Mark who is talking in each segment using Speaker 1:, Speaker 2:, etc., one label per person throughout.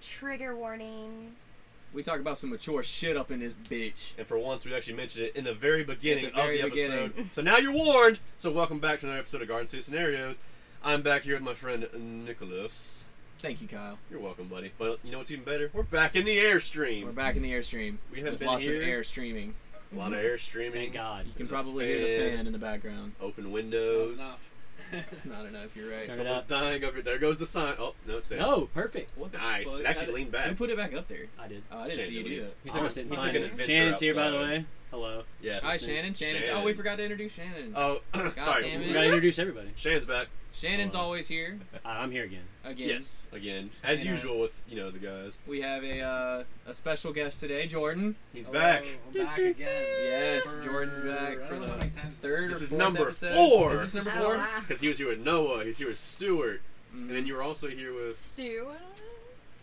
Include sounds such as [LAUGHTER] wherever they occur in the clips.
Speaker 1: Trigger warning.
Speaker 2: We talk about some mature shit up in this bitch.
Speaker 3: And for once, we actually mentioned it in the very beginning
Speaker 2: At the very
Speaker 3: of the episode.
Speaker 2: beginning.
Speaker 3: so now you're warned. So welcome back to another episode of Garden City Scenarios. I'm back here with my friend Nicholas.
Speaker 2: Thank you, Kyle.
Speaker 3: You're welcome, buddy. But you know what's even better? We're back in the airstream.
Speaker 2: We're back in the airstream.
Speaker 3: We have
Speaker 2: With
Speaker 3: been
Speaker 2: lots
Speaker 3: here.
Speaker 2: of air streaming.
Speaker 3: A lot of air streaming.
Speaker 4: Thank God.
Speaker 2: You can
Speaker 3: There's a
Speaker 2: probably hear the
Speaker 3: fan.
Speaker 2: fan in the background.
Speaker 3: Open windows.
Speaker 2: It's not enough. You're right.
Speaker 4: Turn it
Speaker 3: Someone's
Speaker 4: up.
Speaker 3: dying over there. Goes the sign. Oh no, it's there.
Speaker 4: [LAUGHS] No, perfect.
Speaker 2: What the
Speaker 3: Nice.
Speaker 2: fuck?
Speaker 3: It actually
Speaker 2: I-
Speaker 3: leaned back.
Speaker 2: Who put it back up there?
Speaker 4: I did.
Speaker 2: Oh, I didn't
Speaker 3: Shannon
Speaker 2: see you do
Speaker 3: deleted
Speaker 2: that.
Speaker 3: it.
Speaker 1: I
Speaker 4: He took,
Speaker 1: almost
Speaker 4: he
Speaker 1: didn't
Speaker 4: took
Speaker 1: find
Speaker 4: an
Speaker 1: it.
Speaker 4: adventure.
Speaker 3: Shannon's
Speaker 4: here, by the
Speaker 3: outside.
Speaker 4: way. Hello.
Speaker 3: Yes.
Speaker 2: Hi, Shannon. Shannon. Oh, we forgot to introduce Shannon.
Speaker 3: Oh, sorry.
Speaker 2: damn
Speaker 4: We gotta introduce everybody.
Speaker 3: Shannon's back.
Speaker 2: Shannon's
Speaker 4: Hello.
Speaker 2: always here.
Speaker 4: I- I'm here again.
Speaker 2: Again.
Speaker 3: Yes, again, as
Speaker 2: And, uh,
Speaker 3: usual with you know the guys.
Speaker 2: We have a uh, a special guest today, Jordan.
Speaker 3: He's
Speaker 5: Hello,
Speaker 3: back.
Speaker 5: Oh, I'm back again.
Speaker 2: Yes,
Speaker 5: For-
Speaker 2: Jordan's back
Speaker 5: I
Speaker 2: for
Speaker 5: don't know
Speaker 2: the
Speaker 5: how many times-
Speaker 2: Third
Speaker 3: This
Speaker 2: or
Speaker 3: is
Speaker 2: fourth
Speaker 3: number
Speaker 2: episode?
Speaker 3: four.
Speaker 2: Is this
Speaker 1: Oh,
Speaker 2: number Mm. 4
Speaker 3: Because he was here with Noah, he's here with Stuart, and then you were also here with
Speaker 1: Stu.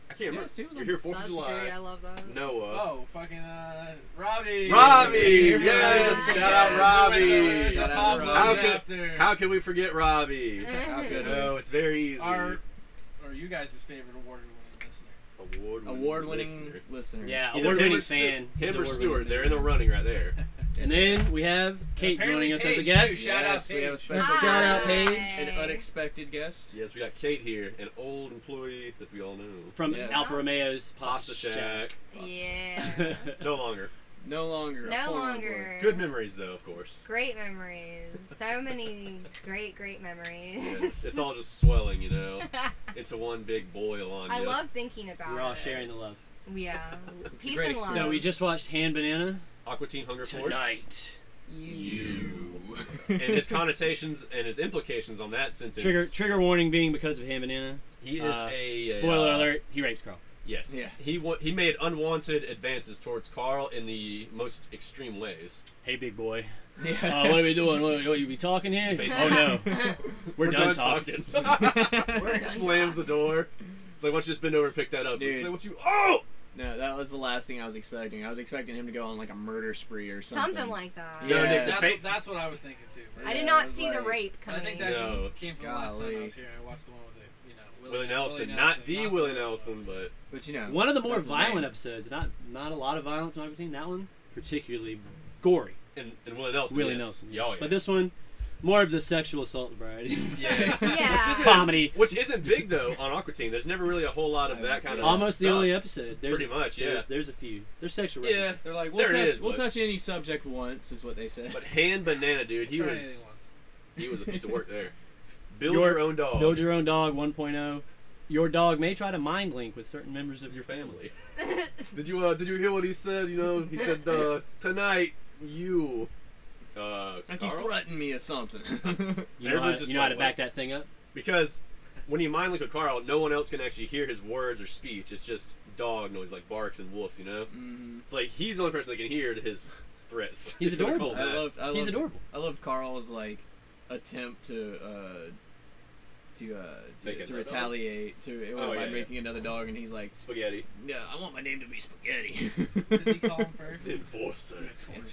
Speaker 3: I can't remember.
Speaker 2: Yeah, Stu was
Speaker 3: You're
Speaker 2: on-
Speaker 3: here Fourth
Speaker 1: That's
Speaker 3: of July.
Speaker 1: great. I love that.
Speaker 3: Noah.
Speaker 5: Oh, fucking uh, Robbie.
Speaker 3: Robbie,
Speaker 1: yes, shout out
Speaker 3: Robbie.
Speaker 2: Shout out
Speaker 5: Shout out
Speaker 2: to
Speaker 3: Robbie.
Speaker 5: Robbie. After
Speaker 3: How can we forget Robbie?
Speaker 2: How
Speaker 1: Mhm.
Speaker 2: good.
Speaker 3: No, it's very easy.
Speaker 5: our, or you guys' favorite award-winning listener.
Speaker 3: award
Speaker 2: Award-winning listener.
Speaker 4: Yeah,
Speaker 3: Either
Speaker 4: award winning
Speaker 3: him or Stu-
Speaker 4: fan. He's
Speaker 3: Him or
Speaker 4: award-winning
Speaker 3: Stuart,
Speaker 4: fan.
Speaker 3: they're in the running right there.
Speaker 4: And then we have Kate
Speaker 5: Apparently
Speaker 4: joining us as a
Speaker 5: Paige,
Speaker 4: guest.
Speaker 5: too. Shout
Speaker 2: yes,
Speaker 5: out
Speaker 2: we have a
Speaker 5: Paige.
Speaker 2: special
Speaker 1: Hi.
Speaker 4: Shout out
Speaker 2: guest.
Speaker 4: Paige.
Speaker 2: An unexpected guest.
Speaker 3: Yes, we got Kate here, an old employee that we all know.
Speaker 4: From
Speaker 2: Yeah.
Speaker 4: Alfa Romeo's
Speaker 3: Pasta Shack.
Speaker 4: [LAUGHS]
Speaker 1: Yeah. [LAUGHS]
Speaker 3: No longer.
Speaker 2: No longer. a
Speaker 1: No
Speaker 2: former
Speaker 1: longer.
Speaker 2: employee.
Speaker 3: Good memories though, of course.
Speaker 1: Great memories. So many great, great memories.
Speaker 3: It's,
Speaker 1: [LAUGHS]
Speaker 3: it's all just swelling, you know. It's a one big boil on
Speaker 1: I
Speaker 3: you.
Speaker 1: love thinking about
Speaker 4: We're all
Speaker 1: it.
Speaker 4: sharing the love.
Speaker 1: Yeah. Peace
Speaker 2: great
Speaker 1: and love.
Speaker 4: So
Speaker 1: [LAUGHS]
Speaker 4: we just watched Hand Banana
Speaker 3: Aqua Teen Hunger Force.
Speaker 4: tonight.
Speaker 2: You.
Speaker 3: and his connotations and his implications on that sentence.
Speaker 4: Trigger trigger warning being because of Hand Banana.
Speaker 3: He is
Speaker 4: uh,
Speaker 3: a
Speaker 4: Spoiler
Speaker 3: uh,
Speaker 4: alert: he rapes Carl.
Speaker 3: Yes.
Speaker 2: Yeah.
Speaker 3: He wa- he made unwanted advances towards Carl in the most extreme ways.
Speaker 4: Hey, big boy.
Speaker 2: [LAUGHS] yeah.
Speaker 4: Uh, what are we doing? What, what you be talking here?
Speaker 3: Basically.
Speaker 4: Oh
Speaker 1: [LAUGHS]
Speaker 4: no, we're, done, talking.
Speaker 3: [LAUGHS] We're- Slams the door. It's like, why don't you just bend over and pick that up?
Speaker 2: Dude.
Speaker 3: It's like, what you? Oh,
Speaker 2: no, that was the last thing I was expecting. I was expecting him to go on like a murder spree or something.
Speaker 1: something. like that.
Speaker 3: No,
Speaker 2: Yeah.
Speaker 3: Nick, the
Speaker 5: That's,
Speaker 3: fa-
Speaker 5: that's what I was thinking too.
Speaker 1: I
Speaker 2: Yeah,
Speaker 1: did
Speaker 2: it
Speaker 1: not
Speaker 2: was
Speaker 1: see the
Speaker 2: like-
Speaker 1: rape
Speaker 5: I
Speaker 1: coming. [LAUGHS]
Speaker 5: think that
Speaker 3: No.
Speaker 5: came from last time I
Speaker 2: Golly.
Speaker 5: was here. I watched the one with the, you know,
Speaker 3: Willie Nelson, not the Willie Nelson, but
Speaker 2: But you know.
Speaker 4: One of the more
Speaker 2: that's his
Speaker 4: violent
Speaker 2: name.
Speaker 4: episodes. Not not a lot of violence in Aqua Teen. That one particularly gory.
Speaker 3: and, and Willie Nelson.
Speaker 4: Willie
Speaker 3: yes.
Speaker 4: Nelson.
Speaker 3: Yeah, oh, yeah.
Speaker 4: But this one, more of the sexual assault
Speaker 3: [LAUGHS]
Speaker 4: variety. [LAUGHS]
Speaker 3: yeah.
Speaker 1: Yeah.
Speaker 3: Which isn't,
Speaker 4: Comedy.
Speaker 3: Which isn't big though on Aqua Teen. There's never really a whole lot of that kind of.
Speaker 4: Almost the
Speaker 3: stuff.
Speaker 4: only episode. There's,
Speaker 3: Uh, Pretty much, yeah.
Speaker 4: There's, there's a few. There's sexual.
Speaker 3: Yeah.
Speaker 4: references.
Speaker 2: They're like, we'll,
Speaker 3: There it
Speaker 2: touch,
Speaker 3: is,
Speaker 2: we'll
Speaker 3: but-
Speaker 2: touch any subject once, is what they said.
Speaker 3: But hand banana, dude. He was. He was a piece of work [LAUGHS] there. Build your,
Speaker 4: Your-
Speaker 3: own dog.
Speaker 4: Build your own dog 1.0. Your dog may try to mind link with certain members of your family.
Speaker 3: [LAUGHS] did you uh, did you hear what he said? You know, he said uh, tonight you. Uh,
Speaker 2: [LAUGHS] like he's
Speaker 3: Carl?
Speaker 2: threatening me or
Speaker 3: [LAUGHS]
Speaker 2: something. Mm-hmm.
Speaker 4: You know, how,
Speaker 3: Everyone's just
Speaker 4: you know how
Speaker 3: like,
Speaker 4: to back that thing up.
Speaker 3: because when you mind link with Carl, no one else can actually hear his words or speech. It's just dog noise, like barks and wolves. You know,
Speaker 2: Mhm.
Speaker 3: it's like he's the only person that can hear his [LAUGHS] threats. "Oh,
Speaker 4: He's
Speaker 3: if you wanna
Speaker 4: adorable.
Speaker 3: call it
Speaker 2: I
Speaker 3: that.
Speaker 2: love. I
Speaker 4: He's
Speaker 2: love
Speaker 4: adorable.
Speaker 2: I love Carl's like attempt to uh, to uh,
Speaker 3: Make
Speaker 2: to, to
Speaker 3: another dog?
Speaker 2: retaliate to
Speaker 3: Oh,
Speaker 2: by
Speaker 3: yeah, yeah.
Speaker 2: making another dog, and he's like,
Speaker 3: spaghetti.
Speaker 2: "No, I want my name to be Spaghetti."
Speaker 5: Did
Speaker 2: [LAUGHS]
Speaker 5: he call him
Speaker 3: [LAUGHS]
Speaker 5: first?
Speaker 3: Enforcer.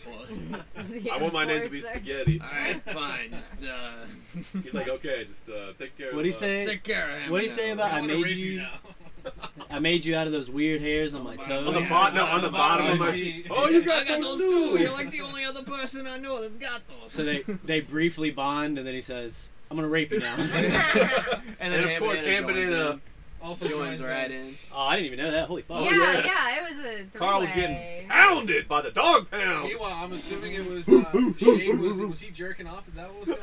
Speaker 2: All
Speaker 3: I want my name to be spaghetti.
Speaker 2: right, fine. Just uh,
Speaker 3: He's like, okay, just uh, take care.
Speaker 4: What'd he
Speaker 3: of, uh,
Speaker 2: [LAUGHS]
Speaker 4: say?
Speaker 2: take care of him.
Speaker 4: What do you say
Speaker 2: now."
Speaker 4: about- I
Speaker 5: wanna
Speaker 4: made
Speaker 5: rape
Speaker 4: you-
Speaker 5: now. [LAUGHS]
Speaker 4: I made you out of those weird hairs on my toes.
Speaker 3: On the
Speaker 4: [LAUGHS]
Speaker 5: Yeah.
Speaker 3: bot, no, [LAUGHS] on the bottom of my feet. Oh, you
Speaker 2: I
Speaker 3: got,
Speaker 2: got
Speaker 3: those
Speaker 2: those
Speaker 3: too.
Speaker 2: two. You're like the only other person I know that's got those.
Speaker 4: So
Speaker 2: [LAUGHS]
Speaker 4: they they briefly bond, and then he says, "I'm gonna rape you [LAUGHS] now."
Speaker 3: [LAUGHS]
Speaker 2: and
Speaker 3: And of course, Aunt
Speaker 2: joins
Speaker 3: Banana-
Speaker 2: in.
Speaker 5: Also
Speaker 2: Joins right in.
Speaker 4: oh, I didn't even know that. Holy fuck!
Speaker 1: yeah,
Speaker 3: yeah.
Speaker 1: yeah, It was a three-way.
Speaker 3: Carl was getting pounded by the dog pound.
Speaker 5: Meanwhile, I'm assuming it was uh, Shane. Was, was he jerking off? Is that what was going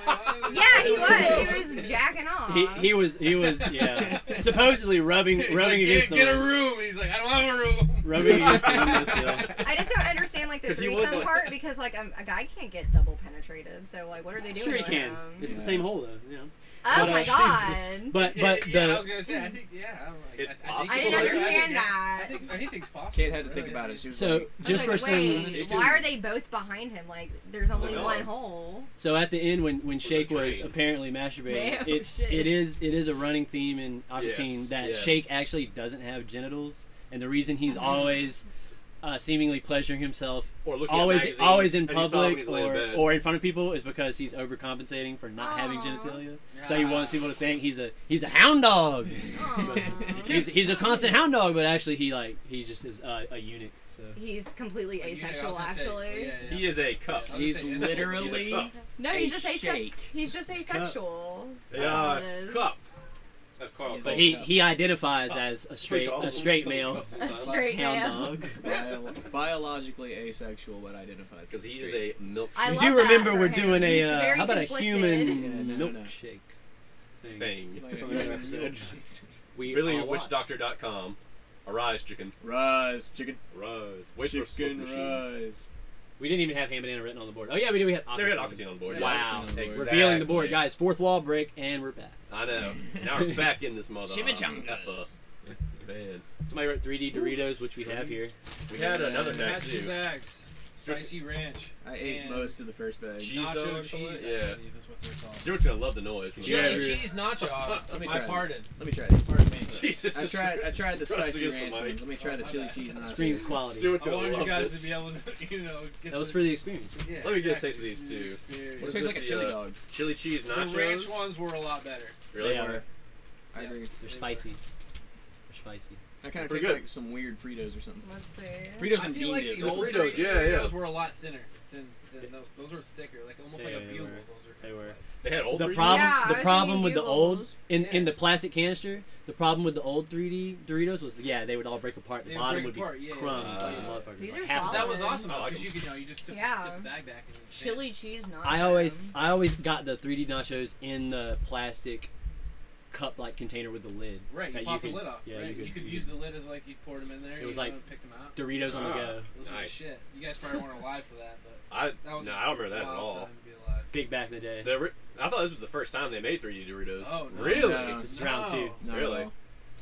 Speaker 1: [LAUGHS]
Speaker 5: on?
Speaker 1: Yeah, he was. He was jacking off.
Speaker 4: He, he was he was yeah supposedly rubbing
Speaker 5: He's
Speaker 4: rubbing
Speaker 5: like,
Speaker 4: against
Speaker 5: get, get
Speaker 4: the
Speaker 5: a room. He's like, I don't have a room. [LAUGHS]
Speaker 4: rubbing against the windowsill.
Speaker 1: I just don't understand like the
Speaker 3: 'Cause he was
Speaker 1: threesome
Speaker 3: like-
Speaker 1: part because like a, a guy can't get double penetrated. So like, what are they doing?
Speaker 4: Sure he
Speaker 1: with
Speaker 4: can.
Speaker 1: him?
Speaker 4: It's
Speaker 2: Yeah.
Speaker 4: the same hole though. You know.
Speaker 1: Oh
Speaker 4: But,
Speaker 1: my
Speaker 4: uh,
Speaker 1: god.
Speaker 3: Jesus.
Speaker 4: But
Speaker 5: Yeah,
Speaker 4: but
Speaker 5: yeah,
Speaker 4: the
Speaker 5: I was gonna say, I think, yeah, I don't know.
Speaker 3: It's
Speaker 5: I, I, think-
Speaker 3: possible.
Speaker 1: I didn't
Speaker 3: Like,
Speaker 1: understand
Speaker 5: I
Speaker 1: that.
Speaker 5: think anything's possible.
Speaker 2: Kate had to think
Speaker 5: really.
Speaker 2: about it. She was
Speaker 4: so
Speaker 2: like,
Speaker 4: just
Speaker 1: I
Speaker 4: for
Speaker 1: was like,
Speaker 4: some
Speaker 1: wait, why are they both behind him? Like, there's only
Speaker 3: Who
Speaker 1: one
Speaker 3: knows?
Speaker 5: [LAUGHS]
Speaker 1: hole.
Speaker 4: so at the end when when Shake was
Speaker 3: train.
Speaker 4: apparently masturbating,
Speaker 1: Man,
Speaker 4: it
Speaker 1: shit.
Speaker 4: it is it is a running theme in Aqua
Speaker 3: Yes,
Speaker 4: Teen that
Speaker 3: yes.
Speaker 4: Shake actually doesn't have genitals, and the reason he's always uh, seemingly pleasuring himself
Speaker 3: Or looking at
Speaker 4: always
Speaker 3: magazines
Speaker 4: always in
Speaker 3: as you saw when
Speaker 4: public
Speaker 3: he's laying in
Speaker 4: or,
Speaker 3: bed.
Speaker 4: or in front of people is because he's overcompensating for not having
Speaker 1: Aw.
Speaker 4: genitalia. So he wants
Speaker 5: Yeah.
Speaker 4: people to think he's a he's a hound dog.
Speaker 1: Aw.
Speaker 4: He's, he's a constant hound dog, but actually he like he just is uh, a eunuch. So
Speaker 1: He's completely
Speaker 5: Yeah, I was
Speaker 1: asexual,
Speaker 5: gonna say,
Speaker 1: actually.
Speaker 5: yeah, yeah.
Speaker 3: He is a cup.
Speaker 5: I was
Speaker 6: He's oh,
Speaker 5: gonna say,
Speaker 3: He's a
Speaker 6: literally
Speaker 3: cup.
Speaker 1: No,
Speaker 6: a
Speaker 1: he's just asexual.
Speaker 6: shake.
Speaker 1: He's just asexual. That's
Speaker 3: Yeah,
Speaker 1: all it is.
Speaker 3: cup. That's Carl.
Speaker 6: He's
Speaker 4: but
Speaker 6: a
Speaker 4: he
Speaker 6: cup.
Speaker 4: he identifies as a straight a straight male
Speaker 1: A straight man.
Speaker 4: hound dog.
Speaker 6: Bio- biologically asexual, but identifies
Speaker 3: Because he
Speaker 6: as
Speaker 3: is
Speaker 6: straight.
Speaker 3: a milk
Speaker 1: I
Speaker 4: We
Speaker 1: love
Speaker 4: do
Speaker 1: that
Speaker 4: remember
Speaker 1: for
Speaker 4: we're
Speaker 1: him.
Speaker 4: doing a
Speaker 1: He's
Speaker 4: uh,
Speaker 1: very
Speaker 4: how about a
Speaker 1: conflicted.
Speaker 4: human
Speaker 6: Yeah, no, no.
Speaker 4: milkshake thing?
Speaker 3: thing.
Speaker 6: Like,
Speaker 4: From another
Speaker 6: [LAUGHS]
Speaker 4: episode. We all watched.
Speaker 3: ReallyWitchDoctor.com. Arise, chicken.
Speaker 6: Rise, chicken.
Speaker 3: Rise. Wait for a smoke
Speaker 6: chicken
Speaker 3: machine.
Speaker 6: rise.
Speaker 4: We didn't even have ham banana written on the board. Oh yeah, we did. We had
Speaker 3: There we had
Speaker 4: Aquatine.
Speaker 3: Aquatine on board.
Speaker 6: Wow.
Speaker 3: Yeah, Aquatine on board.
Speaker 6: Exactly.
Speaker 4: Revealing the board, guys. Fourth wall break, and we're back.
Speaker 3: I know. Now we're back in this mother. Effa.
Speaker 6: Chimichangas.
Speaker 3: Man.
Speaker 4: Somebody wrote 3D Doritos, which we have here.
Speaker 3: We had another bag
Speaker 5: Matching
Speaker 3: too.
Speaker 5: bags. Spicy ranch.
Speaker 6: I ate
Speaker 5: And
Speaker 6: most of the first bag.
Speaker 3: Cheese
Speaker 5: Nacho
Speaker 3: dogs.
Speaker 5: cheese.
Speaker 3: Yeah.
Speaker 5: I believe is what they're called.
Speaker 3: Stuart's gonna love the noise. when we
Speaker 4: Yeah.
Speaker 5: Chili
Speaker 3: get it.
Speaker 5: cheese nacho.
Speaker 6: Let me
Speaker 5: My
Speaker 6: try
Speaker 5: pardon.
Speaker 6: Let me try this.
Speaker 5: Pardon me.
Speaker 3: Jesus.
Speaker 6: I tried. I tried the
Speaker 3: [LAUGHS] Trying to
Speaker 6: spicy
Speaker 3: get some
Speaker 6: ranch
Speaker 3: money.
Speaker 6: ones. Let me try the
Speaker 5: My
Speaker 3: [LAUGHS]
Speaker 6: chili
Speaker 5: bad.
Speaker 6: cheese. nachos.
Speaker 4: Screams quality.
Speaker 3: Stuart's
Speaker 5: I
Speaker 3: gonna
Speaker 5: wanted
Speaker 3: love
Speaker 5: you guys
Speaker 3: this.
Speaker 5: to be able to, [LAUGHS] you know, get
Speaker 4: That was
Speaker 5: the-
Speaker 4: for the experience.
Speaker 5: Yeah,
Speaker 3: Let me get a
Speaker 5: exactly.
Speaker 3: taste of these
Speaker 5: The
Speaker 3: two.
Speaker 5: experience.
Speaker 3: What
Speaker 6: It
Speaker 3: is
Speaker 6: tastes
Speaker 3: with
Speaker 6: like a
Speaker 3: the,
Speaker 6: chili
Speaker 3: uh,
Speaker 6: dog.
Speaker 3: Chili cheese
Speaker 5: The ranch
Speaker 3: nachos.
Speaker 5: ones were a lot better.
Speaker 3: Really?
Speaker 4: They are.
Speaker 6: I
Speaker 5: Yeah.
Speaker 6: agree.
Speaker 4: They're spicy. They're spicy.
Speaker 6: That kind of
Speaker 3: Pretty
Speaker 6: tastes
Speaker 3: good.
Speaker 6: like some weird Fritos or something.
Speaker 1: Let's see.
Speaker 6: Fritos
Speaker 5: I
Speaker 6: and
Speaker 5: feel
Speaker 6: bean
Speaker 5: like
Speaker 6: dip.
Speaker 5: the
Speaker 3: Those
Speaker 5: old
Speaker 3: Fritos,
Speaker 5: Fritos,
Speaker 3: yeah, yeah.
Speaker 5: Fritos were a lot thinner than, than those. Those were thicker, like almost like
Speaker 4: Yeah,
Speaker 5: a
Speaker 4: they
Speaker 5: bugle.
Speaker 4: were. They
Speaker 5: Those
Speaker 4: were.
Speaker 3: They had old
Speaker 4: The
Speaker 3: Fritos?
Speaker 4: problem,
Speaker 1: Yeah, I
Speaker 4: the
Speaker 1: was
Speaker 4: problem
Speaker 1: thinking
Speaker 4: with the
Speaker 1: Bugles.
Speaker 4: old in in
Speaker 5: Yeah.
Speaker 4: the plastic canister. The problem with the old 3D Doritos was yeah, they would all break apart. The
Speaker 5: They would
Speaker 4: bottom
Speaker 5: break
Speaker 4: would be
Speaker 5: apart, yeah, yeah,
Speaker 4: crumbs
Speaker 3: yeah.
Speaker 4: like a
Speaker 3: Uh,
Speaker 4: motherfucker.
Speaker 1: These
Speaker 4: like
Speaker 1: are
Speaker 4: half
Speaker 5: were.
Speaker 1: solid.
Speaker 4: of
Speaker 5: That was awesome
Speaker 3: I like
Speaker 5: because you could, you know, you just took,
Speaker 1: Yeah.
Speaker 5: took the bag back and
Speaker 1: Chili cheese nachos.
Speaker 4: I always I always got the 3D nachos in the plastic cup like container with the lid.
Speaker 5: Right, you
Speaker 4: that
Speaker 5: pop the
Speaker 4: could-
Speaker 5: lid off.
Speaker 4: Yeah,
Speaker 5: right?
Speaker 4: you could,
Speaker 5: use the lid as like you poured them in there.
Speaker 4: It
Speaker 5: you
Speaker 4: was
Speaker 5: know,
Speaker 4: like-
Speaker 5: and pick them out.
Speaker 4: Doritos on the
Speaker 3: Ah.
Speaker 4: go.
Speaker 5: Those were the
Speaker 3: Nice.
Speaker 5: shit. You guys probably weren't alive for that, but
Speaker 3: I,
Speaker 5: that was.
Speaker 3: no,
Speaker 5: a
Speaker 3: I don't remember that at
Speaker 5: wild
Speaker 3: all.
Speaker 5: time to be alive.
Speaker 4: Big back in the day.
Speaker 3: The ri- I thought this was the first time they made 3D Doritos.
Speaker 5: Oh, no.
Speaker 3: Really?
Speaker 6: No.
Speaker 4: This is round two.
Speaker 6: No,
Speaker 3: Really?
Speaker 6: no.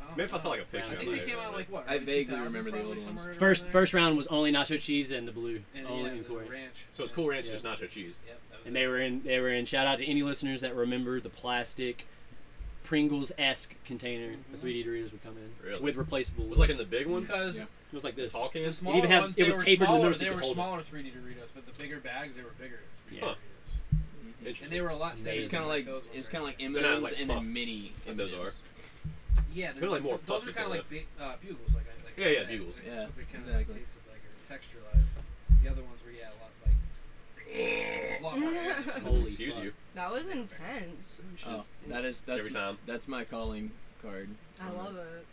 Speaker 5: I don't
Speaker 3: Maybe if I saw
Speaker 5: know.
Speaker 3: like a picture.
Speaker 5: I
Speaker 3: of
Speaker 5: think
Speaker 3: it.
Speaker 5: they came out like what?
Speaker 6: I
Speaker 5: early
Speaker 6: vaguely
Speaker 5: 2000s
Speaker 6: remember the
Speaker 5: probably,
Speaker 6: old ones.
Speaker 5: somewhere around
Speaker 4: First
Speaker 5: there?
Speaker 4: first round was only nacho cheese and the blue.
Speaker 5: And,
Speaker 4: only
Speaker 5: yeah,
Speaker 4: in
Speaker 5: the
Speaker 4: Korea.
Speaker 5: ranch.
Speaker 3: So it's Cool Ranch
Speaker 4: Yeah.
Speaker 3: just nacho cheese.
Speaker 5: Yep, that was
Speaker 4: And
Speaker 5: it.
Speaker 4: they were in they were in shout out to any listeners that remember the plastic Pringles esque container the
Speaker 5: Mhm.
Speaker 4: 3D Doritos would come in
Speaker 3: Mm-hmm. Really?
Speaker 4: with replaceable.
Speaker 3: It was like in the big one.
Speaker 5: because
Speaker 6: Yeah.
Speaker 4: it was like this.
Speaker 3: Tall can?
Speaker 5: the
Speaker 3: It
Speaker 5: smaller
Speaker 4: even had-
Speaker 5: ones
Speaker 4: it
Speaker 5: they
Speaker 4: was
Speaker 5: were
Speaker 4: tapered with
Speaker 5: smaller.
Speaker 4: notice you
Speaker 5: They
Speaker 4: could
Speaker 5: were
Speaker 4: hold it.
Speaker 5: smaller 3D Doritos, but the bigger bags they were bigger. 3D
Speaker 4: Yeah.
Speaker 5: Doritos. And they were a lot
Speaker 4: Amazing.
Speaker 5: thinner.
Speaker 6: It's kind of
Speaker 5: than
Speaker 6: like
Speaker 5: those ones
Speaker 6: it's
Speaker 5: right
Speaker 6: kind of like
Speaker 5: there.
Speaker 6: M&Ms
Speaker 3: They're not, like,
Speaker 6: and
Speaker 3: puffed.
Speaker 6: then mini
Speaker 3: Like those
Speaker 6: M&Ms.
Speaker 5: yeah,
Speaker 3: they're like more
Speaker 5: Those are
Speaker 3: puffy
Speaker 5: kind of
Speaker 3: than
Speaker 5: like big, uh, bugles, like I like. I
Speaker 3: Yeah, yeah,
Speaker 5: said.
Speaker 3: bugles.
Speaker 5: They-
Speaker 6: Yeah,
Speaker 5: they kind
Speaker 6: exactly.
Speaker 5: of tasted like or texturalized. The other ones were yeah, a lot like. a lot more air.
Speaker 4: Holy
Speaker 3: Excuse
Speaker 4: fuck.
Speaker 3: you.
Speaker 1: That was intense.
Speaker 6: Oh, that is that's
Speaker 3: Every time.
Speaker 6: that's my calling card.
Speaker 1: I love it.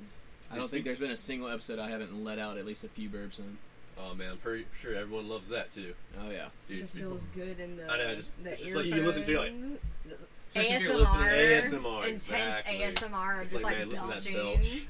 Speaker 6: I don't
Speaker 3: It's
Speaker 6: think
Speaker 3: be-
Speaker 6: there's been a single episode I haven't let out at least a few burps in.
Speaker 3: Oh man, I'm pretty sure everyone loves that too.
Speaker 6: Oh yeah.
Speaker 1: It
Speaker 3: Dude,
Speaker 1: just
Speaker 3: it's-
Speaker 1: feels good in the.
Speaker 3: I know, just-
Speaker 1: the
Speaker 3: it's just like you listen to, like-
Speaker 1: earphones.
Speaker 6: Especially if you're
Speaker 1: ASMR,
Speaker 6: listening-
Speaker 3: ASMR,
Speaker 1: intense
Speaker 3: exactly.
Speaker 1: ASMR,
Speaker 3: It's
Speaker 1: just
Speaker 3: like,
Speaker 1: like,
Speaker 3: man, listen to that
Speaker 1: belching.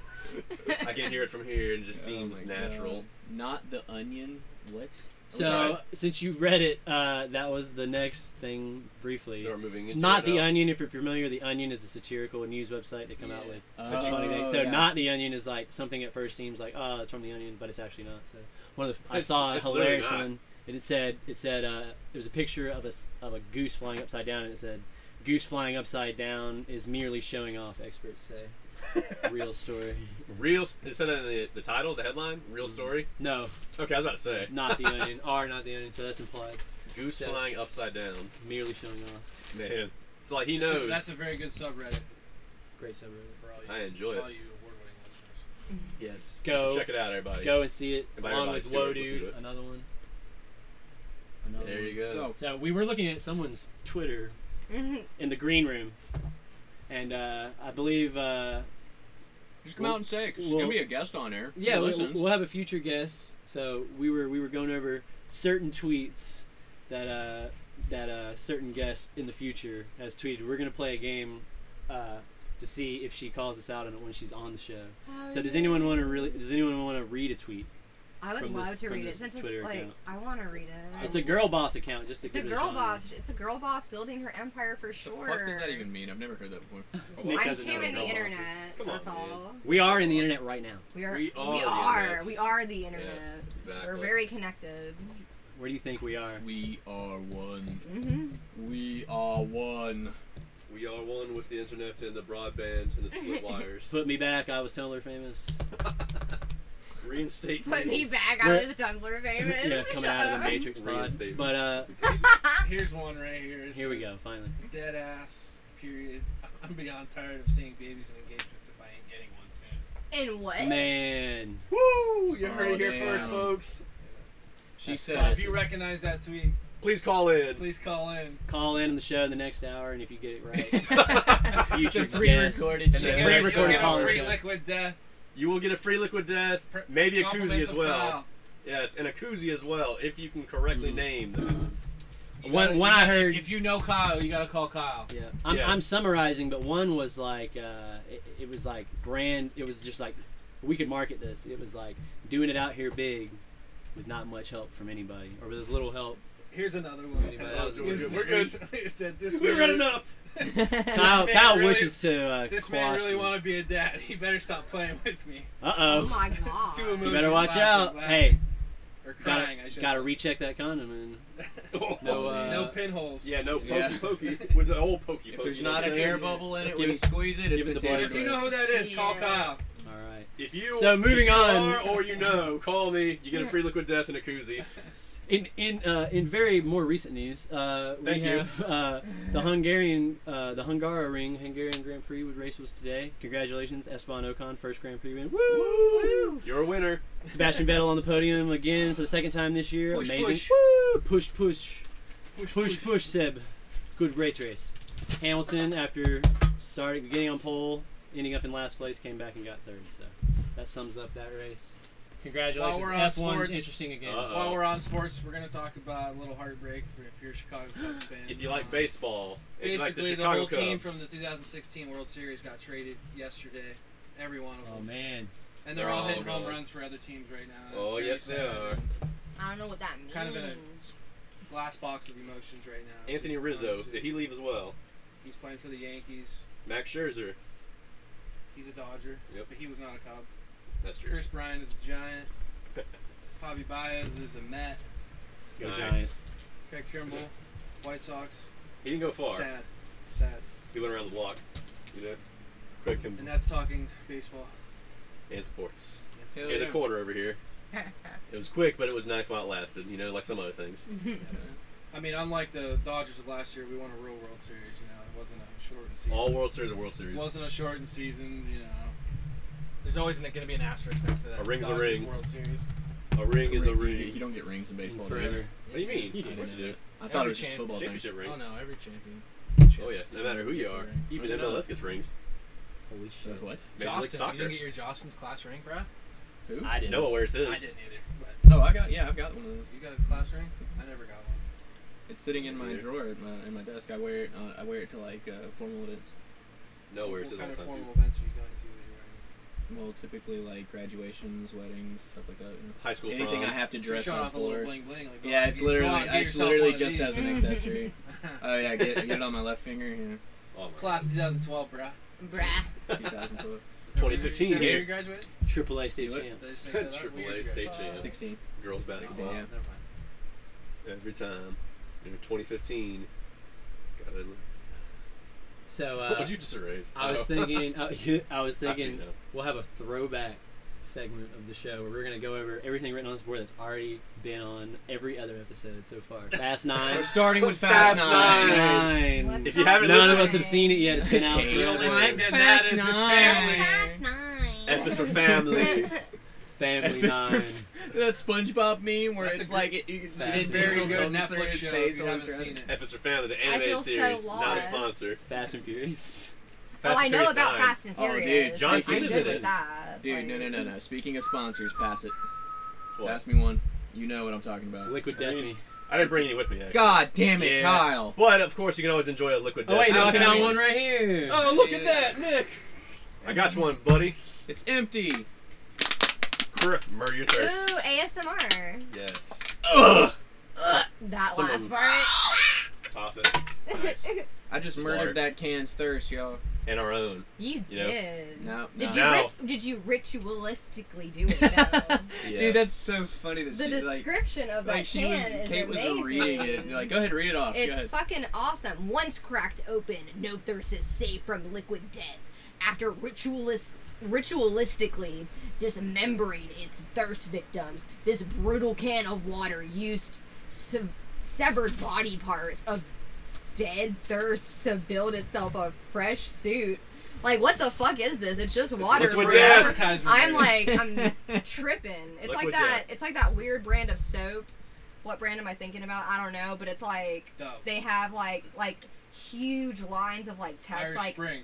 Speaker 1: [LAUGHS]
Speaker 3: belch. I can hear it from here and it just
Speaker 6: Oh,
Speaker 3: seems
Speaker 6: my
Speaker 3: natural.
Speaker 6: God. Not the onion. What?
Speaker 4: So since you read it, uh, that was the next thing briefly.
Speaker 3: They were moving into
Speaker 4: Not
Speaker 3: it
Speaker 4: the
Speaker 3: now.
Speaker 4: Onion. If you're familiar, the Onion is a satirical news website they come out
Speaker 5: Yeah.
Speaker 4: with
Speaker 6: That's
Speaker 4: funny
Speaker 2: Oh,
Speaker 4: things. So not the Onion is like something at first seems like oh it's from the Onion, but it's actually not. So one of the I
Speaker 3: It's-
Speaker 4: saw a
Speaker 3: it's literally
Speaker 4: hilarious
Speaker 3: not.
Speaker 4: one, and it said it said uh, there was a picture of a s- of a goose flying upside down, and it said goose flying upside down is merely showing off.
Speaker 3: [LAUGHS]
Speaker 4: Experts say, real story.
Speaker 3: real. It said that in the, the title, the headline, real
Speaker 6: Mm-hmm.
Speaker 3: story.
Speaker 4: No,
Speaker 3: Okay, I was about to say
Speaker 4: not the
Speaker 3: [LAUGHS]
Speaker 4: Onion. Are not the Onion. So that's implied.
Speaker 3: goose
Speaker 4: Yeah.
Speaker 3: flying upside down.
Speaker 4: Merely showing off.
Speaker 3: Man, it's like he
Speaker 5: That's a-
Speaker 3: knows.
Speaker 5: That's a very good subreddit
Speaker 4: Great suburb.
Speaker 5: for all you.
Speaker 3: I enjoy
Speaker 5: for
Speaker 3: it.
Speaker 5: All you award-winning listeners.
Speaker 3: yes,
Speaker 4: Go.
Speaker 3: You should check it out, everybody.
Speaker 4: Go and see it
Speaker 3: Invite
Speaker 4: along
Speaker 3: everybody
Speaker 4: with
Speaker 3: to it.
Speaker 4: Woe
Speaker 3: Let's do
Speaker 4: Dude,
Speaker 3: it.
Speaker 4: another one.
Speaker 6: Another
Speaker 3: There you
Speaker 6: one.
Speaker 3: go.
Speaker 4: So we were looking at someone's Twitter
Speaker 1: [LAUGHS] Mhm.
Speaker 4: in the green room, and uh, I believe uh,
Speaker 6: just come out and say it. 'cause she's
Speaker 4: Well-
Speaker 6: gonna be a guest on air. She
Speaker 4: yeah we,
Speaker 6: listens.
Speaker 4: we'll have a future guest. So we were we were going over certain tweets that uh, that uh, certain guest in the future has tweeted. We're gonna play a game uh, to see if she calls us out on it when she's on the show. So does anyone want to really? Does anyone want to read a tweet?
Speaker 1: Oh, I would
Speaker 4: from
Speaker 1: love
Speaker 4: this-
Speaker 1: to
Speaker 4: from
Speaker 1: read it
Speaker 4: this
Speaker 1: since
Speaker 4: Twitter
Speaker 1: it's like
Speaker 4: account?
Speaker 1: I want to read it.
Speaker 4: It's a girl boss account. Just to
Speaker 1: It's a
Speaker 4: give it
Speaker 1: girl
Speaker 4: genre.
Speaker 1: boss. It's a girl boss building her empire for
Speaker 6: The
Speaker 1: sure.
Speaker 6: fuck does that even mean? I've never heard that before.
Speaker 1: [LAUGHS]
Speaker 4: Nick
Speaker 1: I'm
Speaker 4: doesn't
Speaker 1: too
Speaker 4: know
Speaker 1: in
Speaker 4: what
Speaker 1: the
Speaker 4: girl boss is.
Speaker 1: internet.
Speaker 3: Come on,
Speaker 1: That's
Speaker 3: man.
Speaker 1: all.
Speaker 4: We are in the
Speaker 3: Boss.
Speaker 4: internet right now.
Speaker 1: We are.
Speaker 3: We
Speaker 1: We
Speaker 3: are
Speaker 1: are.
Speaker 3: the
Speaker 1: We are,
Speaker 3: internet.
Speaker 1: the internet.
Speaker 3: Yes, exactly.
Speaker 1: We're very connected.
Speaker 4: Where do you think we are?
Speaker 6: We are one.
Speaker 1: hmm
Speaker 6: We are one.
Speaker 3: We are one with the
Speaker 1: [LAUGHS]
Speaker 3: internet and the broadband and the split wires.
Speaker 4: Put me back. I was Tumblr famous.
Speaker 3: Reinstate
Speaker 1: Put me back out
Speaker 4: Where-
Speaker 1: of the Tumblr famous.
Speaker 4: yeah, coming out
Speaker 1: [LAUGHS]
Speaker 4: of the Matrix pod.
Speaker 3: Reinstatement.
Speaker 4: But uh,
Speaker 5: Here's one right here. It
Speaker 4: here we
Speaker 5: says,
Speaker 4: go. Finally,
Speaker 5: Dead ass. Period. [LAUGHS] I'm beyond tired of seeing babies and engagements if I ain't getting one soon.
Speaker 1: In what?
Speaker 4: man.
Speaker 3: Woo! You heard
Speaker 6: Oh,
Speaker 3: it here
Speaker 6: damn.
Speaker 3: first, folks.
Speaker 6: She
Speaker 4: That's
Speaker 6: said-
Speaker 5: So
Speaker 6: [LAUGHS]
Speaker 5: if
Speaker 4: classic.
Speaker 5: you recognize that tweet,
Speaker 3: Please call in.
Speaker 5: please call in.
Speaker 4: call in on the show in the next hour, and if you get it right, future guest.
Speaker 6: pre-recorded
Speaker 4: And
Speaker 6: show.
Speaker 4: then
Speaker 5: You'll
Speaker 4: free
Speaker 5: get a-
Speaker 4: recorded
Speaker 5: you'll get a
Speaker 4: caller
Speaker 5: free
Speaker 4: show.
Speaker 5: liquid death.
Speaker 3: You will get a free liquid death,
Speaker 5: Per-
Speaker 3: maybe a koozie
Speaker 5: compliments
Speaker 3: as
Speaker 5: of
Speaker 3: well.
Speaker 5: Kyle.
Speaker 3: Yes, and a koozie as well, if you can correctly name
Speaker 5: [LAUGHS]
Speaker 3: those.
Speaker 5: [LAUGHS] You
Speaker 4: One-
Speaker 5: gotta-
Speaker 4: one
Speaker 5: you
Speaker 4: I
Speaker 5: gotta-
Speaker 4: heard-
Speaker 5: If you know Kyle, you gotta call Kyle.
Speaker 4: Yeah, I'm,
Speaker 3: Yes.
Speaker 4: I'm summarizing, but one was like, uh, it, it was like brand. It was just like we could market this. It was like doing it out here big, with not much help from anybody, or with as little
Speaker 5: [LAUGHS]
Speaker 4: help.
Speaker 5: Here's another one.
Speaker 4: Anybody else?
Speaker 5: It was
Speaker 3: We're
Speaker 5: just
Speaker 3: good.
Speaker 5: [LAUGHS] recently- it said this
Speaker 3: We
Speaker 5: man-
Speaker 3: read enough.
Speaker 1: [LAUGHS]
Speaker 4: Kyle,
Speaker 5: man
Speaker 4: Kyle
Speaker 5: really-
Speaker 4: wishes to. Uh,
Speaker 5: [LAUGHS] This man really want to
Speaker 4: to
Speaker 5: be a dad. He better stop playing with me.
Speaker 4: Uh
Speaker 1: Oh
Speaker 4: oh.
Speaker 1: my [LAUGHS] god.
Speaker 5: Two
Speaker 4: You
Speaker 5: emotions.
Speaker 4: better watch
Speaker 5: laughing,
Speaker 4: out.
Speaker 5: laughing,
Speaker 4: Hey,
Speaker 5: Or crying, I
Speaker 4: gotta,
Speaker 5: should
Speaker 4: gotta
Speaker 5: say. Oh,
Speaker 4: recheck that condom and
Speaker 3: [LAUGHS]
Speaker 4: No, uh,
Speaker 5: [LAUGHS] No pinholes.
Speaker 3: Yeah, no pokey
Speaker 6: Yeah.
Speaker 3: pokey with the old pokey.
Speaker 6: If
Speaker 3: pokey,
Speaker 6: there's
Speaker 3: you know
Speaker 6: not
Speaker 3: what I'm
Speaker 6: an
Speaker 3: saying?
Speaker 6: air bubble in it,
Speaker 4: Give
Speaker 6: when
Speaker 4: it-
Speaker 6: you squeeze it,
Speaker 4: give it
Speaker 6: it's
Speaker 4: the
Speaker 6: potato.
Speaker 4: bloody
Speaker 5: If you
Speaker 6: chip.
Speaker 5: know who that is, call
Speaker 1: Yeah.
Speaker 5: Kyle.
Speaker 4: all right.
Speaker 3: If you
Speaker 4: So, moving
Speaker 3: if you
Speaker 4: on.
Speaker 3: are or you know, call me. You get a free liquid death and a koozie.
Speaker 4: In in uh, in very more recent news, uh, we
Speaker 3: Thank you.
Speaker 4: have uh, the Hungarian uh, the Hungara Ring Hungarian Grand Prix race was today. Congratulations, Esteban Ocon, first Grand Prix win. Woo!
Speaker 3: Woo! You're a winner.
Speaker 4: Sebastian Vettel on the podium again for the second time this year.
Speaker 3: Push,
Speaker 4: Amazing.
Speaker 3: push.
Speaker 4: Woo! Push, push,
Speaker 5: Push,
Speaker 4: push, push, Seb. Good race race. Hamilton after starting getting on pole, ending up in last place, came back and got third. So that sums up that race. Congratulations,
Speaker 5: we're on
Speaker 4: F1's
Speaker 5: sports-
Speaker 4: interesting again.
Speaker 6: Uh,
Speaker 3: Uh-oh.
Speaker 5: While we're on sports, we're gonna talk about a little heartbreak for if you're a Chicago Cubs fan.
Speaker 3: If you like baseball, if you
Speaker 5: basically
Speaker 3: like the
Speaker 5: the,
Speaker 3: Chicago
Speaker 5: whole team from
Speaker 3: Cubs.
Speaker 5: the 2016 World Series got traded yesterday. Every one of them,
Speaker 4: Oh man.
Speaker 5: and they're
Speaker 3: They're
Speaker 5: all
Speaker 3: all
Speaker 5: hitting home
Speaker 3: gone.
Speaker 5: runs for other teams right now. and
Speaker 3: Oh,
Speaker 5: it's
Speaker 3: yes,
Speaker 5: very
Speaker 3: they
Speaker 5: sad.
Speaker 1: I don't know what that means.
Speaker 5: Kind of in a- Glass box of emotions right now. It's
Speaker 3: Anthony
Speaker 5: just-
Speaker 3: Rizzo, did he leave as well?
Speaker 5: He's playing for the Yankees.
Speaker 3: Max Scherzer,
Speaker 5: He's a Dodger,
Speaker 3: Yep.
Speaker 5: but he was not a Cub.
Speaker 3: that's true.
Speaker 5: Chris Bryant is
Speaker 3: [LAUGHS]
Speaker 5: a Giant. Javi Baez is a Met.
Speaker 4: Go
Speaker 3: Nice.
Speaker 4: Giants.
Speaker 5: Craig Kimbrell, White Sox.
Speaker 3: He didn't go far.
Speaker 5: Sad, sad,
Speaker 3: He went around the block. You know, quick and,
Speaker 5: and that's talking baseball.
Speaker 3: and sports.
Speaker 5: That's
Speaker 6: Hell
Speaker 3: In the
Speaker 6: yeah.
Speaker 3: corner over here. It was quick, but it was nice while it lasted. You know, like some other things.
Speaker 5: I mean, unlike the Dodgers of last year, we won a real World Series. You know, it wasn't a shortened season.
Speaker 3: All World Series are World
Speaker 5: it
Speaker 3: Series.
Speaker 5: wasn't a shortened season. You know, there's always going to be an asterisk next to that.
Speaker 3: A ring's a
Speaker 5: Dodgers
Speaker 3: ring.
Speaker 5: World Series.
Speaker 3: A ring
Speaker 2: [LAUGHS]
Speaker 3: is a
Speaker 6: You,
Speaker 3: ring.
Speaker 6: don't get rings in baseball. do you?
Speaker 4: Forever.
Speaker 3: What do you mean?
Speaker 4: You
Speaker 6: I
Speaker 4: do.
Speaker 6: didn't
Speaker 3: What you
Speaker 6: know
Speaker 3: do?
Speaker 6: that. I thought it was
Speaker 5: Every
Speaker 6: just football thing.
Speaker 3: Championship ring.
Speaker 5: Oh no, every champion.
Speaker 3: Oh yeah, no matter who you are, even
Speaker 6: Oh, no.
Speaker 3: MLS gets rings.
Speaker 4: Holy shit.
Speaker 6: What?
Speaker 3: Major League
Speaker 5: Jostin, you
Speaker 3: Soccer.
Speaker 5: didn't get your Jostin's class ring, bro?
Speaker 6: Who?
Speaker 4: I didn't.
Speaker 3: Noah wears his.
Speaker 5: I didn't either. But
Speaker 6: Oh, I got. Yeah, I've got one of those.
Speaker 5: you got a class ring? I never got one.
Speaker 6: It's sitting in my
Speaker 3: Yeah.
Speaker 6: drawer at my, in my desk. I wear it. Uh, I wear it to like uh, formal events.
Speaker 3: Noah wears
Speaker 5: what
Speaker 3: his
Speaker 5: kind
Speaker 3: all the
Speaker 5: of
Speaker 3: time.
Speaker 5: formal events are you going to? That you're wearing?
Speaker 6: Well, typically like graduations, weddings, stuff like that. You know.
Speaker 3: High school
Speaker 6: Anything
Speaker 3: prom.
Speaker 6: I have to dress
Speaker 5: She showed
Speaker 6: up
Speaker 5: off a little
Speaker 6: for.
Speaker 5: bling bling. Like, go
Speaker 6: Yeah,
Speaker 5: out,
Speaker 6: it's
Speaker 5: get- go out
Speaker 6: literally.
Speaker 5: and get
Speaker 6: It's
Speaker 5: yourself
Speaker 6: literally
Speaker 5: one of
Speaker 6: just
Speaker 5: these.
Speaker 6: as an accessory. Oh yeah, get, get it on my left finger. You
Speaker 3: Oh, my
Speaker 5: [LAUGHS] Class 2012, bruh.
Speaker 1: Bruh.
Speaker 6: know, 2012,
Speaker 5: Is that where you-
Speaker 3: 2015
Speaker 5: is that where
Speaker 3: here.
Speaker 5: you graduated?
Speaker 4: Triple A state
Speaker 6: Do it.
Speaker 5: Did I
Speaker 4: champs.
Speaker 5: just make that up?
Speaker 3: Triple
Speaker 5: Years
Speaker 3: A
Speaker 5: ago.
Speaker 3: state champs.
Speaker 6: 16.
Speaker 3: Girls
Speaker 5: Oh,
Speaker 3: basketball.
Speaker 6: yeah.
Speaker 5: never mind.
Speaker 3: Every time. In 2015. Gotta,
Speaker 4: So
Speaker 3: what
Speaker 4: uh,
Speaker 3: would you just erase?
Speaker 4: I
Speaker 3: [LAUGHS]
Speaker 4: was
Speaker 3: Oh.
Speaker 4: thinking, [LAUGHS] I, I was
Speaker 3: I see
Speaker 4: thinking,
Speaker 3: now.
Speaker 4: we'll have a throwback segment of the show where we're gonna go over everything written on this board that's already been on every other episode so far. Fast Nine. [LAUGHS]
Speaker 6: We're starting with
Speaker 3: Fast
Speaker 6: Fast,
Speaker 3: Nine.
Speaker 6: Nine.
Speaker 4: Nine.
Speaker 1: Let's
Speaker 3: If you
Speaker 1: not-
Speaker 3: haven't
Speaker 4: None
Speaker 3: listened-
Speaker 4: of us have seen it yet. It's
Speaker 3: [LAUGHS]
Speaker 4: been out
Speaker 6: The only
Speaker 4: forever.
Speaker 6: one
Speaker 5: that matters is family.
Speaker 1: That's nine. Oh, [LAUGHS]
Speaker 3: F is for family.
Speaker 4: Family
Speaker 6: F is for
Speaker 4: Nine.
Speaker 3: [LAUGHS]
Speaker 6: That SpongeBob meme where
Speaker 5: That's
Speaker 6: it's
Speaker 5: a
Speaker 6: like it, you,
Speaker 5: It's a
Speaker 6: it
Speaker 5: very
Speaker 6: drizzles
Speaker 5: good
Speaker 6: comes through
Speaker 5: Netflix
Speaker 6: his
Speaker 5: show.
Speaker 6: face
Speaker 5: If you
Speaker 6: all
Speaker 5: haven't
Speaker 6: the time.
Speaker 5: seen it.
Speaker 3: F is for family. The
Speaker 1: feel
Speaker 3: animated
Speaker 1: so
Speaker 3: series. not a
Speaker 1: lost.
Speaker 3: sponsor.
Speaker 4: Fast and Furious.
Speaker 1: Oh,
Speaker 3: Fast
Speaker 1: I
Speaker 3: and
Speaker 1: know
Speaker 3: Furious
Speaker 1: about
Speaker 3: 9.
Speaker 1: Fast and
Speaker 6: Oh, dude,
Speaker 1: Furious.
Speaker 6: John
Speaker 1: Like,
Speaker 3: Cena's
Speaker 1: I'm good
Speaker 3: in
Speaker 1: with
Speaker 3: it.
Speaker 1: that.
Speaker 6: Dude, no,
Speaker 1: Like-
Speaker 6: no, no, no. Speaking of sponsors, pass it.
Speaker 3: What?
Speaker 6: Pass me one. You know what I'm talking about.
Speaker 4: Liquid
Speaker 3: I
Speaker 4: Death.
Speaker 3: mean-
Speaker 4: Me.
Speaker 3: I didn't bring any with me. Actually.
Speaker 6: God damn it,
Speaker 3: Yeah.
Speaker 6: Kyle.
Speaker 3: But of course, you can always enjoy a liquid death.
Speaker 4: Oh wait, no, I
Speaker 3: Okay.
Speaker 4: found one right here.
Speaker 6: Oh,
Speaker 5: look at that,
Speaker 6: Nick.
Speaker 3: I got you one, buddy.
Speaker 6: It's empty.
Speaker 3: Cr- Murder your thirst.
Speaker 1: Ooh, ASMR.
Speaker 3: yes. Ugh.
Speaker 1: That
Speaker 3: Some
Speaker 1: last
Speaker 3: of-
Speaker 1: part.
Speaker 3: Toss it.
Speaker 1: [LAUGHS]
Speaker 3: Nice.
Speaker 6: I just
Speaker 3: Smart.
Speaker 6: murdered that can's thirst, y'all.
Speaker 3: And our own.
Speaker 1: you
Speaker 3: You know?
Speaker 1: did.
Speaker 6: No, no.
Speaker 1: Did you
Speaker 3: No.
Speaker 1: ris- did you ritualistically do it though?
Speaker 3: Yes.
Speaker 6: Dude, that's so funny. That
Speaker 1: the
Speaker 6: she, like,
Speaker 1: description of that
Speaker 6: like she was,
Speaker 1: can is
Speaker 6: Kate
Speaker 1: amazing.
Speaker 6: was reading it. Like, go ahead, read it
Speaker 3: Oh,
Speaker 6: off. go
Speaker 1: It's
Speaker 6: ahead.
Speaker 1: fucking awesome. Once cracked open, no thirst is safe from liquid death. After ritualist ritualistically dismembering its thirst victims. This brutal can of water used se- severed body parts of dead thirst to build itself a fresh suit. Like, what the fuck is this? It's just water.
Speaker 3: liquid
Speaker 1: bro.
Speaker 3: death.
Speaker 5: Advertisement.
Speaker 1: I'm like,
Speaker 3: [LAUGHS]
Speaker 1: I'm tripping. It's like
Speaker 3: Liquid
Speaker 1: that.
Speaker 3: death.
Speaker 1: It's like that weird brand of soap. What brand am I thinking about? I don't know, but it's like
Speaker 5: Dove.
Speaker 1: they have like like huge lines of like text
Speaker 5: Irish
Speaker 1: like
Speaker 5: Spring.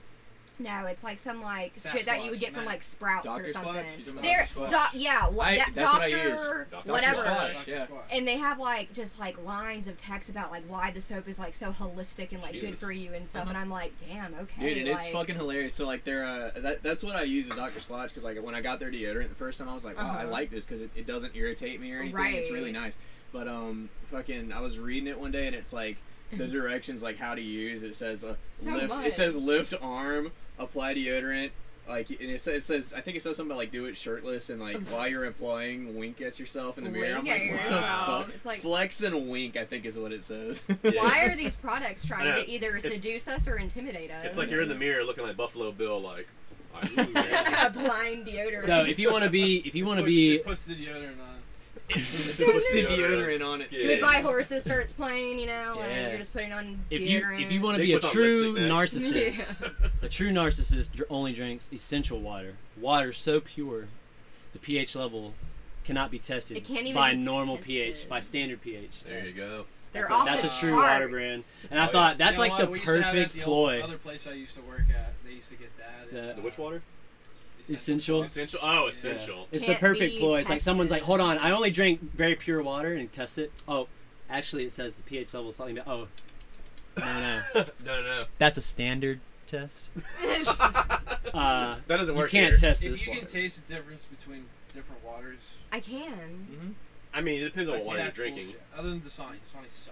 Speaker 1: no it's like some like shit that you would
Speaker 5: Sasquatch,
Speaker 1: get from
Speaker 5: man.
Speaker 1: like sprouts
Speaker 2: Dr.
Speaker 1: or
Speaker 2: Squatch?
Speaker 1: something
Speaker 2: You talking about
Speaker 1: there
Speaker 2: Dr. Squatch?
Speaker 1: doc yeah what,
Speaker 2: I-
Speaker 1: that,
Speaker 2: that's what I
Speaker 1: doctor
Speaker 2: use.
Speaker 3: Dr.
Speaker 1: whatever
Speaker 2: Squatch.
Speaker 5: Dr.
Speaker 2: yeah.
Speaker 5: Squatch.
Speaker 1: and they have like just like lines of text about like why the soap is like so holistic and like good
Speaker 3: Jesus.
Speaker 1: for you and stuff and i'm like damn okay
Speaker 2: Dude, and it's
Speaker 1: like-
Speaker 2: fucking hilarious. So like, they're uh, that, that's what I use as Dr. Squatch because like when I got their deodorant the first time, I was like, wow, I
Speaker 1: Uh-huh.
Speaker 2: like this because it, it doesn't irritate me or anything. It's really
Speaker 1: Right.
Speaker 2: nice. But um, fucking, I was reading it one day and it's like
Speaker 1: [LAUGHS]
Speaker 2: the directions like how to use it says uh,
Speaker 1: So
Speaker 2: lift.
Speaker 1: much.
Speaker 2: It says lift arm, apply deodorant. Like and it says, it says I think it says something about like do it shirtless and like
Speaker 1: [LAUGHS]
Speaker 2: while you're employing wink at yourself in the mirror. I'm
Speaker 1: Wink
Speaker 2: like
Speaker 1: at
Speaker 2: what the
Speaker 1: yourself.
Speaker 2: fuck?
Speaker 1: It's like-
Speaker 2: flex and wink. I think is what it says.
Speaker 1: why
Speaker 2: [LAUGHS]
Speaker 1: are these products trying
Speaker 3: Yeah.
Speaker 1: to either
Speaker 3: It's-
Speaker 1: seduce us or intimidate us
Speaker 3: It's
Speaker 1: [LAUGHS]
Speaker 3: like you're in the mirror looking like Buffalo Bill, like. I knew, man.
Speaker 1: blind deodorant
Speaker 4: So if you want to be, if you want to
Speaker 3: [LAUGHS] Oh,
Speaker 5: Puts-
Speaker 4: be,
Speaker 5: it puts the deodorant on.
Speaker 2: Puts the deodorant on its
Speaker 3: Skin.
Speaker 1: Goodbye Horses starts playing, you know,
Speaker 4: Yeah.
Speaker 1: and you're just putting on
Speaker 4: if you
Speaker 1: deodorant.
Speaker 4: if you want to
Speaker 3: Nick
Speaker 4: be a
Speaker 3: puts on
Speaker 4: true
Speaker 3: lipstick
Speaker 4: narcissist, a true narcissist dr- only drinks essential water. Water so pure, the pH level cannot be tested
Speaker 1: It can't even
Speaker 4: by
Speaker 1: be
Speaker 4: normal pH,
Speaker 1: tested.
Speaker 4: by standard pH.
Speaker 3: There you
Speaker 4: tests.
Speaker 3: go.
Speaker 1: They're
Speaker 4: So
Speaker 1: off
Speaker 4: that's
Speaker 1: the
Speaker 4: a true
Speaker 1: charts.
Speaker 4: water brand, and I
Speaker 3: Oh,
Speaker 4: thought that's
Speaker 5: You know
Speaker 4: like
Speaker 5: what?
Speaker 4: the
Speaker 5: We used to have that at
Speaker 4: perfect
Speaker 5: the old-
Speaker 4: ploy.
Speaker 5: Other place I used to work at, they used to get that. at,
Speaker 4: The-
Speaker 5: uh,
Speaker 3: The witch water? [LAUGHS]
Speaker 4: Essential?
Speaker 3: Essential. Oh,
Speaker 4: [LAUGHS]
Speaker 3: essential.
Speaker 4: It's
Speaker 1: Can't
Speaker 4: the perfect
Speaker 1: be
Speaker 4: ploy. It's like someone's like,
Speaker 1: tested.
Speaker 4: hold on, I only drank very pure water and test it. Oh, actually, it says the pH level is something. About, oh, no, no,
Speaker 3: no, no, no.
Speaker 4: that's a standard test. Uh,
Speaker 5: [LAUGHS]
Speaker 3: That doesn't
Speaker 4: you
Speaker 3: work.
Speaker 4: can't
Speaker 3: here.
Speaker 4: test
Speaker 5: If
Speaker 4: this
Speaker 5: you
Speaker 4: water.
Speaker 5: can taste the difference between different waters,
Speaker 1: [LAUGHS] I
Speaker 4: [LAUGHS]
Speaker 1: can.
Speaker 3: I mean, it depends on what water you're
Speaker 5: that's
Speaker 3: drinking.
Speaker 5: bullshit. Other than Dasani, Dasani sucks.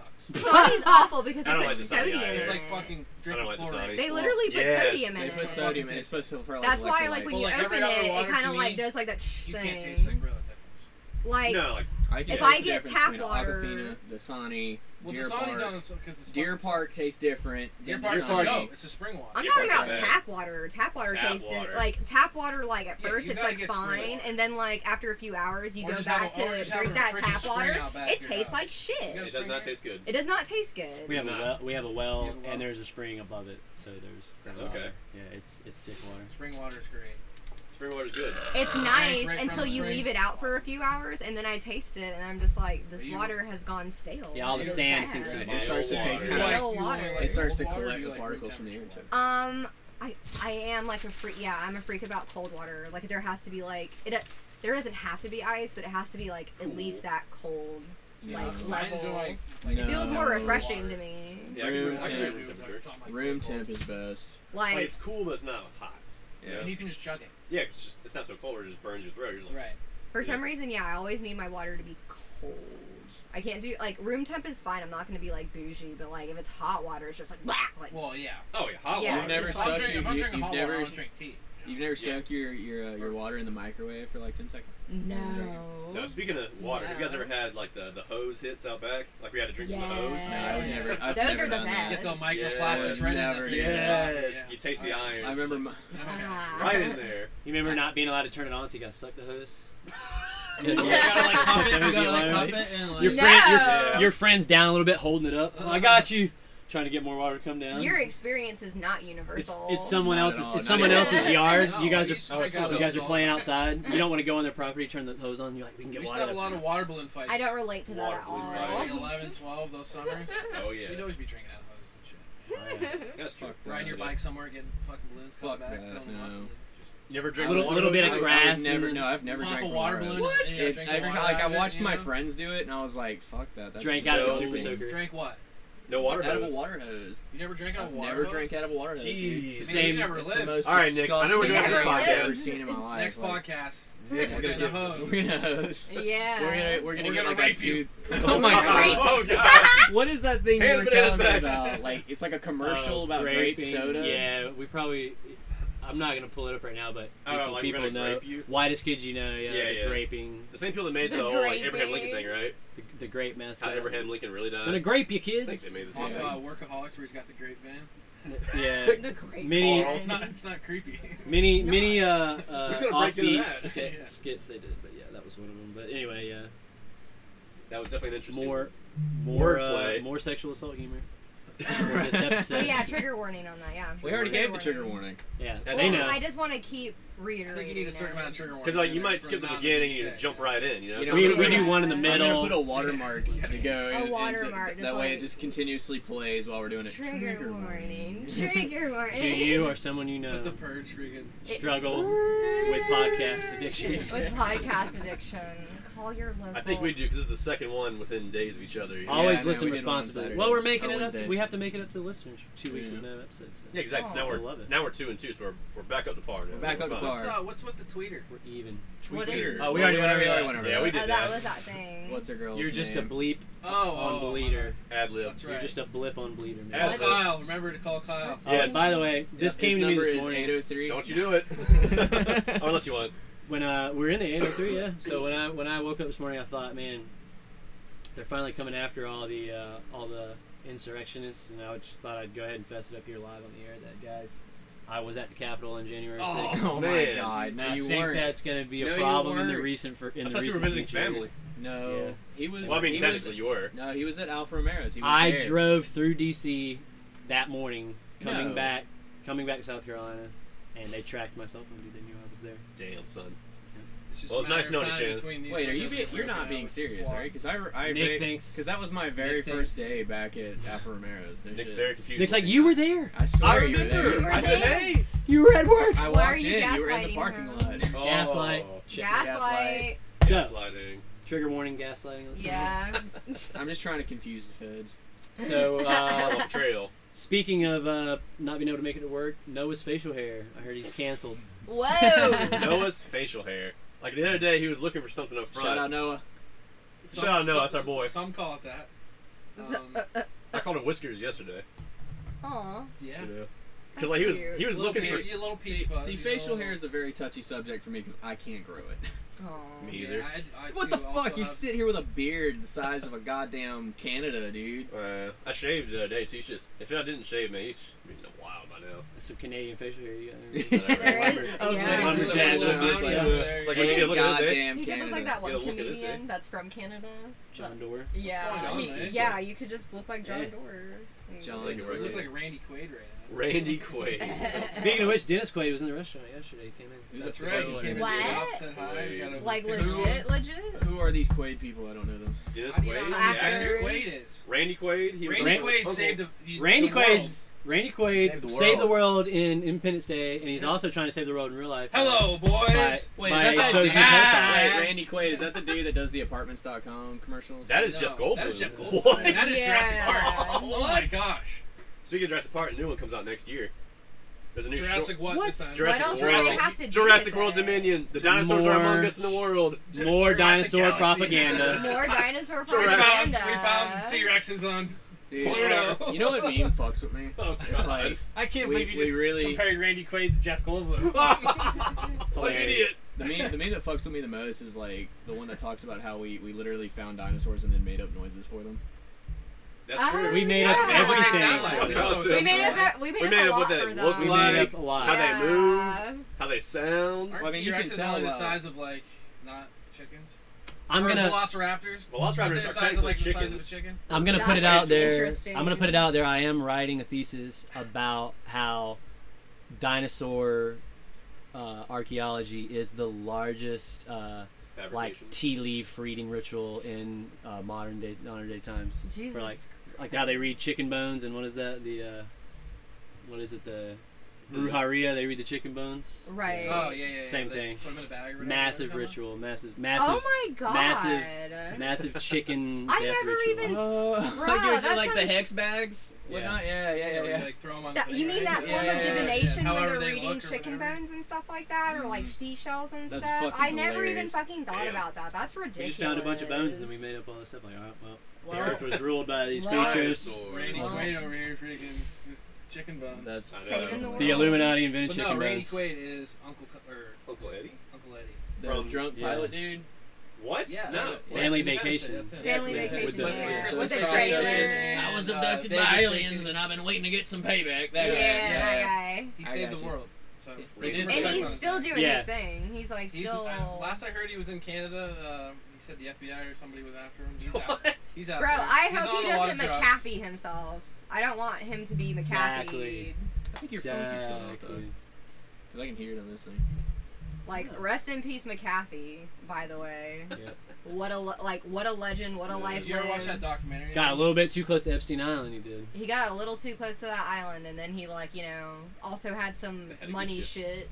Speaker 1: Sodi's awful because they
Speaker 3: I don't
Speaker 1: put
Speaker 3: like Dasani
Speaker 1: sodium
Speaker 3: either.
Speaker 1: in
Speaker 5: it's
Speaker 1: it.
Speaker 5: like fucking drinking
Speaker 3: like
Speaker 5: chlorine.
Speaker 3: Dasani.
Speaker 1: they literally put
Speaker 3: Yes,
Speaker 1: sodium
Speaker 2: They
Speaker 1: in
Speaker 2: put
Speaker 1: it.
Speaker 2: sodium in. it. It's supposed to for like
Speaker 1: That's why, like
Speaker 2: electrolytes.
Speaker 1: when you
Speaker 5: Well, like, every
Speaker 1: open
Speaker 5: other
Speaker 1: it,
Speaker 5: water
Speaker 1: it kind
Speaker 5: to
Speaker 1: of
Speaker 5: me,
Speaker 1: like does like that
Speaker 5: You
Speaker 1: shh
Speaker 5: can't taste the
Speaker 1: thing.
Speaker 5: real difference.
Speaker 1: Like
Speaker 3: no, like
Speaker 2: I
Speaker 1: If
Speaker 2: taste
Speaker 1: I
Speaker 2: the
Speaker 1: get
Speaker 2: difference
Speaker 1: tap
Speaker 2: between
Speaker 1: water-
Speaker 2: Aquafina, Dasani,
Speaker 5: Well,
Speaker 2: Deer
Speaker 5: Dasani's
Speaker 2: Park.
Speaker 5: on because it's
Speaker 2: Deer
Speaker 5: fucking-
Speaker 2: Park tastes different.
Speaker 5: Deer
Speaker 2: than
Speaker 5: Park.
Speaker 3: Deer
Speaker 5: is
Speaker 3: Park.
Speaker 5: No,
Speaker 2: Dasani.
Speaker 5: it's a spring water.
Speaker 1: I'm
Speaker 3: Yeah,
Speaker 1: talking
Speaker 3: that's
Speaker 1: about
Speaker 3: bad.
Speaker 1: tap water. Tap water
Speaker 3: Tap
Speaker 1: tasted
Speaker 3: water.
Speaker 1: like tap water. Like at
Speaker 5: Yeah,
Speaker 1: first,
Speaker 5: you
Speaker 1: it's
Speaker 5: gotta
Speaker 1: like
Speaker 5: get spring
Speaker 1: fine,
Speaker 5: water.
Speaker 1: and then like after a few hours, you
Speaker 5: Or
Speaker 1: go
Speaker 5: just
Speaker 1: back
Speaker 5: have a- or
Speaker 1: to
Speaker 5: just have
Speaker 1: drink
Speaker 5: a
Speaker 1: that
Speaker 5: freaking
Speaker 1: tap
Speaker 5: spring
Speaker 1: water.
Speaker 5: out back
Speaker 1: It
Speaker 5: your
Speaker 1: tastes
Speaker 5: house.
Speaker 1: like
Speaker 5: You
Speaker 1: shit.
Speaker 5: gotta-
Speaker 3: it does not taste good.
Speaker 1: It does not taste good.
Speaker 4: We have a
Speaker 3: Not.
Speaker 4: well. We have a well,
Speaker 5: have a well.
Speaker 4: and there's a spring above it, so there's.
Speaker 5: That's
Speaker 4: water.
Speaker 3: okay.
Speaker 4: Yeah, it's it's sick water.
Speaker 5: Spring water's great.
Speaker 3: Spring water's good.
Speaker 1: It's
Speaker 5: Right,
Speaker 1: nice
Speaker 5: right from
Speaker 1: until
Speaker 5: the
Speaker 1: you
Speaker 5: spring.
Speaker 1: leave it out for a few hours, and then I taste it, and I'm just like, this
Speaker 5: You-
Speaker 1: water has gone stale.
Speaker 4: Yeah, all the
Speaker 1: It's
Speaker 4: sand
Speaker 1: bad.
Speaker 4: seeps
Speaker 2: It
Speaker 4: to
Speaker 2: just starts to taste
Speaker 1: Stale
Speaker 5: You
Speaker 2: kinda-
Speaker 5: like- you
Speaker 1: water.
Speaker 5: only
Speaker 1: It
Speaker 5: like
Speaker 2: starts
Speaker 5: cold
Speaker 2: to
Speaker 5: water or
Speaker 2: collect
Speaker 5: you
Speaker 2: the
Speaker 5: like room
Speaker 2: particles from the air
Speaker 5: temperature
Speaker 2: too.
Speaker 1: Um, I I am like a freak. Yeah, I'm a freak about cold water. Like there has to be like it. There doesn't have to be ice, but it has to be like at least that cold
Speaker 2: Yeah.
Speaker 1: like
Speaker 5: water? I
Speaker 1: level.
Speaker 5: enjoy.
Speaker 2: It
Speaker 1: It feels more
Speaker 2: No.
Speaker 1: refreshing to me.
Speaker 3: Yeah, I can do
Speaker 2: Room
Speaker 3: it. I can do it
Speaker 2: temp.
Speaker 3: room temperature.
Speaker 2: Room temp is best.
Speaker 1: Like,
Speaker 3: Like, it's cool, but it's not hot. you know?
Speaker 5: And you can just chug it.
Speaker 3: Yeah, 'cause it's just it's not so cold. Where it just burns your throat. You're just like,
Speaker 5: Right.
Speaker 1: for some
Speaker 3: yeah.
Speaker 1: reason, yeah, I always need my water to be cold. I can't do like room temp is fine. I'm not gonna be like bougie, but like if it's hot water, it's just like [LAUGHS] blah. Like
Speaker 5: Well, yeah.
Speaker 3: oh yeah, hot
Speaker 1: Yeah, it's
Speaker 3: water.
Speaker 2: You've never
Speaker 1: just like-
Speaker 5: If I'm
Speaker 2: stuck.
Speaker 5: drinking,
Speaker 2: You've,
Speaker 5: if I'm
Speaker 2: you've,
Speaker 5: drinking hot water, I
Speaker 2: never.
Speaker 5: don't drink tea.
Speaker 2: You've never
Speaker 3: Yeah.
Speaker 2: stuck your your uh, your water in the microwave for like ten seconds.
Speaker 1: no.
Speaker 3: No, speaking of water, have you guys
Speaker 1: No.
Speaker 3: ever had like the, the hose hits out back? Like we had to drink from the hose.
Speaker 1: Yes.
Speaker 2: No, I would never. I've
Speaker 1: Those
Speaker 2: never
Speaker 1: are the
Speaker 2: done that.
Speaker 1: best.
Speaker 5: Get the
Speaker 1: Yes.
Speaker 5: microplastics
Speaker 2: Yes.
Speaker 5: right
Speaker 2: Never.
Speaker 5: in the
Speaker 3: Yes. You taste the iron.
Speaker 2: I remember. My,
Speaker 1: Ah.
Speaker 3: [LAUGHS] right in there.
Speaker 4: You remember not being allowed to turn it on, so you gotta suck the hose.
Speaker 5: You gotta like cup it, you
Speaker 4: Sometimes you
Speaker 5: gotta like
Speaker 4: learn.
Speaker 5: cup it, and like. [LAUGHS]
Speaker 4: Your
Speaker 1: No.
Speaker 4: friend, your,
Speaker 3: Yeah.
Speaker 4: your friend's down a little bit, holding it up. Oh, I got you. Trying to get more water to come down.
Speaker 1: Your experience is not
Speaker 4: it's,
Speaker 1: universal.
Speaker 4: it's someone
Speaker 2: Not at
Speaker 4: else's.
Speaker 2: all, not
Speaker 4: It's someone
Speaker 1: at all.
Speaker 4: else's yard.
Speaker 5: No,
Speaker 4: you guys
Speaker 5: we
Speaker 4: are.
Speaker 5: used to
Speaker 3: oh,
Speaker 5: drink
Speaker 3: so
Speaker 5: out of
Speaker 4: You guys are
Speaker 5: those
Speaker 4: playing
Speaker 5: all-
Speaker 4: outside.
Speaker 5: [LAUGHS]
Speaker 4: You don't want to go on their property, turn the hose on. You're like, we can
Speaker 5: We
Speaker 4: get
Speaker 5: used to
Speaker 4: water. Oh,
Speaker 5: have a lot of water balloon fights.
Speaker 1: I don't relate to that at
Speaker 3: Water balloon
Speaker 1: all.
Speaker 5: Like
Speaker 3: fights.
Speaker 5: 11, 12 those summers.
Speaker 3: Oh
Speaker 2: [LAUGHS]
Speaker 5: So you'd
Speaker 3: yeah,
Speaker 5: always be drinking out of hoses and shit.
Speaker 4: Oh, yeah.
Speaker 3: that's true.
Speaker 2: Fuck that.
Speaker 5: Riding your
Speaker 3: Yeah.
Speaker 5: bike somewhere, getting fucking balloons, coming
Speaker 2: Fuck
Speaker 5: back,
Speaker 2: that,
Speaker 5: filling them up.
Speaker 2: no.
Speaker 5: and
Speaker 3: You ever
Speaker 2: I
Speaker 3: drink
Speaker 2: would
Speaker 4: Little-
Speaker 3: a
Speaker 2: always-
Speaker 4: little bit of
Speaker 2: I would
Speaker 4: grass
Speaker 2: Never.
Speaker 4: and
Speaker 2: No, I've never
Speaker 5: pop
Speaker 2: drank
Speaker 5: a
Speaker 2: from
Speaker 5: water
Speaker 2: a
Speaker 5: balloon.
Speaker 2: hose.
Speaker 5: What? Yeah,
Speaker 2: It's-
Speaker 5: drink the
Speaker 2: every
Speaker 5: water
Speaker 2: time, like
Speaker 5: out
Speaker 2: I
Speaker 5: of it,
Speaker 2: watched
Speaker 5: you
Speaker 2: my
Speaker 5: know?
Speaker 2: friends do it, and I was like, "Fuck that." That's
Speaker 4: Drank out of
Speaker 3: the
Speaker 2: disgusting.
Speaker 3: super
Speaker 4: soaker.
Speaker 3: soaker.
Speaker 5: Drink what?
Speaker 3: No water
Speaker 2: Out of a
Speaker 3: hose.
Speaker 2: water hose.
Speaker 5: You never drank out
Speaker 2: I've
Speaker 5: of water?
Speaker 2: never
Speaker 5: hose?
Speaker 2: drank out of a water hose. dude.
Speaker 3: Jeez.
Speaker 2: It's
Speaker 5: Man, you
Speaker 4: Same-
Speaker 5: never
Speaker 2: the
Speaker 5: lived.
Speaker 2: most
Speaker 3: All right, Nick, I know we're
Speaker 2: disgusting
Speaker 3: doing
Speaker 2: thing
Speaker 1: this
Speaker 2: I've
Speaker 1: podcast.
Speaker 2: ever seen in my life.
Speaker 5: Next
Speaker 2: like,
Speaker 5: podcast.
Speaker 3: Nick's gonna
Speaker 5: Getting
Speaker 3: get
Speaker 5: a
Speaker 2: [LAUGHS]
Speaker 5: hose.
Speaker 2: We're gonna
Speaker 3: [LAUGHS]
Speaker 2: hose.
Speaker 3: Oh,
Speaker 1: Yeah.
Speaker 2: We're gonna we're gonna
Speaker 5: We're
Speaker 2: get
Speaker 5: gonna
Speaker 2: like a
Speaker 5: rape you.
Speaker 2: two. Oh my
Speaker 1: Rape.
Speaker 2: god. [LAUGHS]
Speaker 3: [LAUGHS] Oh god.
Speaker 2: What is that thing you
Speaker 3: Hand
Speaker 2: were
Speaker 3: the bananas
Speaker 2: telling me
Speaker 3: back.
Speaker 2: about? Like it's like a commercial
Speaker 4: Oh,
Speaker 2: about grape
Speaker 4: graping.
Speaker 2: soda.
Speaker 4: Yeah, we probably. I'm not gonna pull it up right now, but
Speaker 3: Oh,
Speaker 4: people,
Speaker 3: like we're
Speaker 4: people
Speaker 3: gonna
Speaker 4: know.
Speaker 3: grape you?
Speaker 4: Whitest kids you know, yeah,
Speaker 3: Yeah,
Speaker 4: the
Speaker 3: yeah.
Speaker 4: graping,
Speaker 3: The same people that made the,
Speaker 1: The
Speaker 3: whole like,
Speaker 1: grape
Speaker 3: Abraham Lincoln thing,
Speaker 1: thing.
Speaker 3: right?
Speaker 4: the, the grape
Speaker 3: How
Speaker 4: mascot.
Speaker 3: Abraham Lincoln really died.
Speaker 4: gonna grape you,
Speaker 3: I think
Speaker 4: kids.
Speaker 3: they made the
Speaker 2: Oh,
Speaker 5: Off,
Speaker 3: same
Speaker 5: uh,
Speaker 3: thing.
Speaker 5: Workaholics, where he's got the great van.
Speaker 3: [LAUGHS]
Speaker 4: yeah.
Speaker 1: [LAUGHS]
Speaker 7: The great
Speaker 4: Mini-
Speaker 5: Oh,
Speaker 7: Carl.
Speaker 5: it's not. [LAUGHS] It's not creepy.
Speaker 4: Many
Speaker 7: It's not.
Speaker 4: many uh, uh
Speaker 3: [LAUGHS] We're just gonna break into
Speaker 4: offbeat
Speaker 3: that. [LAUGHS]
Speaker 4: skit-
Speaker 5: Yeah.
Speaker 4: skits they did, but yeah, that was one of them. But anyway, yeah,
Speaker 3: That was definitely an interesting. [LAUGHS]
Speaker 4: more more uh,
Speaker 3: Wordplay.
Speaker 4: more sexual
Speaker 3: [LAUGHS]
Speaker 4: assault humor. for this
Speaker 3: one.
Speaker 4: episode.
Speaker 1: But Oh, yeah, trigger warning on that. Yeah.
Speaker 2: We already
Speaker 1: Trigger
Speaker 2: gave the trigger warning.
Speaker 4: Yeah,
Speaker 3: That's
Speaker 4: they
Speaker 3: all.
Speaker 1: Well,
Speaker 4: know.
Speaker 1: I just want to keep
Speaker 5: I
Speaker 1: reiterating.
Speaker 5: think you need a certain
Speaker 1: it.
Speaker 5: amount of trigger warning.
Speaker 3: Because like you
Speaker 5: in
Speaker 4: Right,
Speaker 5: there
Speaker 3: might
Speaker 5: for
Speaker 3: skip to the
Speaker 5: non-
Speaker 3: beginning and you
Speaker 5: shit.
Speaker 3: jump right in. You know,
Speaker 2: You
Speaker 3: So
Speaker 2: know,
Speaker 4: we,
Speaker 3: like-
Speaker 4: we do one in the
Speaker 1: I'm
Speaker 2: I'm
Speaker 4: middle.
Speaker 2: gonna put a watermark to go.
Speaker 1: A
Speaker 2: into-
Speaker 1: watermark,
Speaker 2: that
Speaker 1: just
Speaker 2: way it
Speaker 1: like-
Speaker 2: just continuously plays while we're doing it.
Speaker 1: Trigger, [LAUGHS] warning.
Speaker 2: [LAUGHS]
Speaker 1: Trigger warning.
Speaker 4: Do you or someone you
Speaker 5: Let
Speaker 4: know
Speaker 5: the purge freaking.
Speaker 4: struggle with podcast addiction?
Speaker 5: Yeah.
Speaker 1: [LAUGHS] With podcast addiction, call your local.
Speaker 3: I think we do because this is the second one within days of each other. you know?
Speaker 2: All-
Speaker 4: Always
Speaker 2: Yeah, I know,
Speaker 4: listen
Speaker 2: we did one on
Speaker 4: responsibly.
Speaker 2: Saturday.
Speaker 4: Well, we're making
Speaker 2: Or
Speaker 4: it up. To,
Speaker 2: Wednesday.
Speaker 4: we have to make it up to the listeners. Two weeks
Speaker 2: Yeah.
Speaker 4: of no episodes. So.
Speaker 3: yeah, exactly.
Speaker 1: Oh,
Speaker 3: So now
Speaker 4: I
Speaker 3: we're
Speaker 4: love it.
Speaker 3: now we're two and two, so we're, we're back up to par. Now.
Speaker 2: We're back up to
Speaker 3: fine.
Speaker 2: par.
Speaker 5: What's, uh, what's with the tweeter?
Speaker 4: We're even.
Speaker 1: What is-
Speaker 2: Tweeter.
Speaker 4: Oh, we
Speaker 2: Well,
Speaker 4: already went over that.
Speaker 2: over
Speaker 3: Yeah, we did
Speaker 1: Oh, that
Speaker 3: that.
Speaker 1: was that thing.
Speaker 2: What's her girl's
Speaker 4: You're just a
Speaker 2: name?
Speaker 4: bleep
Speaker 5: Oh,
Speaker 4: on
Speaker 5: oh,
Speaker 4: bleeder.
Speaker 3: Ad lib.
Speaker 5: That's
Speaker 4: You're
Speaker 5: right.
Speaker 4: just a blip on bleeder. man.
Speaker 3: As
Speaker 5: Call
Speaker 1: What's-
Speaker 5: Kyle. Remember to call Kyle.
Speaker 1: what's-
Speaker 4: Oh, and
Speaker 3: Yes.
Speaker 4: by the way,
Speaker 2: Yep,
Speaker 4: this
Speaker 2: his
Speaker 4: came to me
Speaker 2: number
Speaker 4: this
Speaker 2: is
Speaker 4: morning.
Speaker 2: 803.
Speaker 3: Don't [LAUGHS] you do it. or unless you want.
Speaker 4: when uh, we're in the
Speaker 2: [LAUGHS]
Speaker 4: 803, yeah. So when I when I woke up this morning, I thought, man, they're finally coming after all the uh, all the insurrectionists, and I just thought I'd go ahead and fess it up here live on the air that guys, I was at the Capitol on January 6th.
Speaker 2: Oh
Speaker 3: man.
Speaker 2: my god!
Speaker 4: And
Speaker 2: No,
Speaker 4: I
Speaker 2: you
Speaker 4: think
Speaker 2: weren't.
Speaker 4: that's going to be a
Speaker 2: No, you
Speaker 4: problem in the
Speaker 2: weren't.
Speaker 4: recent for in
Speaker 3: I
Speaker 4: the
Speaker 3: thought you were
Speaker 4: recent
Speaker 3: visiting
Speaker 4: future.
Speaker 3: family.
Speaker 2: No,
Speaker 4: Yeah.
Speaker 2: he was.
Speaker 3: Well, I mean,
Speaker 2: he
Speaker 3: technically
Speaker 2: was,
Speaker 3: you were.
Speaker 2: no, he was at Alfa Romero's. He was
Speaker 4: I
Speaker 2: there.
Speaker 4: drove through DC that morning, coming
Speaker 2: No.
Speaker 4: back, coming back to South Carolina, and they tracked my cell phone. dude. They knew I was there.
Speaker 3: Damn son.
Speaker 5: just
Speaker 3: Well, it's
Speaker 5: a matter
Speaker 3: nice
Speaker 5: of
Speaker 3: knowing
Speaker 5: time
Speaker 3: each other.
Speaker 5: between these
Speaker 2: Wait, are you
Speaker 5: windows
Speaker 2: being,
Speaker 5: that
Speaker 2: you're
Speaker 5: we're
Speaker 2: not
Speaker 5: opening
Speaker 2: being
Speaker 5: up.
Speaker 2: serious,
Speaker 5: Swap.
Speaker 2: right? Because I, I
Speaker 4: Nick thinks-
Speaker 2: because that was my very
Speaker 4: Nick
Speaker 2: first day back at Alfa Romero's. No
Speaker 3: Nick's
Speaker 2: shit.
Speaker 3: very confused.
Speaker 4: Nick's like, you were there.
Speaker 2: I swear
Speaker 3: I
Speaker 2: you were there.
Speaker 1: You
Speaker 3: remember.
Speaker 1: were
Speaker 2: [LAUGHS]
Speaker 3: I said,
Speaker 1: there.
Speaker 3: hey.
Speaker 4: You were at work.
Speaker 1: Why
Speaker 2: I walked
Speaker 1: are you
Speaker 2: in. You were in the
Speaker 1: gaslighting
Speaker 2: parking
Speaker 3: [LAUGHS]
Speaker 1: her?
Speaker 2: lot.
Speaker 3: Oh,
Speaker 4: Gaslight. Check it out.
Speaker 1: Gaslight.
Speaker 4: So,
Speaker 3: Gaslighting.
Speaker 4: trigger warning, gaslighting. let's go.
Speaker 1: Yeah.
Speaker 2: I'm just trying to confuse the feds.
Speaker 4: So,
Speaker 3: Hell [LAUGHS]
Speaker 4: uh,
Speaker 3: of a trail.
Speaker 4: speaking of uh, not being able to make it to work, Noah's facial hair. I heard he's canceled.
Speaker 3: [LAUGHS]
Speaker 1: Whoa.
Speaker 3: Noah's facial hair. Like the other day, he was looking for something up front.
Speaker 2: Shout out Noah.
Speaker 5: Some-
Speaker 3: Shout out, no,
Speaker 5: some-
Speaker 3: that's our boy.
Speaker 5: Some call it that.
Speaker 1: So-
Speaker 5: Um,
Speaker 1: uh, uh,
Speaker 3: I called him Whiskers yesterday. Um,
Speaker 1: aw,
Speaker 5: yeah.
Speaker 3: Because
Speaker 1: that's
Speaker 3: like he was
Speaker 1: cute.
Speaker 3: he was
Speaker 5: Little
Speaker 3: looking
Speaker 5: peach-
Speaker 3: for
Speaker 5: you little peach
Speaker 2: See,
Speaker 5: fuzz,
Speaker 2: see
Speaker 5: you
Speaker 2: facial
Speaker 5: know.
Speaker 2: hair is a very touchy subject for me because I can't grow
Speaker 5: [LAUGHS]
Speaker 2: it.
Speaker 1: Aw.
Speaker 3: me
Speaker 5: Yeah,
Speaker 3: either.
Speaker 5: I- I
Speaker 2: what
Speaker 5: too
Speaker 2: the
Speaker 5: also
Speaker 2: fuck? You
Speaker 5: have-
Speaker 2: sit here with a beard the size of a goddamn Canada, dude.
Speaker 3: [LAUGHS] Uh, I shaved the other day too. It's Just if I didn't shave, man, he's been a while by now.
Speaker 4: That's some Canadian facial hair you got.
Speaker 2: [LAUGHS]
Speaker 4: there.
Speaker 3: Whatever.
Speaker 1: There is-
Speaker 3: Lumber-
Speaker 2: I was
Speaker 1: yeah.
Speaker 2: like,
Speaker 4: Lumberjack,
Speaker 2: I was like,
Speaker 4: lumberjack.
Speaker 2: I was like,
Speaker 4: Yeah.
Speaker 3: It's like,
Speaker 2: Hey,
Speaker 3: when you get a look at this, eh?
Speaker 2: goddamn
Speaker 1: You could look like
Speaker 2: Canada.
Speaker 1: that one
Speaker 3: Get a look at this, eh?
Speaker 1: comedian that's from Canada.
Speaker 4: John Doerr.
Speaker 1: Yeah,
Speaker 5: John,
Speaker 1: he-
Speaker 3: eh?
Speaker 5: man.
Speaker 1: yeah, you could just look like John
Speaker 4: Yeah.
Speaker 1: Doerr. Like,
Speaker 2: John
Speaker 3: It's like a
Speaker 5: You look
Speaker 3: regular-
Speaker 5: like Randy Quaid right now. [LAUGHS]
Speaker 1: [LAUGHS]
Speaker 3: Randy Quaid.
Speaker 4: Speaking of which, Dennis Quaid was in the restaurant yesterday. He came in.
Speaker 2: Who the
Speaker 5: That's
Speaker 2: fuck
Speaker 5: right.
Speaker 2: was
Speaker 5: He
Speaker 2: it?
Speaker 5: came
Speaker 1: What?
Speaker 5: in and said hi, we got a
Speaker 1: like
Speaker 5: picture.
Speaker 1: legit, legit.
Speaker 2: Who are these Quaid people? I don't know them.
Speaker 3: Dennis
Speaker 5: How do you
Speaker 3: Quaid,
Speaker 5: not
Speaker 3: the
Speaker 5: know who
Speaker 3: actor.
Speaker 5: Dennis
Speaker 1: actors.
Speaker 5: Quaid is?
Speaker 3: Randy Quaid. He was
Speaker 5: Randy
Speaker 4: Randy
Speaker 5: Quaid
Speaker 3: Uncle-
Speaker 5: saved the you-
Speaker 4: Randy
Speaker 5: the world.
Speaker 4: Quaid's Randy Quaid
Speaker 2: Saved the
Speaker 4: saved the
Speaker 2: world.
Speaker 4: world in Independence Day, and he's also trying to save the world in real life.
Speaker 5: Hello,
Speaker 4: By,
Speaker 5: boys.
Speaker 4: by
Speaker 2: is that that
Speaker 4: exposing
Speaker 2: dude?
Speaker 5: Ah!
Speaker 4: pedophiles.
Speaker 2: Wait, Randy Quaid, is that the dude that does the apartments.com commercials?
Speaker 3: That is
Speaker 5: No,
Speaker 3: Jeff Goldblum.
Speaker 5: that is Jeff Goldblum.
Speaker 3: [LAUGHS] What?
Speaker 5: That is Jurassic Park.
Speaker 3: [LAUGHS]
Speaker 1: Yeah.
Speaker 5: Oh my gosh.
Speaker 3: Speaking of Jurassic Park, a new one comes out next year. There's a new
Speaker 5: Jurassic
Speaker 3: short-
Speaker 5: what,
Speaker 4: What?
Speaker 5: this time?
Speaker 3: Jurassic
Speaker 1: else
Speaker 3: World.
Speaker 1: would they have to do
Speaker 3: Jurassic
Speaker 1: with
Speaker 3: World
Speaker 1: it?
Speaker 3: Dominion. The dinosaurs are
Speaker 4: More-
Speaker 3: among us in the world.
Speaker 4: More
Speaker 5: Jurassic
Speaker 4: dinosaur
Speaker 5: Galaxy.
Speaker 4: propaganda.
Speaker 1: More dinosaur
Speaker 5: We found,
Speaker 1: propaganda.
Speaker 5: we found T-Rexes on.
Speaker 2: Dude,
Speaker 5: Pluto.
Speaker 2: You know what [LAUGHS] meme fucks with me?
Speaker 3: [LAUGHS] Oh,
Speaker 2: It's like,
Speaker 3: [LAUGHS]
Speaker 5: I can't
Speaker 2: We-
Speaker 5: believe you
Speaker 2: we
Speaker 5: just
Speaker 2: really-
Speaker 5: compared Randy Quaid to Jeff Goldblum.
Speaker 3: what an
Speaker 2: Hilarious.
Speaker 3: idiot.
Speaker 2: the meme, the meme that fucks with me the most is like the one that talks about how we, we literally found dinosaurs and then made up noises for them.
Speaker 3: That's true.
Speaker 4: We made up
Speaker 1: I don't know what they
Speaker 4: everything.
Speaker 1: sound [LAUGHS]
Speaker 3: like.
Speaker 1: We made up. We made,
Speaker 3: We made
Speaker 1: up
Speaker 3: up
Speaker 1: a
Speaker 3: what
Speaker 1: lot
Speaker 3: they
Speaker 1: for them.
Speaker 3: look
Speaker 4: We
Speaker 3: like.
Speaker 4: made up a
Speaker 3: How
Speaker 4: lot.
Speaker 3: they
Speaker 1: Yeah.
Speaker 3: How they sound.
Speaker 5: Aren't
Speaker 2: Well, I mean, you can
Speaker 5: T-Rexes
Speaker 2: tell,
Speaker 5: only the
Speaker 2: uh,
Speaker 5: size of like not chickens?
Speaker 4: I'm
Speaker 5: or
Speaker 4: gonna
Speaker 5: Velociraptors. Aren't they
Speaker 3: Velociraptors
Speaker 5: the
Speaker 3: are
Speaker 5: size of,
Speaker 3: technically
Speaker 5: like, the size of a
Speaker 3: chickens.
Speaker 5: chicken?
Speaker 4: I'm gonna put it
Speaker 1: That's
Speaker 4: out there.
Speaker 1: interesting.
Speaker 4: I'm gonna put it out there. I am writing a thesis about how dinosaur uh, archaeology is the largest uh, like
Speaker 3: Fabrication.
Speaker 4: tea leaf reading ritual in uh, modern day modern day times. For
Speaker 1: Jesus.
Speaker 4: like like how they read chicken bones and what is that the uh, what is it the Bruharia? They read the chicken bones.
Speaker 1: Right.
Speaker 5: Oh yeah, yeah. yeah.
Speaker 4: Same
Speaker 5: They
Speaker 4: thing.
Speaker 5: Put them in a bag or whatever.
Speaker 4: Massive
Speaker 5: Come on.
Speaker 4: ritual. Massive. Massive.
Speaker 1: oh my god.
Speaker 4: massive.
Speaker 1: [LAUGHS]
Speaker 4: Massive chicken
Speaker 1: I
Speaker 4: death
Speaker 1: never
Speaker 2: [LAUGHS]
Speaker 4: ritual.
Speaker 1: even-
Speaker 2: Oh,
Speaker 1: Bruh,
Speaker 2: like,
Speaker 1: that
Speaker 2: like the
Speaker 1: sounds-
Speaker 2: hex bags?
Speaker 4: Yeah.
Speaker 2: Whatnot? Yeah, yeah, yeah,
Speaker 5: Yeah,
Speaker 2: yeah.
Speaker 5: where you, like throw 'em on
Speaker 1: That-
Speaker 5: the
Speaker 1: you
Speaker 5: thing,
Speaker 1: mean
Speaker 5: right?
Speaker 1: that
Speaker 2: Yeah,
Speaker 1: form
Speaker 2: yeah,
Speaker 1: of
Speaker 2: yeah.
Speaker 1: divination
Speaker 5: However
Speaker 1: when
Speaker 5: they
Speaker 1: they're reading
Speaker 5: look or
Speaker 1: chicken
Speaker 5: whatever.
Speaker 1: bones and stuff like that, or like seashells and
Speaker 2: That's
Speaker 1: stuff?
Speaker 2: fucking
Speaker 1: I never even
Speaker 2: hilarious.
Speaker 1: fucking thought
Speaker 3: Damn.
Speaker 1: about that. That's ridiculous.
Speaker 4: We just found a bunch of bones and then we made up all this stuff. Like, all right, well,
Speaker 1: Well,
Speaker 4: the earth was ruled by these
Speaker 1: Well-
Speaker 4: creatures.
Speaker 5: Randy
Speaker 1: Wow.
Speaker 5: Quaid over here, freaking just chicken bones.
Speaker 2: That's
Speaker 3: I know.
Speaker 1: Saving the world.
Speaker 4: The Illuminati invented
Speaker 5: but no,
Speaker 4: chicken
Speaker 5: Randy
Speaker 4: bones.
Speaker 5: Quaid is Uncle Co- or
Speaker 3: Uncle Eddie?
Speaker 5: Uncle Eddie.
Speaker 2: the
Speaker 3: From-
Speaker 2: drunk
Speaker 4: yeah.
Speaker 2: pilot dude.
Speaker 3: What?
Speaker 5: Yeah,
Speaker 3: no.
Speaker 5: that-
Speaker 3: What?
Speaker 4: Family
Speaker 5: That's him.
Speaker 4: vacation.
Speaker 5: That's him.
Speaker 1: Family
Speaker 4: Yeah,
Speaker 1: vacation.
Speaker 4: with the-
Speaker 1: yeah.
Speaker 5: with
Speaker 1: With
Speaker 5: the
Speaker 1: the
Speaker 5: Christmas
Speaker 1: trailer.
Speaker 5: vacations.
Speaker 1: Yeah,
Speaker 2: I was
Speaker 5: And, uh,
Speaker 2: abducted
Speaker 5: they
Speaker 2: by
Speaker 5: just-
Speaker 2: aliens, and I've been waiting to get some payback. That
Speaker 1: that
Speaker 2: guy.
Speaker 5: Yeah.
Speaker 1: guy.
Speaker 5: He
Speaker 6: I
Speaker 5: saved
Speaker 6: got
Speaker 5: the
Speaker 6: you.
Speaker 5: world. So
Speaker 3: They did
Speaker 5: Yeah.
Speaker 1: And
Speaker 3: Yeah.
Speaker 1: he's still doing
Speaker 4: Yeah.
Speaker 1: his thing. He's like
Speaker 5: He's,
Speaker 1: still.
Speaker 5: I- last I heard, he was in Canada. Uh, he said the FBI or somebody was after him. [LAUGHS] He's out.
Speaker 3: What?
Speaker 5: He's out.
Speaker 1: Bro,
Speaker 5: there.
Speaker 1: I
Speaker 5: He's
Speaker 1: hope
Speaker 5: on
Speaker 1: he
Speaker 5: a lot of
Speaker 1: doesn't
Speaker 5: drugs.
Speaker 1: McAfee himself. I don't want him to be McAfee.
Speaker 4: Exactly.
Speaker 2: I think your phone keeps going out,
Speaker 4: Exactly.
Speaker 2: though. Because I can hear it on this thing.
Speaker 1: Like,
Speaker 4: Yeah.
Speaker 1: rest in peace, McAfee. By the way,
Speaker 4: Yep.
Speaker 1: what a le- like, what a legend, what a life.
Speaker 5: Did you ever watch that
Speaker 1: lived.
Speaker 5: documentary?
Speaker 4: Got a little bit too close to Epstein Island. He did.
Speaker 1: He got a little too close to that island, and then he like you know also had some
Speaker 3: They had to
Speaker 1: money
Speaker 3: get
Speaker 1: shit,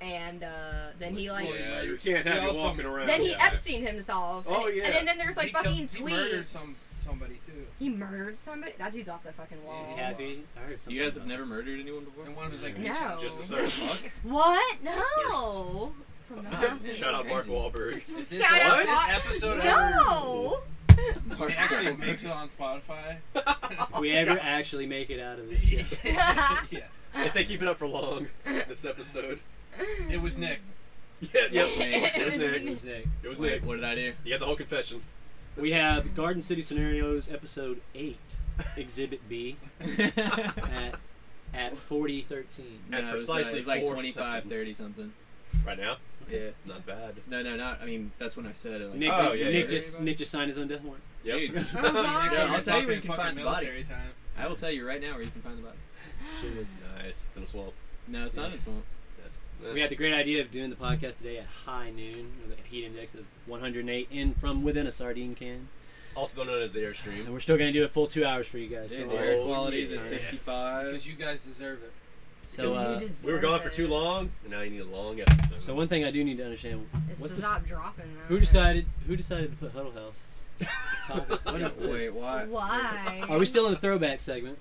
Speaker 1: and uh, then he like
Speaker 5: Well,
Speaker 3: yeah,
Speaker 5: like-
Speaker 3: you can't have
Speaker 5: Yeah,
Speaker 3: you
Speaker 5: also-
Speaker 3: walking around.
Speaker 1: then he
Speaker 3: yeah.
Speaker 1: Epstein himself.
Speaker 3: Oh,
Speaker 1: and,
Speaker 3: yeah.
Speaker 1: and, then there's like
Speaker 5: He killed-
Speaker 1: fucking
Speaker 5: he
Speaker 1: tweets.
Speaker 5: murdered some somebody too.
Speaker 1: He murdered somebody. That dude's off the fucking wall.
Speaker 5: Yeah.
Speaker 4: Kathy, I heard something.
Speaker 2: You guys have
Speaker 4: about
Speaker 2: never murdered anyone before?
Speaker 5: And one of his like
Speaker 1: No.
Speaker 5: reach-outs.
Speaker 3: Just the third fuck.
Speaker 1: What?
Speaker 3: Just
Speaker 1: No. From
Speaker 3: [LAUGHS]
Speaker 1: the
Speaker 3: Shout out Mark
Speaker 1: [LAUGHS]
Speaker 3: Wahlberg.
Speaker 5: If this,
Speaker 1: Shout out
Speaker 5: if this
Speaker 1: Mark-
Speaker 5: episode
Speaker 1: No.
Speaker 5: ever
Speaker 2: [LAUGHS]
Speaker 5: it [LAUGHS] actually makes it on Spotify, [LAUGHS]
Speaker 4: If we ever actually make it out of this, yeah.
Speaker 1: [LAUGHS]
Speaker 5: yeah.
Speaker 3: if they keep it up for long, this episode.
Speaker 5: it
Speaker 1: [LAUGHS]
Speaker 5: was Nick.
Speaker 3: Yeah,
Speaker 2: It
Speaker 3: yep. It was
Speaker 1: was
Speaker 3: Nick.
Speaker 1: me.
Speaker 4: Who's next?
Speaker 3: It was Nick.
Speaker 2: Wait, what did I do?
Speaker 3: You got the whole confession.
Speaker 4: We have Garden City Scenarios episode eight, Exhibit B, at at forty thirteen.
Speaker 2: No, it was, uh, it
Speaker 3: precisely
Speaker 2: was like
Speaker 3: four
Speaker 2: 25,
Speaker 3: seconds.
Speaker 2: 30 something.
Speaker 3: Right now,
Speaker 2: Yeah.
Speaker 3: not bad.
Speaker 2: No, no, not. I mean, that's when I said it. Like,
Speaker 4: Nick,
Speaker 3: Oh,
Speaker 4: just,
Speaker 3: yeah,
Speaker 4: Nick
Speaker 3: yeah.
Speaker 4: just Nick just signed his own death warrant.
Speaker 3: Yep. [LAUGHS]
Speaker 2: Dude.
Speaker 1: Oh, God.
Speaker 2: Yeah, I'll
Speaker 5: You're
Speaker 2: tell you where you can
Speaker 5: talking fucking
Speaker 2: find the body.
Speaker 5: military Time.
Speaker 2: I will tell you right now where you can find the body.
Speaker 3: nice. It's in a swamp.
Speaker 2: No, it's not in swamp.
Speaker 3: That's,
Speaker 4: We had the great idea of doing the podcast today at high noon with a heat index of 108 in from within a sardine can.
Speaker 3: also known as the
Speaker 4: And
Speaker 3: Airstream.
Speaker 4: we're still going to do a full two hours for you guys.
Speaker 2: Dude,
Speaker 4: So,
Speaker 2: the
Speaker 3: yeah.
Speaker 2: air
Speaker 3: Oh,
Speaker 2: quality is
Speaker 3: yeah.
Speaker 2: at 65.
Speaker 5: Because you guys deserve it.
Speaker 4: so, uh,
Speaker 3: We were gone for too long, and now you need a long episode.
Speaker 4: so one thing I do need to understand
Speaker 1: It's
Speaker 4: what's this-
Speaker 1: stop dropping though.
Speaker 4: who decided who decided to put Huddle House as a topic? What is this?
Speaker 2: [LAUGHS] Wait, why?
Speaker 1: Why?
Speaker 4: Are we still in the throwback segment?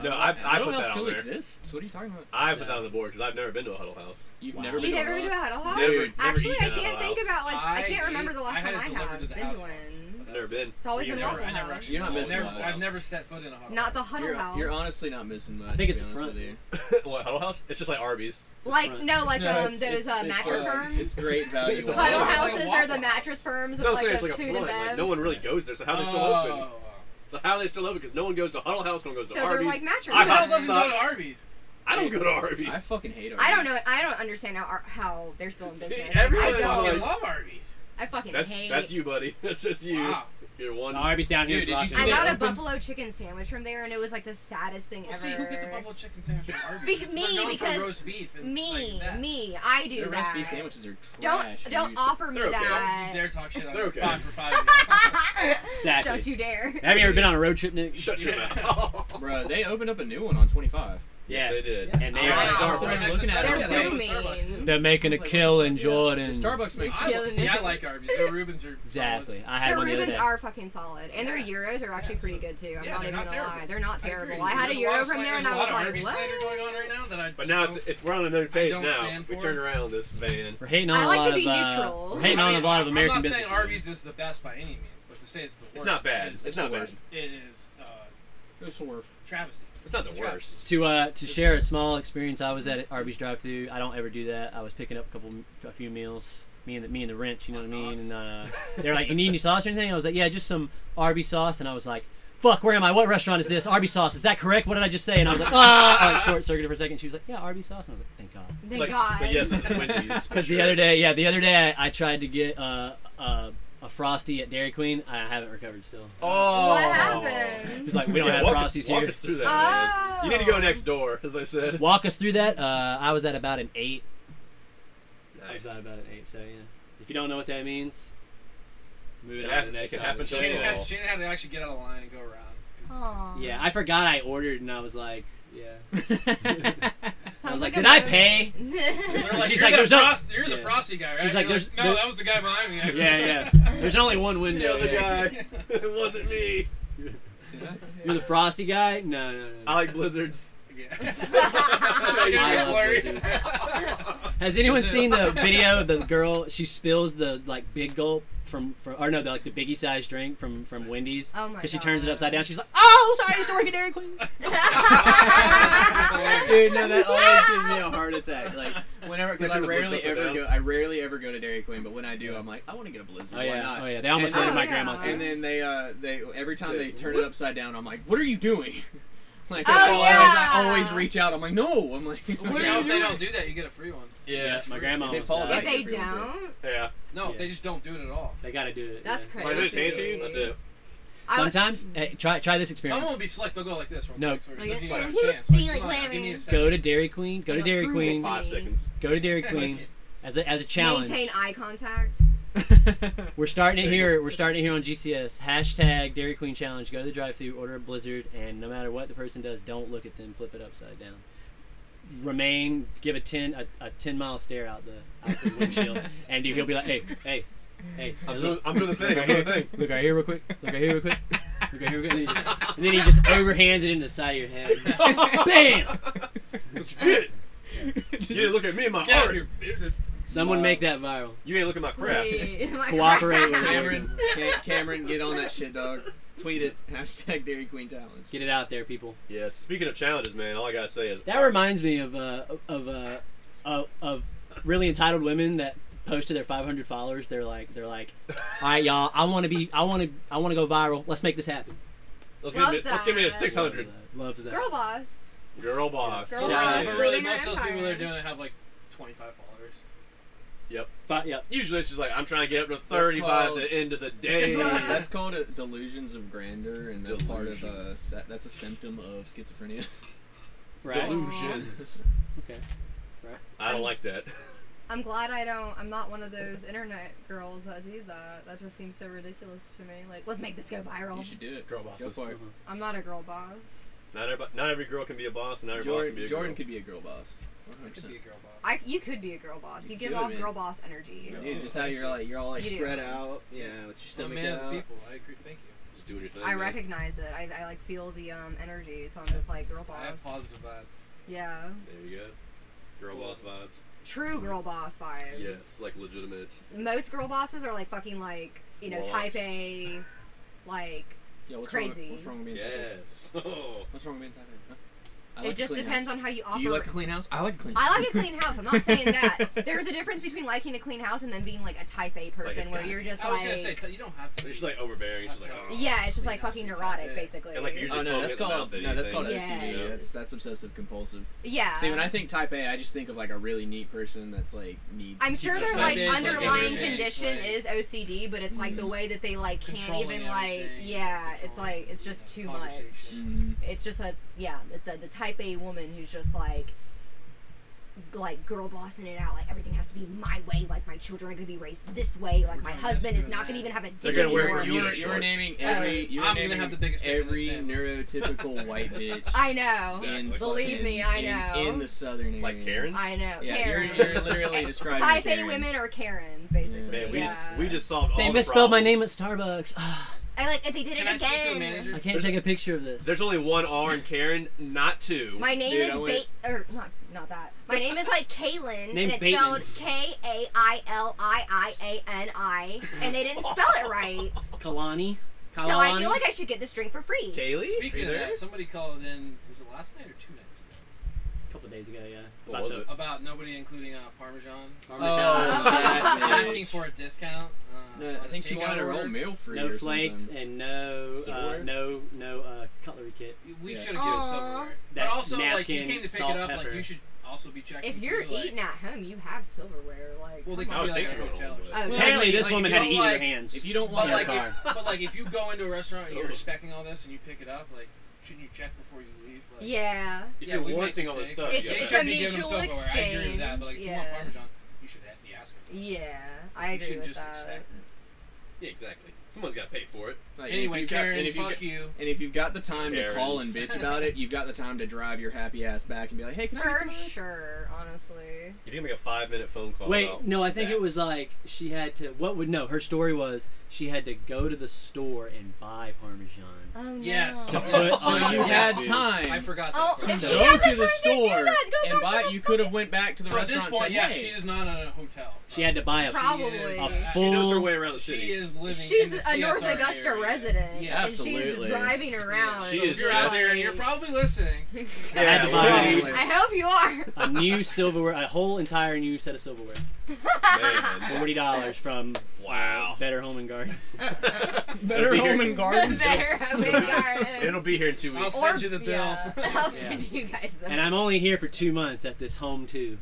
Speaker 3: No, I, I
Speaker 2: Huddle
Speaker 3: put
Speaker 2: House
Speaker 3: that
Speaker 2: still
Speaker 3: on there.
Speaker 2: exists. What are you talking about?
Speaker 3: I put that on the board because I've never been to a huddle house.
Speaker 2: You've
Speaker 4: Wow.
Speaker 2: never
Speaker 4: You
Speaker 2: been
Speaker 1: You never
Speaker 2: to
Speaker 1: do a
Speaker 2: Huddle
Speaker 1: huddle
Speaker 2: House?
Speaker 1: house?
Speaker 3: Never- never
Speaker 1: Actually,
Speaker 3: eaten
Speaker 1: I
Speaker 3: at a
Speaker 1: can't
Speaker 3: huddle
Speaker 1: think
Speaker 3: house.
Speaker 1: about like I,
Speaker 5: ate-
Speaker 1: can't remember the last
Speaker 5: I had
Speaker 1: time I
Speaker 5: it delivered
Speaker 1: have
Speaker 5: to the
Speaker 1: been
Speaker 5: house
Speaker 1: to one.
Speaker 5: once.
Speaker 3: I've never been. [LAUGHS]
Speaker 1: It's always
Speaker 3: You
Speaker 1: been
Speaker 3: never-
Speaker 1: Waffle
Speaker 5: I never
Speaker 1: House.
Speaker 5: actually.
Speaker 2: You're not
Speaker 5: I've
Speaker 2: missing
Speaker 5: never,
Speaker 2: a lot.
Speaker 5: I've never set foot in a huddle.
Speaker 1: Not the huddle
Speaker 2: You're,
Speaker 1: house.
Speaker 2: you're honestly not missing much.
Speaker 4: I think it's
Speaker 2: to be
Speaker 4: a
Speaker 2: honest
Speaker 4: front.
Speaker 2: with you.
Speaker 3: what huddle house? It's just like Arby's.
Speaker 1: like no, like
Speaker 2: No,
Speaker 1: um
Speaker 2: it's-
Speaker 1: those
Speaker 2: it's-
Speaker 1: uh,
Speaker 2: it's,
Speaker 1: mattress
Speaker 2: uh,
Speaker 1: firms.
Speaker 2: It's
Speaker 4: [LAUGHS]
Speaker 2: great value.
Speaker 3: It's a
Speaker 1: Huddle
Speaker 3: It's like
Speaker 1: houses
Speaker 5: Waffle
Speaker 1: are the
Speaker 5: House.
Speaker 1: mattress firms of
Speaker 3: No, I'm
Speaker 1: like
Speaker 3: saying
Speaker 1: the
Speaker 3: it's like a
Speaker 1: food and
Speaker 3: front. Like,
Speaker 1: bev.
Speaker 3: no one really goes there, so how are they still
Speaker 5: oh.
Speaker 3: open? So how are they still open? Because no one goes to huddle house, no one goes to
Speaker 1: So they're
Speaker 3: Arby's.
Speaker 1: like mattress
Speaker 3: I
Speaker 5: Who the hell
Speaker 3: hot
Speaker 5: doesn't
Speaker 1: firms.
Speaker 5: go to
Speaker 3: sucks.
Speaker 5: Arby's?
Speaker 3: I don't go to Arby's.
Speaker 2: I fucking hate Arby's.
Speaker 1: I don't know. I don't understand how how they're still in
Speaker 3: See,
Speaker 1: business.
Speaker 3: everyone's
Speaker 1: I
Speaker 5: I
Speaker 1: don't.
Speaker 5: fucking
Speaker 3: like-
Speaker 5: love Arby's.
Speaker 1: I fucking
Speaker 3: that's
Speaker 1: hate.
Speaker 3: that's you, buddy. [LAUGHS] That's just you.
Speaker 5: Wow.
Speaker 3: You're one.
Speaker 4: The Arby's down here
Speaker 2: Um, Dude, did
Speaker 4: is
Speaker 2: you
Speaker 4: rocking.
Speaker 2: see
Speaker 1: I
Speaker 2: They
Speaker 1: got a
Speaker 2: open-
Speaker 1: buffalo chicken sandwich from there, and it was like the saddest thing
Speaker 5: Well,
Speaker 1: ever.
Speaker 5: see who gets a buffalo chicken sandwich from Arby's.
Speaker 1: Be-
Speaker 5: It's
Speaker 1: me,
Speaker 5: not known
Speaker 1: because-
Speaker 5: for roast beef and
Speaker 1: Me,
Speaker 5: like that.
Speaker 1: me, I do
Speaker 2: Their
Speaker 1: that.
Speaker 2: roast beef sandwiches are
Speaker 1: Don't
Speaker 2: trash.
Speaker 1: don't
Speaker 2: dude.
Speaker 1: offer me
Speaker 3: They're okay.
Speaker 5: Don't you
Speaker 1: that.
Speaker 5: dare talk shit on
Speaker 3: They're
Speaker 5: them.
Speaker 3: okay.
Speaker 5: five for five. again.
Speaker 4: Exactly.
Speaker 1: Don't you dare.
Speaker 4: Have you ever been on a road trip, Nick?
Speaker 3: Shut your
Speaker 5: Yeah.
Speaker 3: mouth.
Speaker 2: [LAUGHS]
Speaker 3: [LAUGHS]
Speaker 2: Bro, they opened up a new one on 25.
Speaker 3: Yes,
Speaker 4: Yeah.
Speaker 3: they did.
Speaker 4: And they
Speaker 1: Wow.
Speaker 4: are
Speaker 1: Starbucks.
Speaker 2: Sorry, I'm looking at
Speaker 1: They're
Speaker 2: it.
Speaker 5: Yeah,
Speaker 2: like,
Speaker 5: like
Speaker 1: booming.
Speaker 5: Starbucks, too.
Speaker 4: They're making a kill in
Speaker 2: Yeah.
Speaker 4: Jordan.
Speaker 2: Starbucks makes
Speaker 5: I like- see, I like Arby's. Their Rubens are solid.
Speaker 4: Exactly. I had
Speaker 1: Their
Speaker 4: one the other
Speaker 1: Rubens
Speaker 4: day.
Speaker 1: are fucking solid, and their euros are actually
Speaker 5: Yeah,
Speaker 1: pretty
Speaker 5: so-
Speaker 1: good too. I'm
Speaker 5: yeah,
Speaker 1: not
Speaker 5: they're
Speaker 1: even
Speaker 5: not
Speaker 1: gonna
Speaker 5: terrible.
Speaker 1: lie, they're not
Speaker 5: I agree.
Speaker 1: terrible. I, had a
Speaker 5: There's lot
Speaker 1: euro
Speaker 5: of
Speaker 1: from there,
Speaker 5: slander-
Speaker 1: and I
Speaker 5: there's a lot of
Speaker 1: was like,
Speaker 5: Arby's slander
Speaker 1: what?
Speaker 5: going on right now that I
Speaker 3: But
Speaker 5: just
Speaker 3: now it's,
Speaker 5: don't-
Speaker 3: it's we're on a new page
Speaker 5: don't
Speaker 3: now.
Speaker 5: stand
Speaker 3: We
Speaker 5: for
Speaker 3: turn
Speaker 5: it.
Speaker 3: around this van.
Speaker 4: We're hating on
Speaker 1: I
Speaker 4: a
Speaker 1: like to
Speaker 4: lot
Speaker 1: be
Speaker 4: of uh,
Speaker 1: neutral.
Speaker 4: we're hating on a lot of American
Speaker 5: I'm not
Speaker 4: businesses.
Speaker 5: saying Arby's is the best by any means, but to say it's the worst.
Speaker 3: It's not bad.
Speaker 5: Is,
Speaker 3: It's not bad.
Speaker 5: It is uh,
Speaker 2: It's the worst.
Speaker 5: travesty.
Speaker 3: It's not the
Speaker 5: It's a
Speaker 3: worst.
Speaker 4: to uh, to share a small experience, I was at an Arby's drive-through. I don't ever do that. I was picking up a couple, a few meals. Me and the, me and the wrench, you know what I mean. And uh, they're like, "You need any sauce or anything?" I was like, "Yeah, just some Arby's sauce." And I was like, "Fuck, where am I? What restaurant is this? Arby's sauce? Is that correct? What did I just say?" And I was like, "Ah!" I like short-circuited for a second. She was like, "Yeah, Arby's sauce." And I was like, "Thank God."
Speaker 1: Thank
Speaker 3: It's like,
Speaker 1: God.
Speaker 3: So yes, this is Wendy's.
Speaker 4: Because the other day, yeah, the other day I, I tried to get uh, uh, a frosty at Dairy Queen. I haven't recovered still.
Speaker 1: [LAUGHS]
Speaker 3: Oh.
Speaker 1: what
Speaker 4: She's
Speaker 1: happened? Oh.
Speaker 4: like, "We don't
Speaker 3: Yeah,
Speaker 4: have
Speaker 3: walk
Speaker 4: frosties
Speaker 3: us,
Speaker 4: here."
Speaker 3: Walk us through that, man. You need to go next door, as I said.
Speaker 4: Walk us through that. Uh, I was at about an eight. I was at
Speaker 3: Nice. [LAUGHS]
Speaker 4: about an eight. So yeah, if you don't know what that means, move
Speaker 3: It
Speaker 4: it, on
Speaker 3: hap-
Speaker 4: to the next.
Speaker 3: it happens
Speaker 4: topic.
Speaker 5: Shane
Speaker 3: all.
Speaker 5: had, Shane had to actually get out of line and go around. 'cause
Speaker 1: Aw.
Speaker 4: [LAUGHS] Yeah, I forgot I ordered, and I was like, yeah.
Speaker 3: [LAUGHS]
Speaker 4: I
Speaker 1: Sounds
Speaker 4: was like,
Speaker 1: a
Speaker 4: did I
Speaker 1: good- [LAUGHS]
Speaker 4: pay?
Speaker 5: They're like,
Speaker 4: She's like,
Speaker 5: you're the
Speaker 4: "There's no-"
Speaker 5: frost, you're
Speaker 4: Yeah.
Speaker 5: the frosty guy, right?
Speaker 4: She's like,
Speaker 5: You're
Speaker 4: "There's-
Speaker 5: no,
Speaker 4: there-
Speaker 5: that was the guy behind me. [LAUGHS]
Speaker 4: Yeah, There's only one
Speaker 3: The
Speaker 4: window.
Speaker 3: other
Speaker 4: yeah.
Speaker 3: guy. It wasn't me.
Speaker 4: You're the frosty guy? No, no, no.
Speaker 3: I like blizzards.
Speaker 5: [LAUGHS]
Speaker 4: Has anyone seen the video of the girl? She spills the like big gulp from, from or no, the, like the biggie sized drink from from Wendy's.
Speaker 1: Oh my
Speaker 4: she turns it
Speaker 1: God.
Speaker 4: upside down. She's like, "Oh, sorry, I used to work at Dairy Queen."
Speaker 2: [LAUGHS]
Speaker 4: Oh,
Speaker 2: Dude, no, that always gives me a heart attack. Like whenever, because
Speaker 3: Makes
Speaker 2: I
Speaker 3: it the
Speaker 2: rarely
Speaker 3: worst upside
Speaker 2: ever
Speaker 3: down.
Speaker 2: go. I rarely ever go to Dairy Queen, but when I do, I'm like, I want to get a Blizzard.
Speaker 4: Oh
Speaker 2: Why
Speaker 4: yeah,
Speaker 2: not?
Speaker 4: oh yeah. They almost
Speaker 2: And-
Speaker 4: went in my
Speaker 1: Oh, yeah.
Speaker 4: grandma too.
Speaker 2: And then they, uh, they every time they
Speaker 3: Wait,
Speaker 2: turn it
Speaker 3: what?
Speaker 2: upside down, I'm like, what are you doing? [LAUGHS] Like,
Speaker 1: Oh,
Speaker 2: I,
Speaker 1: yeah.
Speaker 2: always, I always reach out. I'm like, no. I'm like, [LAUGHS]
Speaker 5: You know, if they don't do that, you get a free one.
Speaker 4: yeah,
Speaker 3: Yeah.
Speaker 4: my grandma
Speaker 8: If it falls
Speaker 4: almost died.
Speaker 8: out,
Speaker 1: if they
Speaker 2: Everyone's in.
Speaker 1: don't,
Speaker 3: Yeah.
Speaker 5: No, if they just don't do it at all.
Speaker 4: They gotta do it.
Speaker 1: that's
Speaker 4: yeah.
Speaker 1: crazy.
Speaker 3: Like, they just hand it to you. That's it.
Speaker 1: I would-
Speaker 4: Sometimes eh, try try this experiment.
Speaker 5: Someone will be slick. They'll go like this. Real
Speaker 4: No.
Speaker 5: Quick,
Speaker 1: Like,
Speaker 5: so he doesn't even have
Speaker 1: whoop,
Speaker 5: a chance.
Speaker 1: see,
Speaker 5: come
Speaker 1: like,
Speaker 5: on, give me a
Speaker 1: wait a
Speaker 5: second.
Speaker 4: Go to Dairy Queen. Go to
Speaker 1: Like,
Speaker 4: Dairy
Speaker 1: approve
Speaker 4: Queen.
Speaker 1: it.
Speaker 3: Five seconds.
Speaker 4: Go to Dairy Queen as a as a challenge.
Speaker 1: maintain eye contact.
Speaker 4: We're [LAUGHS] starting it here. We're starting it here on GCS. Hashtag Dairy Queen Challenge. Go to the drive-thru, order a Blizzard, and no matter what the person does, don't look at them. Flip it upside down. Remain. Give a ten a, a ten mile stare out the, out the windshield, and he'll be like, hey, hey, hey.
Speaker 3: I'm doing,
Speaker 4: look,
Speaker 3: I'm doing
Speaker 2: [LAUGHS]
Speaker 3: the thing. I'm doing the thing.
Speaker 4: look right here real quick. Look right here real quick. Look right here real quick. And then he just, and then he just overhands it into the side of your head. Bam!
Speaker 3: That's [LAUGHS] good. You didn't look at me in my
Speaker 5: Get out
Speaker 3: art.
Speaker 5: here, bitch.
Speaker 4: Someone
Speaker 8: Wow.
Speaker 4: make that viral.
Speaker 3: You ain't look at my [LAUGHS] craft.
Speaker 4: Cooperate with
Speaker 2: Cameron,
Speaker 1: [LAUGHS]
Speaker 2: Ca- Cameron, get on that shit, dog. Tweet it. Hashtag Dairy Queen challenge.
Speaker 4: Get it out there, people.
Speaker 3: Yes. Speaking of challenges, man, all I gotta say is
Speaker 4: That reminds me of uh, of uh, of of really entitled women that post to their 500 followers. They're like they're like, all right, y'all, I want to be, I want to, I want to go viral. Let's make this happen.
Speaker 3: Let's give me,
Speaker 1: Love
Speaker 3: let's give me a
Speaker 1: that.
Speaker 3: six hundred.
Speaker 4: Love that.
Speaker 1: Girl boss.
Speaker 3: Girl boss.
Speaker 1: Girl
Speaker 4: Shout
Speaker 1: boss.
Speaker 4: out.
Speaker 5: But
Speaker 1: leading
Speaker 5: really,
Speaker 1: her
Speaker 5: most of those people that are
Speaker 1: empire.
Speaker 5: doing it have like 25 followers.
Speaker 4: Fi- yeah.
Speaker 3: Usually it's just like I'm trying to get up to thirty by
Speaker 8: called-
Speaker 3: the end of the [LAUGHS] day.
Speaker 2: That's called a delusions of grandeur, and that's part of uh,
Speaker 3: Delusions.
Speaker 2: that, that's a symptom of schizophrenia. [LAUGHS]
Speaker 4: Right.
Speaker 3: Delusions.
Speaker 4: Okay.
Speaker 3: I don't like that. [LAUGHS]
Speaker 1: I'm glad I don't. I'm not one of those internet girls that do that. That just seems so ridiculous to me. Like, let's make this go
Speaker 2: You
Speaker 1: viral.
Speaker 2: should do it.
Speaker 3: Girl
Speaker 2: Go
Speaker 3: bosses.
Speaker 2: for it.
Speaker 1: I'm not a girl boss.
Speaker 3: Not everybody, not every girl can be a boss, and not every boss can be
Speaker 2: Jordan,
Speaker 3: a
Speaker 2: Jordan
Speaker 3: girl.
Speaker 2: could be a girl boss.
Speaker 5: It could
Speaker 2: 100%.
Speaker 5: be a girl boss.
Speaker 1: I, you could be a girl boss. You
Speaker 2: You
Speaker 1: give
Speaker 2: could,
Speaker 1: off
Speaker 2: man.
Speaker 1: girl boss energy.
Speaker 2: Yeah, just how you're like you're all like
Speaker 1: You do.
Speaker 2: spread out, yeah, with your
Speaker 5: I'm a
Speaker 2: stomach
Speaker 5: man of
Speaker 2: out.
Speaker 5: the people. I agree. Thank you.
Speaker 3: Just doing your thing.
Speaker 1: I
Speaker 3: man.
Speaker 1: recognize it. I, I like feel the um energy, so I'm just like girl
Speaker 5: I have
Speaker 1: boss.
Speaker 5: positive vibes.
Speaker 1: Yeah,
Speaker 3: There you go. Girl boss vibes.
Speaker 1: true girl boss vibes.
Speaker 3: Yes, like legitimate.
Speaker 1: most girl bosses are like fucking like you know
Speaker 3: Walls.
Speaker 1: type A, like
Speaker 2: Yeah, what's
Speaker 1: Crazy.
Speaker 2: Wrong, what's wrong with being tired?
Speaker 3: Yes. [LAUGHS] Oh.
Speaker 2: What's wrong with being tired? Huh? I
Speaker 1: it just depends on how you offer.
Speaker 2: Do you like a clean house? I like a clean.
Speaker 1: I like a clean house. I'm
Speaker 3: [LAUGHS]
Speaker 1: not saying that. There's a difference between liking a clean house and then being like a type A person
Speaker 3: it's
Speaker 1: where
Speaker 3: gotta
Speaker 1: you're just
Speaker 5: I was gonna
Speaker 1: like,
Speaker 5: say you don't have to.
Speaker 3: It's just
Speaker 5: be-
Speaker 3: like overbearing. It's just like, oh.
Speaker 1: yeah, it's just
Speaker 5: Clean
Speaker 1: like
Speaker 5: house
Speaker 1: fucking
Speaker 5: and type
Speaker 1: neurotic,
Speaker 5: A.
Speaker 1: basically.
Speaker 3: And, like,
Speaker 2: [LAUGHS]
Speaker 3: usually-
Speaker 2: Oh no,
Speaker 3: foam
Speaker 2: that's
Speaker 3: in the
Speaker 2: called
Speaker 3: mouth,
Speaker 2: no, that's called
Speaker 1: anything.
Speaker 2: OCD.
Speaker 1: Yes.
Speaker 2: That's that's obsessive compulsive.
Speaker 1: Uh, yeah.
Speaker 2: See, when I think type A, I just think of like a really neat person that's like needs.
Speaker 1: I'm sure
Speaker 2: that's
Speaker 1: their
Speaker 5: Type
Speaker 1: like
Speaker 5: A is like
Speaker 1: underlying
Speaker 5: everything.
Speaker 1: condition
Speaker 5: Like- Mm-hmm.
Speaker 1: is OCD, but it's like the way that they like can't
Speaker 5: Controlling
Speaker 1: even like
Speaker 5: everything,
Speaker 1: yeah, it's
Speaker 5: controlling,
Speaker 1: like it's
Speaker 5: you
Speaker 1: just
Speaker 5: know,
Speaker 1: too much.
Speaker 5: conversation.
Speaker 2: Mhm.
Speaker 1: It's just a yeah, the, the the type A woman who's just like like girl bossing it out, like everything has to be my way, like my children are gonna be raised this way, like
Speaker 5: We're
Speaker 1: my
Speaker 5: doing this,
Speaker 1: husband is
Speaker 5: doing
Speaker 1: not gonna
Speaker 5: that.
Speaker 1: even have a
Speaker 3: They're
Speaker 1: dick
Speaker 3: gonna wear
Speaker 1: anymore.
Speaker 3: you-
Speaker 2: You were,
Speaker 3: Bermuda
Speaker 2: you were
Speaker 3: shorts.
Speaker 2: naming every. You were
Speaker 5: I'm gonna
Speaker 2: naming
Speaker 5: have the biggest dick in this
Speaker 2: every
Speaker 5: family.
Speaker 2: neurotypical
Speaker 5: [LAUGHS]
Speaker 2: white bitch.
Speaker 1: I know.
Speaker 3: Exactly.
Speaker 2: in
Speaker 1: Believe
Speaker 2: fucking-
Speaker 1: me, I
Speaker 2: in-
Speaker 1: know.
Speaker 2: In, the southern area.
Speaker 3: Like Karen's?
Speaker 1: I know.
Speaker 2: Yeah, you're-
Speaker 1: Karen.
Speaker 2: you're
Speaker 1: [LAUGHS]
Speaker 2: literally describing
Speaker 1: Type
Speaker 2: Karen.
Speaker 1: A women are Karens, basically.
Speaker 3: "Oh, Man, we just
Speaker 1: yeah.
Speaker 3: we just solved all
Speaker 4: They
Speaker 3: the
Speaker 4: misspelled my name at
Speaker 3: problems.
Speaker 4: Starbucks. [SIGHS] Ah,
Speaker 1: I like they did it
Speaker 5: Can I speak to a
Speaker 1: again.
Speaker 5: manager?
Speaker 4: I can't take a picture of this.
Speaker 3: There's only one R in Karen, not two.
Speaker 1: My name
Speaker 2: Dude,
Speaker 1: is
Speaker 2: I
Speaker 1: Bait
Speaker 2: went-
Speaker 1: or not not that. My name is like Kaylin
Speaker 4: Name's
Speaker 1: and it's
Speaker 4: Bateman.
Speaker 1: spelled K A I L I I A N I and they didn't spell it right.
Speaker 4: Kalani.
Speaker 1: So
Speaker 4: Kalani.
Speaker 1: I feel like I should get this drink for free.
Speaker 3: Kaylee?
Speaker 5: Speaking
Speaker 3: Are you
Speaker 5: of
Speaker 3: there?
Speaker 5: that, somebody called in. Was it last night or two nights ago?
Speaker 4: a couple days ago, yeah.
Speaker 3: What
Speaker 4: About
Speaker 3: was
Speaker 4: the
Speaker 3: it?
Speaker 5: About nobody including uh, Parmesan.
Speaker 2: Oh, that bitch.
Speaker 5: asking for a discount. Uh,
Speaker 2: No,
Speaker 5: on
Speaker 2: I
Speaker 5: a
Speaker 2: think she
Speaker 5: takeout
Speaker 2: wanted her
Speaker 5: order.
Speaker 2: own meal free.
Speaker 4: No
Speaker 2: or
Speaker 4: flakes
Speaker 2: something.
Speaker 4: and no uh,
Speaker 3: Silverware?
Speaker 4: no no uh, cutlery kit.
Speaker 5: We
Speaker 2: Yeah.
Speaker 5: should have given
Speaker 1: Aw.
Speaker 5: somewhere. But
Speaker 4: That
Speaker 5: also, like you
Speaker 4: napkin,
Speaker 5: came to pick
Speaker 4: salt,
Speaker 5: it up,
Speaker 4: pepper.
Speaker 5: like you should also be checking.
Speaker 1: If you're
Speaker 5: too, like-
Speaker 1: eating at home, you have silverware. Like,
Speaker 5: well, they
Speaker 1: come
Speaker 5: could
Speaker 3: I
Speaker 5: be
Speaker 3: would
Speaker 5: like
Speaker 3: think
Speaker 5: at a
Speaker 3: they would
Speaker 5: hotel.
Speaker 3: all
Speaker 5: or
Speaker 3: do
Speaker 5: something.
Speaker 3: that.
Speaker 2: Well,
Speaker 4: Apparently,
Speaker 2: like,
Speaker 4: this
Speaker 2: like,
Speaker 4: woman
Speaker 2: if
Speaker 4: had to
Speaker 5: you
Speaker 4: eat
Speaker 5: don't
Speaker 4: with her
Speaker 5: like-
Speaker 4: hands.
Speaker 2: If you don't
Speaker 5: But
Speaker 2: want
Speaker 5: like,
Speaker 2: that
Speaker 5: if,
Speaker 2: car,
Speaker 5: but like, if you go into a restaurant and you
Speaker 3: Ugh.
Speaker 5: are respecting all this and you pick it up, like, shouldn't you check before you leave? Like,
Speaker 1: Oh, yeah.
Speaker 3: If
Speaker 5: yeah,
Speaker 3: you're
Speaker 5: we make
Speaker 3: warranting all this
Speaker 5: mistakes.
Speaker 3: stuff,
Speaker 1: It's-
Speaker 3: yeah.
Speaker 5: They
Speaker 1: it's
Speaker 5: shouldn't
Speaker 1: a
Speaker 5: be giving them
Speaker 1: mutual
Speaker 5: silverware. I agree with that, but like, if you want
Speaker 1: exchange, yeah.
Speaker 5: Parmesan, you should have be asking.
Speaker 1: Yeah, I
Speaker 5: You
Speaker 1: agree
Speaker 5: should
Speaker 1: with
Speaker 5: just
Speaker 1: that.
Speaker 5: expect.
Speaker 3: Yeah, exactly. Someone's got to pay for it.
Speaker 2: Like,
Speaker 5: Anyway,
Speaker 2: if you've got-
Speaker 5: Karen,
Speaker 2: and if you've
Speaker 5: fuck you.
Speaker 2: And if you've got the time to call and
Speaker 3: Karens.
Speaker 2: bitch about it, you've got the time to drive your happy ass back and be like, "Hey, can I?" Get
Speaker 1: For
Speaker 2: some of this?"
Speaker 1: sure, honestly.
Speaker 3: You did make a five minute phone call.
Speaker 4: Wait,
Speaker 3: about
Speaker 4: no, I think
Speaker 3: that.
Speaker 4: it was uh, like she had to. What would no? Her story was she had to go to the store and buy parmesan.
Speaker 1: Oh, no.
Speaker 5: Yes. [LAUGHS]
Speaker 4: To
Speaker 5: Yeah.
Speaker 4: put on
Speaker 2: So you
Speaker 4: your
Speaker 2: had
Speaker 4: hat.
Speaker 2: time.
Speaker 5: I forgot
Speaker 1: Oh,
Speaker 5: that.
Speaker 1: if
Speaker 2: So
Speaker 1: she
Speaker 2: go
Speaker 1: had
Speaker 2: to
Speaker 1: the
Speaker 2: the
Speaker 1: time
Speaker 2: store
Speaker 1: to do that, go
Speaker 2: and
Speaker 1: back
Speaker 2: buy.
Speaker 1: to the
Speaker 2: You could have went back to the
Speaker 5: so at this
Speaker 2: restaurant.
Speaker 5: point,
Speaker 2: and
Speaker 5: yeah,
Speaker 2: said,
Speaker 5: she
Speaker 2: hey.
Speaker 5: is not in a hotel.
Speaker 4: She had to buy a.
Speaker 5: She
Speaker 1: Probably.
Speaker 5: is-
Speaker 4: A
Speaker 5: she
Speaker 3: She knows her
Speaker 4: full-
Speaker 3: way around the city.
Speaker 5: She is living. in
Speaker 1: She's
Speaker 5: the
Speaker 1: a North
Speaker 5: CSR
Speaker 1: Augusta
Speaker 5: area.
Speaker 1: resident,
Speaker 2: Yeah,
Speaker 1: and she's
Speaker 2: absolutely.
Speaker 1: driving around.
Speaker 3: She
Speaker 1: and
Speaker 3: is
Speaker 5: If
Speaker 1: it's
Speaker 5: you're
Speaker 1: just
Speaker 5: out there and
Speaker 1: like-
Speaker 5: you're
Speaker 4: [LAUGHS]
Speaker 5: probably listening,
Speaker 4: I had to buy
Speaker 1: I hope you are.
Speaker 4: a new silverware, a whole entire new set of silverware,
Speaker 3: Man.
Speaker 4: forty dollars from
Speaker 3: Wow.
Speaker 5: [LAUGHS]
Speaker 4: Better Home and Garden.
Speaker 2: [LAUGHS] Better
Speaker 3: It'll be
Speaker 2: home
Speaker 3: here-
Speaker 1: [LAUGHS]
Speaker 2: and garden.
Speaker 1: Better home and garden.
Speaker 3: It'll be here in two
Speaker 5: I'll
Speaker 3: weeks.
Speaker 1: Or-
Speaker 5: send you the bill.
Speaker 1: yeah, I'll
Speaker 4: Yeah.
Speaker 1: send you guys the
Speaker 4: And I'm only here for two months at this home too,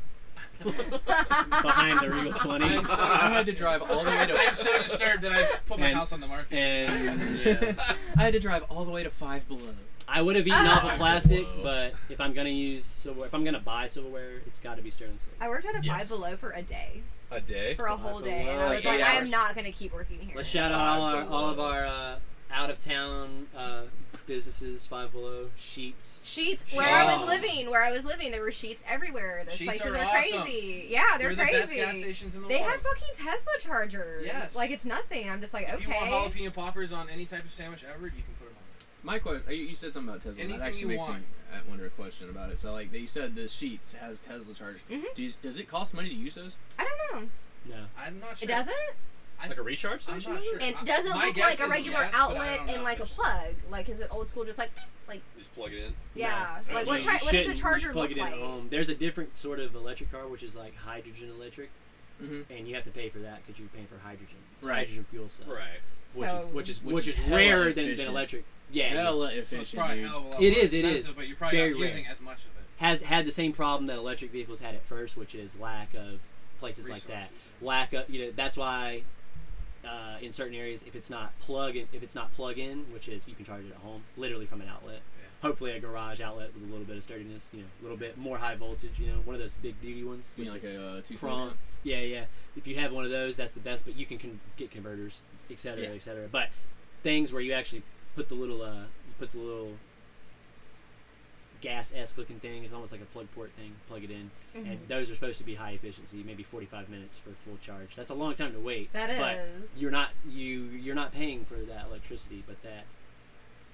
Speaker 4: behind the
Speaker 3: [LAUGHS]
Speaker 4: Regal Twenty,
Speaker 5: I'm so,
Speaker 2: I had to drive all the way
Speaker 5: I'm
Speaker 2: to.
Speaker 5: so disturbed that I've put my
Speaker 4: And-
Speaker 5: house on the market.
Speaker 4: and yeah,
Speaker 2: I had to drive all the way to Five Below.
Speaker 4: I would have eaten
Speaker 1: Ah.
Speaker 3: [LAUGHS]
Speaker 4: off of plastic,
Speaker 3: Whoa.
Speaker 4: but if I'm gonna use silverware, if I'm gonna buy silverware, it's got to be sterling silver.
Speaker 1: I worked at a
Speaker 3: Yes.
Speaker 1: Five Below for a day,
Speaker 3: A day?
Speaker 1: for a
Speaker 4: Five
Speaker 1: whole day, and
Speaker 4: Below.
Speaker 1: I
Speaker 2: Like
Speaker 1: was like,
Speaker 2: eight
Speaker 1: I
Speaker 2: hours.
Speaker 1: am not gonna keep working here.
Speaker 4: Let's shout out all
Speaker 3: Five
Speaker 4: our all of
Speaker 3: Below.
Speaker 4: our uh, out of town uh, businesses. Five Below, Sheets.
Speaker 1: Sheets where I was
Speaker 5: Sheets.
Speaker 1: living, where I was living, there were sheets everywhere. Those
Speaker 5: Sheets
Speaker 1: places
Speaker 5: are
Speaker 1: are,
Speaker 5: awesome.
Speaker 1: crazy. Yeah, they're
Speaker 5: They're the best
Speaker 1: crazy.
Speaker 5: gas stations in the
Speaker 1: they
Speaker 5: world.
Speaker 1: have fucking Tesla chargers.
Speaker 5: Yes.
Speaker 1: Like it's nothing. I'm just like,
Speaker 5: If you want
Speaker 1: okay.
Speaker 5: jalapeno poppers on any type of sandwich ever, you can put them on.
Speaker 2: My question, you you said something about Tesla.
Speaker 5: Anything
Speaker 2: that actually
Speaker 5: you
Speaker 2: makes
Speaker 5: want.
Speaker 2: me uh, wonder a question about it. So, like, you said the sheets has Tesla charge.
Speaker 1: Mhm.
Speaker 2: Does, does it cost money to use those?
Speaker 1: I don't know.
Speaker 4: No,
Speaker 5: I'm not sure.
Speaker 1: It doesn't?
Speaker 3: Like a recharge
Speaker 5: I'm
Speaker 3: station?
Speaker 5: not sure.
Speaker 1: And
Speaker 5: I-
Speaker 1: it doesn't
Speaker 5: my
Speaker 1: look
Speaker 5: guess
Speaker 1: like a
Speaker 5: is
Speaker 1: regular
Speaker 5: yes, but I
Speaker 1: outlet
Speaker 5: don't know.
Speaker 1: and like a
Speaker 5: It's-
Speaker 1: plug. Like is it old school just like beep? like
Speaker 3: Just plug it in.
Speaker 1: yeah.
Speaker 3: No.
Speaker 1: Like
Speaker 3: No,
Speaker 1: what
Speaker 3: you
Speaker 1: tri- what does
Speaker 4: shouldn't.
Speaker 1: a
Speaker 4: You
Speaker 1: charger
Speaker 4: plug
Speaker 1: look
Speaker 4: it in at
Speaker 1: like?
Speaker 4: home. There's a different sort of electric car, which is like hydrogen electric,
Speaker 2: Mhm.
Speaker 4: and you have to pay for that because you're paying for hydrogen. It's
Speaker 2: Right.
Speaker 4: hydrogen fuel cell,
Speaker 3: [LAUGHS] Right.
Speaker 4: which is
Speaker 1: So-
Speaker 4: which is
Speaker 2: Which
Speaker 4: which,
Speaker 2: is
Speaker 4: is
Speaker 2: hella
Speaker 4: rarer than, than
Speaker 2: efficient.
Speaker 4: electric. Yeah,
Speaker 2: Hella
Speaker 5: So it's
Speaker 2: efficient.
Speaker 5: probably a
Speaker 2: dude.
Speaker 5: hell of a lot
Speaker 4: It
Speaker 5: more
Speaker 4: is, it is.
Speaker 5: expensive, But you're probably
Speaker 4: Very
Speaker 5: not using
Speaker 4: rare.
Speaker 5: as much of it.
Speaker 4: has had the same problem that electric vehicles had at first, which is lack of places like that.
Speaker 5: Resources.
Speaker 4: Lack of you know that's why uh, in certain areas if it's not plug in if it's not plug in, which is you can charge it at home, literally from an outlet.
Speaker 5: Yeah.
Speaker 4: Hopefully a garage outlet with a little bit of sturdiness, you know, a little bit more high voltage, you know, one of those big duty ones.
Speaker 2: You
Speaker 4: with
Speaker 2: mean like
Speaker 4: the
Speaker 2: a uh, two
Speaker 4: prong. Yeah, yeah. If you have one of those, that's the best. But you can con- get converters, etc.,
Speaker 2: Yeah.
Speaker 4: cetera, etc. Cetera. But things where you actually put the little, uh, you put the little gas-esque looking thing. It's almost like a plug port thing. Plug it in,
Speaker 1: Mm-hmm.
Speaker 4: and those are supposed to be high efficiency, maybe 45 minutes for full charge. That's a long time to wait.
Speaker 1: That is.
Speaker 4: But you're not you you're not paying for that electricity, but that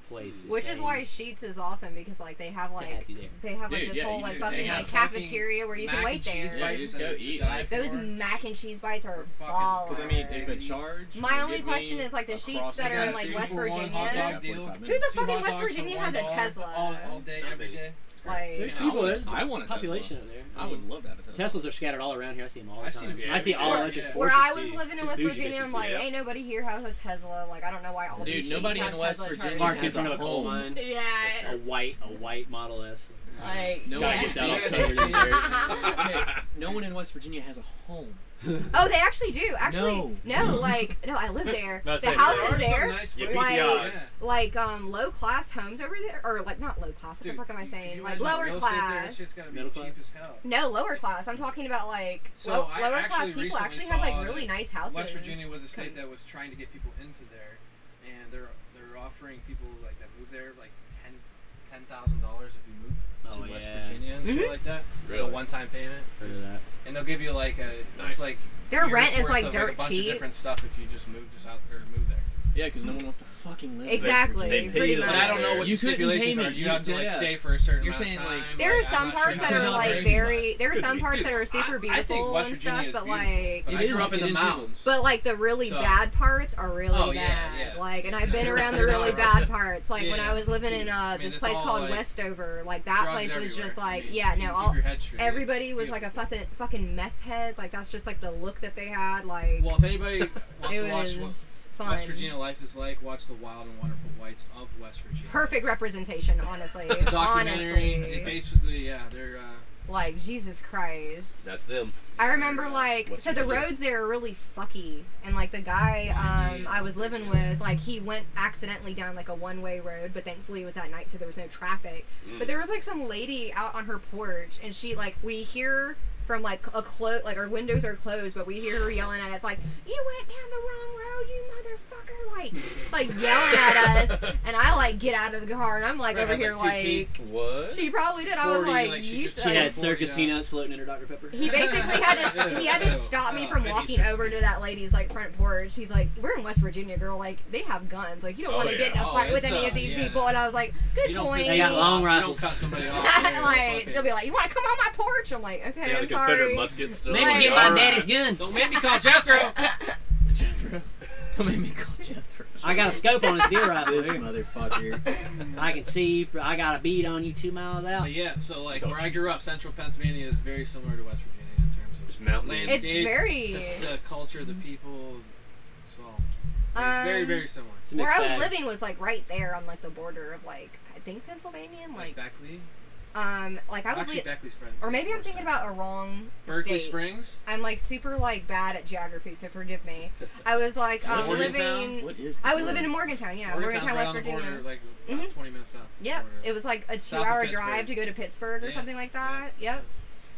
Speaker 4: place. Is
Speaker 1: Which is
Speaker 4: paying
Speaker 1: why Sheets is awesome because like they have
Speaker 4: to have
Speaker 1: like
Speaker 4: you there.
Speaker 1: they have like
Speaker 2: Dude,
Speaker 1: this
Speaker 2: yeah,
Speaker 1: whole
Speaker 2: you
Speaker 1: like
Speaker 2: do.
Speaker 1: fucking
Speaker 2: They
Speaker 1: like
Speaker 2: have
Speaker 5: fucking
Speaker 1: cafeteria where you can
Speaker 5: mac
Speaker 1: wait
Speaker 5: and cheese
Speaker 1: there.
Speaker 2: Yeah,
Speaker 5: bites
Speaker 2: you just
Speaker 5: that
Speaker 2: go
Speaker 5: are to
Speaker 2: eat,
Speaker 5: die
Speaker 2: like-
Speaker 1: Those
Speaker 5: for.
Speaker 1: mac and cheese bites are
Speaker 5: Fucking-
Speaker 1: baller.
Speaker 5: 'Cause
Speaker 2: Because I mean, if a charge.
Speaker 1: My
Speaker 2: would
Speaker 1: only
Speaker 2: get me
Speaker 1: question is, like, the
Speaker 2: across
Speaker 1: sheets that
Speaker 2: the
Speaker 1: are in, like,
Speaker 2: country-
Speaker 5: Two
Speaker 1: West
Speaker 5: for one
Speaker 1: Virginia.
Speaker 5: hot
Speaker 2: Yeah,
Speaker 5: dog deal.
Speaker 2: 45
Speaker 1: Who the
Speaker 2: minutes.
Speaker 5: Two
Speaker 1: fucking
Speaker 5: hot
Speaker 1: West
Speaker 5: dogs for
Speaker 1: Virginia
Speaker 5: one
Speaker 1: has a
Speaker 5: dollar
Speaker 1: Tesla?
Speaker 5: All, all day,
Speaker 3: Not
Speaker 5: every
Speaker 3: many.
Speaker 5: day.
Speaker 1: Like
Speaker 4: There's
Speaker 2: Yeah, I
Speaker 4: people.
Speaker 2: would-
Speaker 4: There's
Speaker 2: I want a Tesla.
Speaker 4: population out there.
Speaker 2: I would love to have a Tesla. [LAUGHS]
Speaker 4: Teslas are scattered all around here. I see them all the
Speaker 5: I've seen
Speaker 4: time.
Speaker 5: them,
Speaker 4: I see
Speaker 3: yeah,
Speaker 4: all
Speaker 3: yeah.
Speaker 4: electric.
Speaker 5: Where
Speaker 1: Where
Speaker 4: Porsches,
Speaker 1: I was
Speaker 4: too.
Speaker 1: living in
Speaker 4: These
Speaker 1: West
Speaker 4: bougie
Speaker 1: Virginia,
Speaker 4: bitches,
Speaker 1: I'm like,
Speaker 3: yeah.
Speaker 1: ain't nobody here has a Tesla. Like, I don't know why all
Speaker 2: Dude,
Speaker 1: these
Speaker 2: nobody
Speaker 1: sheets
Speaker 2: in
Speaker 1: have
Speaker 2: West
Speaker 1: Tesla
Speaker 2: Virginia
Speaker 1: chargers.
Speaker 4: parked in front of a coal
Speaker 2: Home.
Speaker 4: mine.
Speaker 1: Yeah,
Speaker 4: A white, a white Model S.
Speaker 1: like
Speaker 2: No
Speaker 4: Guy
Speaker 2: one
Speaker 4: gets
Speaker 2: gets
Speaker 4: out all
Speaker 2: out.
Speaker 1: [LAUGHS]
Speaker 4: covered in dirt.
Speaker 2: no one in West Virginia has a home.
Speaker 1: oh, they actually do. Actually,
Speaker 2: No.
Speaker 1: no, like no, I live there.
Speaker 3: That's
Speaker 1: the
Speaker 3: it.
Speaker 1: house
Speaker 3: There
Speaker 1: is
Speaker 5: are some
Speaker 1: there.
Speaker 5: nice
Speaker 3: You beat
Speaker 1: Like-
Speaker 5: places.
Speaker 3: the odds.
Speaker 1: Like um, low class homes over there, or like not low class. What
Speaker 5: Dude,
Speaker 1: the fuck am I
Speaker 5: could
Speaker 1: saying?
Speaker 5: you
Speaker 1: Like
Speaker 5: imagine
Speaker 1: lower
Speaker 5: real estate there? That
Speaker 1: class.
Speaker 5: shit's gotta be
Speaker 4: Middle class?
Speaker 5: cheap as hell.
Speaker 1: No, lower class. I'm talking about like
Speaker 5: So
Speaker 1: low,
Speaker 5: I
Speaker 1: lower class
Speaker 5: actually
Speaker 1: people actually
Speaker 5: recently
Speaker 1: have
Speaker 5: saw
Speaker 1: like really
Speaker 5: that
Speaker 1: nice houses.
Speaker 5: West Virginia was a state that was trying to get people into there, and they're they're offering people like that move there like ten ten thousand dollars if you move
Speaker 4: Oh,
Speaker 5: to West
Speaker 4: yeah.
Speaker 5: Virginia and
Speaker 1: Mm-hmm.
Speaker 5: shit like that. Like
Speaker 3: Really?
Speaker 5: a one time payment,
Speaker 4: Heard of that.
Speaker 5: and they'll give you like a
Speaker 3: Nice.
Speaker 5: it's like
Speaker 1: Their
Speaker 5: years
Speaker 1: rent is
Speaker 5: worth
Speaker 1: like
Speaker 5: of,
Speaker 1: dirt
Speaker 5: a bunch of
Speaker 1: cheap.
Speaker 5: different stuff if you just move to South or move there.
Speaker 2: Yeah, because no one wants to fucking live.
Speaker 1: Exactly.
Speaker 3: They- they pay
Speaker 1: pretty
Speaker 3: you,
Speaker 1: much.
Speaker 5: But I don't know what
Speaker 2: You
Speaker 5: the
Speaker 2: couldn't pay
Speaker 5: stipulations
Speaker 2: me.
Speaker 5: are. You
Speaker 2: You-
Speaker 5: have to like
Speaker 2: yeah.
Speaker 5: stay for a certain
Speaker 2: You're
Speaker 5: amount
Speaker 2: saying,
Speaker 5: of time.
Speaker 2: like-
Speaker 1: There are
Speaker 5: like, I'm
Speaker 1: some
Speaker 5: not sure
Speaker 1: parts
Speaker 2: I
Speaker 1: that
Speaker 5: how
Speaker 1: are
Speaker 2: couldn't
Speaker 5: much
Speaker 1: like
Speaker 2: upgrade
Speaker 5: it is.
Speaker 1: very. There are
Speaker 3: Could
Speaker 1: some
Speaker 3: be.
Speaker 1: parts that
Speaker 5: Dude,
Speaker 1: are super
Speaker 5: I- I think
Speaker 1: beautiful
Speaker 5: West
Speaker 1: and
Speaker 5: Virginia
Speaker 1: stuff,
Speaker 5: is
Speaker 1: but
Speaker 5: beautiful.
Speaker 1: like.
Speaker 5: But
Speaker 2: It
Speaker 5: I
Speaker 2: is-
Speaker 5: grew up in
Speaker 2: it
Speaker 5: the
Speaker 2: is
Speaker 5: mountains.
Speaker 1: But like the really
Speaker 5: So-
Speaker 1: bad parts are really
Speaker 5: Oh, yeah,
Speaker 1: bad.
Speaker 5: yeah.
Speaker 1: Like,
Speaker 5: [LAUGHS]
Speaker 1: and I've been around the
Speaker 5: They're
Speaker 1: really
Speaker 5: not
Speaker 1: bad
Speaker 5: right.
Speaker 1: parts. Like when
Speaker 5: Yeah.
Speaker 1: I was living in uh,
Speaker 5: I mean,
Speaker 1: this
Speaker 5: it's
Speaker 1: place
Speaker 5: all,
Speaker 1: called
Speaker 5: like,
Speaker 1: Westover, like that
Speaker 5: Drugs
Speaker 1: place was
Speaker 5: everywhere.
Speaker 1: just
Speaker 5: I
Speaker 1: like,
Speaker 5: mean,
Speaker 1: yeah,
Speaker 5: if you
Speaker 1: no,
Speaker 5: [LAUGHS] keep
Speaker 1: all
Speaker 5: your head straight, it's
Speaker 1: everybody was like a
Speaker 5: beautiful.
Speaker 1: fucking fucking meth head. Like that's just like the look that they had. Like
Speaker 5: Well, if anybody wants
Speaker 1: it
Speaker 5: to watch what
Speaker 1: was fun.
Speaker 5: West Virginia life is like, watch the wild and wonderful whites of West Virginia.
Speaker 1: Perfect representation, honestly.
Speaker 5: It's a documentary. It
Speaker 1: honestly,
Speaker 5: basically, yeah, they're. Uh,
Speaker 1: like Jesus Christ.
Speaker 3: That's them.
Speaker 1: I remember like
Speaker 3: What's
Speaker 1: so
Speaker 3: he
Speaker 1: the
Speaker 3: gonna do?
Speaker 1: roads there are really fucky and like the guy um I was living with like he went accidentally down like a one way road but thankfully it was at night so there was no traffic but there was like some lady out on her porch and she like we hear from like a clo like our windows are closed but we hear her yelling at us like you went down the wrong road you motherfucker like like yelling at us and I like get out of the car and I'm like
Speaker 5: Right,
Speaker 1: over
Speaker 5: had,
Speaker 1: here
Speaker 5: two
Speaker 1: like
Speaker 5: teeth.
Speaker 3: What?
Speaker 1: she probably did. I was
Speaker 5: 40,
Speaker 1: like,
Speaker 5: like, she
Speaker 1: you
Speaker 5: just-
Speaker 1: suck.
Speaker 4: She had circus
Speaker 5: Yeah.
Speaker 4: peanuts floating in her Dr Pepper.
Speaker 1: He basically had to he had to stop me from
Speaker 5: Oh,
Speaker 1: walking
Speaker 5: maybe
Speaker 1: over to that lady's like front porch. He's like, "We're in West Virginia, girl. Like they have guns. Like you don't
Speaker 3: Oh,
Speaker 1: want to
Speaker 3: yeah.
Speaker 1: get in a
Speaker 5: Oh,
Speaker 1: fight with
Speaker 5: it's,
Speaker 1: any
Speaker 5: uh,
Speaker 1: of these
Speaker 5: yeah.
Speaker 1: people." And I was like, "Good
Speaker 5: You don't
Speaker 1: point."
Speaker 5: piss
Speaker 4: They got
Speaker 5: people
Speaker 1: [LAUGHS]
Speaker 4: long
Speaker 5: off.
Speaker 4: rifles.
Speaker 5: You don't cut somebody off. Yeah,
Speaker 1: like
Speaker 5: fuck it.
Speaker 1: they'll be like, "You want to come on my porch?" I'm like, "Okay,
Speaker 3: They had
Speaker 1: I'm
Speaker 3: the Confederate
Speaker 1: sorry."
Speaker 3: muskets still.
Speaker 1: Maybe get
Speaker 3: All
Speaker 1: my
Speaker 3: right.
Speaker 4: gun.
Speaker 5: Don't make me
Speaker 1: [LAUGHS]
Speaker 5: call Jethro.
Speaker 2: Jethro. Don't make me call Jethro.
Speaker 4: I got a scope on his deer rifle.
Speaker 5: [LAUGHS]
Speaker 2: this
Speaker 4: here.
Speaker 2: motherfucker.
Speaker 4: I can see. I got a bead on you two miles out.
Speaker 5: But Uh, yeah, so like
Speaker 3: Oh,
Speaker 5: where I grew up,
Speaker 3: Jesus.
Speaker 5: central Pennsylvania is very similar to West Virginia in terms of
Speaker 3: Just mountain.
Speaker 5: landscape,
Speaker 1: It's
Speaker 5: [LAUGHS]
Speaker 1: very
Speaker 5: the, the culture, the people. So it's
Speaker 1: um,
Speaker 5: very very similar.
Speaker 4: It's a
Speaker 1: where
Speaker 4: mixed
Speaker 1: I was
Speaker 4: bag.
Speaker 1: living was like right there on like the border of like I think Pennsylvania and like
Speaker 5: Like Beckley,
Speaker 1: um like I was
Speaker 5: actually
Speaker 1: li-
Speaker 5: Beckley's friend.
Speaker 1: or maybe I'm thinking about a wrong
Speaker 5: Berkeley
Speaker 1: state.
Speaker 5: Springs?
Speaker 1: I'm like super like bad at geography, so forgive me. I was like um,
Speaker 5: Morgantown?
Speaker 1: living.
Speaker 2: What is
Speaker 1: I
Speaker 2: the
Speaker 1: was
Speaker 2: word?
Speaker 1: living in Morgantown, yeah,
Speaker 5: Morgantown,
Speaker 1: Morgantown,
Speaker 5: right
Speaker 1: West
Speaker 5: on the
Speaker 1: Virginia.
Speaker 5: border, like about
Speaker 1: Mhm.
Speaker 5: 20 minutes south. of the
Speaker 1: Yep,
Speaker 5: border.
Speaker 1: it was like a
Speaker 5: South of
Speaker 1: two-hour
Speaker 5: Pittsburgh.
Speaker 1: drive to go to Pittsburgh or
Speaker 5: Yeah.
Speaker 1: something like
Speaker 5: Yeah.
Speaker 1: that. Yep.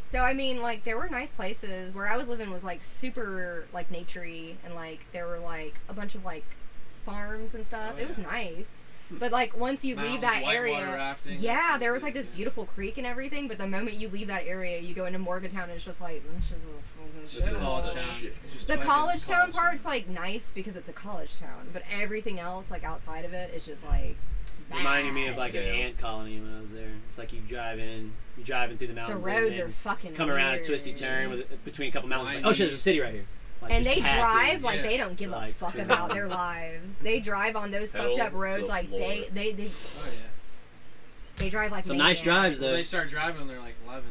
Speaker 1: So I mean, like there were nice places where I was living was like super like naturey and like there were like a bunch of like farms and stuff.
Speaker 5: Oh,
Speaker 1: It was
Speaker 5: yeah. Hmm.
Speaker 1: nice, but like once you leave
Speaker 5: Mountains,
Speaker 1: that
Speaker 5: whitewater
Speaker 1: area,
Speaker 5: rafting,
Speaker 1: yeah,
Speaker 5: that's
Speaker 1: there was
Speaker 5: pretty
Speaker 1: like this
Speaker 5: good, yeah.
Speaker 1: beautiful creek and everything. But the moment you leave that area, you go into Morgantown and it's just like this is a
Speaker 3: This
Speaker 1: fucking
Speaker 5: Just
Speaker 3: is
Speaker 1: shithole.
Speaker 5: college
Speaker 3: all
Speaker 5: town.
Speaker 3: Oh, shit.
Speaker 5: Just
Speaker 1: The
Speaker 5: fucking
Speaker 1: college town part's
Speaker 5: town.
Speaker 1: like nice because it's a college town, but everything else like outside of it is just like
Speaker 4: Reminding me of like an
Speaker 3: Yeah.
Speaker 4: ant colony when I was there. It's like you drive in, you're driving through the
Speaker 1: the
Speaker 4: mountains. and
Speaker 1: roads
Speaker 4: then
Speaker 1: are fucking
Speaker 4: come around a
Speaker 1: weird.
Speaker 4: twisty turn with, between a couple mountains. Like, oh
Speaker 5: Windy.
Speaker 4: shit, there's a city right here. Like,
Speaker 1: and
Speaker 4: just
Speaker 1: they
Speaker 4: pass
Speaker 1: drive
Speaker 4: it.
Speaker 1: like
Speaker 5: yeah. uh,
Speaker 1: they don't give a
Speaker 4: Like,
Speaker 1: fuck
Speaker 4: to-
Speaker 1: about their lives. They drive on those
Speaker 3: Pedal
Speaker 1: fucked up
Speaker 3: to
Speaker 1: roads
Speaker 3: the
Speaker 1: like they,
Speaker 3: floor.
Speaker 1: they they
Speaker 5: Oh yeah.
Speaker 1: they drive like
Speaker 4: some nice
Speaker 1: maniacs.
Speaker 4: drives
Speaker 5: So
Speaker 4: though.
Speaker 5: they start driving when they're like 11.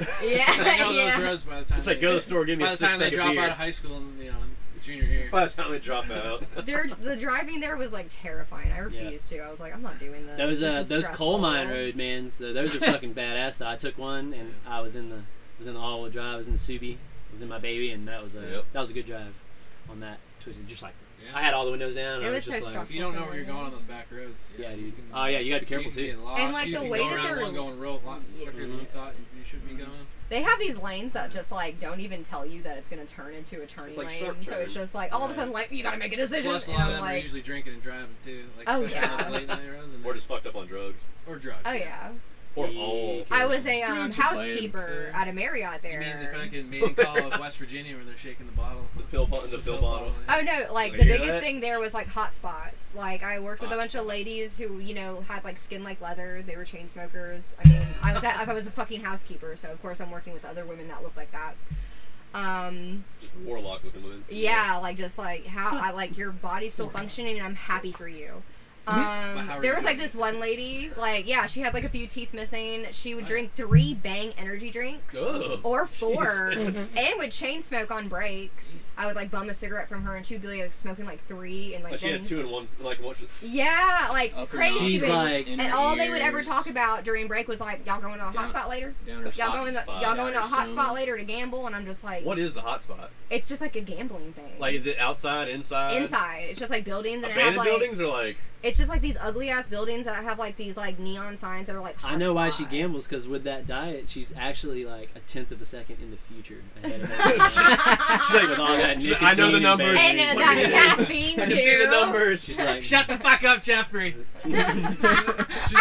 Speaker 5: So
Speaker 1: [LAUGHS]
Speaker 5: yeah.
Speaker 1: Yeah,
Speaker 5: [LAUGHS] I know
Speaker 1: yeah.
Speaker 5: those roads by the time
Speaker 3: It's like
Speaker 5: they-
Speaker 3: go to the store, give me
Speaker 5: by
Speaker 3: a
Speaker 5: the
Speaker 3: six
Speaker 5: time they
Speaker 3: pack
Speaker 5: drop
Speaker 3: of
Speaker 5: out
Speaker 3: beer.
Speaker 5: of high school and you know junior year.
Speaker 3: By the time they drop out. [LAUGHS]
Speaker 1: Their the driving there was like terrifying. I
Speaker 4: Yeah.
Speaker 1: refused to. I was like, I'm not doing this.
Speaker 4: Those
Speaker 1: This
Speaker 4: uh,
Speaker 1: is
Speaker 4: those coal
Speaker 1: stressful.
Speaker 4: mine road
Speaker 1: [LAUGHS]
Speaker 4: mans, though, those are fucking badass. Though. I took one and I was in the was in the all wheel drive. I was in the Subi. I was in my baby, and that was a
Speaker 3: Yep.
Speaker 4: that was a good drive on that twisted. Just like
Speaker 5: Yeah.
Speaker 4: I had all the windows down. And
Speaker 1: It
Speaker 4: I
Speaker 1: was so
Speaker 4: just like,
Speaker 1: stressful.
Speaker 5: If you don't know where you're going on those back roads.
Speaker 4: Yeah,
Speaker 5: you
Speaker 4: dude.
Speaker 5: can-
Speaker 4: Oh yeah, you gotta be
Speaker 5: you
Speaker 4: careful
Speaker 5: can
Speaker 4: too.
Speaker 5: get lost.
Speaker 1: And, like,
Speaker 5: you
Speaker 1: the
Speaker 5: can
Speaker 1: way
Speaker 5: go
Speaker 1: that
Speaker 5: around
Speaker 1: they're-
Speaker 5: one going real lot quicker than you
Speaker 4: Mhm.
Speaker 5: thought you should be going.
Speaker 1: They have these lanes that just like don't even tell you that it's gonna turn into a turning
Speaker 3: It's like
Speaker 1: lane.
Speaker 3: sharp
Speaker 1: So it's
Speaker 3: turn.
Speaker 1: just like all of a
Speaker 5: Right.
Speaker 1: sudden like you gotta make a decision.
Speaker 5: Plus, a
Speaker 1: and [LAUGHS]
Speaker 5: lot of
Speaker 1: I'm
Speaker 5: them are
Speaker 1: like,
Speaker 5: usually drinking and driving too. Like
Speaker 1: Oh,
Speaker 5: especially on
Speaker 1: yeah.
Speaker 5: those late night roads and
Speaker 3: or just fucked up on drugs.
Speaker 5: or drugs.
Speaker 1: oh yeah.
Speaker 3: Or all.
Speaker 1: I was a um,
Speaker 2: Drugs are banned.
Speaker 1: housekeeper at a Marriott
Speaker 5: You
Speaker 1: there.
Speaker 5: mean the fucking main call of West Virginia where they're shaking the bottle?
Speaker 3: The pill bottle. [LAUGHS] The pill bottle.
Speaker 1: Oh no! Like
Speaker 3: You
Speaker 1: the
Speaker 3: hear
Speaker 1: biggest
Speaker 3: that?
Speaker 1: thing there was like hot spots. Like I worked with a
Speaker 3: Hot
Speaker 1: bunch of
Speaker 3: spots.
Speaker 1: ladies who you know had like skin like leather. They were chain smokers. I mean, I was at, I was a fucking housekeeper, so of course I'm working with other women that look like that. Um,
Speaker 3: Just warlock looking women.
Speaker 1: yeah, like just like how I like your body's still functioning, and I'm happy for you.
Speaker 5: But
Speaker 1: Um,
Speaker 5: how are
Speaker 1: there
Speaker 5: you
Speaker 1: was like
Speaker 5: doing
Speaker 1: this one lady, like yeah, she had like a few teeth missing. She would
Speaker 5: Oh.
Speaker 1: drink three Bang energy drinks
Speaker 3: Ugh.
Speaker 1: or four
Speaker 4: Mm-hmm.
Speaker 3: Jesus.
Speaker 1: and would chain smoke on breaks. I would like bum a cigarette from her and she would be like smoking like three and like,
Speaker 3: Like she
Speaker 1: then,
Speaker 3: has two in one. Like one.
Speaker 1: Yeah, like
Speaker 2: Up her
Speaker 1: crazy.
Speaker 2: nose,
Speaker 4: She's
Speaker 1: bitches.
Speaker 4: like-
Speaker 2: in
Speaker 1: and
Speaker 2: her
Speaker 1: all they would ever
Speaker 2: ears,
Speaker 1: talk about during break was like, y'all going to a
Speaker 2: Down-
Speaker 1: hotspot later?
Speaker 2: down her
Speaker 1: Y'all
Speaker 2: socks.
Speaker 1: going to
Speaker 3: Hotspot.
Speaker 1: y'all going to a
Speaker 2: Down her
Speaker 1: hotspot later to gamble? And I'm just like,
Speaker 3: What is the hot spot?
Speaker 1: It's just like a gambling thing.
Speaker 3: Like is it outside, inside?
Speaker 1: Inside, it's just like buildings, and it has
Speaker 3: Abandoned
Speaker 1: like
Speaker 3: buildings or like
Speaker 1: it's just like these ugly ass buildings that have like these like neon signs that are like.
Speaker 4: I know why she
Speaker 1: hotspots.
Speaker 4: gambles because with that diet, she's actually like a tenth of a second in the future.
Speaker 1: [LAUGHS]
Speaker 4: Ahead of
Speaker 3: She's
Speaker 4: everyone. she's like with all that
Speaker 3: She's like,
Speaker 4: nicotine.
Speaker 3: I know the
Speaker 4: and
Speaker 3: numbers.
Speaker 1: And
Speaker 4: baking.
Speaker 1: uh,
Speaker 3: Look at
Speaker 1: that caffeine
Speaker 3: I
Speaker 1: too.
Speaker 3: can see the numbers.
Speaker 4: She's
Speaker 3: She's,
Speaker 4: like,
Speaker 5: Shut the fuck up, Jeffrey.
Speaker 1: [LAUGHS] I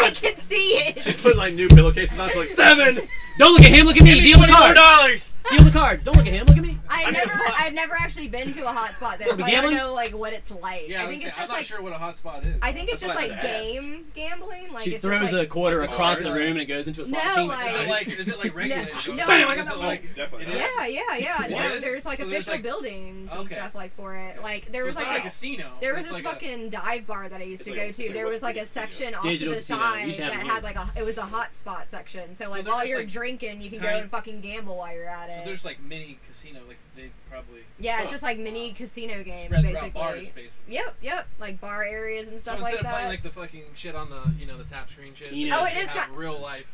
Speaker 3: like,
Speaker 1: can see it.
Speaker 3: she's putting like new pillowcases on. She's like seven.
Speaker 4: don't look at him. Look at me. Deal the
Speaker 5: Twenty-four
Speaker 4: cards.
Speaker 5: dollars.
Speaker 4: Deal the cards. Don't look at him. Look at me.
Speaker 1: I
Speaker 3: I'm
Speaker 1: never,
Speaker 3: gonna fuck.
Speaker 1: I've never actually been to a hotspot though,
Speaker 4: For
Speaker 1: so I don't
Speaker 4: gambling?
Speaker 1: know like what it's like.
Speaker 5: Yeah,
Speaker 1: I
Speaker 5: was
Speaker 1: think
Speaker 5: gonna
Speaker 1: it's
Speaker 5: say, I'm
Speaker 1: just
Speaker 5: not
Speaker 1: like,
Speaker 5: sure what a hot spot is.
Speaker 1: I think it's just
Speaker 3: That's
Speaker 1: like
Speaker 3: what I'd ask.
Speaker 1: game gambling. Like
Speaker 4: She
Speaker 1: it's
Speaker 4: throws
Speaker 1: just, like,
Speaker 4: a quarter
Speaker 3: Like
Speaker 4: across the
Speaker 3: cards?
Speaker 4: room and it goes into a slot
Speaker 1: No,
Speaker 4: machine.
Speaker 1: like-
Speaker 5: Is it like is it like regulated?
Speaker 1: no.
Speaker 5: Bam,
Speaker 3: I got
Speaker 5: is
Speaker 3: that
Speaker 5: it
Speaker 3: one.
Speaker 5: like
Speaker 3: Definitely not.
Speaker 5: it is?
Speaker 1: Yeah, yeah, yeah.
Speaker 5: What
Speaker 1: No,
Speaker 5: is-
Speaker 1: there's like
Speaker 5: so there's,
Speaker 1: official
Speaker 5: like-
Speaker 1: buildings and
Speaker 5: Okay.
Speaker 1: stuff like for it. Like there
Speaker 5: So
Speaker 1: was
Speaker 5: it's not
Speaker 1: like
Speaker 5: a
Speaker 1: this.
Speaker 5: casino.
Speaker 1: There was
Speaker 5: It's
Speaker 1: this
Speaker 5: like a-
Speaker 1: fucking dive bar that I used to
Speaker 3: It's
Speaker 1: go
Speaker 3: like a- it's
Speaker 1: to.
Speaker 3: like a
Speaker 1: there was
Speaker 3: West
Speaker 1: like a
Speaker 3: Virginia casino.
Speaker 1: section off
Speaker 4: Digital
Speaker 1: to the
Speaker 4: casino. You
Speaker 1: side
Speaker 4: used to have
Speaker 1: that
Speaker 4: them
Speaker 1: had like a it was a hotspot section. So like
Speaker 5: they're
Speaker 1: while
Speaker 5: just,
Speaker 1: you're
Speaker 5: like,
Speaker 1: drinking, you can go
Speaker 5: tiny-
Speaker 1: and fucking gamble while you're at
Speaker 5: So
Speaker 1: it.
Speaker 5: there's like mini casino, like they probably
Speaker 1: yeah, it's just like mini casino games
Speaker 5: spread throughout bars,
Speaker 1: basically.
Speaker 5: basically.
Speaker 1: Yep, yep, like bar areas and
Speaker 5: So
Speaker 1: stuff
Speaker 5: instead
Speaker 1: like
Speaker 5: of
Speaker 1: that.
Speaker 5: playing like the fucking shit on the you know the tap screen shit,
Speaker 4: Keno.
Speaker 5: they
Speaker 4: Oh,
Speaker 1: it
Speaker 5: actually
Speaker 1: is
Speaker 5: have
Speaker 1: not-
Speaker 5: real life.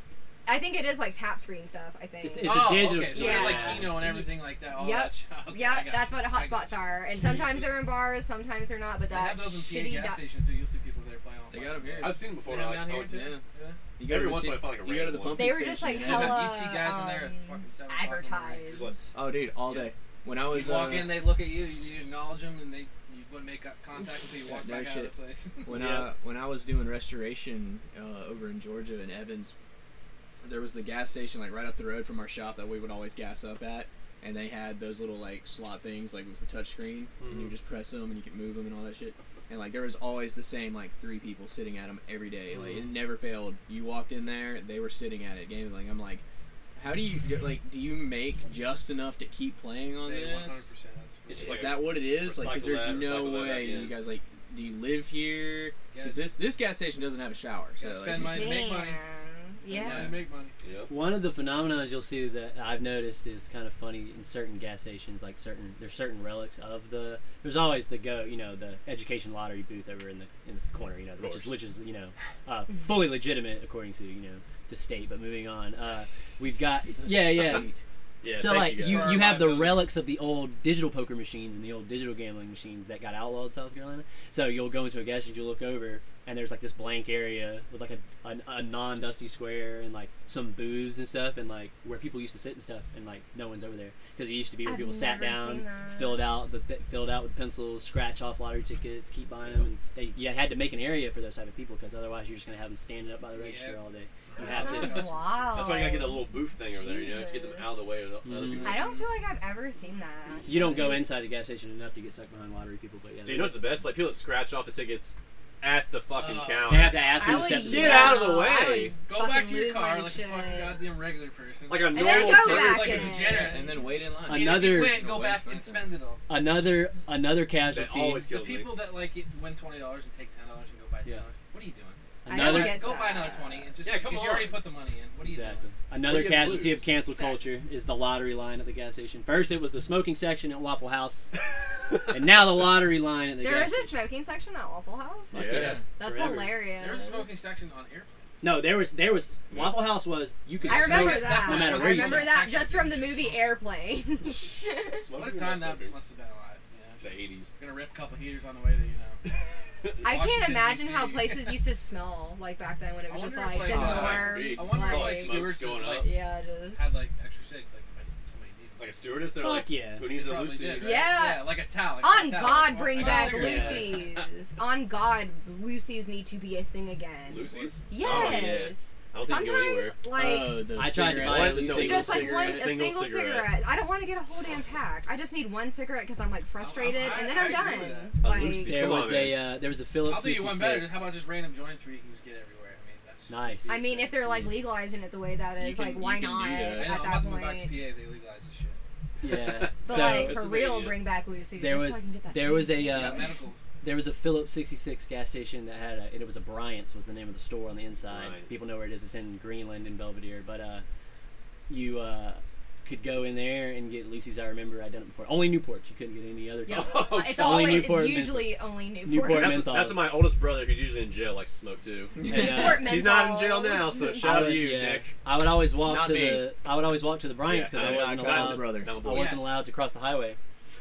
Speaker 1: I think it is like tap screen stuff. I think.
Speaker 4: It's- it's-
Speaker 5: oh,
Speaker 4: a digital
Speaker 5: okay, so
Speaker 1: casino.
Speaker 5: it's
Speaker 1: Yeah.
Speaker 5: like Keno and everything like that. All
Speaker 1: Yep.
Speaker 5: that shit. [LAUGHS] Oh, Okay, I
Speaker 1: yep,
Speaker 5: got
Speaker 1: that's
Speaker 5: you.
Speaker 1: what
Speaker 5: I got
Speaker 1: hotspots
Speaker 5: you.
Speaker 1: are, and sometimes
Speaker 5: Jesus.
Speaker 1: they're in bars, sometimes they're not. But
Speaker 5: They
Speaker 1: that
Speaker 5: have those in PA
Speaker 1: shitty.
Speaker 5: gas
Speaker 1: Di-
Speaker 5: stations too. You'll see people there playing all
Speaker 2: They
Speaker 5: fucking
Speaker 2: got 'em here.
Speaker 5: games.
Speaker 3: I've seen them before.
Speaker 5: They have
Speaker 3: like,
Speaker 5: them down
Speaker 3: I
Speaker 5: here
Speaker 3: would-
Speaker 5: too.
Speaker 2: yeah.
Speaker 5: Yeah.
Speaker 2: You
Speaker 3: Every
Speaker 2: to
Speaker 3: once
Speaker 2: the-
Speaker 3: in a while I feel like I
Speaker 2: you go to
Speaker 3: ran
Speaker 2: the
Speaker 3: one.
Speaker 2: pump
Speaker 1: they were just like
Speaker 2: station,
Speaker 5: And
Speaker 2: and-
Speaker 1: hella
Speaker 5: you see guys in there at
Speaker 1: um,
Speaker 5: fucking seven o'clock in the morning.
Speaker 1: advertised.
Speaker 3: Just like-
Speaker 2: Oh, dude, all day. When I was
Speaker 5: You walk
Speaker 2: uh,
Speaker 5: in, they look at you, you acknowledge them, and they you wouldn't make contact until you
Speaker 2: Yeah,
Speaker 5: walked
Speaker 2: no
Speaker 5: back out
Speaker 2: shit.
Speaker 5: of the place.
Speaker 2: When
Speaker 3: Yeah.
Speaker 2: I when I was doing restoration uh, over in Georgia in Evans, there was the gas station like right up the road from our shop that we would always gas up at, and they had those little like slot things like it was the touch screen, and
Speaker 3: Mm-hmm.
Speaker 2: you
Speaker 4: Mhm.
Speaker 2: just press them and you could move them and all that shit. And like there was always the same like three people sitting at them every day. Like
Speaker 3: Mm-hmm.
Speaker 2: it never failed. You walked in there, they were sitting at it gambling. I'm like, how do you do- like? Do you make just enough to keep playing on
Speaker 5: They- 100%.
Speaker 2: this?
Speaker 5: That's
Speaker 3: It's
Speaker 2: Is
Speaker 3: just like
Speaker 2: that what it is? Like, 'cause
Speaker 3: recycle
Speaker 2: there's
Speaker 3: that,
Speaker 2: no
Speaker 3: recycle that back
Speaker 2: way
Speaker 3: in.
Speaker 2: you guys like. Do you live here?
Speaker 5: yeah,
Speaker 2: Is this this gas station doesn't have a shower? So
Speaker 5: Gotta
Speaker 2: like,
Speaker 5: spend
Speaker 2: you [LAUGHS]
Speaker 5: money.
Speaker 2: should-
Speaker 5: make money.
Speaker 1: Damn.
Speaker 5: yeah.
Speaker 1: Yeah.
Speaker 5: you make money.
Speaker 3: Yep.
Speaker 4: One of the phenomena you'll see that I've noticed is kind of funny in certain gas stations. Like certain, there's certain relics of the. There's always the go, you know, the education lottery booth over in the in this corner, you know, which
Speaker 3: course.
Speaker 4: is which is you know, uh,
Speaker 1: Mm-hmm.
Speaker 4: fully legitimate according to you know the state. But moving on, uh, we've got yeah, yeah.
Speaker 2: Sweet.
Speaker 3: Yeah.
Speaker 4: So
Speaker 3: thank
Speaker 4: like
Speaker 3: guys.
Speaker 4: you,
Speaker 5: guys.
Speaker 4: you have the
Speaker 5: Liability.
Speaker 4: relics of the old digital poker machines and the old digital gambling machines that got outlawed in South Carolina. So you'll go into a gas station, you look over, and there's like this blank area with like a, a, a non dusty square and like some booths and stuff, and like where people used to sit and stuff, and like no one's over there because it used to be where
Speaker 1: I've
Speaker 4: people sat
Speaker 1: never seen
Speaker 4: down,
Speaker 1: that.
Speaker 4: filled out the filled out with pencils, scratch off lottery tickets, keep buying them, and they you had to make an area for those type of people because otherwise you're just gonna have them standing up by the register
Speaker 5: Yeah.
Speaker 4: all day. You have to.
Speaker 1: Sounds wild.
Speaker 3: That's why you gotta get a little booth thing over there, you know, to get them out of the way of the other
Speaker 4: Mm.
Speaker 3: people.
Speaker 1: I don't feel like I've ever seen that.
Speaker 4: You don't go inside the gas station enough to get sucked behind lottery people, but yeah.
Speaker 3: Dude, you know what's the best? Like people that scratch off the tickets at the fucking
Speaker 5: Oh.
Speaker 4: They have
Speaker 3: counter.
Speaker 4: to ask
Speaker 1: I
Speaker 4: him to
Speaker 1: would
Speaker 4: step to the
Speaker 3: Get
Speaker 1: yell.
Speaker 4: side.
Speaker 3: out of the
Speaker 1: I
Speaker 3: way.
Speaker 1: would
Speaker 5: Go back to
Speaker 1: fucking
Speaker 5: your
Speaker 1: lose
Speaker 5: car
Speaker 1: my
Speaker 5: like a
Speaker 1: shit.
Speaker 5: fucking goddamn regular person.
Speaker 3: Like a
Speaker 1: then
Speaker 3: normal
Speaker 1: go
Speaker 3: ticket.
Speaker 1: back
Speaker 3: Like
Speaker 1: in.
Speaker 3: a degenerate.
Speaker 2: And then wait in line.
Speaker 5: And if you
Speaker 4: Another-
Speaker 5: win, go
Speaker 2: Waste
Speaker 5: back
Speaker 2: my
Speaker 5: and
Speaker 2: time.
Speaker 5: spend it all.
Speaker 4: Another another
Speaker 3: That
Speaker 4: casualty.
Speaker 3: always
Speaker 5: The
Speaker 3: kills me. [LAUGHS]
Speaker 5: people that like it- win twenty dollars and take ten dollars and go buy ten
Speaker 4: Yeah.
Speaker 5: dollars. What are you doing?
Speaker 1: I don't
Speaker 4: another
Speaker 1: get
Speaker 5: go buy
Speaker 1: that.
Speaker 5: another twenty and just
Speaker 3: Yeah, come
Speaker 5: 'cause
Speaker 3: on.
Speaker 5: you already put the money in. What are you
Speaker 4: exactly.
Speaker 5: doing?
Speaker 4: Another
Speaker 3: What do you have to
Speaker 4: casualty
Speaker 3: lose?
Speaker 4: of cancel culture is the lottery line at the gas station. First, it was the smoking section at Waffle House, and now the lottery line at the
Speaker 1: There
Speaker 4: gas
Speaker 1: is a
Speaker 4: station.
Speaker 1: smoking section at Waffle House.
Speaker 3: Yeah.
Speaker 1: That's
Speaker 4: forever.
Speaker 1: hilarious.
Speaker 5: There's a smoking section on airplanes.
Speaker 4: No, there was there was Waffle House was you could
Speaker 1: I remember
Speaker 4: smoke
Speaker 1: that.
Speaker 4: no matter
Speaker 1: I
Speaker 4: where you
Speaker 1: remember
Speaker 4: sat.
Speaker 1: that just from the movie Airplane. [LAUGHS]
Speaker 3: Smoking
Speaker 5: What
Speaker 3: or
Speaker 5: a
Speaker 3: not
Speaker 5: time that
Speaker 3: smoking?
Speaker 5: must have been alive.
Speaker 3: [LAUGHS] The Oh,
Speaker 5: Yeah, just
Speaker 3: 80s.
Speaker 5: gonna rip a couple heaters on the way to you know.
Speaker 3: [LAUGHS]
Speaker 1: I can't
Speaker 5: Washington,
Speaker 1: imagine how
Speaker 5: DC.
Speaker 1: places used to smell like back then when it was
Speaker 5: I
Speaker 1: just
Speaker 5: wonder if,
Speaker 1: like the
Speaker 5: like,
Speaker 3: uh,
Speaker 1: norm.
Speaker 3: big
Speaker 5: I wonder if
Speaker 1: like-
Speaker 5: like
Speaker 3: smoke's
Speaker 5: stewards
Speaker 3: going
Speaker 5: just like
Speaker 3: up.
Speaker 1: yeah, just.
Speaker 5: had like extra shakes like if I- somebody needed.
Speaker 3: Like a stewardess, they're
Speaker 4: Fuck
Speaker 3: like,
Speaker 4: yeah.
Speaker 3: who needs a
Speaker 5: Probably
Speaker 3: Lucy?
Speaker 5: did,
Speaker 3: right?
Speaker 5: right?
Speaker 1: Yeah.
Speaker 5: yeah, like a towel. Like
Speaker 1: On
Speaker 5: a towel.
Speaker 1: God,
Speaker 5: Or-
Speaker 1: bring
Speaker 5: or a
Speaker 1: back
Speaker 5: cigarette.
Speaker 1: Lucy's.
Speaker 5: [LAUGHS]
Speaker 1: On God, Lucy's need to be a thing again.
Speaker 3: Lucy's? Oh, yeah.
Speaker 1: Yes.
Speaker 3: I don't think you go
Speaker 1: Sometimes,
Speaker 3: anywhere.
Speaker 5: Uh,
Speaker 1: like,
Speaker 2: oh, the
Speaker 4: I tried to
Speaker 2: cigarette-
Speaker 4: buy
Speaker 2: one
Speaker 4: at least
Speaker 2: single
Speaker 1: just like one a
Speaker 2: cigarette.
Speaker 1: single,
Speaker 3: Single
Speaker 1: cigarette.
Speaker 3: cigarette.
Speaker 1: I don't want to get a whole damn pack. I just need one cigarette because I'm like frustrated,
Speaker 5: I-
Speaker 1: and then
Speaker 5: I
Speaker 1: I'm
Speaker 5: agree
Speaker 1: done.
Speaker 5: with
Speaker 3: that. A
Speaker 1: Like,
Speaker 3: Lucy.
Speaker 4: There
Speaker 3: Come on,
Speaker 4: was a uh, there was a Phillips.
Speaker 5: I'll do you one better.
Speaker 4: 66.
Speaker 5: How about just random joints where you can just get everywhere? I mean, that's just-
Speaker 4: Nice.
Speaker 1: I mean, if they're like legalizing it the way that
Speaker 2: You
Speaker 1: is,
Speaker 2: can-
Speaker 1: like
Speaker 2: you
Speaker 1: why
Speaker 2: can do
Speaker 1: not
Speaker 2: that.
Speaker 5: I know,
Speaker 1: at
Speaker 5: I'm about
Speaker 1: that
Speaker 5: to move back to
Speaker 1: point?
Speaker 5: PA. They legalize this shit.
Speaker 4: yeah.
Speaker 1: But
Speaker 4: so
Speaker 1: like for
Speaker 3: Pennsylvania.
Speaker 1: real, bring back Lucy's.
Speaker 4: there
Speaker 1: just so I
Speaker 4: was
Speaker 1: can get that
Speaker 4: there was a
Speaker 1: Lucy's.
Speaker 5: Yeah,
Speaker 4: uh,
Speaker 5: medical.
Speaker 4: There was a Phillips 66 gas station that had a, and it was a Bryant's was the name of the store on the inside.
Speaker 3: Bryant's.
Speaker 4: People know where it is. It's in Greenland and Belvedere, but uh, you uh, could go in there and get Lucy's. I remember I'd done it before. Only Newport. You couldn't get any other.
Speaker 1: Yeah.
Speaker 4: [LAUGHS]
Speaker 3: Oh,
Speaker 1: it's
Speaker 4: only
Speaker 1: always
Speaker 4: Newport
Speaker 1: it's usually only Newport.
Speaker 4: Newport
Speaker 3: that's,
Speaker 4: menthols.
Speaker 3: that's what my oldest brother, who's usually in jail, likes to smoke
Speaker 5: [LAUGHS]
Speaker 3: too.
Speaker 4: And, uh,
Speaker 1: [LAUGHS] Newport
Speaker 3: He's not in
Speaker 1: menthols.
Speaker 3: jail
Speaker 1: [LAUGHS]
Speaker 3: now, so
Speaker 4: I
Speaker 3: shout out
Speaker 4: would-
Speaker 3: to you,
Speaker 4: yeah.
Speaker 3: Nick.
Speaker 4: I would always walk
Speaker 3: Not
Speaker 4: to
Speaker 3: me.
Speaker 4: the. I would always walk to the Bryant's because
Speaker 3: Yeah,
Speaker 4: I
Speaker 3: I'm
Speaker 4: wasn't
Speaker 2: not Kyle's
Speaker 4: allowed.
Speaker 2: brother.
Speaker 3: Not
Speaker 4: I
Speaker 3: my
Speaker 4: wasn't allowed to cross the highway.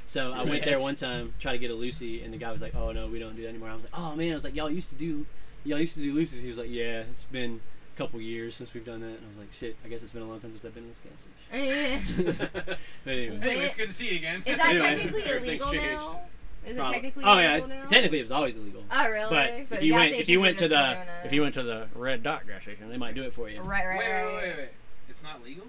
Speaker 4: So I went there one time, tried to get a Lucy, and the guy was like, "Oh no, we don't do that anymore." I was like, "Oh man," I was like, "Y'all used to do, y'all used to do Lucy's." He was like, "Yeah, it's been a couple years since we've done that." And I was like, "Shit, I guess it's been a long time since I've been in this gas station." [LAUGHS]
Speaker 1: Eh.
Speaker 5: [LAUGHS]
Speaker 3: [LAUGHS]
Speaker 4: But anyway,
Speaker 5: Anyway, it's good to see you again.
Speaker 1: Is that
Speaker 4: Anyway,
Speaker 1: technically
Speaker 3: everything's
Speaker 1: illegal
Speaker 3: changed.
Speaker 1: now? Is it
Speaker 4: prob-
Speaker 1: technically
Speaker 4: oh yeah,
Speaker 1: illegal now?
Speaker 4: technically it was always illegal.
Speaker 1: Oh really?
Speaker 4: But, if
Speaker 1: the
Speaker 4: you
Speaker 1: gas
Speaker 4: went, if you
Speaker 1: stations
Speaker 4: went
Speaker 1: were just
Speaker 4: to the,
Speaker 1: doing it.
Speaker 4: if you went to the red dot gas station, they might do it for you.
Speaker 1: right, right,
Speaker 5: Wait,
Speaker 1: right.
Speaker 5: wait, wait, wait. It's not legal.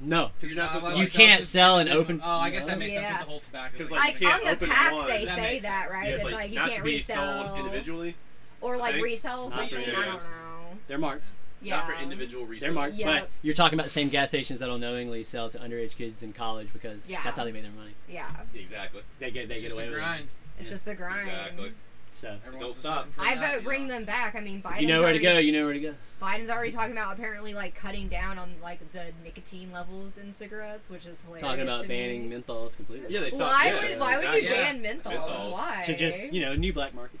Speaker 4: No,
Speaker 3: Because you're not supposed to.
Speaker 4: you
Speaker 3: like,
Speaker 5: sell
Speaker 4: can't
Speaker 5: just-
Speaker 4: sell an
Speaker 5: There's no-
Speaker 4: open.
Speaker 5: Oh, I guess that makes sense
Speaker 1: Yeah.
Speaker 5: with the whole tobacco.
Speaker 3: 'Cause,
Speaker 5: thing.
Speaker 3: like,
Speaker 1: Like
Speaker 3: you can't
Speaker 1: on the
Speaker 3: open
Speaker 1: packs,
Speaker 3: one.
Speaker 1: they
Speaker 5: That
Speaker 1: say
Speaker 5: makes
Speaker 1: that,
Speaker 5: sense.
Speaker 1: right?
Speaker 3: yeah, it's
Speaker 1: it's
Speaker 3: like,
Speaker 1: like, you
Speaker 3: not
Speaker 1: can't
Speaker 3: to be
Speaker 1: resell
Speaker 3: sold individually.
Speaker 1: or like
Speaker 3: Thing?
Speaker 1: resell
Speaker 4: Not for
Speaker 1: something. I
Speaker 3: individual.
Speaker 1: don't know.
Speaker 4: They're marked.
Speaker 1: Yeah.
Speaker 3: Not for individual resale.
Speaker 4: They're marked,
Speaker 1: Yeah.
Speaker 4: but you're talking about the same gas stations that'll knowingly sell to underage kids in college because
Speaker 1: Yeah.
Speaker 4: that's how they make their money.
Speaker 1: Yeah.
Speaker 3: Exactly.
Speaker 4: They get they
Speaker 5: It's
Speaker 4: get
Speaker 5: just
Speaker 4: away
Speaker 5: a
Speaker 4: with it.
Speaker 5: grind.
Speaker 1: It's
Speaker 4: Yeah.
Speaker 1: just the grind.
Speaker 3: Exactly.
Speaker 4: So
Speaker 5: Everyone's
Speaker 3: Don't
Speaker 5: just
Speaker 3: stop.
Speaker 5: looking for
Speaker 1: I
Speaker 5: that,
Speaker 1: vote
Speaker 5: you
Speaker 1: bring
Speaker 5: know?
Speaker 1: them back. I mean, Biden's
Speaker 4: if you know where
Speaker 1: already,
Speaker 4: to go, you know where to go.
Speaker 1: Biden's already talking about apparently like cutting down on like the nicotine levels in cigarettes, which is hilarious.
Speaker 4: Talking about
Speaker 1: to
Speaker 4: banning
Speaker 1: me.
Speaker 4: menthols completely.
Speaker 3: Yeah, they stopped.
Speaker 1: Why
Speaker 3: yeah,
Speaker 1: would why would you ban
Speaker 5: exactly.
Speaker 1: menthols?
Speaker 3: Menthols.
Speaker 1: Why?
Speaker 4: So just you know, new black market,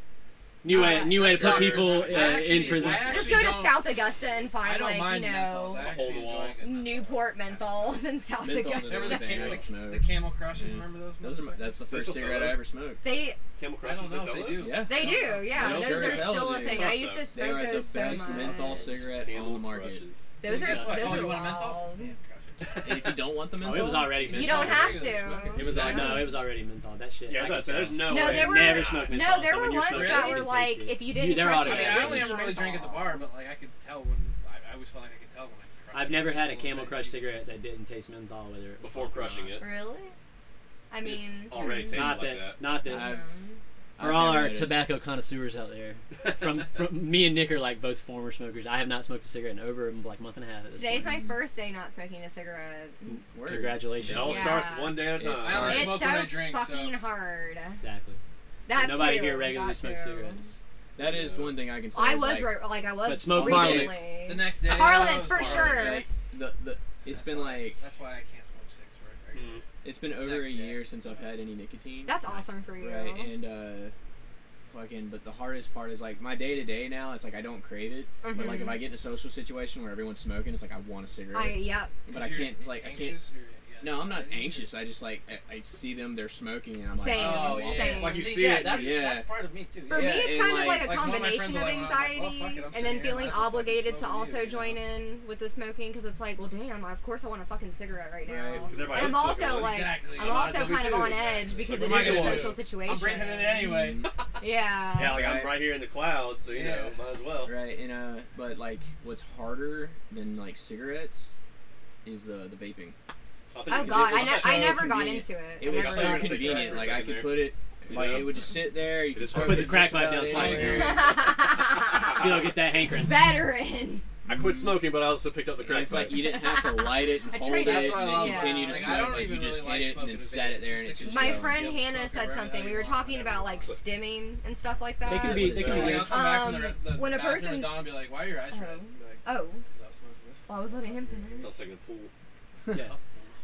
Speaker 4: new way,
Speaker 1: Uh,
Speaker 4: new way to put
Speaker 3: sure.
Speaker 4: people uh,
Speaker 5: I actually-
Speaker 4: in prison.
Speaker 5: I
Speaker 1: Just
Speaker 5: actually
Speaker 1: go to
Speaker 5: don't-
Speaker 1: South Augusta and
Speaker 5: I
Speaker 1: find
Speaker 5: don't
Speaker 1: like
Speaker 5: mind
Speaker 1: you
Speaker 5: menthols.
Speaker 1: know
Speaker 5: I
Speaker 3: A
Speaker 5: actually
Speaker 3: whole
Speaker 5: enjoy
Speaker 3: wall.
Speaker 5: a good menthol.
Speaker 1: Newport menthols in South
Speaker 2: Menthols and
Speaker 5: Remember
Speaker 1: Augusta.
Speaker 5: the,
Speaker 2: Everything I
Speaker 5: camel,
Speaker 2: don't smoke.
Speaker 5: the camel crushes?
Speaker 2: Mm.
Speaker 5: Remember those?
Speaker 2: Those are my,
Speaker 5: motherfuckers?
Speaker 2: that's the
Speaker 3: They
Speaker 2: first
Speaker 3: still sell
Speaker 2: cigarette I
Speaker 3: those?
Speaker 2: ever smoked.
Speaker 1: They
Speaker 3: Camel
Speaker 5: I
Speaker 3: Crushes,
Speaker 5: don't
Speaker 3: they
Speaker 5: know if
Speaker 3: sell
Speaker 5: they
Speaker 3: those?
Speaker 5: do.
Speaker 2: Yeah,
Speaker 1: they do, yeah.
Speaker 2: They
Speaker 1: Those
Speaker 2: sure
Speaker 1: are
Speaker 2: as hell
Speaker 1: still a
Speaker 2: do.
Speaker 1: thing. I used to
Speaker 2: they
Speaker 1: smoke
Speaker 2: are the
Speaker 1: those
Speaker 2: best
Speaker 1: so much.
Speaker 2: menthol cigarette on
Speaker 3: Camel
Speaker 2: the market.
Speaker 3: Crushes.
Speaker 1: Those are
Speaker 5: Guess what?
Speaker 1: those
Speaker 5: [LAUGHS] Oh,
Speaker 1: are
Speaker 5: you want a menthol?
Speaker 1: wild.
Speaker 5: Yeah, crush it.
Speaker 2: [LAUGHS] And if you don't want them in,
Speaker 4: Oh, it was already menthol.
Speaker 1: You don't have to.
Speaker 5: Smoking.
Speaker 4: It was all,
Speaker 1: Yeah.
Speaker 4: no, it was already menthol. That shit.
Speaker 3: Yeah, I was
Speaker 4: I
Speaker 3: about to say,
Speaker 4: could
Speaker 3: there's
Speaker 4: tell.
Speaker 3: no,
Speaker 1: No,
Speaker 3: way.
Speaker 1: there
Speaker 4: I've
Speaker 1: were-
Speaker 4: never smoked menthol.
Speaker 1: No, there
Speaker 4: so
Speaker 1: were
Speaker 4: when you're
Speaker 1: ones
Speaker 4: smoking
Speaker 1: that
Speaker 4: it,
Speaker 1: were
Speaker 4: you can
Speaker 1: like,
Speaker 4: taste it.
Speaker 1: if you didn't
Speaker 4: they're
Speaker 1: crush
Speaker 5: I
Speaker 1: it,
Speaker 5: mean,
Speaker 1: it
Speaker 4: automatic.
Speaker 5: I
Speaker 1: would
Speaker 5: only
Speaker 1: be
Speaker 5: ever really drank at the
Speaker 1: menthol.
Speaker 5: bar, but like I could tell when I, I always felt like I could tell when I
Speaker 4: uh,
Speaker 5: crushed
Speaker 4: I've
Speaker 5: it.
Speaker 4: never had a
Speaker 5: Just little
Speaker 4: Camel
Speaker 5: bit.
Speaker 4: Crush cigarette that didn't taste menthol, whether it was
Speaker 3: before
Speaker 4: or not.
Speaker 3: crushing it.
Speaker 1: Really? I
Speaker 3: It's
Speaker 1: mean, hmm.
Speaker 3: already tastes
Speaker 4: Not
Speaker 3: like
Speaker 4: that,
Speaker 3: that.
Speaker 4: not that.
Speaker 2: I've-
Speaker 4: For all our tobacco connoisseurs out there, [LAUGHS] from
Speaker 3: [LAUGHS]
Speaker 4: from me and Nick are like both former smokers. I have not smoked a cigarette in over like a month and a half. At this
Speaker 1: Today's
Speaker 4: point.
Speaker 1: my first day not smoking a cigarette.
Speaker 3: It
Speaker 4: Congratulations.
Speaker 3: all
Speaker 1: Yeah.
Speaker 3: starts one day at a
Speaker 2: It's-
Speaker 3: time.
Speaker 5: I only
Speaker 2: Alright.
Speaker 1: It's
Speaker 5: smoke
Speaker 1: so
Speaker 5: when I drink.
Speaker 1: fucking
Speaker 5: So
Speaker 1: hard.
Speaker 4: Exactly.
Speaker 1: That
Speaker 4: Nobody
Speaker 1: too,
Speaker 4: here regularly
Speaker 1: that
Speaker 4: smokes
Speaker 1: too.
Speaker 4: cigarettes.
Speaker 2: That is one thing I can say.
Speaker 1: I
Speaker 2: is,
Speaker 1: was
Speaker 2: like,
Speaker 1: re- like I was
Speaker 4: But smoke
Speaker 1: recently.
Speaker 4: parliaments.
Speaker 5: the next day.
Speaker 1: Parliaments
Speaker 5: I
Speaker 1: for
Speaker 5: was-
Speaker 1: sure.
Speaker 2: that's- The, the, it's been like Mm-hmm.
Speaker 5: That's why I can't smoke six right.
Speaker 3: Mm.
Speaker 2: it's been over
Speaker 5: Next
Speaker 2: a
Speaker 5: day.
Speaker 2: year since I've had any nicotine.
Speaker 1: That's awesome for you.
Speaker 2: right and uh fucking but the hardest part is like my day to day now it's like i don't crave it but like if
Speaker 1: Mhm.
Speaker 2: i get in a social situation where everyone's smoking it's like i want a cigarette
Speaker 1: I yep.
Speaker 2: but i can't like i can't no i'm not anxious i just like I, I see them they're smoking and i'm like
Speaker 1: Same.
Speaker 2: oh,
Speaker 5: Oh,
Speaker 2: well,
Speaker 5: yeah.
Speaker 1: Same.
Speaker 3: Like you
Speaker 5: See,
Speaker 3: see
Speaker 5: yeah,
Speaker 3: it,
Speaker 5: That's,
Speaker 2: yeah.
Speaker 5: that's part of me too.
Speaker 1: For
Speaker 5: yeah.
Speaker 1: me,
Speaker 2: Yeah,
Speaker 1: it's
Speaker 2: and,
Speaker 1: kind of
Speaker 2: like-
Speaker 1: like a
Speaker 5: Like, all my friends
Speaker 1: combination
Speaker 5: are
Speaker 1: of
Speaker 5: like, "Oh, fuck it, I'm
Speaker 1: anxiety and
Speaker 5: sitting
Speaker 1: then feeling
Speaker 5: here, might as well fucking
Speaker 1: obligated to
Speaker 5: smoke with
Speaker 1: also
Speaker 5: you, you know?
Speaker 1: join in with the smoking because it's like, well, damn, of course I want a fucking cigarette right now.
Speaker 2: Right. 'Cause
Speaker 1: And
Speaker 3: everybody
Speaker 1: I'm
Speaker 3: else is
Speaker 1: also
Speaker 3: smoking.
Speaker 1: like,
Speaker 5: Exactly.
Speaker 1: I'm
Speaker 5: A lot
Speaker 1: also
Speaker 5: of
Speaker 1: kind of
Speaker 5: people
Speaker 1: on
Speaker 5: do.
Speaker 1: edge because
Speaker 3: Like,
Speaker 1: it
Speaker 3: what am
Speaker 1: is
Speaker 3: I
Speaker 1: a
Speaker 3: gonna
Speaker 1: social
Speaker 5: do?
Speaker 1: situation.
Speaker 5: I'm breathing it
Speaker 2: "Oh,
Speaker 3: [LAUGHS]
Speaker 5: anyway.
Speaker 1: Yeah.
Speaker 3: yeah, like
Speaker 2: Right.
Speaker 3: I'm right here in the clouds, so you know,
Speaker 5: Yeah.
Speaker 3: might as well.
Speaker 2: right and uh but like what's harder than like cigarettes is uh, the the vaping
Speaker 3: I think
Speaker 1: Oh
Speaker 3: it's
Speaker 1: god,
Speaker 3: just-
Speaker 1: I, ne- I
Speaker 2: so
Speaker 1: never got
Speaker 2: convenient.
Speaker 1: into it.
Speaker 2: it
Speaker 1: I
Speaker 2: was
Speaker 1: never
Speaker 3: I thought you
Speaker 2: so
Speaker 1: got
Speaker 3: were gonna say
Speaker 2: convenient
Speaker 3: crack
Speaker 1: [LAUGHS]
Speaker 2: like i
Speaker 3: for a second
Speaker 2: could
Speaker 3: there.
Speaker 2: put it
Speaker 3: You
Speaker 2: like
Speaker 3: know?
Speaker 2: it would just sit there you
Speaker 3: It
Speaker 2: could
Speaker 3: is
Speaker 2: put
Speaker 3: hard.
Speaker 2: it
Speaker 4: Put the crack
Speaker 2: just
Speaker 4: pipe
Speaker 2: about
Speaker 4: down twice.
Speaker 2: anywhere.
Speaker 4: Still get that hankering.
Speaker 1: Veteran.
Speaker 3: I quit smoking, but I also picked up the
Speaker 2: And
Speaker 3: crack
Speaker 2: it's like
Speaker 3: pipe.
Speaker 2: you didn't have to light it and
Speaker 1: [LAUGHS] I
Speaker 2: hold
Speaker 1: tried
Speaker 2: it
Speaker 1: that.
Speaker 2: and
Speaker 5: That's why I
Speaker 2: then
Speaker 5: love
Speaker 2: continue
Speaker 1: it.
Speaker 2: to
Speaker 1: Like, I
Speaker 2: smoke.
Speaker 5: don't
Speaker 2: like
Speaker 5: even
Speaker 2: you just
Speaker 5: really like
Speaker 2: hit it and then
Speaker 5: smoking a
Speaker 2: sat it
Speaker 5: vape.
Speaker 2: there
Speaker 5: It's
Speaker 2: and it's
Speaker 5: just
Speaker 2: just
Speaker 1: My
Speaker 5: Yeah.
Speaker 2: like-
Speaker 1: friend
Speaker 5: Yeah,
Speaker 1: Hannah
Speaker 5: fuck
Speaker 1: said
Speaker 5: around,
Speaker 1: something. We
Speaker 5: you
Speaker 1: were
Speaker 5: want
Speaker 1: talking
Speaker 5: whatever
Speaker 1: about
Speaker 5: you
Speaker 1: like
Speaker 5: want.
Speaker 1: stimming and stuff like that.
Speaker 4: They can be. They
Speaker 5: Like,
Speaker 4: can be.
Speaker 5: I'll come back from
Speaker 1: Um,
Speaker 5: the, the
Speaker 1: when a
Speaker 5: bathroom and Don
Speaker 1: person's-
Speaker 5: be like, "Why are your eyes red?" And be like,
Speaker 1: Oh,
Speaker 5: "'Cause I was smoking this."
Speaker 1: well, I was letting him finish.
Speaker 3: So I was taking a pool.
Speaker 4: Yeah.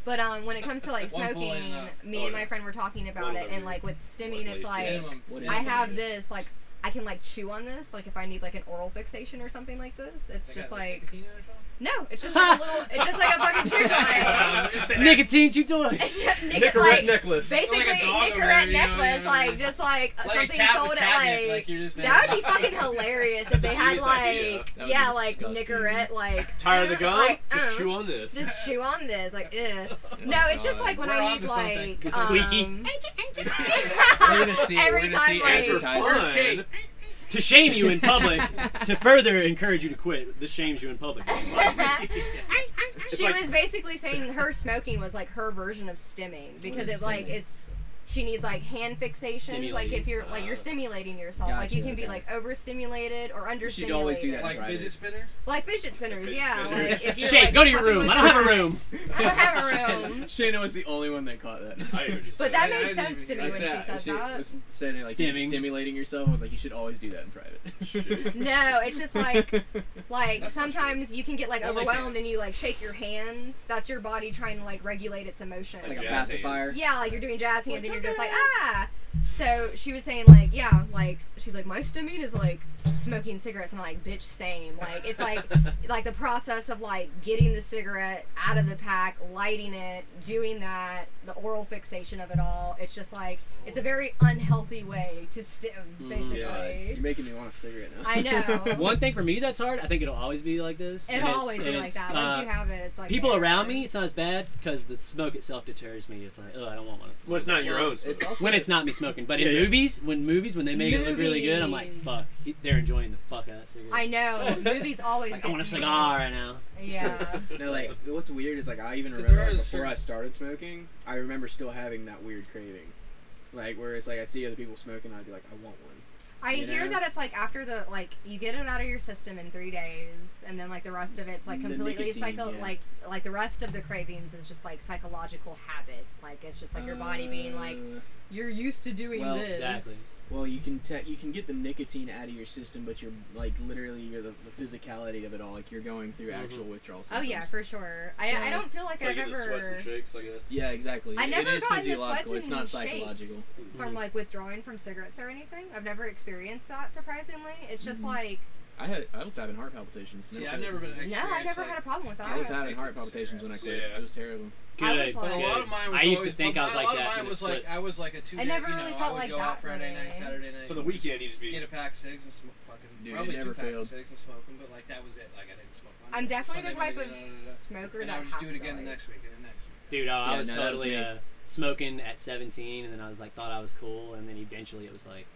Speaker 1: But um, when it comes to like
Speaker 5: One
Speaker 1: smoking,
Speaker 5: bullet and a-
Speaker 3: oh,
Speaker 1: me and
Speaker 3: yeah.
Speaker 1: my friend were talking about
Speaker 3: One
Speaker 1: it, and
Speaker 3: W.
Speaker 1: like with stimming,
Speaker 3: One
Speaker 1: it's like
Speaker 3: H,
Speaker 5: Minimum.
Speaker 2: What
Speaker 1: I
Speaker 2: is the
Speaker 1: have
Speaker 2: minute?
Speaker 1: this like I can like chew on this like if I need like an oral fixation or something like this. It's
Speaker 5: They
Speaker 1: just
Speaker 5: got,
Speaker 1: like
Speaker 5: nicotine in it or something?
Speaker 1: no, it's just like a little, it's just like a fucking
Speaker 3: [LAUGHS]
Speaker 1: chew toy.
Speaker 4: Nicotine, you doing?
Speaker 1: [LAUGHS] It's just- Nick-
Speaker 3: Nicorette
Speaker 1: like,
Speaker 3: necklace.
Speaker 1: Basically,
Speaker 5: Like a dog or
Speaker 1: Nicorette
Speaker 5: whatever, you know,
Speaker 1: necklace,
Speaker 5: yeah.
Speaker 1: like just like,
Speaker 5: Like a
Speaker 1: something
Speaker 5: cat with
Speaker 1: sold at
Speaker 5: catnip,
Speaker 1: like.
Speaker 5: like you're just
Speaker 1: that would be
Speaker 5: there.
Speaker 1: fucking hilarious if they had
Speaker 3: Genius idea.
Speaker 1: like
Speaker 2: That would
Speaker 1: yeah
Speaker 2: be
Speaker 1: like
Speaker 2: disgusting.
Speaker 1: Nicorette like
Speaker 3: Tired of the
Speaker 1: [LAUGHS]
Speaker 3: gum?
Speaker 1: like,
Speaker 3: just
Speaker 1: uh,
Speaker 3: chew on this. [LAUGHS]
Speaker 1: just chew on this like ugh.
Speaker 2: Oh,
Speaker 1: No, it's just
Speaker 2: God.
Speaker 1: like when
Speaker 5: We're
Speaker 1: I
Speaker 5: onto
Speaker 1: need like
Speaker 5: something.
Speaker 4: It's squeaky.
Speaker 1: um,
Speaker 6: [LAUGHS]
Speaker 2: We're gonna see-
Speaker 1: Every
Speaker 2: we're gonna
Speaker 1: time,
Speaker 2: see
Speaker 1: like,
Speaker 3: and for
Speaker 2: advertising.
Speaker 5: Where's Kate?
Speaker 3: fun,
Speaker 4: to shame you in public, to further encourage you to quit. This shames you in public.
Speaker 1: [LAUGHS] she
Speaker 3: like-
Speaker 1: was basically saying her smoking was like her version of stimming because
Speaker 2: is
Speaker 1: it like
Speaker 2: stimming?
Speaker 1: it's she needs like hand fixations like if
Speaker 4: Stimulating.
Speaker 1: you're like you're
Speaker 3: Ah.
Speaker 1: stimulating yourself like
Speaker 2: Gotcha,
Speaker 1: you can be
Speaker 2: okay.
Speaker 1: like overstimulated or understimulated.
Speaker 2: should always do that.
Speaker 5: Like
Speaker 2: Right.
Speaker 5: fidget spinners.
Speaker 1: Like fidget spinners,
Speaker 3: Fidget
Speaker 1: yeah.
Speaker 3: spinners.
Speaker 1: Like, if you're,
Speaker 4: Shake.
Speaker 1: like,
Speaker 4: Go to your
Speaker 1: fucking
Speaker 4: room.
Speaker 1: with
Speaker 4: I don't have a
Speaker 1: that-
Speaker 4: room.
Speaker 1: I don't
Speaker 6: [LAUGHS]
Speaker 1: have a room.
Speaker 6: Shannon was the only one that caught that. [LAUGHS]
Speaker 3: I hear what you're
Speaker 1: But
Speaker 3: saying.
Speaker 1: that
Speaker 5: I- I
Speaker 1: made
Speaker 5: didn't
Speaker 1: sense to
Speaker 5: even
Speaker 1: me when
Speaker 5: get
Speaker 1: she
Speaker 6: said-
Speaker 1: said
Speaker 6: she
Speaker 1: that.
Speaker 6: was said it, like
Speaker 4: Stimming.
Speaker 6: Stimming. stimulating yourself. I was like, you should always do that in private. [LAUGHS]
Speaker 3: Shit.
Speaker 1: No, it's just like like
Speaker 5: That's not
Speaker 1: sometimes you can get like
Speaker 5: Only
Speaker 1: overwhelmed
Speaker 5: fans.
Speaker 1: and you like shake your hands. That's your body trying to like regulate its emotion.
Speaker 2: It's like a
Speaker 3: Jazz hands.
Speaker 2: pacifier.
Speaker 1: Yeah, like you're doing jazz hands
Speaker 9: Like
Speaker 1: and you're
Speaker 9: jazz
Speaker 1: just like,
Speaker 9: hands.
Speaker 1: ah. So she was saying like, yeah, like she's like, my stimming is like smoking cigarettes. And I'm like, bitch, same. Like it's
Speaker 4: [LAUGHS]
Speaker 1: like like the process of like getting the cigarette out of the pack, lighting it, doing that, the oral fixation of it all. It's just like it's a very unhealthy way to stim,
Speaker 4: Oh. Mm,
Speaker 1: basically.
Speaker 6: You're making me want a cigarette now. [LAUGHS]
Speaker 1: I know.
Speaker 4: One thing for me that's hard. I think it'll always be like this. and
Speaker 1: It'll
Speaker 4: it's-
Speaker 1: always be
Speaker 4: and
Speaker 1: like
Speaker 4: it's,
Speaker 1: that. Once
Speaker 4: uh,
Speaker 1: you have it, it's like
Speaker 4: People
Speaker 1: there.
Speaker 4: around me, it's not as bad because the smoke itself deters me. It's like, oh, I don't want one.
Speaker 3: Well, it's not your own.
Speaker 6: It's
Speaker 3: [LAUGHS] smoke.
Speaker 6: also
Speaker 4: When it's not me smoking, but in
Speaker 3: Yeah, yeah.
Speaker 4: movies, when movies when they make it look really good, I'm like,
Speaker 1: Movies.
Speaker 4: fuck, they're enjoying the fuck out of that cigarette.
Speaker 1: I know. Movies always.
Speaker 4: like, I want a
Speaker 1: gets me.
Speaker 4: cigar right now.
Speaker 1: Yeah.
Speaker 6: no, like what's weird is like I even
Speaker 5: 'Cause
Speaker 6: remember
Speaker 5: there
Speaker 6: like,
Speaker 5: are
Speaker 6: before
Speaker 5: certain-
Speaker 6: I started smoking, I remember still having that weird craving, like where it's like I'd see other people smoking, I'd be like, I want one.
Speaker 1: I
Speaker 6: You
Speaker 1: hear
Speaker 6: know?
Speaker 1: that it's like after the like you get it out of your system in three days, and then like the rest of it's like
Speaker 6: The
Speaker 1: completely
Speaker 6: nicotine,
Speaker 1: psycho
Speaker 6: yeah.
Speaker 1: like like the rest of the cravings is just like psychological habit. Like it's just like your body being like
Speaker 2: Uh,
Speaker 1: you're used to doing
Speaker 2: well,
Speaker 1: this.
Speaker 4: exactly.
Speaker 2: Well, you can te- you can get the nicotine out of your system, but you're like literally you're the, the physicality of it all. Like you're going through
Speaker 4: Mhm.
Speaker 2: actual withdrawal.
Speaker 1: Oh
Speaker 2: Symptoms.
Speaker 1: yeah, for sure. I, I
Speaker 2: So-
Speaker 1: don't feel like
Speaker 3: It's like
Speaker 1: I've
Speaker 3: you get the sweats
Speaker 1: ever
Speaker 3: and shakes, I guess.
Speaker 2: Yeah, exactly.
Speaker 1: I never
Speaker 2: it is
Speaker 1: gotten the sweats
Speaker 2: physiological.
Speaker 1: and
Speaker 2: It's not
Speaker 1: shakes
Speaker 2: psychological.
Speaker 1: from like withdrawing from cigarettes or anything. I've never experienced that surprisingly. It's just like
Speaker 2: I had I was having heart palpitations. No
Speaker 5: See, I've
Speaker 2: shit.
Speaker 5: never been.
Speaker 1: No, I never had
Speaker 5: experienced,
Speaker 1: a
Speaker 5: like-
Speaker 1: problem with
Speaker 2: I was
Speaker 1: that.
Speaker 2: having heart palpitations when I quit.
Speaker 3: Yeah.
Speaker 2: It was terrible.
Speaker 1: I
Speaker 4: Good,
Speaker 1: was like-
Speaker 4: good.
Speaker 5: But a lot of mine was
Speaker 4: I used
Speaker 5: always-
Speaker 4: to think
Speaker 5: but
Speaker 4: I was
Speaker 5: my-
Speaker 4: like
Speaker 5: a lot
Speaker 4: that,
Speaker 5: Of
Speaker 4: and
Speaker 5: mine
Speaker 4: it
Speaker 5: was like
Speaker 4: slipped.
Speaker 5: I was like a two.
Speaker 1: I never
Speaker 5: you know,
Speaker 1: really
Speaker 5: I
Speaker 1: felt
Speaker 5: would
Speaker 1: like
Speaker 5: go
Speaker 1: that
Speaker 5: out Friday
Speaker 1: for
Speaker 5: night,
Speaker 1: me.
Speaker 5: Saturday night.
Speaker 3: So the weekend you just be
Speaker 5: Get a pack of cigs and smoke fucking.
Speaker 2: Dude, it
Speaker 5: probably
Speaker 2: never
Speaker 5: two packs
Speaker 2: failed.
Speaker 5: of cigs and smoke 'em, but like that was it. Like I didn't smoke one.
Speaker 1: I'm definitely the
Speaker 5: Sunday,
Speaker 1: type of
Speaker 5: Monday, da, da, da, da, da.
Speaker 1: smoker
Speaker 5: And I
Speaker 1: that
Speaker 5: would
Speaker 1: has
Speaker 5: just do it
Speaker 1: to.
Speaker 5: again the
Speaker 1: like-
Speaker 5: next week and the next week.
Speaker 4: Dude, oh, I
Speaker 2: Yeah,
Speaker 4: was
Speaker 2: no, that was
Speaker 4: totally
Speaker 2: me.
Speaker 4: uh, smoking at 17, and then I was like, thought I was cool, and then eventually it was like,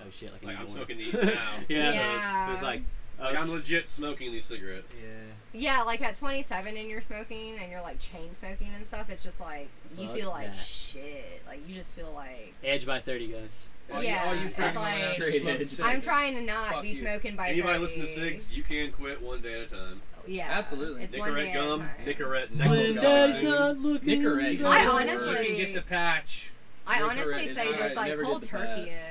Speaker 4: oh shit, like,
Speaker 3: like
Speaker 4: I need
Speaker 3: I'm
Speaker 4: more.
Speaker 3: smoking
Speaker 4: [LAUGHS]
Speaker 3: these now.
Speaker 1: Yeah.
Speaker 4: yeah, It, was, it was like, oh,
Speaker 3: Like uh, I'm
Speaker 4: s-
Speaker 3: legit smoking these cigarettes.
Speaker 4: yeah,
Speaker 1: Yeah, like at 27 and you're smoking and you're like chain smoking and stuff. It's just like you
Speaker 4: Fuck
Speaker 1: feel like
Speaker 4: that.
Speaker 1: shit. Like you just feel like
Speaker 4: edge by 30, guys.
Speaker 5: All
Speaker 1: Yeah,
Speaker 5: you, all you
Speaker 1: it's
Speaker 5: pregnant
Speaker 1: like-
Speaker 5: women out there
Speaker 2: Straight
Speaker 5: smoking
Speaker 2: edge.
Speaker 5: cigs.
Speaker 1: I'm trying to not
Speaker 5: Fuck
Speaker 1: be
Speaker 5: you.
Speaker 1: smoking by
Speaker 3: Anybody
Speaker 1: 30.
Speaker 3: listen to cigs, you can quit one day at a time.
Speaker 1: Yeah,
Speaker 2: Absolutely.
Speaker 1: It's one day
Speaker 3: Nicorette
Speaker 1: at a
Speaker 3: gum,
Speaker 1: time.
Speaker 3: Nicorette
Speaker 2: When
Speaker 3: necklace.
Speaker 2: days
Speaker 3: coming soon.
Speaker 4: looking.
Speaker 2: Nicorette.
Speaker 1: I
Speaker 2: Nicorette.
Speaker 1: honestly-
Speaker 5: You can get the patch.
Speaker 1: I
Speaker 2: Nicorette
Speaker 1: honestly
Speaker 2: is
Speaker 1: say
Speaker 5: alright,
Speaker 1: just like
Speaker 2: never
Speaker 1: cold
Speaker 2: get the bad.
Speaker 1: turkey it.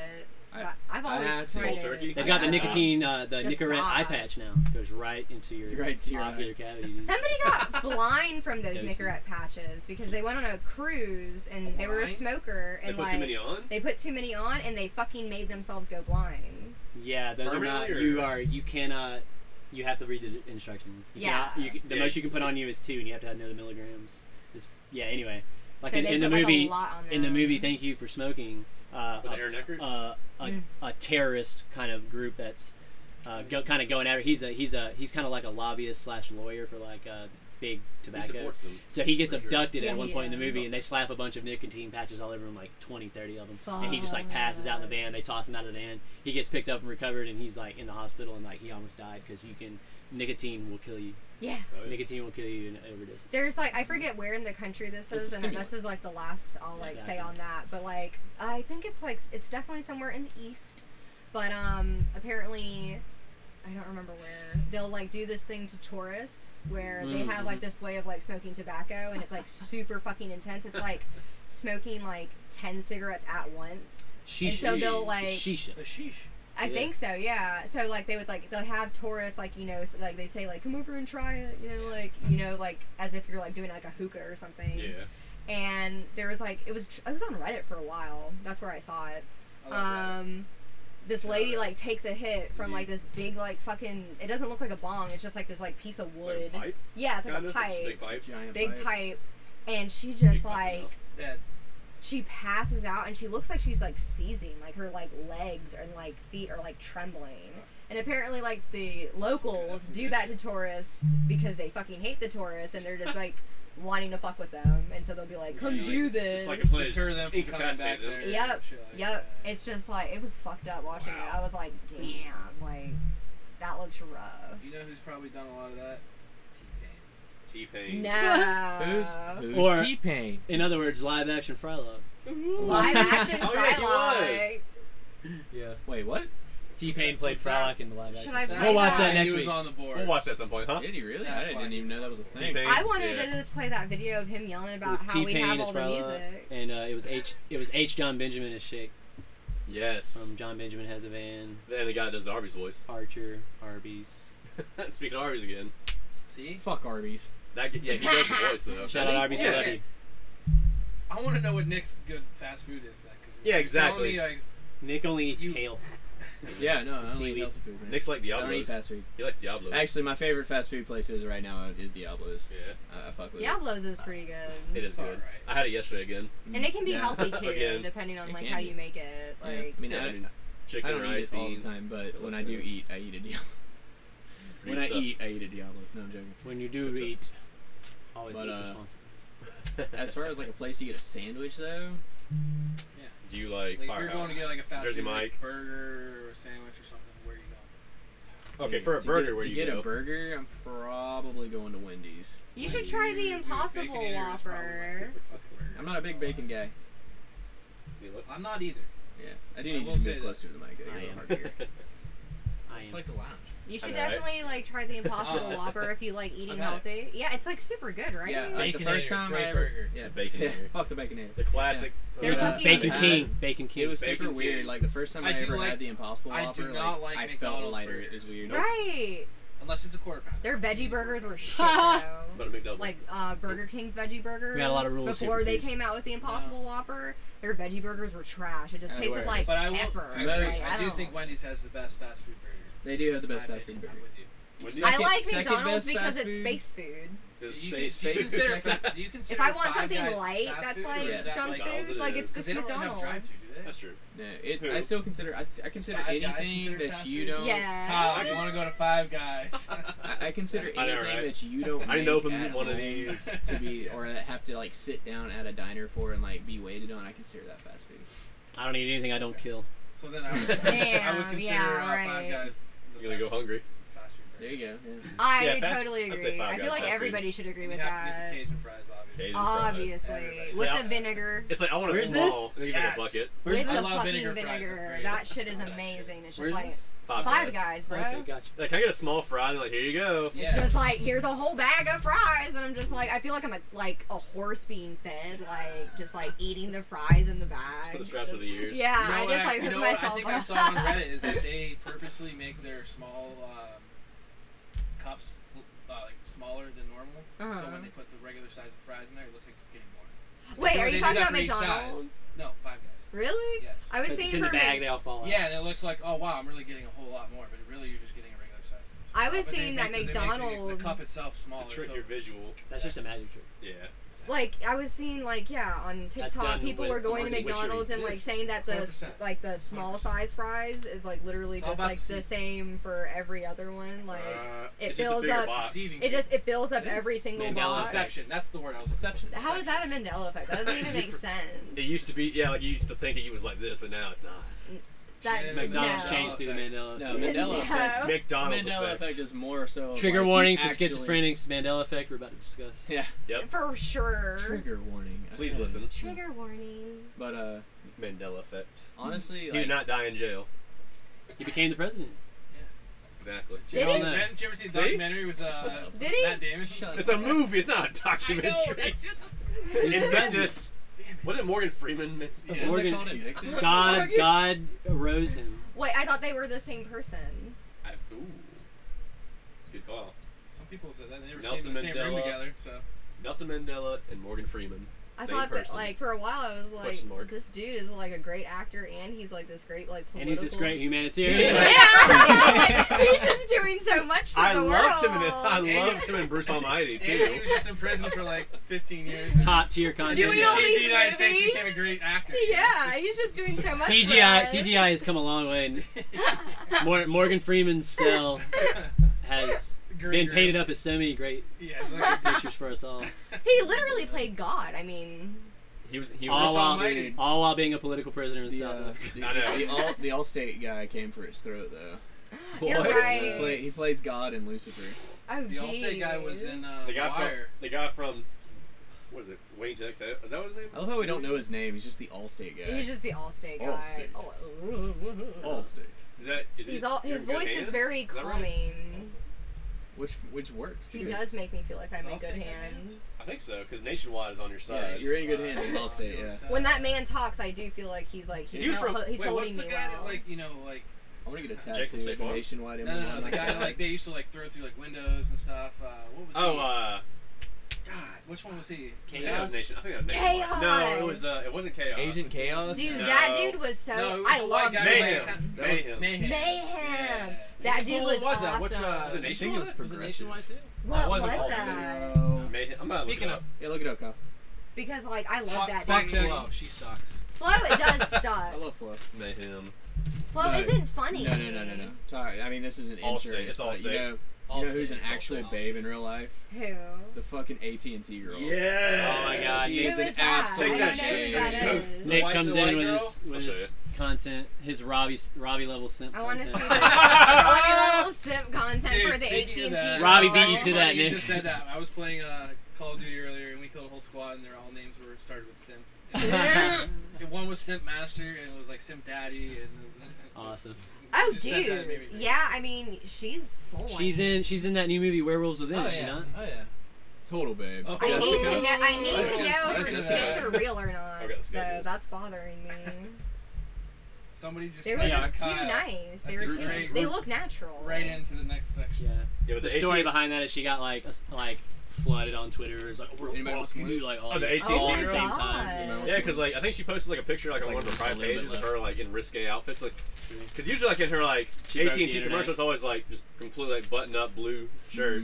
Speaker 2: I-
Speaker 1: But I've
Speaker 2: I
Speaker 1: always
Speaker 2: had to.
Speaker 1: tried
Speaker 3: Cold
Speaker 1: it.
Speaker 3: turkey?
Speaker 4: They've got the
Speaker 3: Yeah.
Speaker 4: nicotine, uh,
Speaker 1: The
Speaker 4: the, Nicorette
Speaker 1: sock.
Speaker 4: eye patch now. Goes right into your
Speaker 2: Right to your
Speaker 4: ocular
Speaker 2: eye.
Speaker 4: cavity. dude.
Speaker 1: Somebody got blind from those
Speaker 4: Dosing.
Speaker 1: Nicorette patches because they went on a cruise and they were a
Speaker 5: Blind?
Speaker 1: smoker
Speaker 3: They
Speaker 1: and
Speaker 3: put
Speaker 1: like
Speaker 3: too many on.
Speaker 1: they put too many on and they fucking made themselves go blind.
Speaker 4: Yeah, those are not.
Speaker 3: Permanently or-
Speaker 4: You are. You cannot. You have to read the instructions. You
Speaker 1: Yeah.
Speaker 4: Cannot, you, can- the
Speaker 3: Yeah,
Speaker 4: most you
Speaker 3: you-
Speaker 4: can put on you is two, and you have to have another milligrams. It's, yeah. Anyway, like
Speaker 1: so
Speaker 4: in,
Speaker 1: they
Speaker 4: in the
Speaker 1: put like
Speaker 4: movie,
Speaker 1: a lot on them.
Speaker 4: in the movie, thank you for smoking. Uh,
Speaker 3: With
Speaker 4: a-
Speaker 3: the Aaron Eckert.
Speaker 4: uh, a,
Speaker 1: Mm.
Speaker 4: a terrorist kind of group that's uh, go, kind of going after. He's a he's a he's kind of like a lobbyist slash lawyer for like uh, big
Speaker 3: he
Speaker 4: tobacco.
Speaker 3: supports them.
Speaker 4: So he gets
Speaker 3: For sure.
Speaker 4: abducted
Speaker 1: Yeah,
Speaker 4: at one
Speaker 1: he
Speaker 4: point in the
Speaker 1: is.
Speaker 4: movie, and they slap a bunch of nicotine patches all over him, like 20, 30 of them. And he just like passes out in the van. They toss him out of the van. He gets picked up and recovered, and he's like in the hospital, and like he almost died because you can nicotine will kill you.
Speaker 1: yeah.
Speaker 3: Oh, yeah.
Speaker 4: Nicotine will kill you in overdose.
Speaker 1: There's like I forget where in the country this
Speaker 2: It's
Speaker 1: is,
Speaker 2: a
Speaker 1: and this is like the last I'll like say
Speaker 4: Exactly.
Speaker 1: on that. But like I think it's like it's definitely somewhere in the east. But um apparently I don't remember where. They'll like do this thing to tourists where they have like this way of like smoking tobacco and it's like super fucking intense. It's like smoking like ten cigarettes at once.
Speaker 4: Shisha.
Speaker 1: and so they'll
Speaker 3: Jeez.
Speaker 1: like
Speaker 4: Shisha.
Speaker 5: The sheesh.
Speaker 1: I
Speaker 4: Yeah.
Speaker 1: think so, yeah. So like they would like they'll have tourists like you know s like they say like come over and try it, you know like you know like as if you're like doing like a hookah or something.
Speaker 3: Yeah.
Speaker 1: And there was like it was tr- I was on Reddit for a while. That's where I saw it.
Speaker 5: I love that.
Speaker 1: Um, this lady like takes a hit from
Speaker 3: Yeah.
Speaker 1: like this big like fucking. It doesn't look like a bong. It's just like this like piece of
Speaker 3: Like a
Speaker 1: wood.
Speaker 3: pipe?
Speaker 1: Yeah, it's like
Speaker 3: Kind
Speaker 1: a
Speaker 3: of,
Speaker 1: pipe,
Speaker 3: just a big pipe.
Speaker 2: Giant
Speaker 1: big pipe. And she
Speaker 3: Big
Speaker 1: just
Speaker 3: pipe
Speaker 1: like
Speaker 3: enough.
Speaker 5: That
Speaker 1: she passes out and she looks like she's like seizing like her like legs and like feet are like trembling and apparently like the locals do that to tourists because they fucking hate the tourists and they're just like wanting to fuck with them and so they'll be like come
Speaker 3: Yeah,
Speaker 1: do
Speaker 3: it's
Speaker 1: this
Speaker 3: Just like a place.
Speaker 5: deter them from coming back
Speaker 3: incapacitated them.
Speaker 5: there. and
Speaker 1: Yep,
Speaker 5: shit like
Speaker 1: yep
Speaker 5: that.
Speaker 1: it's just like it was fucked up watching
Speaker 3: Wow.
Speaker 1: it i was like damn like that looks rough
Speaker 5: You know who's probably done a lot of that? T-Pain.
Speaker 3: T Pain. [LAUGHS]
Speaker 1: no
Speaker 2: Who's,
Speaker 4: Or-
Speaker 2: who's T-Pain?
Speaker 4: In other words, live action Frylock.
Speaker 1: live action
Speaker 3: [LAUGHS] Oh, yeah, he was.
Speaker 1: Frylock.
Speaker 4: Yeah.
Speaker 2: Wait, what?
Speaker 4: T Pain played Frylock in the live
Speaker 1: Should
Speaker 4: action.
Speaker 1: I-
Speaker 4: Frylock.
Speaker 1: We'll
Speaker 4: we'll watch
Speaker 1: that
Speaker 4: that
Speaker 5: He
Speaker 4: next
Speaker 5: was
Speaker 4: week.
Speaker 5: on the board.
Speaker 3: We'll watch that some point, huh?
Speaker 2: Did he really? I
Speaker 5: That's
Speaker 2: didn't,
Speaker 5: why
Speaker 2: didn't even know that was a thing.
Speaker 3: T-Pain.
Speaker 1: i wanted
Speaker 3: yeah.
Speaker 1: to just play that video of him yelling
Speaker 4: It
Speaker 1: about
Speaker 4: was
Speaker 1: how
Speaker 4: T
Speaker 1: we have
Speaker 4: Pain as
Speaker 1: all the
Speaker 4: Frylock,
Speaker 1: music
Speaker 4: and uh, it was H. It was H. John Benjamin as Shake
Speaker 3: Yes.
Speaker 4: from Um, John Benjamin Has a Van,
Speaker 3: and the guy that does the Arby's voice. [LAUGHS]
Speaker 4: Archer, Arby's.
Speaker 3: Speaking of Arby's again,
Speaker 5: See?
Speaker 2: Fuck Arby's.
Speaker 3: that g- yeah he does the voice though.
Speaker 4: Shout out Arby's.
Speaker 3: Yeah.
Speaker 4: Yeah.
Speaker 5: I want to know what Nick's good fast food is then. 'cause
Speaker 3: Yeah,
Speaker 5: you're
Speaker 3: exactly.
Speaker 5: telling Me, like,
Speaker 4: Nick only eats
Speaker 5: You-
Speaker 4: kale.
Speaker 2: Yeah, no, I don't
Speaker 4: Seaweed.
Speaker 2: eat healthy food. Man.
Speaker 3: Nick's like
Speaker 2: I don't eat
Speaker 3: Diablos.
Speaker 2: fast food.
Speaker 3: He likes Diablos.
Speaker 2: Actually, my favorite fast food place is right now is Diablo's.
Speaker 3: yeah,
Speaker 2: I, I fuck with it.
Speaker 1: diablos is pretty good
Speaker 3: it is
Speaker 5: It's
Speaker 3: good.
Speaker 5: alright.
Speaker 3: I had it yesterday again.
Speaker 1: And it can be
Speaker 2: [LAUGHS] Yeah.
Speaker 1: healthy too,
Speaker 3: Again.
Speaker 1: depending on
Speaker 2: It
Speaker 1: like
Speaker 2: can
Speaker 1: how
Speaker 2: be.
Speaker 1: you make it.
Speaker 2: Yeah,
Speaker 1: Like
Speaker 2: I mean,
Speaker 3: Yeah,
Speaker 2: I,
Speaker 3: I mean, chicken
Speaker 2: I don't
Speaker 3: rice,
Speaker 2: eat it all
Speaker 3: beans.
Speaker 2: the time, but when
Speaker 3: let's
Speaker 2: I
Speaker 3: do
Speaker 2: do
Speaker 3: it.
Speaker 2: eat, I eat a [LAUGHS] Diablo.
Speaker 3: it's
Speaker 2: When
Speaker 3: good
Speaker 2: I
Speaker 3: stuff.
Speaker 2: eat, I eat a Diablo's. No, I'm joking.
Speaker 4: When you do
Speaker 3: That's it.
Speaker 4: eat, always
Speaker 2: But,
Speaker 4: eat
Speaker 2: uh,
Speaker 4: responsibly.
Speaker 2: As far as like a place you get a sandwich though,
Speaker 3: [LAUGHS] do you like,
Speaker 5: like if you're
Speaker 3: firehouse?
Speaker 5: going to get like a fast
Speaker 3: Jersey
Speaker 5: food like,
Speaker 3: Mike.
Speaker 5: burger or sandwich or something, where you going?
Speaker 3: okay,
Speaker 2: dude,
Speaker 3: for a
Speaker 2: to
Speaker 3: burger,
Speaker 2: get,
Speaker 3: where
Speaker 2: to
Speaker 3: you
Speaker 2: get
Speaker 3: go?
Speaker 2: a burger, I'm probably going to Wendy's.
Speaker 1: you should try the
Speaker 5: Dude,
Speaker 1: Impossible
Speaker 5: Baconator is probably my
Speaker 1: Whopper.
Speaker 5: favorite fucking burger.
Speaker 2: I'm not a big bacon guy.
Speaker 3: You look- [LAUGHS]
Speaker 5: I'm not either.
Speaker 2: Yeah, I do
Speaker 5: I
Speaker 2: need
Speaker 5: will
Speaker 2: you to
Speaker 5: say
Speaker 2: move
Speaker 5: that-
Speaker 2: closer to the mic.
Speaker 4: I
Speaker 2: I get a
Speaker 4: am.
Speaker 2: hard [LAUGHS] here.
Speaker 4: I
Speaker 2: It's
Speaker 4: am.
Speaker 2: like the lounge.
Speaker 1: You should
Speaker 3: know, right?
Speaker 1: definitely like try the Impossible
Speaker 5: Uh,
Speaker 1: Whopper if you like eating
Speaker 5: had
Speaker 1: healthy. Yeah, it's like super good, right?
Speaker 2: Yeah, like the first
Speaker 5: Baconator,
Speaker 2: time I
Speaker 5: great
Speaker 2: ever.
Speaker 5: burger.
Speaker 2: [LAUGHS] Yeah,
Speaker 3: The Baconator.
Speaker 2: Yeah, fuck the baconator.
Speaker 3: the classic. uh,
Speaker 1: They're
Speaker 2: Yeah.
Speaker 1: cooking-
Speaker 4: Bacon
Speaker 2: I-
Speaker 4: King. Bacon King.
Speaker 2: It was
Speaker 3: Bacon
Speaker 2: super
Speaker 3: King.
Speaker 2: weird. Like the first time I,
Speaker 5: I do
Speaker 2: ever
Speaker 5: like-
Speaker 2: had the Impossible
Speaker 5: I do
Speaker 2: Whopper,
Speaker 5: not like
Speaker 2: I felt
Speaker 5: McDonald's
Speaker 2: lighter. It was
Speaker 5: burgers.
Speaker 2: weird.
Speaker 1: Right.
Speaker 5: Unless it's a quarter pounder.
Speaker 1: Their veggie burgers were shit though.
Speaker 3: But a McDouble.
Speaker 1: Like uh, Burger King's veggie burgers.
Speaker 4: We had a lot of rules here
Speaker 1: before
Speaker 4: for
Speaker 1: they
Speaker 4: food.
Speaker 1: came out with the Impossible Whopper. Their veggie burgers were trash. It just
Speaker 2: I
Speaker 1: tasted
Speaker 2: swear.
Speaker 1: like
Speaker 5: But I will.
Speaker 1: pepper.
Speaker 5: I,
Speaker 2: Most-
Speaker 5: agree.
Speaker 1: Like,
Speaker 5: I do
Speaker 1: don't-
Speaker 5: think Wendy's has the best fast food burger.
Speaker 2: They do have the best
Speaker 5: I-
Speaker 2: fast food burger.
Speaker 5: I'm with you.
Speaker 3: Wendy's
Speaker 1: I
Speaker 4: Second-
Speaker 1: like
Speaker 4: second
Speaker 1: McDonald's
Speaker 4: best
Speaker 1: because
Speaker 4: fast
Speaker 1: it's
Speaker 4: food.
Speaker 1: space food.
Speaker 3: is
Speaker 5: Do you,
Speaker 3: space
Speaker 5: do you
Speaker 3: food. [LAUGHS]
Speaker 5: consider, fa- do you consider
Speaker 1: if I want
Speaker 5: Five
Speaker 1: something
Speaker 5: Guys
Speaker 1: light,
Speaker 5: fast
Speaker 1: that's
Speaker 5: food, or
Speaker 1: like
Speaker 5: is that
Speaker 1: junk
Speaker 5: like-
Speaker 3: McDonald's
Speaker 1: food.
Speaker 3: it
Speaker 1: Like
Speaker 3: is.
Speaker 1: it's
Speaker 5: 'Cause
Speaker 1: just
Speaker 5: they don't really have drive-thru,
Speaker 1: McDonald's.
Speaker 5: do they?
Speaker 3: That's true.
Speaker 2: No, it's.
Speaker 3: Who?
Speaker 2: I still consider. I, s- I consider
Speaker 5: Five Guys
Speaker 2: anything
Speaker 5: considered
Speaker 2: that
Speaker 5: fast
Speaker 2: you
Speaker 5: food?
Speaker 2: don't.
Speaker 1: Yeah.
Speaker 5: Kyle, you want to go to Five Guys? [LAUGHS]
Speaker 2: I, I consider
Speaker 3: I know,
Speaker 2: anything
Speaker 3: right?
Speaker 2: that you don't.
Speaker 3: [LAUGHS] I
Speaker 2: make
Speaker 3: didn't open
Speaker 2: at
Speaker 3: one of
Speaker 2: home
Speaker 3: these.
Speaker 2: to be or that have to like sit down at a diner for and like be waited on. I consider that fast food.
Speaker 4: I don't eat anything I don't kill.
Speaker 5: so then I would, [LAUGHS] I would
Speaker 1: Damn,
Speaker 5: consider
Speaker 1: yeah,
Speaker 5: uh, Five
Speaker 1: right.
Speaker 5: Guys. the
Speaker 3: I'm gonna go
Speaker 5: best
Speaker 3: hungry.
Speaker 5: Fast food
Speaker 2: There
Speaker 5: burger.
Speaker 2: you go.
Speaker 1: I
Speaker 3: Yeah, fast-
Speaker 1: totally
Speaker 3: I'd say
Speaker 1: agree.
Speaker 3: Five
Speaker 1: I feel
Speaker 3: Guys
Speaker 1: like
Speaker 3: fast food.
Speaker 1: everybody should agree
Speaker 5: You
Speaker 1: with
Speaker 5: have to get
Speaker 1: that.
Speaker 5: the Cajun fries, obviously.
Speaker 3: Cajun fries.
Speaker 1: Obviously,
Speaker 5: Everybody.
Speaker 1: with
Speaker 3: Yeah.
Speaker 1: the vinegar.
Speaker 3: It's like I want a
Speaker 4: Where's
Speaker 3: small.
Speaker 4: this?
Speaker 3: They give me
Speaker 5: Yes.
Speaker 3: a bucket.
Speaker 4: Where's
Speaker 1: with
Speaker 5: I
Speaker 1: the
Speaker 4: this?
Speaker 5: love
Speaker 1: fucking
Speaker 5: vinegar fries, they're
Speaker 1: vinegar.
Speaker 5: great.
Speaker 1: That shit is
Speaker 5: That shit.
Speaker 1: amazing. It's just
Speaker 4: Where's
Speaker 1: like
Speaker 4: this?
Speaker 3: Five,
Speaker 1: Five Guys, bro.
Speaker 4: Okay, gotcha.
Speaker 3: Like I get a small fry and like here you go.
Speaker 5: Yeah.
Speaker 1: It's just like here's a whole bag of fries, and I'm just like I feel like I'm a, like a horse being fed, like just like eating the fries in the bag.
Speaker 3: Put the straps of the ears.
Speaker 1: yeah,
Speaker 5: You know
Speaker 1: I
Speaker 5: what
Speaker 1: just like
Speaker 5: you
Speaker 1: hurt
Speaker 5: know what I
Speaker 1: myself.
Speaker 5: think I saw
Speaker 1: [LAUGHS]
Speaker 5: on Reddit is that they purposely make their small um, cups uh, like smaller than normal. So
Speaker 1: Uh-huh.
Speaker 5: when they put the regular size of fries in there, it looks like you're getting more.
Speaker 1: [LAUGHS] Wait,
Speaker 5: They-
Speaker 1: are
Speaker 5: they
Speaker 1: you
Speaker 5: do
Speaker 1: talking
Speaker 5: that
Speaker 1: about
Speaker 5: for each size.
Speaker 1: McDonald's?
Speaker 5: No, Five Guys.
Speaker 1: Really?
Speaker 5: Yes.
Speaker 1: I was
Speaker 4: It's
Speaker 1: saying
Speaker 4: in the
Speaker 1: for
Speaker 4: bag.
Speaker 1: Mc-
Speaker 4: They all fall out.
Speaker 5: yeah, and it looks like oh wow, I'm really getting a whole lot more, but really you're just getting a regular size.
Speaker 1: I was
Speaker 5: But they
Speaker 1: seeing that
Speaker 5: make the- they make the- the, cup
Speaker 1: McDonald's-
Speaker 5: itself smaller.
Speaker 3: To trick
Speaker 5: so
Speaker 3: your visual.
Speaker 4: That's just a magic trick.
Speaker 3: Yeah.
Speaker 1: like I was seeing like yeah on
Speaker 4: done
Speaker 1: TikTok people
Speaker 4: with
Speaker 1: were going to
Speaker 4: marketing
Speaker 1: McDonald's and like
Speaker 5: Yes.
Speaker 1: saying that the s
Speaker 5: 100%.
Speaker 1: like the small size fries is like literally
Speaker 5: It's all
Speaker 1: just
Speaker 5: about
Speaker 1: like
Speaker 5: the
Speaker 1: the
Speaker 5: seat.
Speaker 1: same for every other one like.
Speaker 3: Uh,
Speaker 1: it
Speaker 3: it's just a
Speaker 1: fills
Speaker 3: bigger
Speaker 1: up-
Speaker 3: box.
Speaker 5: Deceiving.
Speaker 1: It just it fills up
Speaker 2: It is.
Speaker 1: every single
Speaker 4: Mandela
Speaker 1: box.
Speaker 4: effect.
Speaker 5: Deception. That's the word I was looking
Speaker 2: Deception.
Speaker 5: for.
Speaker 1: How is that a Mandela effect? That doesn't even make sense.
Speaker 3: It used to be yeah, like you used to think it was like this, but now it's not.
Speaker 1: that
Speaker 5: Shannon
Speaker 4: McDonald's
Speaker 1: no.
Speaker 4: changed through the
Speaker 5: effect.
Speaker 4: Mandela.
Speaker 2: No,
Speaker 4: effect.
Speaker 2: Mandela effect.
Speaker 1: No.
Speaker 3: McDonald's
Speaker 2: Mandela
Speaker 3: effect.
Speaker 2: effect is more so. of,
Speaker 4: Trigger
Speaker 2: like, you
Speaker 4: warnings to
Speaker 2: actually-
Speaker 4: schizophrenics. Mandela effect. We're about to discuss.
Speaker 2: Yeah.
Speaker 3: Yep.
Speaker 1: For sure.
Speaker 2: Trigger warning.
Speaker 3: Please
Speaker 2: Okay.
Speaker 3: listen.
Speaker 1: Trigger warning.
Speaker 2: But uh,
Speaker 3: Mandela effect.
Speaker 2: honestly,
Speaker 3: He
Speaker 2: like,
Speaker 3: did not die in jail.
Speaker 4: He became the president.
Speaker 3: Exactly.
Speaker 1: Did
Speaker 4: Hell
Speaker 1: he?
Speaker 4: no.
Speaker 5: Man, did you ever see the
Speaker 3: See?
Speaker 5: documentary with uh,
Speaker 1: Did he?
Speaker 5: Matt Damon?
Speaker 2: Shut
Speaker 3: It's a movie. It's not a documentary.
Speaker 1: [LAUGHS]
Speaker 3: Invictus. Was it Morgan Freeman?
Speaker 5: Yeah.
Speaker 2: What's it
Speaker 4: Morgan-
Speaker 2: called? Invictus?
Speaker 4: God, God arose him.
Speaker 1: Wait, I thought they were the same person.
Speaker 3: I, ooh. Good call.
Speaker 5: Some people said that they were
Speaker 3: Nelson
Speaker 5: in the same room
Speaker 3: Mandela.
Speaker 5: together. So
Speaker 3: Nelson Mandela and Morgan Freeman.
Speaker 1: I
Speaker 3: same
Speaker 1: thought
Speaker 3: person.
Speaker 1: that like for a while I was
Speaker 3: Question mark.
Speaker 1: like this dude is like a great actor and he's like this great like
Speaker 4: And
Speaker 1: political.
Speaker 4: he's this great humanitarian.
Speaker 1: Yeah, I was like, [LAUGHS] he's just doing so much for
Speaker 3: I
Speaker 1: the
Speaker 3: loved him.
Speaker 1: world.
Speaker 3: In it. I loved him in Bruce
Speaker 1: [LAUGHS]
Speaker 3: Almighty
Speaker 5: and he
Speaker 3: too.
Speaker 5: was just in prison for like 15 years.
Speaker 4: Top tier content.
Speaker 1: Doing all
Speaker 5: He-
Speaker 1: these
Speaker 5: the United States
Speaker 1: movies?
Speaker 5: became a great actor.
Speaker 1: Yeah,
Speaker 5: [LAUGHS]
Speaker 1: he's just doing so much.
Speaker 4: CGI
Speaker 1: For us. [LAUGHS]
Speaker 4: CGI has come a long way. And Mor- Morgan Freeman's cell has been painted up as so many great
Speaker 5: Yeah, it's like
Speaker 4: pictures for us all,
Speaker 1: [LAUGHS] He literally played God. I mean,
Speaker 3: He was. He
Speaker 4: All
Speaker 3: was.
Speaker 4: while,
Speaker 5: Almighty.
Speaker 4: all while being a political prisoner in
Speaker 2: The,
Speaker 4: South
Speaker 2: uh,
Speaker 4: Africa.
Speaker 2: the,
Speaker 3: I know.
Speaker 2: the all the Allstate guy came for his throat though.
Speaker 1: [GASPS] You're
Speaker 3: What?
Speaker 2: He,
Speaker 1: right.
Speaker 2: play, he plays God in Lucifer.
Speaker 1: oh
Speaker 5: the Allstate
Speaker 1: geez.
Speaker 5: guy was in uh,
Speaker 3: The guy from.
Speaker 5: Wire.
Speaker 3: The guy from. What is it? Wayne Tech. Is that is that what his name?
Speaker 2: I love how we don't know his name. He's just the Allstate guy.
Speaker 1: He's just the Allstate guy.
Speaker 2: Allstate.
Speaker 1: Oh,
Speaker 2: Allstate.
Speaker 3: Is that? Is
Speaker 1: He's
Speaker 3: it
Speaker 1: all, his
Speaker 3: Your Good
Speaker 1: voice
Speaker 3: Hands?
Speaker 1: is very
Speaker 3: that right?
Speaker 1: calming.
Speaker 2: Which which works.
Speaker 1: He
Speaker 2: sure.
Speaker 1: does make me feel like I'm
Speaker 5: Is
Speaker 1: in
Speaker 5: Allstate
Speaker 1: good
Speaker 5: Good
Speaker 1: hands.
Speaker 5: Hands?
Speaker 3: I think so, because Nationwide is on your side.
Speaker 2: Yeah, you're in good
Speaker 5: Uh,
Speaker 2: hands. It's Allstate. Yeah.
Speaker 5: so-
Speaker 1: When that man talks, I do feel like he's like he's,
Speaker 3: He was
Speaker 1: hel-
Speaker 3: from-
Speaker 1: he's
Speaker 5: Wait,
Speaker 1: holding
Speaker 5: what's the
Speaker 1: me
Speaker 5: guy
Speaker 1: well.
Speaker 5: that like you know like
Speaker 2: I'm gonna get a
Speaker 3: Jake
Speaker 2: tattoo
Speaker 3: from State
Speaker 2: of a
Speaker 3: Farm?
Speaker 2: nationwide.
Speaker 5: no no
Speaker 2: emblem
Speaker 5: no
Speaker 2: on
Speaker 5: the
Speaker 2: my
Speaker 5: guy
Speaker 2: side.
Speaker 5: like they used to like throw through like windows and stuff. Uh, what was
Speaker 3: Oh,
Speaker 5: he?
Speaker 3: uh,
Speaker 5: God, which one was he?
Speaker 3: I think that was Nation. I think that was
Speaker 1: Chaos.
Speaker 3: Nationwide. No, it was. Uh, it wasn't chaos.
Speaker 10: Agent Chaos.
Speaker 1: Dude,
Speaker 3: No.
Speaker 1: that dude was so.
Speaker 5: No, it was
Speaker 1: I
Speaker 5: a white
Speaker 1: loved
Speaker 5: guy.
Speaker 1: him.
Speaker 3: Mayhem.
Speaker 5: That
Speaker 3: Mayhem.
Speaker 5: was Mayhem.
Speaker 1: Mayhem.
Speaker 5: Yeah.
Speaker 1: That dude
Speaker 5: Who
Speaker 1: was
Speaker 5: that? Which,
Speaker 1: awesome.
Speaker 5: uh,
Speaker 3: Was it
Speaker 5: which
Speaker 3: Nation?
Speaker 5: one
Speaker 10: It was
Speaker 5: it
Speaker 10: progressive.
Speaker 5: Nationwide too?
Speaker 1: What was,
Speaker 10: wasn't Allstate.
Speaker 1: that?
Speaker 2: No.
Speaker 3: Amazing. I'm not
Speaker 5: Speaking
Speaker 3: looking
Speaker 5: of-
Speaker 3: up.
Speaker 2: Yeah, look it up, Kyle.
Speaker 1: Because like I love
Speaker 5: Fuck-
Speaker 1: that
Speaker 5: fuck
Speaker 1: dude.
Speaker 5: Flo, she sucks.
Speaker 1: Flo, it
Speaker 5: [LAUGHS]
Speaker 1: does suck.
Speaker 2: I love fluff.
Speaker 3: Mayhem.
Speaker 1: Flo
Speaker 2: No.
Speaker 1: isn't funny.
Speaker 2: No, no, no, no, no. Sorry, I mean this is an insert.
Speaker 3: Allstate, it's
Speaker 2: but You
Speaker 3: Allstate.
Speaker 2: know, you know who's an actual babe in real life?
Speaker 1: Who?
Speaker 2: The fucking AT and T girl.
Speaker 3: Yeah.
Speaker 4: Oh my God,
Speaker 1: Who is
Speaker 2: He's an
Speaker 1: [LAUGHS] that? I
Speaker 2: absolute
Speaker 1: don't know who
Speaker 2: shit.
Speaker 1: that is.
Speaker 5: [LAUGHS]
Speaker 4: Nick
Speaker 5: white-
Speaker 4: comes
Speaker 5: the white
Speaker 4: in with
Speaker 5: girl?
Speaker 4: his
Speaker 3: I'll
Speaker 4: with
Speaker 3: show
Speaker 4: his content, his Robbie Robbie level simp
Speaker 1: I want to
Speaker 4: content.
Speaker 1: see this Robbie level simp content
Speaker 5: Dude,
Speaker 1: for the
Speaker 5: speaking of
Speaker 1: 18
Speaker 5: that-
Speaker 1: team.
Speaker 4: Robbie
Speaker 5: That's
Speaker 4: beat you
Speaker 5: so
Speaker 4: to
Speaker 5: funny
Speaker 4: that,
Speaker 5: You
Speaker 4: Nick.
Speaker 5: just said that. I was playing uh, Call of Duty earlier, and we killed a whole squad, and their all names were started with Simp.
Speaker 1: [LAUGHS] Simp.
Speaker 5: And one was Simp Master, and it was like Simp Daddy, and
Speaker 4: [LAUGHS] awesome.
Speaker 1: Oh,
Speaker 5: You just said that,
Speaker 1: dude.
Speaker 5: it made me think.
Speaker 1: Yeah, I mean, she's full.
Speaker 4: She's in she's in that new movie Werewolves Within.
Speaker 5: Oh
Speaker 4: is she
Speaker 5: yeah.
Speaker 4: not?
Speaker 5: Oh yeah.
Speaker 2: Total babe.
Speaker 5: Oh,
Speaker 1: I need to
Speaker 5: Jessica.
Speaker 1: know. I need
Speaker 5: Let's
Speaker 1: to
Speaker 5: just-
Speaker 1: know
Speaker 5: let's
Speaker 1: if her
Speaker 5: just-
Speaker 1: tits are real or not.
Speaker 3: Okay, let's go
Speaker 5: [LAUGHS]
Speaker 1: though.
Speaker 3: do this.
Speaker 1: That's bothering me.
Speaker 5: Somebody just
Speaker 1: They were
Speaker 5: takes a
Speaker 1: just too
Speaker 5: cut
Speaker 1: nice. They
Speaker 5: That's
Speaker 1: were
Speaker 5: a
Speaker 1: too.
Speaker 5: great-
Speaker 1: They look natural.
Speaker 5: right into the next section.
Speaker 4: Yeah.
Speaker 3: Yeah, but
Speaker 4: The
Speaker 3: the, E
Speaker 4: story
Speaker 3: 18
Speaker 4: behind that is she got like a s like flooded on Twitter. It's like we're
Speaker 2: Anybody else
Speaker 4: fucking
Speaker 2: want
Speaker 4: you
Speaker 2: it?
Speaker 4: like all,
Speaker 3: Oh, the
Speaker 4: these-
Speaker 3: 18
Speaker 4: all at
Speaker 3: year
Speaker 4: the
Speaker 3: old?
Speaker 4: same
Speaker 1: Oh
Speaker 4: time.
Speaker 1: my
Speaker 4: Yeah.
Speaker 1: God.
Speaker 3: Yeah, because like I think she posted like a picture like on
Speaker 4: Like,
Speaker 3: one of her
Speaker 4: just a
Speaker 3: private
Speaker 4: little bit
Speaker 3: pages of
Speaker 4: left.
Speaker 3: her like in risque outfits, like
Speaker 5: Mm-hmm.
Speaker 3: because usually like in her like
Speaker 4: She broke
Speaker 3: AT
Speaker 4: the
Speaker 3: and T
Speaker 4: internet.
Speaker 3: commercial, it's always like just completely like button up blue
Speaker 2: [LAUGHS]
Speaker 3: shirt,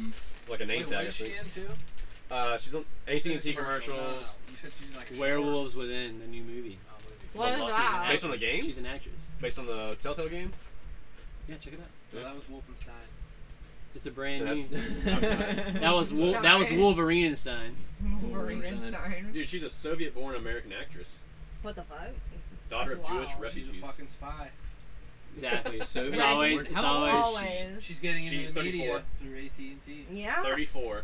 Speaker 3: like a name
Speaker 5: Wait,
Speaker 3: tag.
Speaker 5: what
Speaker 3: I
Speaker 5: is she
Speaker 3: think.
Speaker 5: into?
Speaker 3: Uh, she's on AT and T
Speaker 5: Commercial. No, no, no.
Speaker 3: commercials
Speaker 5: You said she's in, like a
Speaker 4: Werewolves Within, the new movie.
Speaker 5: shower. Oh, maybe.
Speaker 1: What
Speaker 4: She's an
Speaker 1: about?
Speaker 4: actress.
Speaker 3: Based on the games?
Speaker 4: She's an actress.
Speaker 3: based on the Telltale game.
Speaker 4: Yeah, check it out.
Speaker 5: No, that was Wolfenstein.
Speaker 4: It's a brand
Speaker 3: That's- [LAUGHS]
Speaker 4: new. [LAUGHS]
Speaker 2: that
Speaker 4: That was Wol- that was
Speaker 1: Stein.
Speaker 4: Wolverine Stein.
Speaker 1: Wolverine
Speaker 2: Wolverine.
Speaker 1: Stein.
Speaker 3: Dude, she's a Soviet-born American actress,
Speaker 1: What the fuck?
Speaker 3: daughter of
Speaker 1: Wow. She's
Speaker 3: Jewish
Speaker 1: a
Speaker 5: She's a
Speaker 3: refugees.
Speaker 5: fucking spy.
Speaker 4: Exactly.
Speaker 2: So
Speaker 4: it's
Speaker 2: bad.
Speaker 4: always it's
Speaker 2: How
Speaker 4: always,
Speaker 1: Always.
Speaker 5: She's getting into
Speaker 3: She's
Speaker 5: the media
Speaker 3: 34.
Speaker 5: through AT and T.
Speaker 1: Yeah.
Speaker 3: Thirty-four.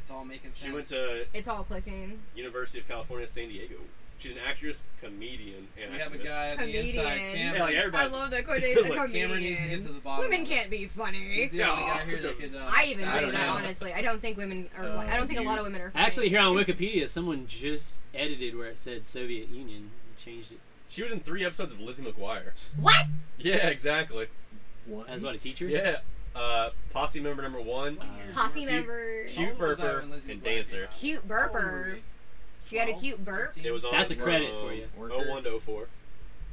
Speaker 5: It's all making sense.
Speaker 3: She went to
Speaker 1: It's all clicking.
Speaker 3: University of California, San Diego. She's an actress, comedian, and
Speaker 5: We
Speaker 3: activist.
Speaker 5: have a guy on the
Speaker 1: Comedian.
Speaker 5: inside. Cameron.
Speaker 3: Yeah, like
Speaker 1: I
Speaker 3: everybody.
Speaker 1: love that
Speaker 5: [LAUGHS]
Speaker 1: quotation.
Speaker 3: Like,
Speaker 1: comedian.
Speaker 5: Cameron needs to get to the bottom.
Speaker 1: Women
Speaker 5: of it.
Speaker 1: can't be funny.
Speaker 5: He's the only
Speaker 3: No.
Speaker 5: guy here that could. Uh,
Speaker 1: I even
Speaker 5: I
Speaker 1: say
Speaker 5: don't
Speaker 1: that
Speaker 5: know.
Speaker 1: honestly. I don't think women are.
Speaker 2: Uh,
Speaker 1: I don't think a
Speaker 2: you-
Speaker 1: lot of women are. Funny.
Speaker 4: Actually, here on Wikipedia, someone just edited where it said Soviet Union and changed it
Speaker 3: She was in three episodes of Lizzie McGuire.
Speaker 1: what?
Speaker 3: Yeah, exactly.
Speaker 2: What?
Speaker 4: as what a teacher.
Speaker 3: Yeah. Uh, posse member number one,
Speaker 4: Uh,
Speaker 1: Posse
Speaker 3: Cute-
Speaker 1: member.
Speaker 3: cute
Speaker 5: old was I
Speaker 3: burper,
Speaker 5: when Lizzie
Speaker 3: and
Speaker 5: McGuire
Speaker 3: dancer.
Speaker 5: came out?
Speaker 1: Cute
Speaker 5: How old were
Speaker 1: burper.
Speaker 5: we?
Speaker 1: She had a
Speaker 5: 12,
Speaker 1: cute burp.
Speaker 5: 13?
Speaker 3: It was on.
Speaker 4: That's a
Speaker 3: from
Speaker 4: credit for you.
Speaker 3: 01 to 04.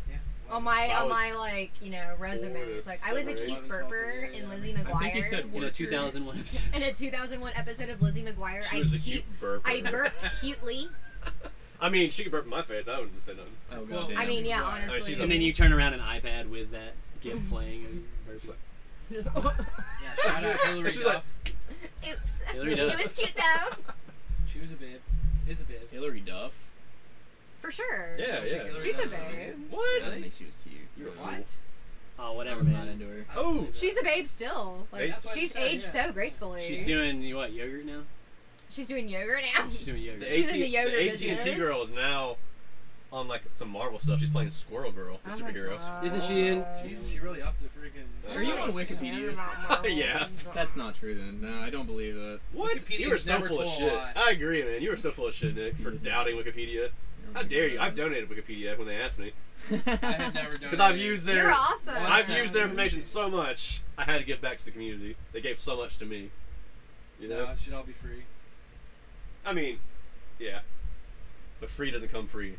Speaker 5: Yeah.
Speaker 1: On my
Speaker 3: So I
Speaker 1: on
Speaker 3: was
Speaker 1: my like you know resume,
Speaker 3: four to
Speaker 1: it's like I was a
Speaker 3: seven,
Speaker 1: cute
Speaker 5: eight.
Speaker 1: burper in Lizzie McGuire.
Speaker 2: I think you said
Speaker 4: In
Speaker 2: worker.
Speaker 4: a 2001 episode.
Speaker 1: [LAUGHS] in a 2001 episode of Lizzie McGuire,
Speaker 3: She
Speaker 1: I
Speaker 3: was the
Speaker 1: cute.
Speaker 3: cute burper.
Speaker 1: I burped cutely.
Speaker 3: [LAUGHS] I mean, she could burp in my face. I wouldn't say nothing.
Speaker 2: Oh,
Speaker 5: Well,
Speaker 2: goddamn.
Speaker 1: I mean, yeah,
Speaker 5: Right.
Speaker 1: honestly.
Speaker 3: Oh, she's
Speaker 4: And then you turn around an iPad with that GIF playing. And burps.
Speaker 1: Just-
Speaker 5: Yeah, shout out Hillary
Speaker 3: It's just like-
Speaker 5: Duff.
Speaker 1: Oops.
Speaker 4: Hillary
Speaker 1: [LAUGHS]
Speaker 4: Duff.
Speaker 1: it was cute though,
Speaker 5: She was a babe. Is a babe.
Speaker 2: Hillary Duff.
Speaker 1: for sure.
Speaker 3: Yeah, yeah.
Speaker 5: Hillary
Speaker 1: She's a
Speaker 5: Duff is
Speaker 1: babe.
Speaker 2: I
Speaker 3: What?
Speaker 2: didn't think she was cute.
Speaker 3: You're a fool.
Speaker 5: What?
Speaker 4: Oh,
Speaker 2: I
Speaker 4: whatever,
Speaker 2: was not
Speaker 4: man.
Speaker 2: into her.
Speaker 5: I don't
Speaker 3: Oh.
Speaker 5: believe that.
Speaker 1: She's a babe still. Like
Speaker 5: That's what I
Speaker 1: she's
Speaker 5: said,
Speaker 1: aged
Speaker 5: yeah.
Speaker 1: so gracefully.
Speaker 4: She's doing what yogurt now?
Speaker 1: She's doing yoga now.
Speaker 4: She's doing yogurt.
Speaker 3: The
Speaker 1: She's in the yoga
Speaker 3: AT and T
Speaker 1: business.
Speaker 3: girl is now on like some Marvel stuff. She's playing Squirrel Girl,
Speaker 1: [LAUGHS]
Speaker 3: the
Speaker 1: Oh my
Speaker 3: superhero.
Speaker 1: God.
Speaker 4: Isn't she in-
Speaker 5: Jesus, she really upped the freaking.
Speaker 3: Are you
Speaker 2: on Wikipedia?
Speaker 3: Yeah.
Speaker 2: That's not true then. No, I don't believe that.
Speaker 3: What?
Speaker 5: Wikipedia
Speaker 3: you were
Speaker 5: is
Speaker 3: so
Speaker 5: never
Speaker 3: full of
Speaker 5: told a
Speaker 3: shit.
Speaker 5: lie.
Speaker 3: I agree, man. You were so full of shit, Nick, for doubting Wikipedia. How dare you?
Speaker 2: [LAUGHS]
Speaker 3: I've donated Wikipedia when they asked me
Speaker 5: I
Speaker 3: [LAUGHS]
Speaker 5: had never done.
Speaker 3: because I've used their
Speaker 1: You're awesome.
Speaker 3: I've
Speaker 5: Awesome.
Speaker 3: used their information so much. I had to give back to the community. They gave so much to me. You know.
Speaker 5: No, it should all be free.
Speaker 3: I mean, yeah. But free doesn't come free.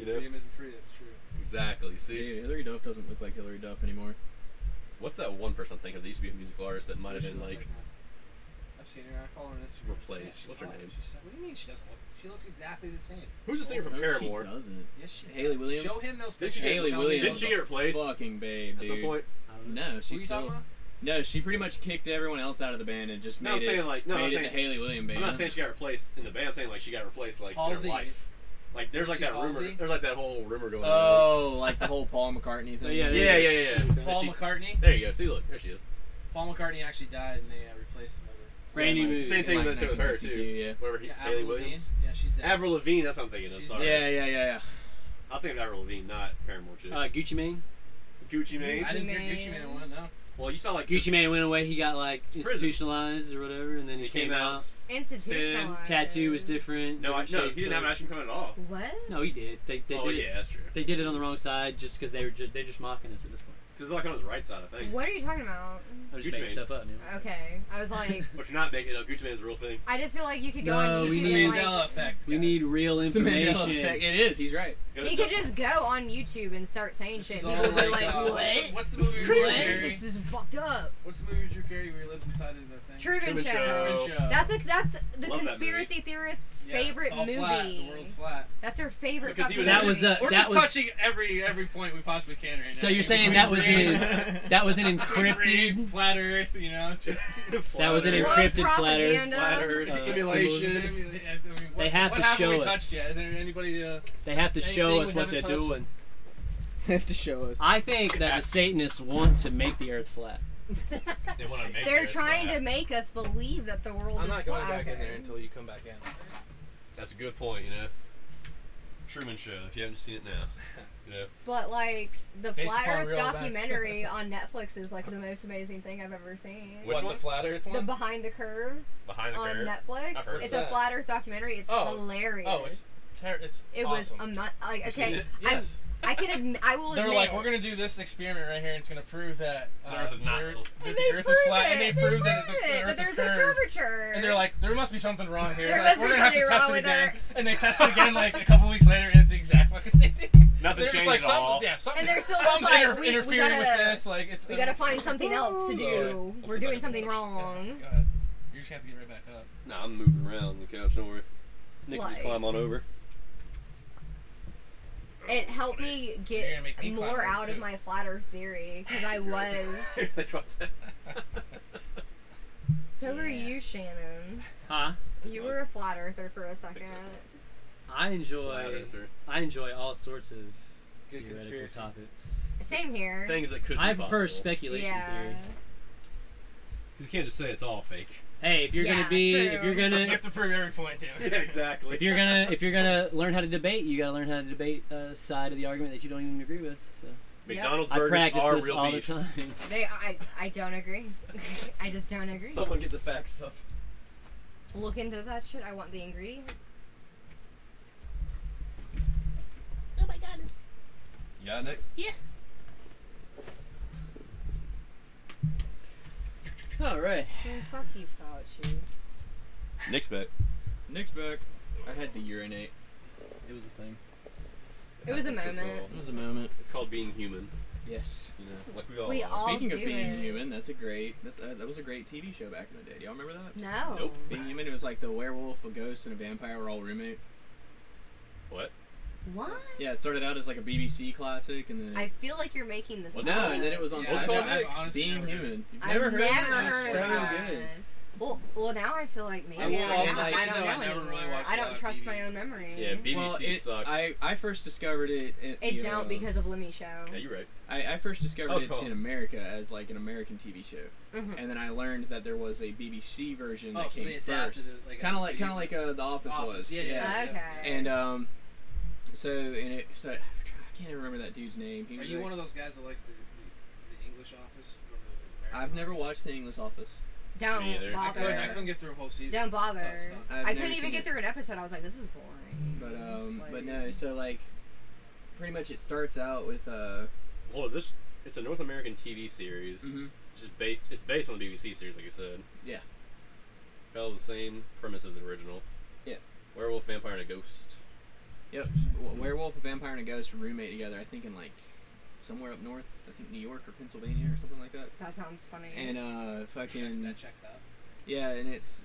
Speaker 3: You know.
Speaker 5: Freedom isn't free. That's true.
Speaker 3: Exactly. See,
Speaker 2: Dude, Hillary Duff doesn't look like Hillary Duff anymore.
Speaker 3: what's that one person I'm thinking of? That used to be a musical artist that might have
Speaker 5: She
Speaker 3: been
Speaker 5: looked
Speaker 3: like.
Speaker 5: that. I've seen her. I follow her on Instagram.
Speaker 3: replaced.
Speaker 5: Yeah,
Speaker 3: What's her
Speaker 5: oh,
Speaker 3: name?
Speaker 5: she's- what do you mean she doesn't look? She looks exactly the same.
Speaker 3: Who's the singer from
Speaker 2: No,
Speaker 3: Paramore?
Speaker 2: She doesn't.
Speaker 5: Yes, she.
Speaker 2: Haley
Speaker 5: does.
Speaker 2: Williams?
Speaker 5: Show him those
Speaker 3: Didn't she
Speaker 5: pictures.
Speaker 3: get-
Speaker 2: Haley
Speaker 5: Tell me
Speaker 2: Williams.
Speaker 3: Didn't she get replaced?
Speaker 2: Fucking babe,
Speaker 3: At
Speaker 2: dude.
Speaker 3: some point.
Speaker 4: I don't know.
Speaker 2: No,
Speaker 5: Who are
Speaker 2: she's
Speaker 5: you talking
Speaker 2: still.
Speaker 5: about?
Speaker 2: No, she pretty much kicked everyone else out of the band and just made
Speaker 3: No, I'm
Speaker 2: it.
Speaker 3: saying like no,
Speaker 2: made
Speaker 3: I'm
Speaker 2: it
Speaker 3: saying
Speaker 2: the Haley Williams band.
Speaker 3: I'm not saying she got replaced in the band. I'm saying like she got replaced like in
Speaker 5: Halsey.
Speaker 3: her life. Like there's like
Speaker 5: She
Speaker 3: that
Speaker 5: Halsey?
Speaker 3: rumor. There's like that whole rumor going on.
Speaker 2: oh, like the whole Paul McCartney
Speaker 4: Oh,
Speaker 2: thing.
Speaker 4: yeah,
Speaker 3: Yeah, yeah, yeah. yeah.
Speaker 5: Paul
Speaker 3: She-
Speaker 5: McCartney.
Speaker 3: there you go. See, look, there she is.
Speaker 5: Paul McCartney actually died, and they uh, replaced him. with
Speaker 4: Brand new
Speaker 2: Like,
Speaker 4: movie.
Speaker 3: Same thing
Speaker 2: like
Speaker 3: that said with her
Speaker 2: 1962,
Speaker 3: too.
Speaker 2: Yeah.
Speaker 3: Whatever. He,
Speaker 5: her. Yeah,
Speaker 3: Haley
Speaker 5: Avril Lavigne.
Speaker 3: Williams.
Speaker 5: Yeah, she's dead.
Speaker 3: Avril Lavigne. That's what I'm thinking of.
Speaker 5: She's-
Speaker 3: Sorry.
Speaker 2: Yeah, yeah, yeah, yeah.
Speaker 3: I was thinking of Avril Lavigne, not Paramore chick.
Speaker 4: Uh, Gucci Mane.
Speaker 3: Gucci Mane.
Speaker 5: I didn't hear Gucci
Speaker 1: Man.
Speaker 5: Man in one. No.
Speaker 3: Well, you saw like
Speaker 4: Gucci
Speaker 3: Man.
Speaker 4: Mane went away. He got like
Speaker 3: Prison.
Speaker 4: institutionalized or whatever, and then he,
Speaker 3: He came out.
Speaker 1: Institutionalized.
Speaker 4: Tattoo was different.
Speaker 3: No, I,
Speaker 4: different
Speaker 3: no,
Speaker 4: shape,
Speaker 3: he didn't have an
Speaker 4: but-
Speaker 3: Ashton Kutcher at all.
Speaker 1: What?
Speaker 4: No, he did. They, they
Speaker 3: oh
Speaker 4: did. it-
Speaker 3: yeah, that's true.
Speaker 4: They did it on the wrong side just because they were just, they're just mocking us at this point.
Speaker 3: Because like on his right side, I think.
Speaker 1: What are you talking about?
Speaker 4: I'm just
Speaker 3: Gucci
Speaker 4: making
Speaker 3: Mane.
Speaker 4: stuff up now.
Speaker 1: Okay, I was like,
Speaker 3: But you're not making it up. Gucci Mane is a real thing.
Speaker 1: I just feel like you could go
Speaker 4: No,
Speaker 5: Oh,
Speaker 1: on YouTube
Speaker 4: we
Speaker 1: and
Speaker 4: need-
Speaker 1: like.
Speaker 5: Mandela effect.
Speaker 4: We
Speaker 5: guys.
Speaker 4: need real information.
Speaker 2: It is. He's right.
Speaker 3: Go to
Speaker 1: He could
Speaker 3: [LAUGHS] Jeff-
Speaker 1: just go on YouTube and start saying
Speaker 5: This
Speaker 1: shit.
Speaker 5: is
Speaker 1: People
Speaker 5: all
Speaker 1: would be
Speaker 5: like,
Speaker 1: like,
Speaker 5: uh,
Speaker 1: what?
Speaker 5: What's the movie? with Drew
Speaker 1: What?
Speaker 5: Carey?
Speaker 1: This is fucked up.
Speaker 5: What's the movie with Drew Carey where he lives inside of the thing?
Speaker 1: Truman
Speaker 3: Truman
Speaker 1: Show.
Speaker 3: Show.
Speaker 5: Truman
Speaker 3: Oh.
Speaker 5: Show.
Speaker 1: That's a that's the
Speaker 3: Love that
Speaker 1: conspiracy theorist's
Speaker 5: Yeah,
Speaker 1: favorite
Speaker 5: it's all
Speaker 1: movie.
Speaker 5: Flat. The world's flat.
Speaker 1: That's her favorite.
Speaker 3: Because he
Speaker 1: fucking
Speaker 3: was-
Speaker 4: That
Speaker 1: movie.
Speaker 4: was a
Speaker 5: We're
Speaker 4: that
Speaker 5: just
Speaker 4: was
Speaker 5: touching every every point we possibly can right now.
Speaker 4: so you're saying that was
Speaker 5: Between
Speaker 4: an
Speaker 2: [LAUGHS]
Speaker 4: that was
Speaker 3: [LAUGHS]
Speaker 4: an
Speaker 5: Between
Speaker 4: encrypted
Speaker 5: rape, [LAUGHS] flat Earth, you know, just
Speaker 1: [LAUGHS]
Speaker 4: that was an
Speaker 3: Flat
Speaker 1: War
Speaker 3: Earth.
Speaker 4: encrypted flat earth.
Speaker 1: propaganda.
Speaker 3: Flat Earth
Speaker 4: Uh,
Speaker 5: I
Speaker 3: simulation.
Speaker 5: mean, I mean, what-
Speaker 4: They have
Speaker 5: what
Speaker 4: to
Speaker 5: haven't
Speaker 4: show
Speaker 5: we
Speaker 4: us.
Speaker 5: Touched yet? Is there anybody? Uh,
Speaker 4: They have to show
Speaker 5: Anything
Speaker 4: us
Speaker 5: we
Speaker 4: what they're
Speaker 5: haven't touched?
Speaker 4: doing.
Speaker 2: have to show
Speaker 1: [LAUGHS]
Speaker 2: us.
Speaker 4: I think that the Satanists want to make the earth flat.
Speaker 3: They wanna make
Speaker 1: They're
Speaker 3: it
Speaker 1: trying
Speaker 3: flat.
Speaker 1: to make us believe that the world is flat. Okay.
Speaker 5: you come back in.
Speaker 3: That's a good point, you know. Truman Show. If you haven't seen it now, Yeah.
Speaker 1: But like the
Speaker 10: Based
Speaker 1: flat
Speaker 10: upon
Speaker 1: Earth
Speaker 10: real events. [LAUGHS]
Speaker 1: documentary on Netflix is like the most amazing thing I've ever seen.
Speaker 3: Which
Speaker 10: what,
Speaker 3: one?
Speaker 10: the flat Earth
Speaker 1: The
Speaker 10: one?
Speaker 1: Behind the Curve
Speaker 3: Behind the
Speaker 1: on
Speaker 3: curve. I've heard
Speaker 1: Netflix.
Speaker 3: of
Speaker 1: It's a
Speaker 10: that.
Speaker 1: flat Earth documentary. It's
Speaker 10: Oh.
Speaker 1: hilarious.
Speaker 10: oh, it's ter- it's
Speaker 1: it was
Speaker 10: awesome.
Speaker 1: a month. Like
Speaker 10: You've seen
Speaker 1: okay,
Speaker 10: it?
Speaker 1: I
Speaker 10: Yes.
Speaker 1: I can admit, I will
Speaker 10: They're
Speaker 1: admit.
Speaker 10: like, we're gonna do this
Speaker 2: [LAUGHS]
Speaker 10: experiment right here, and it's gonna prove that
Speaker 3: The
Speaker 5: uh,
Speaker 3: Earth is not
Speaker 10: we're-
Speaker 3: flat.
Speaker 10: that
Speaker 1: And
Speaker 10: the
Speaker 1: they
Speaker 10: Earth
Speaker 1: prove
Speaker 10: is flat,
Speaker 1: it.
Speaker 10: and they,
Speaker 1: they
Speaker 10: prove that the,
Speaker 1: prove
Speaker 10: the
Speaker 1: it,
Speaker 10: Earth
Speaker 1: that
Speaker 10: is
Speaker 1: there's a
Speaker 10: curved.
Speaker 1: curvature.
Speaker 10: And they're like, there must be something wrong here.
Speaker 1: There
Speaker 10: like,
Speaker 1: must
Speaker 10: we're
Speaker 1: be
Speaker 10: gonna have to
Speaker 1: something
Speaker 10: test
Speaker 1: wrong
Speaker 10: it
Speaker 1: with
Speaker 10: again.
Speaker 1: her.
Speaker 10: And they test it again like
Speaker 1: [LAUGHS]
Speaker 10: a couple weeks later, and it's the exact fucking same
Speaker 5: [LAUGHS]
Speaker 10: thing.
Speaker 3: Nothing
Speaker 10: They're just
Speaker 3: changed
Speaker 10: like
Speaker 3: at
Speaker 10: something's
Speaker 3: all.
Speaker 10: yeah, something,
Speaker 1: And they're still just
Speaker 10: something's
Speaker 1: like,
Speaker 10: inter-
Speaker 1: we- we
Speaker 10: interfering with
Speaker 1: gotta-
Speaker 10: this. Like it's
Speaker 1: we gotta find something else to do.
Speaker 10: Lord.
Speaker 1: We're
Speaker 3: Looks
Speaker 1: doing
Speaker 3: like
Speaker 1: something
Speaker 3: a-
Speaker 1: wrong.
Speaker 10: God. You just have to get right back up.
Speaker 3: Nah, I'm moving around the couch. Don't worry. Nick can just
Speaker 1: Like-
Speaker 3: climb on over.
Speaker 1: It helped me
Speaker 10: You're
Speaker 1: get
Speaker 10: gonna make me climb over,
Speaker 1: more out of
Speaker 10: too.
Speaker 1: my flat Earth theory because I
Speaker 3: You're right. [LAUGHS]
Speaker 2: [LAUGHS]
Speaker 1: was.
Speaker 3: I dropped that.
Speaker 1: So were
Speaker 4: Yeah.
Speaker 1: you, Shannon.
Speaker 4: Huh?
Speaker 1: You were a flat Earther for a second.
Speaker 3: Fix
Speaker 4: I
Speaker 3: Flat
Speaker 4: enjoy.
Speaker 3: earther.
Speaker 4: I enjoy all sorts of
Speaker 10: Good
Speaker 4: theoretical
Speaker 10: conspiracy.
Speaker 4: topics.
Speaker 1: Same here.
Speaker 3: Things that could.
Speaker 4: I
Speaker 3: be
Speaker 4: prefer
Speaker 3: possible.
Speaker 4: speculation
Speaker 1: yeah.
Speaker 4: theory.
Speaker 3: Because you can't just say it's all fake.
Speaker 4: Hey, if you're
Speaker 1: Yeah,
Speaker 4: gonna be, if
Speaker 1: true.
Speaker 4: you're
Speaker 10: You
Speaker 4: gonna,
Speaker 10: have to prove every point, damn it.
Speaker 3: exactly.
Speaker 4: if you're gonna, if you're gonna learn how to debate, you gotta learn how to debate a side of the argument that you don't even agree with. So
Speaker 3: McDonald's
Speaker 4: I
Speaker 3: burgers
Speaker 4: practice
Speaker 3: are
Speaker 4: this
Speaker 3: real
Speaker 4: all
Speaker 3: beef.
Speaker 4: the time.
Speaker 1: They, I, I don't agree. [LAUGHS] I just don't agree.
Speaker 3: Someone get the facts up.
Speaker 1: Look into that shit. I want the ingredients.
Speaker 3: Yeah, Nick.
Speaker 2: All right.
Speaker 1: Man, fuck you, Fauci.
Speaker 3: Nick's back.
Speaker 2: Nick's back. I had to urinate. It was a thing.
Speaker 1: It was a
Speaker 3: That's just
Speaker 1: moment.
Speaker 2: It was a moment.
Speaker 3: It's called being human.
Speaker 2: Yes.
Speaker 3: You know, like we all.
Speaker 1: We
Speaker 3: are.
Speaker 1: all- I'll
Speaker 2: Speaking of
Speaker 1: do
Speaker 2: being
Speaker 1: it.
Speaker 2: human, that's a great. That's uh, that was a great TV show back in the day. Do y'all remember that?
Speaker 1: No.
Speaker 3: Nope.
Speaker 2: Being human, it was like the werewolf, a ghost, and a vampire were all roommates.
Speaker 3: What?
Speaker 1: What?
Speaker 2: Yeah, it started out as like a BBC classic, and then it-
Speaker 1: I feel like you're making this.
Speaker 2: no,
Speaker 1: up.
Speaker 2: and then it was on
Speaker 5: Yeah,
Speaker 3: What's
Speaker 5: I've-
Speaker 2: sci-fi.
Speaker 3: called
Speaker 5: I've honestly
Speaker 2: Being
Speaker 5: never heard
Speaker 2: Human. You've
Speaker 1: I've
Speaker 2: never heard
Speaker 1: never
Speaker 2: of it?
Speaker 1: heard
Speaker 2: It's so
Speaker 1: that.
Speaker 2: good.
Speaker 1: Well, well, now I feel like maybe
Speaker 2: I
Speaker 1: I,
Speaker 2: will
Speaker 1: don't
Speaker 2: also
Speaker 1: know. I
Speaker 2: say,
Speaker 1: don't
Speaker 5: though,
Speaker 1: know
Speaker 5: I never
Speaker 1: anymore. I
Speaker 5: really watched a lot
Speaker 1: don't
Speaker 5: of
Speaker 1: trust
Speaker 5: TV.
Speaker 1: my own memory.
Speaker 3: Yeah, BBC
Speaker 2: well, it,
Speaker 3: sucks.
Speaker 2: I, I first discovered it. At
Speaker 1: it
Speaker 2: the, uh,
Speaker 1: don't because of Lemmy Show.
Speaker 3: yeah, you're right.
Speaker 2: I, I first discovered
Speaker 3: Oh,
Speaker 2: it
Speaker 3: sure.
Speaker 2: in America as like an American TV show,
Speaker 1: Mhm.
Speaker 2: and then I learned that there was a BBC version
Speaker 5: [LAUGHS] Oh,
Speaker 2: that
Speaker 5: so they
Speaker 2: came first.
Speaker 5: adapted it like a
Speaker 2: Kind of like
Speaker 5: video
Speaker 2: kind of like uh, The Office,
Speaker 5: Office,
Speaker 2: was.
Speaker 5: yeah, yeah, yeah. uh,
Speaker 1: Okay.
Speaker 2: And um, so and it so [SIGHS] I can't even remember that dude's name. He
Speaker 5: Are
Speaker 2: was
Speaker 5: you
Speaker 2: like-
Speaker 5: one of those guys that likes the, the, the English Office? Or the American
Speaker 2: I've never
Speaker 5: Office?
Speaker 2: watched The English Office.
Speaker 3: Me either.
Speaker 1: don't
Speaker 5: I couldn't, I
Speaker 1: bother.
Speaker 5: couldn't get through a whole season.
Speaker 1: Don't
Speaker 5: I was
Speaker 1: bother.
Speaker 5: stuck.
Speaker 2: I've
Speaker 1: I
Speaker 2: never
Speaker 1: couldn't even
Speaker 2: seen
Speaker 1: get
Speaker 2: it.
Speaker 1: through an episode. I was like, this is boring.
Speaker 2: But um, but
Speaker 1: Like-
Speaker 2: no. So like, pretty much it starts out with uh,
Speaker 3: Well, this it's a North American TV series. Just based. It's based on the BBC series, like you said.
Speaker 2: Mm-hmm. Yeah.
Speaker 3: Follows the same premise as the original.
Speaker 2: Yeah.
Speaker 3: Werewolf, vampire, and a ghost.
Speaker 2: yep, w- werewolf, a vampire, and a ghost roommate together. I think in like somewhere up north. I think New York or Pennsylvania or something like that.
Speaker 1: That sounds funny.
Speaker 2: And uh, fucking
Speaker 5: That checks out.
Speaker 2: yeah, and it's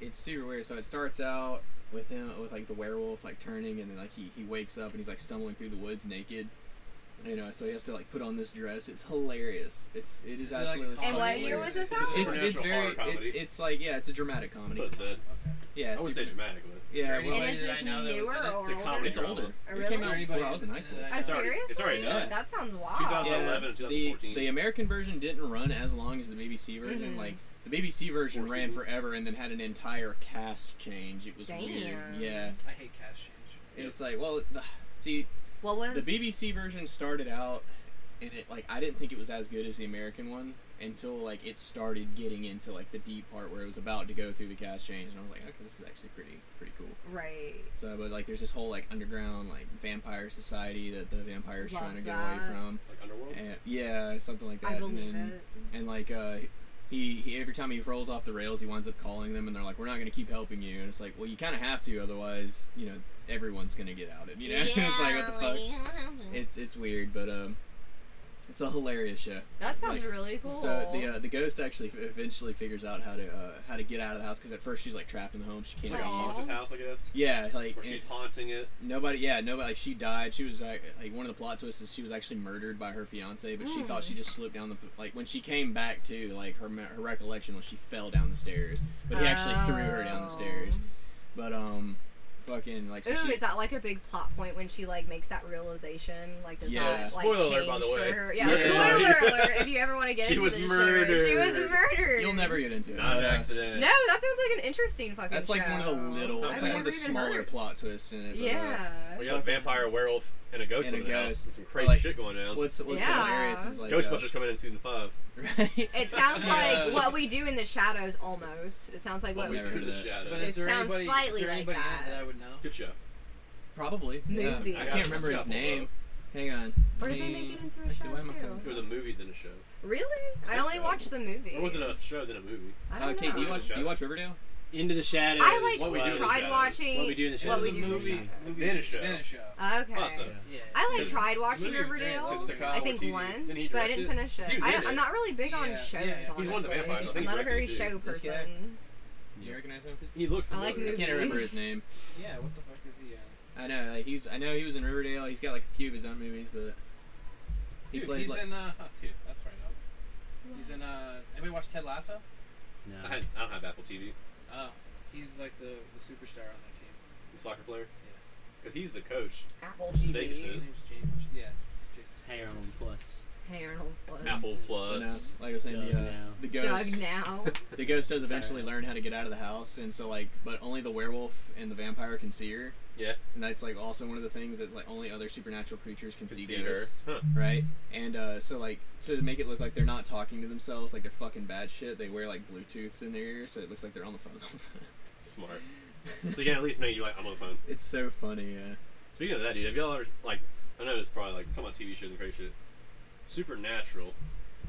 Speaker 2: it's super weird. So it starts out with him with like the werewolf like turning, and then like he he wakes up and he's like stumbling through the woods naked. You know, so he has to like put on this dress. It's hilarious. It's it is,
Speaker 5: Is it, like,
Speaker 2: absolutely.
Speaker 5: comedy
Speaker 1: And what year
Speaker 5: or
Speaker 1: was
Speaker 5: is it-
Speaker 1: this
Speaker 5: it's
Speaker 1: out?
Speaker 2: It's, it's, it's
Speaker 3: Supernatural horror
Speaker 2: very it's,
Speaker 3: comedy.
Speaker 2: it's like yeah, it's a dramatic
Speaker 3: That's
Speaker 2: comedy.
Speaker 3: what it said.
Speaker 5: Okay.
Speaker 2: Yeah,
Speaker 3: I wouldn't say
Speaker 2: super-
Speaker 3: dramatic, but
Speaker 2: Yeah,
Speaker 5: Is
Speaker 2: well,
Speaker 5: there
Speaker 1: and
Speaker 5: any-
Speaker 1: is
Speaker 5: did I
Speaker 1: this
Speaker 5: know that was
Speaker 1: newer or
Speaker 5: in it?
Speaker 3: It's a
Speaker 1: older?
Speaker 3: comedy.
Speaker 2: it's
Speaker 1: Oh,
Speaker 2: older. It came
Speaker 1: really?
Speaker 2: out
Speaker 5: Anybody
Speaker 2: before I was in high school.
Speaker 5: that
Speaker 1: Oh,
Speaker 5: It's
Speaker 1: seriously?
Speaker 3: it's already
Speaker 2: done.
Speaker 1: That sounds wild.
Speaker 3: 2011 and
Speaker 2: The,
Speaker 3: 2014.
Speaker 2: the American version didn't run as long as the BBC version.
Speaker 1: Mhm.
Speaker 2: Like the BBC version
Speaker 3: Four
Speaker 2: ran
Speaker 3: seasons.
Speaker 2: forever and then had an entire cast change. It was weird.
Speaker 1: Damn.
Speaker 2: Yeah,
Speaker 5: I hate cash change.
Speaker 2: it's like well, the, see,
Speaker 1: What was
Speaker 2: the BBC version started out, and it like I didn't think it was as good as the American one until like it started getting into like the deep part where it was about to go through the cast change, and I was like, okay, this is actually pretty pretty cool.
Speaker 1: Right.
Speaker 2: So, but like, there's this whole like underground like vampire society that the vampires trying to
Speaker 1: Loves
Speaker 2: get away
Speaker 1: that.
Speaker 2: from.
Speaker 3: like Underworld.
Speaker 2: And, yeah, something like that.
Speaker 1: I believe
Speaker 2: and then,
Speaker 1: it.
Speaker 2: And like, uh, he, he every time he rolls off the rails, he winds up calling them, and they're like, "We're not gonna keep helping you." And it's like, well, you kind of have to, otherwise, you know, everyone's gonna get outed. You know, [LAUGHS] [LAUGHS] it's like what the fuck. It's it's weird, but um, it's a hilarious show.
Speaker 1: That sounds
Speaker 2: like-
Speaker 1: really cool.
Speaker 2: So the uh, the ghost actually f- eventually figures out how to uh, how to get out of the house because at first she's like trapped in the home, she
Speaker 3: It's
Speaker 2: can't
Speaker 3: like a
Speaker 1: Aw.
Speaker 2: leave.
Speaker 3: haunted house, I guess.
Speaker 2: Yeah, like
Speaker 3: Where
Speaker 2: and-
Speaker 3: she's haunting it.
Speaker 2: Nobody, yeah, nobody. Like she died. She was like, like one of the plot twists is she was actually murdered by her fiance, but she
Speaker 1: Mm.
Speaker 2: thought she just slipped down the like when she came back to like her me- her recollection was she fell down the stairs, but uh, he actually threw her down the stairs. But um, fucking like so
Speaker 1: Oh. Ooh,
Speaker 2: she,
Speaker 1: is that like a big plot point when she like makes that realization? Like, does
Speaker 2: Yeah.
Speaker 1: that, like,
Speaker 3: Spoiler alert,
Speaker 1: change
Speaker 3: by the
Speaker 1: for
Speaker 3: way.
Speaker 1: Her? Yeah,
Speaker 2: Yeah.
Speaker 3: [LAUGHS]
Speaker 1: spoiler alert. If you ever want to get
Speaker 3: She
Speaker 1: into
Speaker 3: was
Speaker 1: this shit. she
Speaker 3: murdered.
Speaker 1: was murdered.
Speaker 2: you'll never get into it.
Speaker 3: Not an
Speaker 2: but, uh,
Speaker 3: accident.
Speaker 1: No, that sounds like an interesting fucking.
Speaker 2: That's like one of
Speaker 1: show.
Speaker 2: the little,
Speaker 1: I've
Speaker 2: like, one
Speaker 1: never
Speaker 2: of the
Speaker 1: even
Speaker 2: smaller
Speaker 1: heard-
Speaker 2: plot twists in it. But, uh,
Speaker 1: Yeah.
Speaker 3: We got vampire, werewolf, and a ghost
Speaker 2: And a
Speaker 3: in the house.
Speaker 2: ghost.
Speaker 3: There's some crazy
Speaker 2: Like,
Speaker 3: shit going down.
Speaker 2: What's what's
Speaker 1: Yeah.
Speaker 2: hilarious is like uh,
Speaker 3: Ghostbusters coming in season five.
Speaker 2: [LAUGHS] right?
Speaker 1: It sounds
Speaker 5: Yeah.
Speaker 1: like what we do in the shadows almost. It sounds like what
Speaker 2: Never
Speaker 3: Through
Speaker 2: heard
Speaker 3: the
Speaker 2: of that.
Speaker 5: But
Speaker 3: shadows.
Speaker 5: is there
Speaker 1: sounds
Speaker 5: anybody,
Speaker 1: slightly
Speaker 5: is there
Speaker 1: like
Speaker 5: anybody in it
Speaker 1: that.
Speaker 5: that I would know?
Speaker 3: Good show.
Speaker 2: Probably. yeah.
Speaker 1: movie.
Speaker 2: I
Speaker 3: I
Speaker 2: can't
Speaker 3: got
Speaker 2: remember his
Speaker 3: Scott Wolf,
Speaker 2: name. Hang on.
Speaker 1: Or did they make it into a
Speaker 2: Actually, why
Speaker 1: show,
Speaker 2: am I
Speaker 1: too?
Speaker 2: coming-
Speaker 3: It was a movie then a show.
Speaker 1: Really? I,
Speaker 3: think
Speaker 1: only
Speaker 3: so.
Speaker 1: watched the movie.
Speaker 3: Or was it a show then a movie?
Speaker 1: I
Speaker 2: Uh,
Speaker 1: don't
Speaker 2: Kate, do you
Speaker 1: know.
Speaker 2: watch, do you watch Riverdale?
Speaker 4: Into the shadows.
Speaker 1: I like
Speaker 3: What We Do in the
Speaker 1: tried
Speaker 3: Shadows.
Speaker 1: watching.
Speaker 4: What We Do in the
Speaker 5: It
Speaker 1: What
Speaker 4: Shadows.
Speaker 5: was
Speaker 1: We
Speaker 5: a
Speaker 1: Do in the
Speaker 5: movie,
Speaker 1: Shadows.
Speaker 5: movie,
Speaker 3: Then a show.
Speaker 5: Then a show.
Speaker 1: Okay.
Speaker 3: Awesome.
Speaker 5: Yeah.
Speaker 1: I like
Speaker 3: Because
Speaker 1: tried watching
Speaker 5: movie was great,
Speaker 1: Riverdale.
Speaker 5: because Taika
Speaker 1: I think
Speaker 3: Waititi-
Speaker 1: once,
Speaker 3: and he
Speaker 1: but I
Speaker 3: directed
Speaker 1: didn't
Speaker 3: it.
Speaker 1: finish it.
Speaker 3: See, he was
Speaker 1: I,
Speaker 3: in
Speaker 1: I'm
Speaker 3: it.
Speaker 1: not really big on
Speaker 5: Yeah,
Speaker 1: shows.
Speaker 5: yeah, yeah.
Speaker 1: Honestly.
Speaker 3: He's one of the vampires, I think
Speaker 1: I'm
Speaker 3: he
Speaker 1: not a
Speaker 3: directed
Speaker 1: very
Speaker 3: it, too.
Speaker 1: show
Speaker 2: This guy?
Speaker 1: person.
Speaker 2: You recognize him?
Speaker 3: He looks.
Speaker 1: I like
Speaker 3: familiar.
Speaker 1: movies.
Speaker 2: I can't remember his name.
Speaker 5: Yeah, what the fuck is he in?
Speaker 2: I know like, he's. I know he was in Riverdale. He's got like a few of his own movies, but he
Speaker 5: Dude,
Speaker 2: played
Speaker 5: he's
Speaker 2: like
Speaker 5: in, uh, oh, dude, that's right now. He's in, uh, anybody watch Ted Lasso?
Speaker 3: I,
Speaker 4: No.
Speaker 3: had, I don't have Apple TV.
Speaker 5: Oh, he's like the, the superstar on their team.
Speaker 3: The soccer player. Because he's the coach.
Speaker 1: Apple
Speaker 3: Snakes
Speaker 1: TV.
Speaker 3: is-
Speaker 5: His name's James. Yeah, Jason.
Speaker 4: Hey Arnold
Speaker 2: um,
Speaker 4: Plus.
Speaker 1: Hey Arnold Plus.
Speaker 3: Apple
Speaker 2: you know,
Speaker 3: Plus.
Speaker 2: like I was saying,
Speaker 4: Doug
Speaker 2: the, uh,
Speaker 4: now.
Speaker 2: the
Speaker 1: Doug
Speaker 2: ghost.
Speaker 3: [LAUGHS]
Speaker 1: now.
Speaker 2: The ghost does eventually
Speaker 4: Sorry.
Speaker 2: learn how to get out of the house, and so like, but only the werewolf and the vampire can see her.
Speaker 3: Yeah.
Speaker 2: And that's like also one of the things that like only other supernatural creatures can
Speaker 3: Could
Speaker 2: see,
Speaker 3: see her.
Speaker 2: ghosts,
Speaker 3: Huh.
Speaker 2: right? And uh, so like to make it look like they're not talking to themselves, like they're fucking bad shit. They wear like Bluetooths in their ears, so it looks like they're on the phone the whole time. [LAUGHS]
Speaker 1: [LAUGHS]
Speaker 3: Smart. so you can at least make you like I'm on the phone.
Speaker 2: It's so funny. Yeah.
Speaker 3: Speaking of that, dude, have y'all ever like? I know it's probably like talking about TV shows and crazy shit. Supernatural.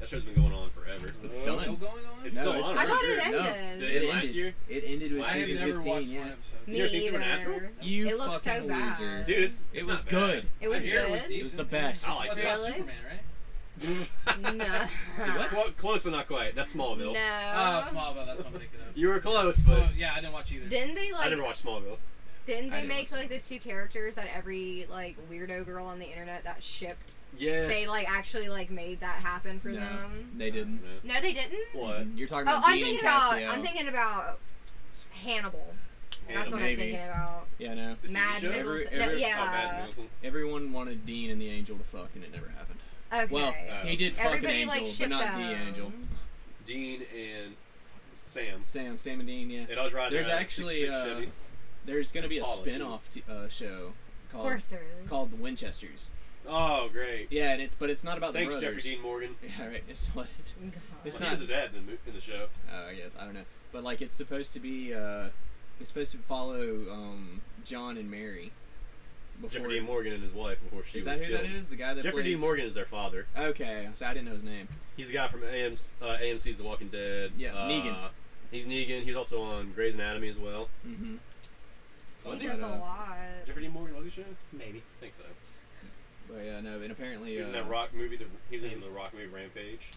Speaker 3: That show's been going on forever.
Speaker 2: It's
Speaker 5: Still
Speaker 2: done.
Speaker 5: going on?
Speaker 3: It's
Speaker 2: No,
Speaker 3: still
Speaker 2: it's
Speaker 3: on.
Speaker 2: not.
Speaker 1: I
Speaker 3: I'm
Speaker 1: thought
Speaker 3: sure.
Speaker 1: it
Speaker 2: No.
Speaker 1: ended.
Speaker 3: Did it end last
Speaker 2: ended-
Speaker 3: year?
Speaker 2: It ended with
Speaker 3: I
Speaker 5: I have
Speaker 2: season
Speaker 5: never watched
Speaker 2: 15. Yeah.
Speaker 5: one episode.
Speaker 1: Me
Speaker 3: ever seen
Speaker 1: either.
Speaker 3: Supernatural?
Speaker 2: You
Speaker 1: It looks
Speaker 2: fucking
Speaker 1: so bad.
Speaker 2: loser.
Speaker 3: Dude, it's,
Speaker 2: It
Speaker 3: it's
Speaker 2: was
Speaker 3: not
Speaker 2: good.
Speaker 3: Bad.
Speaker 1: It was
Speaker 3: I hear it
Speaker 1: good.
Speaker 2: It was the best.
Speaker 3: I like
Speaker 5: What's
Speaker 1: that.
Speaker 5: about
Speaker 1: Really?
Speaker 5: Superman, right?
Speaker 1: no.
Speaker 3: Clo- close but not quite. That's Smallville.
Speaker 1: No.
Speaker 3: Ah,
Speaker 5: Oh, Smallville, that's what I'm thinking of.
Speaker 3: You were close, but
Speaker 5: Oh, yeah, I didn't watch either.
Speaker 1: Didn't they
Speaker 3: I
Speaker 1: like?
Speaker 3: never watched Smallville.
Speaker 1: Didn't they
Speaker 2: I didn't
Speaker 1: make
Speaker 2: watch
Speaker 1: like the two characters that every like weirdo girl on the internet that shipped?
Speaker 3: Yeah.
Speaker 1: They like actually like made that happen for
Speaker 2: No.
Speaker 1: them.
Speaker 2: They didn't.
Speaker 1: No, they didn't.
Speaker 3: What?
Speaker 2: You're talking
Speaker 1: Oh,
Speaker 2: about
Speaker 1: I'm
Speaker 2: Dean
Speaker 1: thinking
Speaker 2: and
Speaker 1: about.
Speaker 2: Cassio.
Speaker 1: I'm thinking about Hannibal. That's what I'm
Speaker 2: maybe.
Speaker 1: thinking about.
Speaker 2: yeah, no.
Speaker 3: The TV
Speaker 1: Mads
Speaker 3: show?
Speaker 2: Every-
Speaker 1: Mikkelsen. No,
Speaker 2: every-
Speaker 3: Oh, Mads
Speaker 1: yeah.
Speaker 3: Mikkelsen.
Speaker 2: Everyone wanted Dean and the Angel to fuck, and it never happened.
Speaker 1: okay.
Speaker 2: Well,
Speaker 3: Uh,
Speaker 2: he did fuck
Speaker 1: Everybody,
Speaker 2: an
Speaker 1: like,
Speaker 2: angel, but
Speaker 1: shipped
Speaker 2: not the
Speaker 1: them.
Speaker 2: angel.
Speaker 3: Dean and Sam.
Speaker 2: Sam, Sam and Dean, yeah.
Speaker 3: And I was riding
Speaker 2: There's
Speaker 3: around in a
Speaker 2: actually,
Speaker 3: 66
Speaker 2: uh,
Speaker 3: Chevy.
Speaker 2: There's gonna be a
Speaker 3: Apollo, too.
Speaker 2: spin-off t- uh, show
Speaker 1: of
Speaker 2: called
Speaker 1: course there is.
Speaker 2: called The Winchesters.
Speaker 3: Oh, great.
Speaker 2: Yeah, and it's but it's not about
Speaker 3: Thanks,
Speaker 2: the
Speaker 3: Jeffrey
Speaker 2: brothers.
Speaker 3: Dean Morgan.
Speaker 2: [LAUGHS] Yeah, right. It's what.
Speaker 1: God.
Speaker 2: It's
Speaker 3: Well, he's
Speaker 2: not.
Speaker 3: the dad in the, mo- in the show.
Speaker 2: Uh, I guess I don't know, but like it's supposed to be. Uh, it's supposed to follow um, John and Mary.
Speaker 3: Jeffrey Dean Morgan and his wife before she
Speaker 2: Is
Speaker 3: was
Speaker 2: that who
Speaker 3: killed.
Speaker 2: that is? The guy that
Speaker 3: Jeffrey
Speaker 2: plays...
Speaker 3: Dean Morgan is their father.
Speaker 2: Okay, so I didn't know his name.
Speaker 3: He's the guy from AMC, uh, AMC's The Walking Dead.
Speaker 2: Yeah,
Speaker 3: uh,
Speaker 2: Negan.
Speaker 3: He's Negan. He's also on Grey's Anatomy as well.
Speaker 2: Mm-hmm.
Speaker 3: Wasn't
Speaker 1: He
Speaker 3: he?
Speaker 1: does a
Speaker 2: uh,
Speaker 1: lot.
Speaker 3: Jeffrey Dean Morgan was he show? I
Speaker 4: Maybe.
Speaker 3: think so.
Speaker 2: But yeah, no, and apparently
Speaker 3: He was in
Speaker 2: uh,
Speaker 3: that rock movie. The, he was in the rock movie Rampage.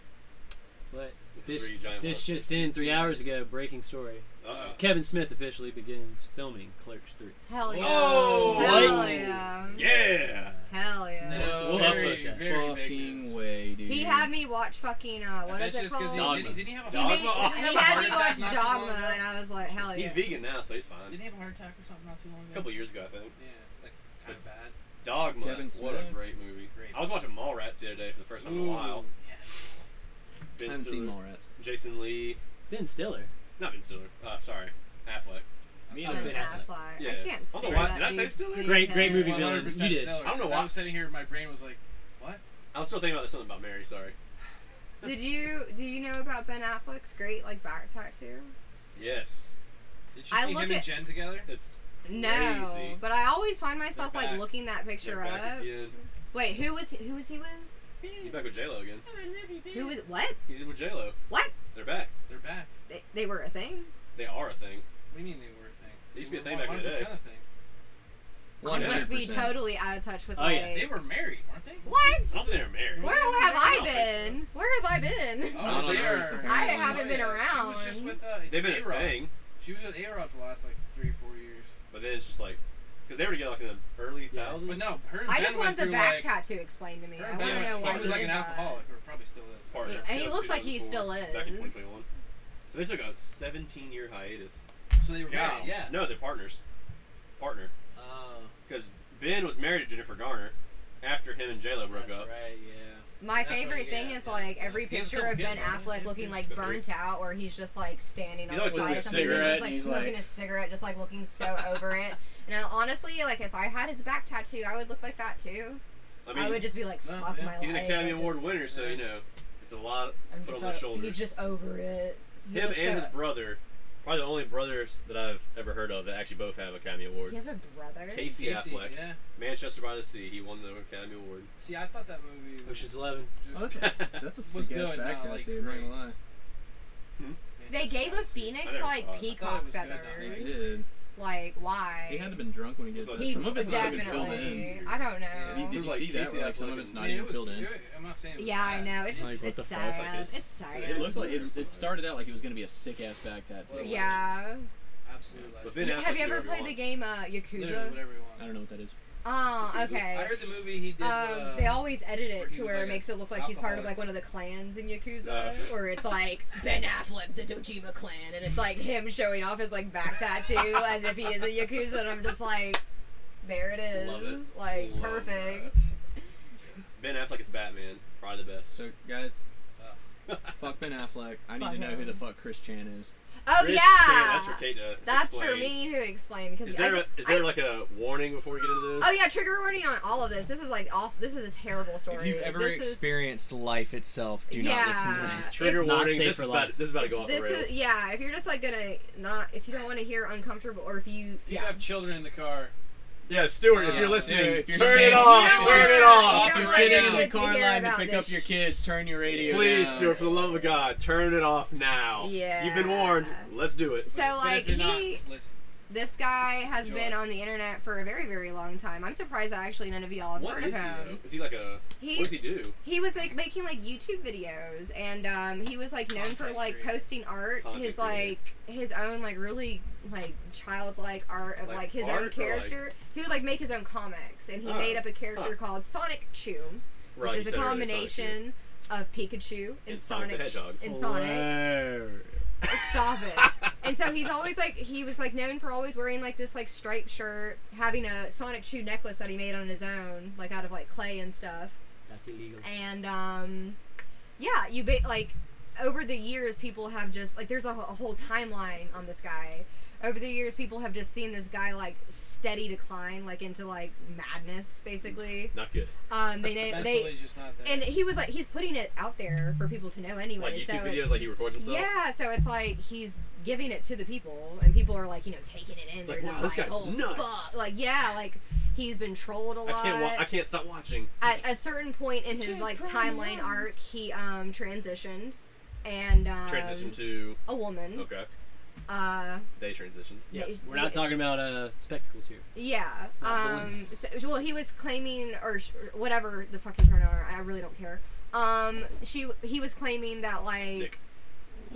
Speaker 4: But
Speaker 3: With the
Speaker 4: this
Speaker 3: three giant
Speaker 4: this
Speaker 3: monsters.
Speaker 4: just in three hours ago. Breaking story.
Speaker 3: Uh-oh.
Speaker 4: Kevin Smith officially begins filming Clerks Three.
Speaker 1: Hell yeah.
Speaker 3: Whoa,
Speaker 1: Hell
Speaker 4: what?
Speaker 1: yeah.
Speaker 3: Yeah.
Speaker 1: Hell yeah.
Speaker 5: That's
Speaker 2: No
Speaker 5: very,
Speaker 4: fucking
Speaker 5: very big
Speaker 2: fucking
Speaker 5: news.
Speaker 2: way, dude.
Speaker 1: He had me watch fucking uh,
Speaker 5: I
Speaker 1: what
Speaker 5: bet
Speaker 1: is
Speaker 5: you
Speaker 1: it
Speaker 5: it's
Speaker 1: called?
Speaker 5: 'cause
Speaker 4: Dogma.
Speaker 5: He, didn't, didn't he have a
Speaker 1: He, made,
Speaker 3: Dogma.
Speaker 5: Heart
Speaker 1: he
Speaker 5: attack?
Speaker 1: had me
Speaker 5: Heart
Speaker 1: watch
Speaker 3: [LAUGHS]
Speaker 5: attack not too long
Speaker 1: Dogma,
Speaker 5: ago?
Speaker 1: and I was like,
Speaker 2: Oh,
Speaker 1: hell yeah.
Speaker 3: He's vegan now, so he's fine.
Speaker 5: Didn't he have a heart attack or something not too long ago?
Speaker 3: A couple years ago, I think.
Speaker 5: Yeah, like kind of bad.
Speaker 3: Dogma.
Speaker 2: Kevin
Speaker 3: What a
Speaker 2: Smith.
Speaker 3: great movie.
Speaker 5: Great.
Speaker 3: I was watching Mallrats the other day for the first time in a while.
Speaker 2: I
Speaker 3: Ben
Speaker 2: haven't seen
Speaker 3: Stiller,
Speaker 2: Mallrats.
Speaker 3: Jason Lee.
Speaker 4: Ben Stiller.
Speaker 3: Not Ben Stiller. Uh, sorry. Affleck.
Speaker 2: Me
Speaker 1: Ben
Speaker 2: and Ben
Speaker 1: Affleck.
Speaker 3: Yeah.
Speaker 1: I can't
Speaker 3: I
Speaker 1: stand
Speaker 3: don't know why-
Speaker 1: that
Speaker 3: did I say
Speaker 1: dude's
Speaker 3: Stiller?
Speaker 1: big
Speaker 4: Great- great
Speaker 1: head.
Speaker 4: movie
Speaker 5: One hundred percent
Speaker 4: You did.
Speaker 5: stellar.
Speaker 3: I don't know
Speaker 5: As
Speaker 3: why-
Speaker 5: I was sitting here, my brain was like, "What?
Speaker 3: I was still thinking about this something about Mary. Sorry.
Speaker 1: Did you do you know about Ben Affleck's great like back tattoo?
Speaker 3: Yes.
Speaker 5: Did you
Speaker 1: I
Speaker 5: see
Speaker 1: look
Speaker 5: him
Speaker 1: at-
Speaker 5: and Jen together?"
Speaker 3: It's
Speaker 1: No,
Speaker 3: Crazy.
Speaker 1: but I always find myself like
Speaker 5: back.
Speaker 1: looking that picture
Speaker 3: they're back
Speaker 1: up.
Speaker 3: again.
Speaker 1: Wait, who was he- who was he with?
Speaker 3: He's back with J Lo again.
Speaker 1: Who was what?
Speaker 3: He's with J Lo.
Speaker 1: What?
Speaker 3: They're back.
Speaker 5: They're back.
Speaker 1: They, they were a thing.
Speaker 3: They are a thing.
Speaker 5: What do you mean they were a thing?
Speaker 3: They used to be a
Speaker 5: They
Speaker 3: thing
Speaker 5: were
Speaker 3: back in the
Speaker 5: 100%
Speaker 3: day.
Speaker 5: a thing.
Speaker 1: I must be
Speaker 2: 100%.
Speaker 1: totally out of touch with
Speaker 4: Oh,
Speaker 1: like.
Speaker 4: yeah,
Speaker 5: They were married, weren't they?
Speaker 1: What?
Speaker 3: I don't think they're married.
Speaker 1: Where have
Speaker 5: I
Speaker 1: I
Speaker 3: don't think
Speaker 1: been? Where have I been?
Speaker 5: Oh,
Speaker 2: I don't
Speaker 5: they
Speaker 2: know.
Speaker 5: are.
Speaker 2: I
Speaker 1: haven't been
Speaker 5: She was
Speaker 1: around.
Speaker 5: just with uh,
Speaker 3: They've been
Speaker 5: A-Rod.
Speaker 3: a thing,
Speaker 5: She was with A-Rod for the last like three or four years.
Speaker 3: but then it's just like because they were together like in the early
Speaker 4: Yeah.
Speaker 3: thousands.
Speaker 5: But no, her and
Speaker 1: I
Speaker 5: Ben
Speaker 1: just
Speaker 5: went
Speaker 1: want the
Speaker 5: through,
Speaker 1: back
Speaker 5: like,
Speaker 1: tattoo explained to me.
Speaker 5: Her
Speaker 1: I
Speaker 5: and
Speaker 1: want
Speaker 5: Ben
Speaker 1: to know
Speaker 5: went-
Speaker 1: why
Speaker 5: he
Speaker 1: he
Speaker 5: was like an
Speaker 1: did that.
Speaker 5: alcoholic, or probably still is.
Speaker 3: Part of
Speaker 1: Yeah,
Speaker 3: their
Speaker 1: and he
Speaker 3: show,
Speaker 1: looks like he
Speaker 3: 2004,
Speaker 1: still
Speaker 3: Back in
Speaker 1: is.
Speaker 3: 2021. So they took a 17 year hiatus.
Speaker 5: So they were married. Yeah.
Speaker 3: No, they're partners. Partner.
Speaker 5: Oh,
Speaker 3: Because Ben was married to Jennifer Garner after him and J Lo broke
Speaker 5: that's
Speaker 3: up.
Speaker 5: right. Yeah.
Speaker 1: My
Speaker 5: That's
Speaker 1: favorite
Speaker 5: right,
Speaker 1: thing
Speaker 5: yeah,
Speaker 1: is
Speaker 5: yeah,
Speaker 1: like
Speaker 5: yeah.
Speaker 1: every
Speaker 5: He has
Speaker 1: picture
Speaker 5: couple
Speaker 1: of
Speaker 5: kids,
Speaker 1: Ben
Speaker 5: right?
Speaker 1: Affleck looking like
Speaker 3: Yeah.
Speaker 1: burnt out, where he's just like standing
Speaker 3: He's
Speaker 1: on the
Speaker 3: always
Speaker 1: side
Speaker 3: smoking
Speaker 1: of
Speaker 3: a
Speaker 1: something, and
Speaker 3: cigarette,
Speaker 1: he's like
Speaker 2: and he's
Speaker 1: smoking
Speaker 2: like-
Speaker 1: a cigarette, just like looking so over it. And I, honestly, like if I had his back tattoo, I would look like that too.
Speaker 3: I
Speaker 1: I,
Speaker 3: mean,
Speaker 1: would just be like,
Speaker 5: No,
Speaker 1: fuck
Speaker 5: yeah.
Speaker 1: my life.
Speaker 3: he's an Academy
Speaker 1: I
Speaker 3: Award
Speaker 1: just-
Speaker 3: winner, so you know it's a lot to
Speaker 1: I'm just
Speaker 3: put on their
Speaker 1: like-
Speaker 3: shoulders.
Speaker 1: He's just over it. You
Speaker 3: Him
Speaker 1: look
Speaker 3: and
Speaker 1: so-
Speaker 3: his brother, probably the only brothers that I've ever heard of that actually both have Academy
Speaker 1: He has
Speaker 3: Awards.
Speaker 1: a brother.
Speaker 3: Casey,
Speaker 5: Casey,
Speaker 3: Affleck,
Speaker 5: Yeah.
Speaker 3: Manchester by the Sea, he won the Academy Award.
Speaker 5: See, I thought that movie was
Speaker 4: Ocean's Eleven.
Speaker 5: just- [LAUGHS]
Speaker 2: Oh, [LAUGHS] that's a, that's a sick ass
Speaker 5: good,
Speaker 2: back
Speaker 5: not, like,
Speaker 2: tattoo. I'm not gonna
Speaker 5: great.
Speaker 2: lie.
Speaker 1: They gave a
Speaker 3: I
Speaker 1: phoenix
Speaker 3: never
Speaker 1: like
Speaker 3: saw it. I thought it
Speaker 1: peacock
Speaker 5: was good, though.
Speaker 1: feathers.
Speaker 2: They did.
Speaker 1: Like why?
Speaker 2: He had to have been drunk when he did
Speaker 3: He
Speaker 2: that.
Speaker 1: He
Speaker 2: Some of it's not even filled in.
Speaker 1: definitely. I don't know.
Speaker 2: Did you, did
Speaker 3: There's
Speaker 2: you
Speaker 3: like
Speaker 2: see that?
Speaker 3: Casey
Speaker 2: Where, like some
Speaker 3: Affleck
Speaker 2: of it's
Speaker 3: and-
Speaker 5: I
Speaker 2: not
Speaker 5: mean,
Speaker 2: even
Speaker 5: it was
Speaker 2: filled in.
Speaker 5: good. I'm not saying. it was
Speaker 1: yeah, I
Speaker 5: bad.
Speaker 1: know. It's just
Speaker 4: Like, what
Speaker 1: it's
Speaker 4: the fuck? It's
Speaker 1: sad.
Speaker 3: like this-
Speaker 1: it's sad.
Speaker 3: Yeah,
Speaker 2: It looks like
Speaker 3: it's
Speaker 2: it,
Speaker 3: weird.
Speaker 2: it started out like it was gonna be a sick ass back tattoo.
Speaker 1: yeah.
Speaker 5: Absolutely.
Speaker 3: But
Speaker 5: legend.
Speaker 3: Ben Affleck
Speaker 1: have you
Speaker 3: did
Speaker 1: ever
Speaker 3: whatever he
Speaker 1: played the
Speaker 3: wants.
Speaker 1: game uh,
Speaker 5: Literally
Speaker 1: Yakuza?
Speaker 5: whatever he wants.
Speaker 2: I don't know what that is.
Speaker 1: Oh,
Speaker 3: Yakuza.
Speaker 1: okay.
Speaker 5: I heard the movie he did.
Speaker 1: Um,
Speaker 5: uh,
Speaker 1: they always edit
Speaker 5: where
Speaker 1: it
Speaker 5: he
Speaker 1: to
Speaker 5: was,
Speaker 1: where it
Speaker 5: like,
Speaker 1: makes it look like he's part of like one of the clans in Yakuza,
Speaker 3: Uh. [LAUGHS]
Speaker 1: or it's like Ben Affleck, the Dojima clan, and it's like him showing off his like back
Speaker 3: [LAUGHS]
Speaker 1: tattoo as if he is a Yakuza, and I'm just like, there it is,
Speaker 3: Love it.
Speaker 1: like
Speaker 3: Love
Speaker 1: perfect.
Speaker 3: Ben Affleck is Batman, probably the best.
Speaker 2: So guys,
Speaker 1: Oh,
Speaker 3: [LAUGHS] Chris
Speaker 2: fuck Ben Affleck. I need
Speaker 1: Fuck
Speaker 2: to know who
Speaker 1: him.
Speaker 2: the fuck Chris Chan is.
Speaker 1: Oh
Speaker 3: Chan,
Speaker 1: yeah,
Speaker 3: that's for Kate to
Speaker 1: That's for
Speaker 3: explain.
Speaker 1: me to explain because
Speaker 3: Is
Speaker 1: I-
Speaker 3: there a, is
Speaker 1: I-
Speaker 3: there like a warning before we get into this?
Speaker 1: Oh yeah, trigger warning on all of this. This is like off. This is a terrible story.
Speaker 11: If you've ever
Speaker 1: this
Speaker 11: experienced life itself, do not listen to
Speaker 1: Yeah.
Speaker 11: this.
Speaker 3: Trigger
Speaker 4: If- Not
Speaker 3: warning.
Speaker 4: safe
Speaker 3: This
Speaker 4: for
Speaker 3: is,
Speaker 4: life.
Speaker 3: about, this is about to go
Speaker 1: Is,
Speaker 3: off the
Speaker 1: this
Speaker 3: rails.
Speaker 1: is yeah. If you're just like gonna not, if you don't want to hear uncomfortable, or if you
Speaker 5: If you
Speaker 1: yeah.
Speaker 5: have children in the car,
Speaker 3: yeah, Stuart, if
Speaker 2: Oh, Yeah.
Speaker 3: you're listening,
Speaker 2: Dude, if you're
Speaker 3: turn it
Speaker 2: standing-
Speaker 3: off.
Speaker 1: You don't
Speaker 3: Turn
Speaker 1: wanna-
Speaker 3: it off.
Speaker 1: you
Speaker 2: If
Speaker 1: don't
Speaker 2: you're
Speaker 1: want
Speaker 2: sitting
Speaker 1: your
Speaker 2: in the
Speaker 1: kids to
Speaker 2: car
Speaker 1: hear
Speaker 2: line to
Speaker 1: about
Speaker 2: pick
Speaker 1: this
Speaker 2: up your kids, turn your radio
Speaker 3: Please,
Speaker 2: down.
Speaker 3: Stuart, for the love of God, turn it off now.
Speaker 1: Yeah.
Speaker 3: You've been warned. Let's do it.
Speaker 1: So
Speaker 5: but
Speaker 1: like
Speaker 5: if you're not,
Speaker 1: he,
Speaker 5: listen.
Speaker 1: this guy has
Speaker 5: Enjoy.
Speaker 1: been on the internet for a very very long time. I'm surprised that actually none of y'all have
Speaker 3: What
Speaker 1: heard
Speaker 3: is
Speaker 1: of
Speaker 3: he?
Speaker 1: him.
Speaker 3: Though? Is he like a?
Speaker 1: He
Speaker 3: What does he do?
Speaker 1: he was like making like YouTube videos, and um, he was like known for
Speaker 5: Content
Speaker 1: like
Speaker 5: creator.
Speaker 1: posting art,
Speaker 3: Content
Speaker 1: his
Speaker 3: creator.
Speaker 1: like his own like really like childlike art of
Speaker 3: Like
Speaker 1: like, his
Speaker 3: art or,
Speaker 1: own
Speaker 3: like-
Speaker 1: character. He would like make his own comics, and he
Speaker 3: Oh.
Speaker 1: made up a character
Speaker 3: Huh.
Speaker 1: called Sonic Chew, which
Speaker 3: Right, you
Speaker 1: is a
Speaker 3: said earlier, Sonic Youth.
Speaker 1: combination of Pikachu and,
Speaker 3: And Sonic
Speaker 1: Sonic
Speaker 3: the Hedgehog.
Speaker 1: and Sonic. Stop it. And so he's always like he was like known for always wearing like this like striped shirt, having a Sonic shoe necklace that he made on his own, like out of like clay and stuff.
Speaker 4: That's illegal.
Speaker 1: And um yeah, you ba- like over the years people have just like there's a, wh- a whole timeline on this guy. Over the years people have just seen this guy like steady decline like into like madness basically.
Speaker 3: Not good.
Speaker 1: Um they na-
Speaker 5: Mentally,
Speaker 1: they
Speaker 5: he's just not there.
Speaker 1: and he was like he's putting it out there for people to know anyway.
Speaker 3: Like YouTube
Speaker 1: so
Speaker 3: videos, like he records himself.
Speaker 1: yeah, so it's like he's giving it to the people, and people are like, you know, taking it in.
Speaker 3: Like,
Speaker 1: They're
Speaker 3: wow,
Speaker 1: just
Speaker 3: this
Speaker 1: like,
Speaker 3: guy's
Speaker 1: oh,
Speaker 3: nuts."
Speaker 1: Fuck. Like, yeah, like he's been trolled a
Speaker 3: I
Speaker 1: lot.
Speaker 3: can't. Wa- I can't stop watching.
Speaker 1: At a certain point in his like timeline arc, he um transitioned, and um, hmm?
Speaker 3: Transition to
Speaker 1: a woman.
Speaker 3: okay.
Speaker 1: Uh,
Speaker 3: They transitioned.
Speaker 4: Yeah,
Speaker 1: they-
Speaker 4: we're not
Speaker 1: they-
Speaker 4: talking about uh spectacles here.
Speaker 1: Yeah.
Speaker 4: Not
Speaker 1: Um.
Speaker 4: boys.
Speaker 1: So, well, he was claiming, or sh- or whatever the fucking pronoun. are, I really don't care. Um. She. He was claiming that like
Speaker 3: Nick.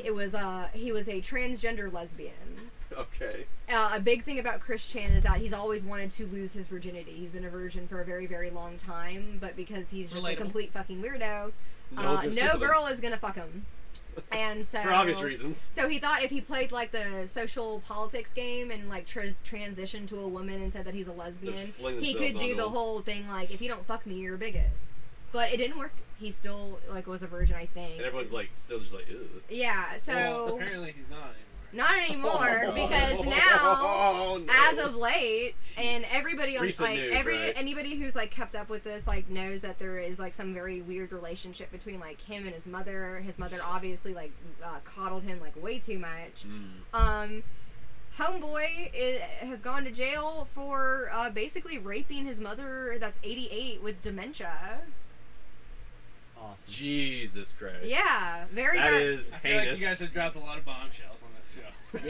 Speaker 1: it was uh he was a transgender lesbian.
Speaker 3: Okay.
Speaker 1: uh, a big thing about Chris Chan is that he's always wanted to lose his virginity. He's been a virgin for a very, very long time, but because he's just a
Speaker 2: Relatable.
Speaker 1: complete fucking weirdo,
Speaker 3: one's
Speaker 1: uh,
Speaker 3: gonna sleep
Speaker 1: no
Speaker 3: with him.
Speaker 1: girl is gonna fuck
Speaker 3: [LAUGHS]
Speaker 1: him. And so,
Speaker 3: For obvious reasons.
Speaker 1: so he thought if he played like the social politics game and like trans transitioned to a woman and said that he's a
Speaker 3: Just
Speaker 1: lesbian,
Speaker 3: fling
Speaker 1: he
Speaker 3: themselves
Speaker 1: could do
Speaker 3: onto
Speaker 1: the
Speaker 3: him.
Speaker 1: whole thing like if you don't fuck me, you're a bigot. But it didn't work. He still like was a virgin, I think.
Speaker 3: And everyone's like, still just like, ew.
Speaker 1: yeah. So
Speaker 5: well, apparently he's not anymore.
Speaker 1: not anymore
Speaker 3: [LAUGHS]
Speaker 1: because now
Speaker 3: Oh, no.
Speaker 1: as of late, and everybody on
Speaker 3: Recent
Speaker 1: like
Speaker 3: news,
Speaker 1: every
Speaker 3: right?
Speaker 1: anybody who's like kept up with this like knows that there is like some very weird relationship between like him and his mother. His mother obviously like uh, coddled him like way too much.
Speaker 3: Mm.
Speaker 1: Um, homeboy i has gone to jail for uh, basically raping his mother that's 88 with dementia.
Speaker 4: Awesome.
Speaker 3: Jesus Christ.
Speaker 1: Yeah, very
Speaker 3: That
Speaker 1: bad-
Speaker 3: is
Speaker 5: I feel like
Speaker 3: heinous.
Speaker 5: you guys have dropped a lot of bombshells on this show.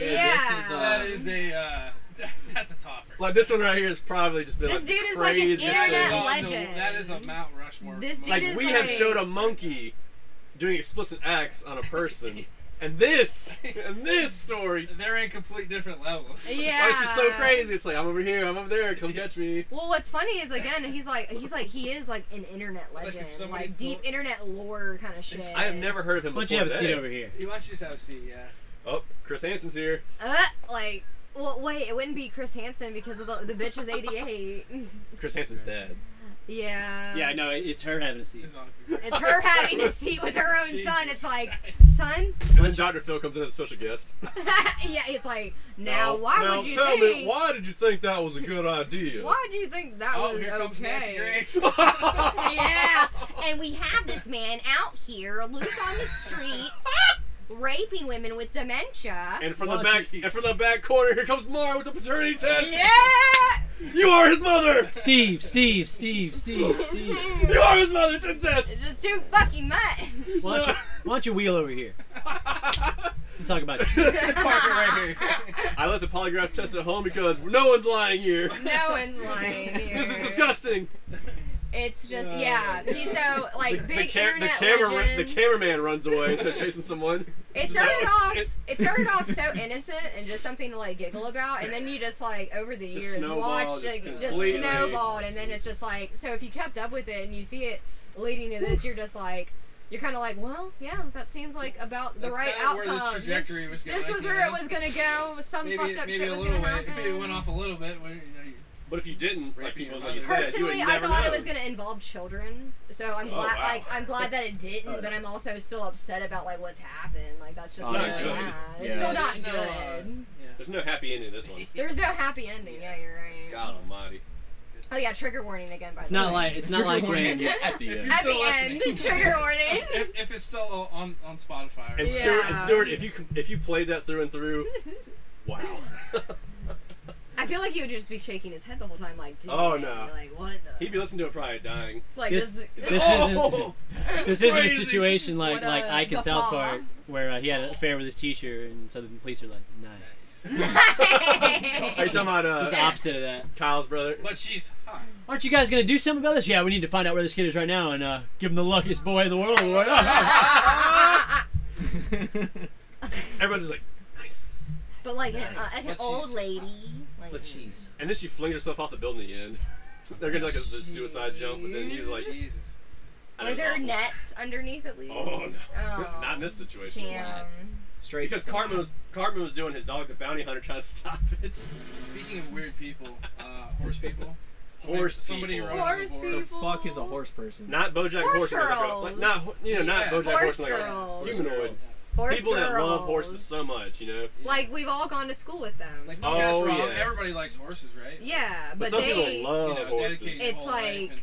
Speaker 1: [LAUGHS] Yeah.
Speaker 2: this is, uh,
Speaker 5: that is a uh, [LAUGHS] that's a topper.
Speaker 3: Like this one right here has probably just been
Speaker 1: This
Speaker 3: like
Speaker 1: dude is like an
Speaker 3: craziest
Speaker 1: internet
Speaker 3: thing.
Speaker 1: le-
Speaker 5: On the-
Speaker 1: legend.
Speaker 5: that is a Mount Rushmore.
Speaker 1: This dude
Speaker 3: Like
Speaker 1: is
Speaker 3: we have
Speaker 1: like-
Speaker 3: showed a monkey doing explicit acts on
Speaker 1: [LAUGHS]
Speaker 3: a person, and this and this story.
Speaker 5: They're in complete different levels.
Speaker 1: yeah.
Speaker 3: Oh, it's just so crazy. It's like I'm over here, I'm over there. Come catch me.
Speaker 1: Well, what's funny is again he's like he's like he is like an internet
Speaker 5: Like, if
Speaker 1: legend, like,
Speaker 5: somebody
Speaker 1: deep
Speaker 5: told-
Speaker 1: internet lore kind of shit.
Speaker 3: I have never heard of him
Speaker 4: Why
Speaker 3: before.
Speaker 4: don't you have a seat
Speaker 3: today.
Speaker 4: over here?
Speaker 5: You want to just have a seat, yeah.
Speaker 3: Oh, Chris Hansen's here.
Speaker 1: Uh, like, well, wait, it wouldn't be Chris Hansen because of the, the bitch is eighty eight.
Speaker 3: Chris Hansen's dead.
Speaker 1: [LAUGHS] Yeah.
Speaker 4: Yeah, no, it- it's her having a seat.
Speaker 5: It's not
Speaker 1: [LAUGHS]
Speaker 5: exactly.
Speaker 1: It's her having a seat with her own son. It's like, son. [LAUGHS]
Speaker 3: And then Dr. Phil comes in as a special guest.
Speaker 1: yeah, it's like now. why
Speaker 3: now
Speaker 1: would you
Speaker 3: tell
Speaker 1: think?
Speaker 3: me, why did you think that was a good idea?
Speaker 1: Why do you think that
Speaker 5: Oh,
Speaker 1: was
Speaker 5: here comes Nancy
Speaker 1: okay?
Speaker 5: Grace.
Speaker 1: [LAUGHS] yeah, and we have this man out here, loose on
Speaker 5: [LAUGHS]
Speaker 1: the streets, raping women with dementia.
Speaker 3: [LAUGHS] And from the
Speaker 4: Why
Speaker 3: back,
Speaker 4: did you-
Speaker 3: and from the back corner, here comes Mara with the paternity test.
Speaker 1: yeah,
Speaker 3: You are his mother.
Speaker 4: Steve, Steve, Steve, Steve, Steve.
Speaker 3: You are his mother. It's
Speaker 1: [LAUGHS]
Speaker 3: incest. [LAUGHS]
Speaker 1: it's just too fucking much.
Speaker 4: Why don't you, why don't you wheel over here? And talk about yourself.
Speaker 5: Park it right here.
Speaker 3: I left the polygraph test at home because no one's lying here.
Speaker 5: [LAUGHS]
Speaker 1: No one's lying. Here.
Speaker 3: This is disgusting.
Speaker 1: It's just yeah. He's so like
Speaker 3: the,
Speaker 1: big
Speaker 3: ca- the
Speaker 1: internet
Speaker 3: camera,
Speaker 1: legend.
Speaker 3: the cameraman runs away instead of chasing someone.
Speaker 1: It started
Speaker 3: Oh,
Speaker 1: off.
Speaker 3: shit.
Speaker 1: It started off so innocent and just something to like giggle about, and then you just like over the
Speaker 3: Just
Speaker 1: years
Speaker 3: snowballed,
Speaker 1: watched
Speaker 3: just
Speaker 1: like just
Speaker 3: completely.
Speaker 1: snowballed, and then it's just like so. If you kept up with it and you see it leading to this, you're just like you're kind of like, well, yeah, that seems like about the
Speaker 5: That's
Speaker 1: right
Speaker 5: kinda
Speaker 1: outcome.
Speaker 5: Where this
Speaker 1: This-
Speaker 5: trajectory was going.
Speaker 1: this was where it was gonna go. Some
Speaker 5: [LAUGHS] Maybe,
Speaker 1: fucked up
Speaker 5: maybe
Speaker 1: shit
Speaker 5: a
Speaker 1: was
Speaker 5: little
Speaker 1: gonna
Speaker 5: way.
Speaker 1: happen.
Speaker 5: Maybe it went off a little bit. When, you know, you,
Speaker 3: But if you didn't, like
Speaker 5: Raping
Speaker 3: people,
Speaker 5: your
Speaker 3: like you
Speaker 5: mother.
Speaker 3: said, you would
Speaker 1: Personally, I
Speaker 3: never
Speaker 1: thought
Speaker 3: know.
Speaker 1: it was gonna involve children, so I'm
Speaker 3: Oh,
Speaker 1: glad.
Speaker 3: wow.
Speaker 1: Like, I'm glad that it didn't, but I'm also still upset about like what's happened. Like, that's just
Speaker 3: Oh,
Speaker 1: not
Speaker 3: not
Speaker 1: good.
Speaker 3: good.
Speaker 1: It's
Speaker 6: Yeah.
Speaker 1: still not
Speaker 5: There's no, uh,
Speaker 1: good.
Speaker 3: There's no happy ending to this
Speaker 1: [LAUGHS]
Speaker 3: one.
Speaker 1: There's no happy ending. Yeah, you're right.
Speaker 3: God Almighty.
Speaker 1: Oh yeah, trigger warning again. By
Speaker 4: It's
Speaker 1: the
Speaker 4: not
Speaker 1: [LAUGHS] way.
Speaker 4: like it's not like when
Speaker 6: at the
Speaker 5: If
Speaker 6: end.
Speaker 5: you're
Speaker 1: at
Speaker 5: still
Speaker 1: the end. [LAUGHS]
Speaker 5: listening.
Speaker 1: trigger warning.
Speaker 5: if, if it's still on on Spotify.
Speaker 3: And
Speaker 1: Yeah.
Speaker 3: Stuart, and Stuart, if you com- if you played that through and through, wow.
Speaker 1: I feel like he would just be shaking his head the whole time, like, dude.
Speaker 3: Oh, no.
Speaker 1: Like what? The?
Speaker 3: [LAUGHS] He'd be listening to it probably dying.
Speaker 1: like
Speaker 4: this
Speaker 1: this. [LAUGHS]
Speaker 4: this
Speaker 3: Oh!
Speaker 4: isn't this isn't a
Speaker 3: crazy.
Speaker 4: situation like
Speaker 1: What uh, a
Speaker 4: like Ike in
Speaker 1: guffaw.
Speaker 4: South Park where uh, he had an affair with his teacher and Southern police are like nice.
Speaker 3: Are you talking about
Speaker 4: It's
Speaker 3: uh,
Speaker 4: the opposite of that.
Speaker 3: Kyle's [LAUGHS] brother?
Speaker 5: But she's hot.
Speaker 4: Aren't you guys gonna do something about this? Yeah, we need to find out where this kid is right now and uh, give him the luckiest boy in the world. "Oh." award.
Speaker 3: Everybody's just like, nice.
Speaker 1: [LAUGHS] but like an, uh, as an
Speaker 5: But
Speaker 1: old
Speaker 5: she's-
Speaker 1: lady. Like,
Speaker 3: And then she flings herself off the building at the end. [LAUGHS] They're gonna do like a, the suicide jump, but then he's like,
Speaker 5: Jesus.
Speaker 3: I know
Speaker 1: Were
Speaker 3: it's
Speaker 1: there
Speaker 3: awful.
Speaker 1: nets underneath at least?
Speaker 3: Oh no, [LAUGHS]
Speaker 1: Oh,
Speaker 3: not in this situation.
Speaker 1: Damn.
Speaker 2: [LAUGHS] Straight
Speaker 3: Because Cartman was Cartman was doing his dog the bounty hunter trying to stop [LAUGHS] it.
Speaker 5: Speaking of weird people, uh, horse people.
Speaker 3: [LAUGHS]
Speaker 5: Somebody-
Speaker 3: Horse
Speaker 5: somebody
Speaker 3: people.
Speaker 5: wrote on the
Speaker 1: Horse
Speaker 5: board,
Speaker 2: The
Speaker 1: people.
Speaker 2: fuck is a horse person?
Speaker 3: Not BoJack
Speaker 1: Horse
Speaker 3: Horseman, like, a- like, not
Speaker 1: girls.
Speaker 3: you know, not
Speaker 5: Yeah.
Speaker 3: BoJack
Speaker 1: Horse
Speaker 3: Horseman, like a
Speaker 1: girls.
Speaker 3: humanoid.
Speaker 1: Horse
Speaker 3: People that love horses
Speaker 1: girls.
Speaker 3: so much, you know.
Speaker 1: Like we've all gone to school with them.
Speaker 5: Like, don't get us
Speaker 3: Oh,
Speaker 5: wrong,
Speaker 3: yes.
Speaker 5: everybody likes horses, right?
Speaker 1: yeah, but,
Speaker 3: But, some
Speaker 1: they.
Speaker 3: people love
Speaker 5: You know, dedicated
Speaker 3: horses.
Speaker 5: their
Speaker 1: It's
Speaker 5: whole life
Speaker 1: like-
Speaker 5: and-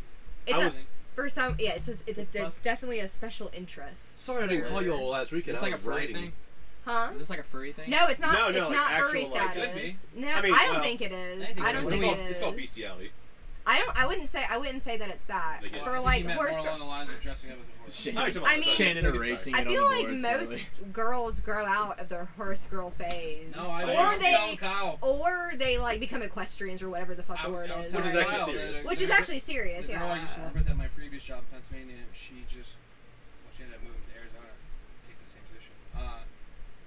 Speaker 1: it's
Speaker 3: I
Speaker 1: a,
Speaker 3: was-
Speaker 1: for some. Yeah, it's a, it's a, it's definitely a special interest.
Speaker 3: Sorry I didn't call you all last weekend.
Speaker 2: It's
Speaker 3: I
Speaker 2: like a
Speaker 3: was
Speaker 2: furry
Speaker 3: writing.
Speaker 2: thing.
Speaker 1: Huh?
Speaker 2: Is this like a furry thing?
Speaker 1: No, it's not.
Speaker 3: No, no,
Speaker 1: it's
Speaker 3: like
Speaker 1: not furry
Speaker 3: actual, like,
Speaker 5: it could
Speaker 1: status. no,
Speaker 3: I
Speaker 1: I,
Speaker 3: mean,
Speaker 1: don't
Speaker 3: well,
Speaker 1: think it is.
Speaker 5: I think
Speaker 1: I
Speaker 5: it
Speaker 1: don't
Speaker 5: would
Speaker 3: It's
Speaker 1: think
Speaker 3: called,
Speaker 1: it is.
Speaker 3: it's called bestiality.
Speaker 1: I don't. I wouldn't say. I wouldn't say that it's that
Speaker 3: They get
Speaker 5: Well,
Speaker 1: for
Speaker 5: I think
Speaker 1: like
Speaker 5: he meant more
Speaker 1: horse.
Speaker 5: along the lines of dressing up as a horse.
Speaker 6: Shit.
Speaker 3: All right, come on,
Speaker 1: I mean-
Speaker 3: sorry.
Speaker 6: Shannon erasing
Speaker 1: I
Speaker 6: it
Speaker 1: feel
Speaker 6: on the
Speaker 1: like
Speaker 6: board slowly.
Speaker 1: most girls grow out of their horse girl phase.
Speaker 5: No, I
Speaker 1: or
Speaker 5: was
Speaker 1: they,
Speaker 5: telling Kyle.
Speaker 1: or they like become equestrians or whatever the fuck
Speaker 5: I-
Speaker 1: the word
Speaker 5: I was
Speaker 1: is.
Speaker 3: Which is
Speaker 5: telling
Speaker 1: right?
Speaker 3: actually
Speaker 5: Kyle that
Speaker 3: serious.
Speaker 5: a-
Speaker 1: Which is
Speaker 5: that a-
Speaker 1: actually serious.
Speaker 5: The girl I
Speaker 1: Yeah.
Speaker 5: used to work with at my previous job in Pennsylvania, she just, well, she ended up moving to Arizona, taking the same position. Uh,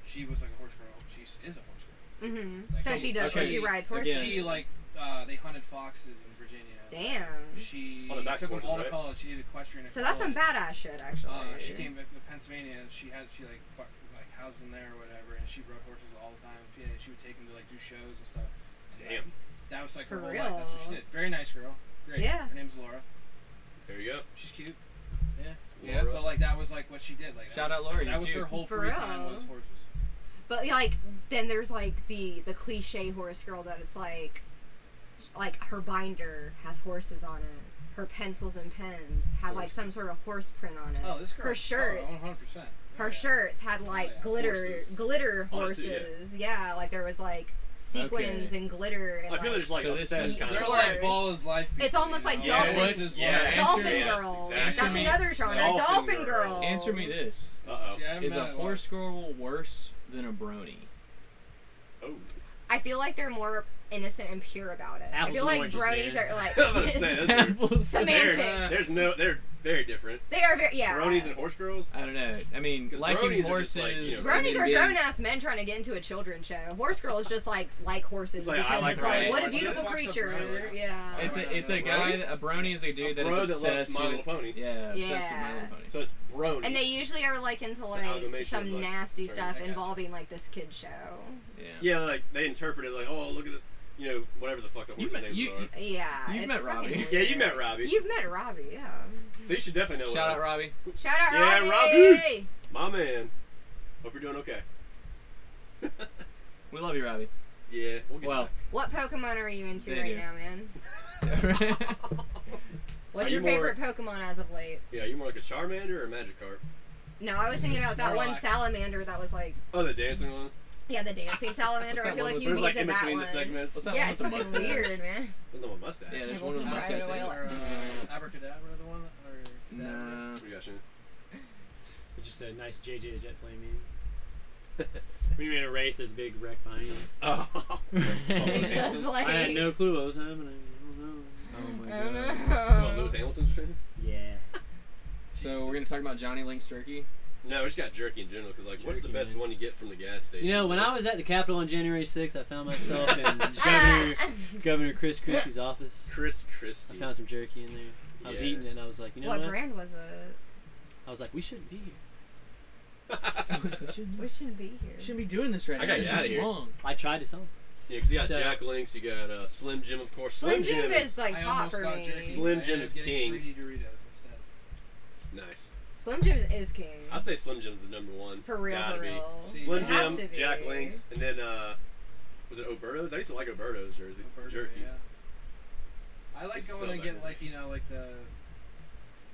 Speaker 5: she was like a horse girl. She is a horse girl.
Speaker 1: hmm
Speaker 5: Like,
Speaker 1: so she does.
Speaker 5: okay,
Speaker 1: she rides horses.
Speaker 2: Yeah.
Speaker 5: She like uh, they hunted foxes in Virginia.
Speaker 1: Damn.
Speaker 5: She
Speaker 3: On the back
Speaker 5: took
Speaker 3: porches,
Speaker 5: them all
Speaker 3: right?
Speaker 5: to college. She did equestrian. at
Speaker 1: So that's some
Speaker 5: college.
Speaker 1: badass shit, actually.
Speaker 2: Oh,
Speaker 5: Uh, she came back to Pennsylvania. and She had she like fu- like housed them there or whatever, and she rode horses all the time. Yeah, she would take them to like do shows and stuff. And, like,
Speaker 3: Damn.
Speaker 5: that was like her
Speaker 1: For
Speaker 5: whole life. That's what she
Speaker 1: real.
Speaker 5: did. Very nice girl. Great.
Speaker 1: Yeah.
Speaker 5: Her name's Laura.
Speaker 3: There you go.
Speaker 5: She's cute.
Speaker 2: Yeah,
Speaker 3: Laura.
Speaker 5: But like that was like what she did. Like
Speaker 2: Shout
Speaker 5: that,
Speaker 2: out Laura,
Speaker 5: That
Speaker 2: you're
Speaker 5: was her
Speaker 2: cute.
Speaker 5: whole
Speaker 1: For
Speaker 5: free
Speaker 1: real.
Speaker 5: time was horses.
Speaker 1: But like, then there's like the the cliche horse girl that it's like, like her binder has horses on it. Her pencils and pens had like some sort of horse print on it.
Speaker 5: Oh, this girl.
Speaker 1: Her shirt.
Speaker 5: One hundred percent.
Speaker 1: Her shirts had like
Speaker 5: yeah,
Speaker 1: glitter,
Speaker 3: Oh, horses.
Speaker 1: glitter
Speaker 3: On it too, yeah.
Speaker 1: horses. yeah. like there was like sequins
Speaker 2: Okay.
Speaker 1: and glitter. And,
Speaker 3: I feel there's like
Speaker 2: So this
Speaker 3: obsessed
Speaker 1: is-
Speaker 3: kind
Speaker 5: They're
Speaker 3: of.
Speaker 5: like ball is life.
Speaker 1: It's
Speaker 5: people,
Speaker 1: almost
Speaker 5: you
Speaker 1: like
Speaker 5: know?
Speaker 3: Yes,
Speaker 5: Dolphins is
Speaker 2: yeah,
Speaker 5: life.
Speaker 2: answer-
Speaker 1: dolphin
Speaker 3: yes,
Speaker 1: girls.
Speaker 3: exactly.
Speaker 1: That's
Speaker 2: Answer me.
Speaker 1: another genre. Dolphin,
Speaker 2: Dolphin
Speaker 1: girls.
Speaker 3: girls.
Speaker 2: Answer me this:
Speaker 3: Uh
Speaker 5: See, I haven't
Speaker 2: Is
Speaker 5: met
Speaker 2: a
Speaker 5: lot.
Speaker 2: horse girl worse than a brony?
Speaker 3: oh. [LAUGHS]
Speaker 1: I feel like they're more innocent and pure about it. I
Speaker 4: Apples
Speaker 1: feel
Speaker 4: and
Speaker 1: like bronies
Speaker 4: oranges, man.
Speaker 1: are
Speaker 3: [LAUGHS]
Speaker 1: like
Speaker 3: I was gonna say, that's weird. They're-
Speaker 1: semantics.
Speaker 3: There's no. They're very different.
Speaker 1: [LAUGHS] They are very yeah.
Speaker 3: Bronies and horse girls.
Speaker 2: I don't know. I mean,
Speaker 3: 'Cause bronies are
Speaker 2: liking
Speaker 3: just
Speaker 2: horses.
Speaker 3: like, you know,
Speaker 1: Bronies are
Speaker 2: is-
Speaker 1: grown ass men trying to get into a children's show. Horse girl is just like like horses
Speaker 3: It's like, I
Speaker 1: because
Speaker 3: like
Speaker 1: it's like
Speaker 3: riding
Speaker 1: what a
Speaker 3: horses.
Speaker 1: beautiful
Speaker 5: Fuck the
Speaker 1: creature.
Speaker 5: brony.
Speaker 1: Yeah.
Speaker 2: It's a it's a guy. that- A brony is a dude
Speaker 3: A
Speaker 2: that is
Speaker 3: bro that loves
Speaker 2: obsessed
Speaker 3: My
Speaker 2: with
Speaker 3: Little Pony.
Speaker 2: Yeah, obsessed
Speaker 1: Yeah.
Speaker 2: with My Little Pony.
Speaker 3: So it's bronies.
Speaker 1: and they usually are like into
Speaker 3: It's an
Speaker 1: like
Speaker 3: amalgamation
Speaker 1: some
Speaker 3: of, like,
Speaker 1: nasty
Speaker 3: terms,
Speaker 1: stuff
Speaker 3: I guess.
Speaker 1: involving like this kid show.
Speaker 2: yeah.
Speaker 3: Yeah, like they interpreted like, oh, look at the you know, whatever the fuck the
Speaker 2: You
Speaker 3: horse's
Speaker 2: met-
Speaker 3: names
Speaker 2: you-
Speaker 3: are.
Speaker 2: you-
Speaker 1: Yeah.
Speaker 2: You've
Speaker 1: it's
Speaker 2: met
Speaker 1: fucking
Speaker 2: Robbie.
Speaker 1: weird.
Speaker 3: yeah, you met Robbie.
Speaker 1: You've met Robbie, yeah.
Speaker 3: so you should definitely know.
Speaker 2: Shout out
Speaker 3: what
Speaker 2: Robbie.
Speaker 1: Shout out
Speaker 3: Yeah,
Speaker 1: Robbie.
Speaker 3: Robbie! My man. Hope you're doing okay. [LAUGHS]
Speaker 2: We love you, Robbie. [LAUGHS]
Speaker 3: Yeah. We'll get
Speaker 2: Well,
Speaker 1: What Pokemon are you into
Speaker 2: They
Speaker 1: right
Speaker 2: do.
Speaker 1: now, man? What's
Speaker 3: Are
Speaker 1: your
Speaker 3: you more-
Speaker 1: favorite Pokemon as of late?
Speaker 3: you back. Yeah, you more like a Charmander or a Magikarp?
Speaker 1: No, I was thinking about that one
Speaker 5: Snorlax.
Speaker 1: salamander that was like,
Speaker 3: Oh, the dancing one.
Speaker 1: yeah, the
Speaker 3: [LAUGHS]
Speaker 1: dancing salamander.
Speaker 2: What's
Speaker 1: I
Speaker 2: that
Speaker 1: feel
Speaker 2: one
Speaker 1: like
Speaker 2: with-
Speaker 1: you
Speaker 3: There's
Speaker 1: needed
Speaker 3: like in
Speaker 1: that
Speaker 3: between
Speaker 1: one.
Speaker 3: the segments.
Speaker 2: what's that
Speaker 1: Yeah,
Speaker 2: one
Speaker 1: it's
Speaker 2: with the
Speaker 1: fucking
Speaker 2: mustache?
Speaker 1: weird, man.
Speaker 3: [LAUGHS] With the mustache.
Speaker 2: Yeah, there's
Speaker 1: People
Speaker 2: one with
Speaker 1: can
Speaker 2: a
Speaker 1: try
Speaker 2: mustache.
Speaker 1: it
Speaker 2: that-
Speaker 1: away.
Speaker 5: Or, uh, abracadabra, the one? Or Kadabra?
Speaker 2: Nah.
Speaker 3: What you got, Shane?
Speaker 4: Just a nice JJ jet plane meme. when you're in a race, there's a big wreck [LAUGHS] behind you.
Speaker 3: Oh. [LAUGHS]
Speaker 1: It's
Speaker 3: Hamilton.
Speaker 1: just like, Uh-huh.
Speaker 4: I had no clue what was happening. I don't know.
Speaker 2: Oh my
Speaker 3: uh,
Speaker 1: I don't
Speaker 2: god.
Speaker 3: What,
Speaker 1: know. [LAUGHS]
Speaker 3: Lewis Hamilton's trainer?
Speaker 4: Yeah.
Speaker 2: So we're gonna talk about Johnny Link's jerky.
Speaker 3: No, we just got jerky in general because like, what's the
Speaker 4: Jerky,
Speaker 3: best
Speaker 4: man.
Speaker 3: one you get from the gas station?
Speaker 4: You know, when I was at the Capitol on January 6th, I found myself
Speaker 2: [LAUGHS]
Speaker 4: in Governor, Governor Chris Christie's office.
Speaker 3: Chris
Speaker 4: I
Speaker 3: Christie.
Speaker 4: found some jerky in there. I was
Speaker 3: Yeah.
Speaker 4: eating it and I was like, you know
Speaker 1: What
Speaker 4: what?
Speaker 1: brand was it?
Speaker 4: I was like, we shouldn't be here.
Speaker 2: we shouldn't,
Speaker 1: We shouldn't be here.
Speaker 2: shouldn't be doing this right
Speaker 3: I
Speaker 2: now.
Speaker 3: gotta
Speaker 2: This
Speaker 3: get outta
Speaker 2: is
Speaker 3: here.
Speaker 2: wrong.
Speaker 4: I tried to tell him.
Speaker 3: Yeah, 'cause you got
Speaker 4: So-
Speaker 3: Jack Links, you got uh, Slim Jim, of course.
Speaker 1: Slim Jim is
Speaker 5: I
Speaker 1: like top
Speaker 5: almost
Speaker 1: for
Speaker 5: got
Speaker 1: me.
Speaker 5: jerky.
Speaker 3: Slim
Speaker 5: I
Speaker 3: Jim
Speaker 5: ended
Speaker 3: is
Speaker 5: up getting
Speaker 3: king.
Speaker 5: 3D Doritos instead.
Speaker 3: nice.
Speaker 1: Slim Jim is king.
Speaker 3: I say Slim Jim's the number one.
Speaker 1: For real,
Speaker 3: Gotta
Speaker 1: for
Speaker 3: be.
Speaker 1: real.
Speaker 5: See,
Speaker 3: Slim
Speaker 1: It has
Speaker 3: Jim,
Speaker 1: to
Speaker 3: Jack
Speaker 1: be.
Speaker 3: Links, and then uh, was it Oberto's? I used to like Oberto's jersey
Speaker 5: Alberta,
Speaker 3: jerky.
Speaker 5: Yeah. I like
Speaker 3: It's
Speaker 5: going
Speaker 3: so
Speaker 5: and
Speaker 3: better.
Speaker 5: get like you know like the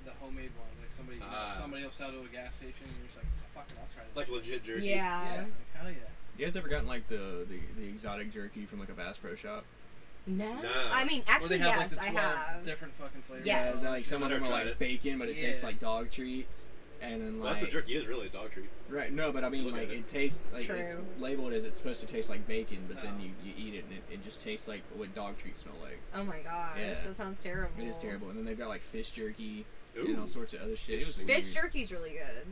Speaker 5: the homemade ones. Like somebody you know,
Speaker 3: Ah.
Speaker 5: somebody will sell to a gas station and you're just like fuck it, I'll try this.
Speaker 3: Like legit jerky.
Speaker 1: Yeah.
Speaker 5: yeah, like, hell yeah.
Speaker 2: You guys ever gotten like the, the the exotic jerky from like a Bass Pro Shop?
Speaker 1: No.
Speaker 3: Nah.
Speaker 1: I mean,
Speaker 5: Or
Speaker 1: actually,
Speaker 5: they have
Speaker 1: yes,
Speaker 5: like the
Speaker 1: I
Speaker 5: 12
Speaker 1: have.
Speaker 5: different fucking flavors.
Speaker 1: Yes.
Speaker 2: Yeah, like some of
Speaker 3: I've
Speaker 2: them
Speaker 3: never
Speaker 2: are
Speaker 3: tried
Speaker 2: like
Speaker 3: it.
Speaker 2: bacon, but it
Speaker 5: Yeah.
Speaker 2: tastes like dog treats. And then like
Speaker 3: Well, that's what jerky is really dog treats.
Speaker 2: Right, no, but I mean,
Speaker 3: Look at
Speaker 2: like,
Speaker 3: it.
Speaker 2: it. tastes like it's
Speaker 1: True.
Speaker 2: labeled as it's supposed to taste like bacon, but then
Speaker 5: Oh.
Speaker 2: you, you eat it and it, it just tastes like what dog treats smell like.
Speaker 1: Oh my gosh,
Speaker 2: Yeah.
Speaker 1: that sounds terrible.
Speaker 2: It is terrible. And then they've got like fish jerky and all
Speaker 3: Ooh.
Speaker 2: sorts of other shit. It was
Speaker 1: Fish
Speaker 2: weird.
Speaker 1: jerky's really good.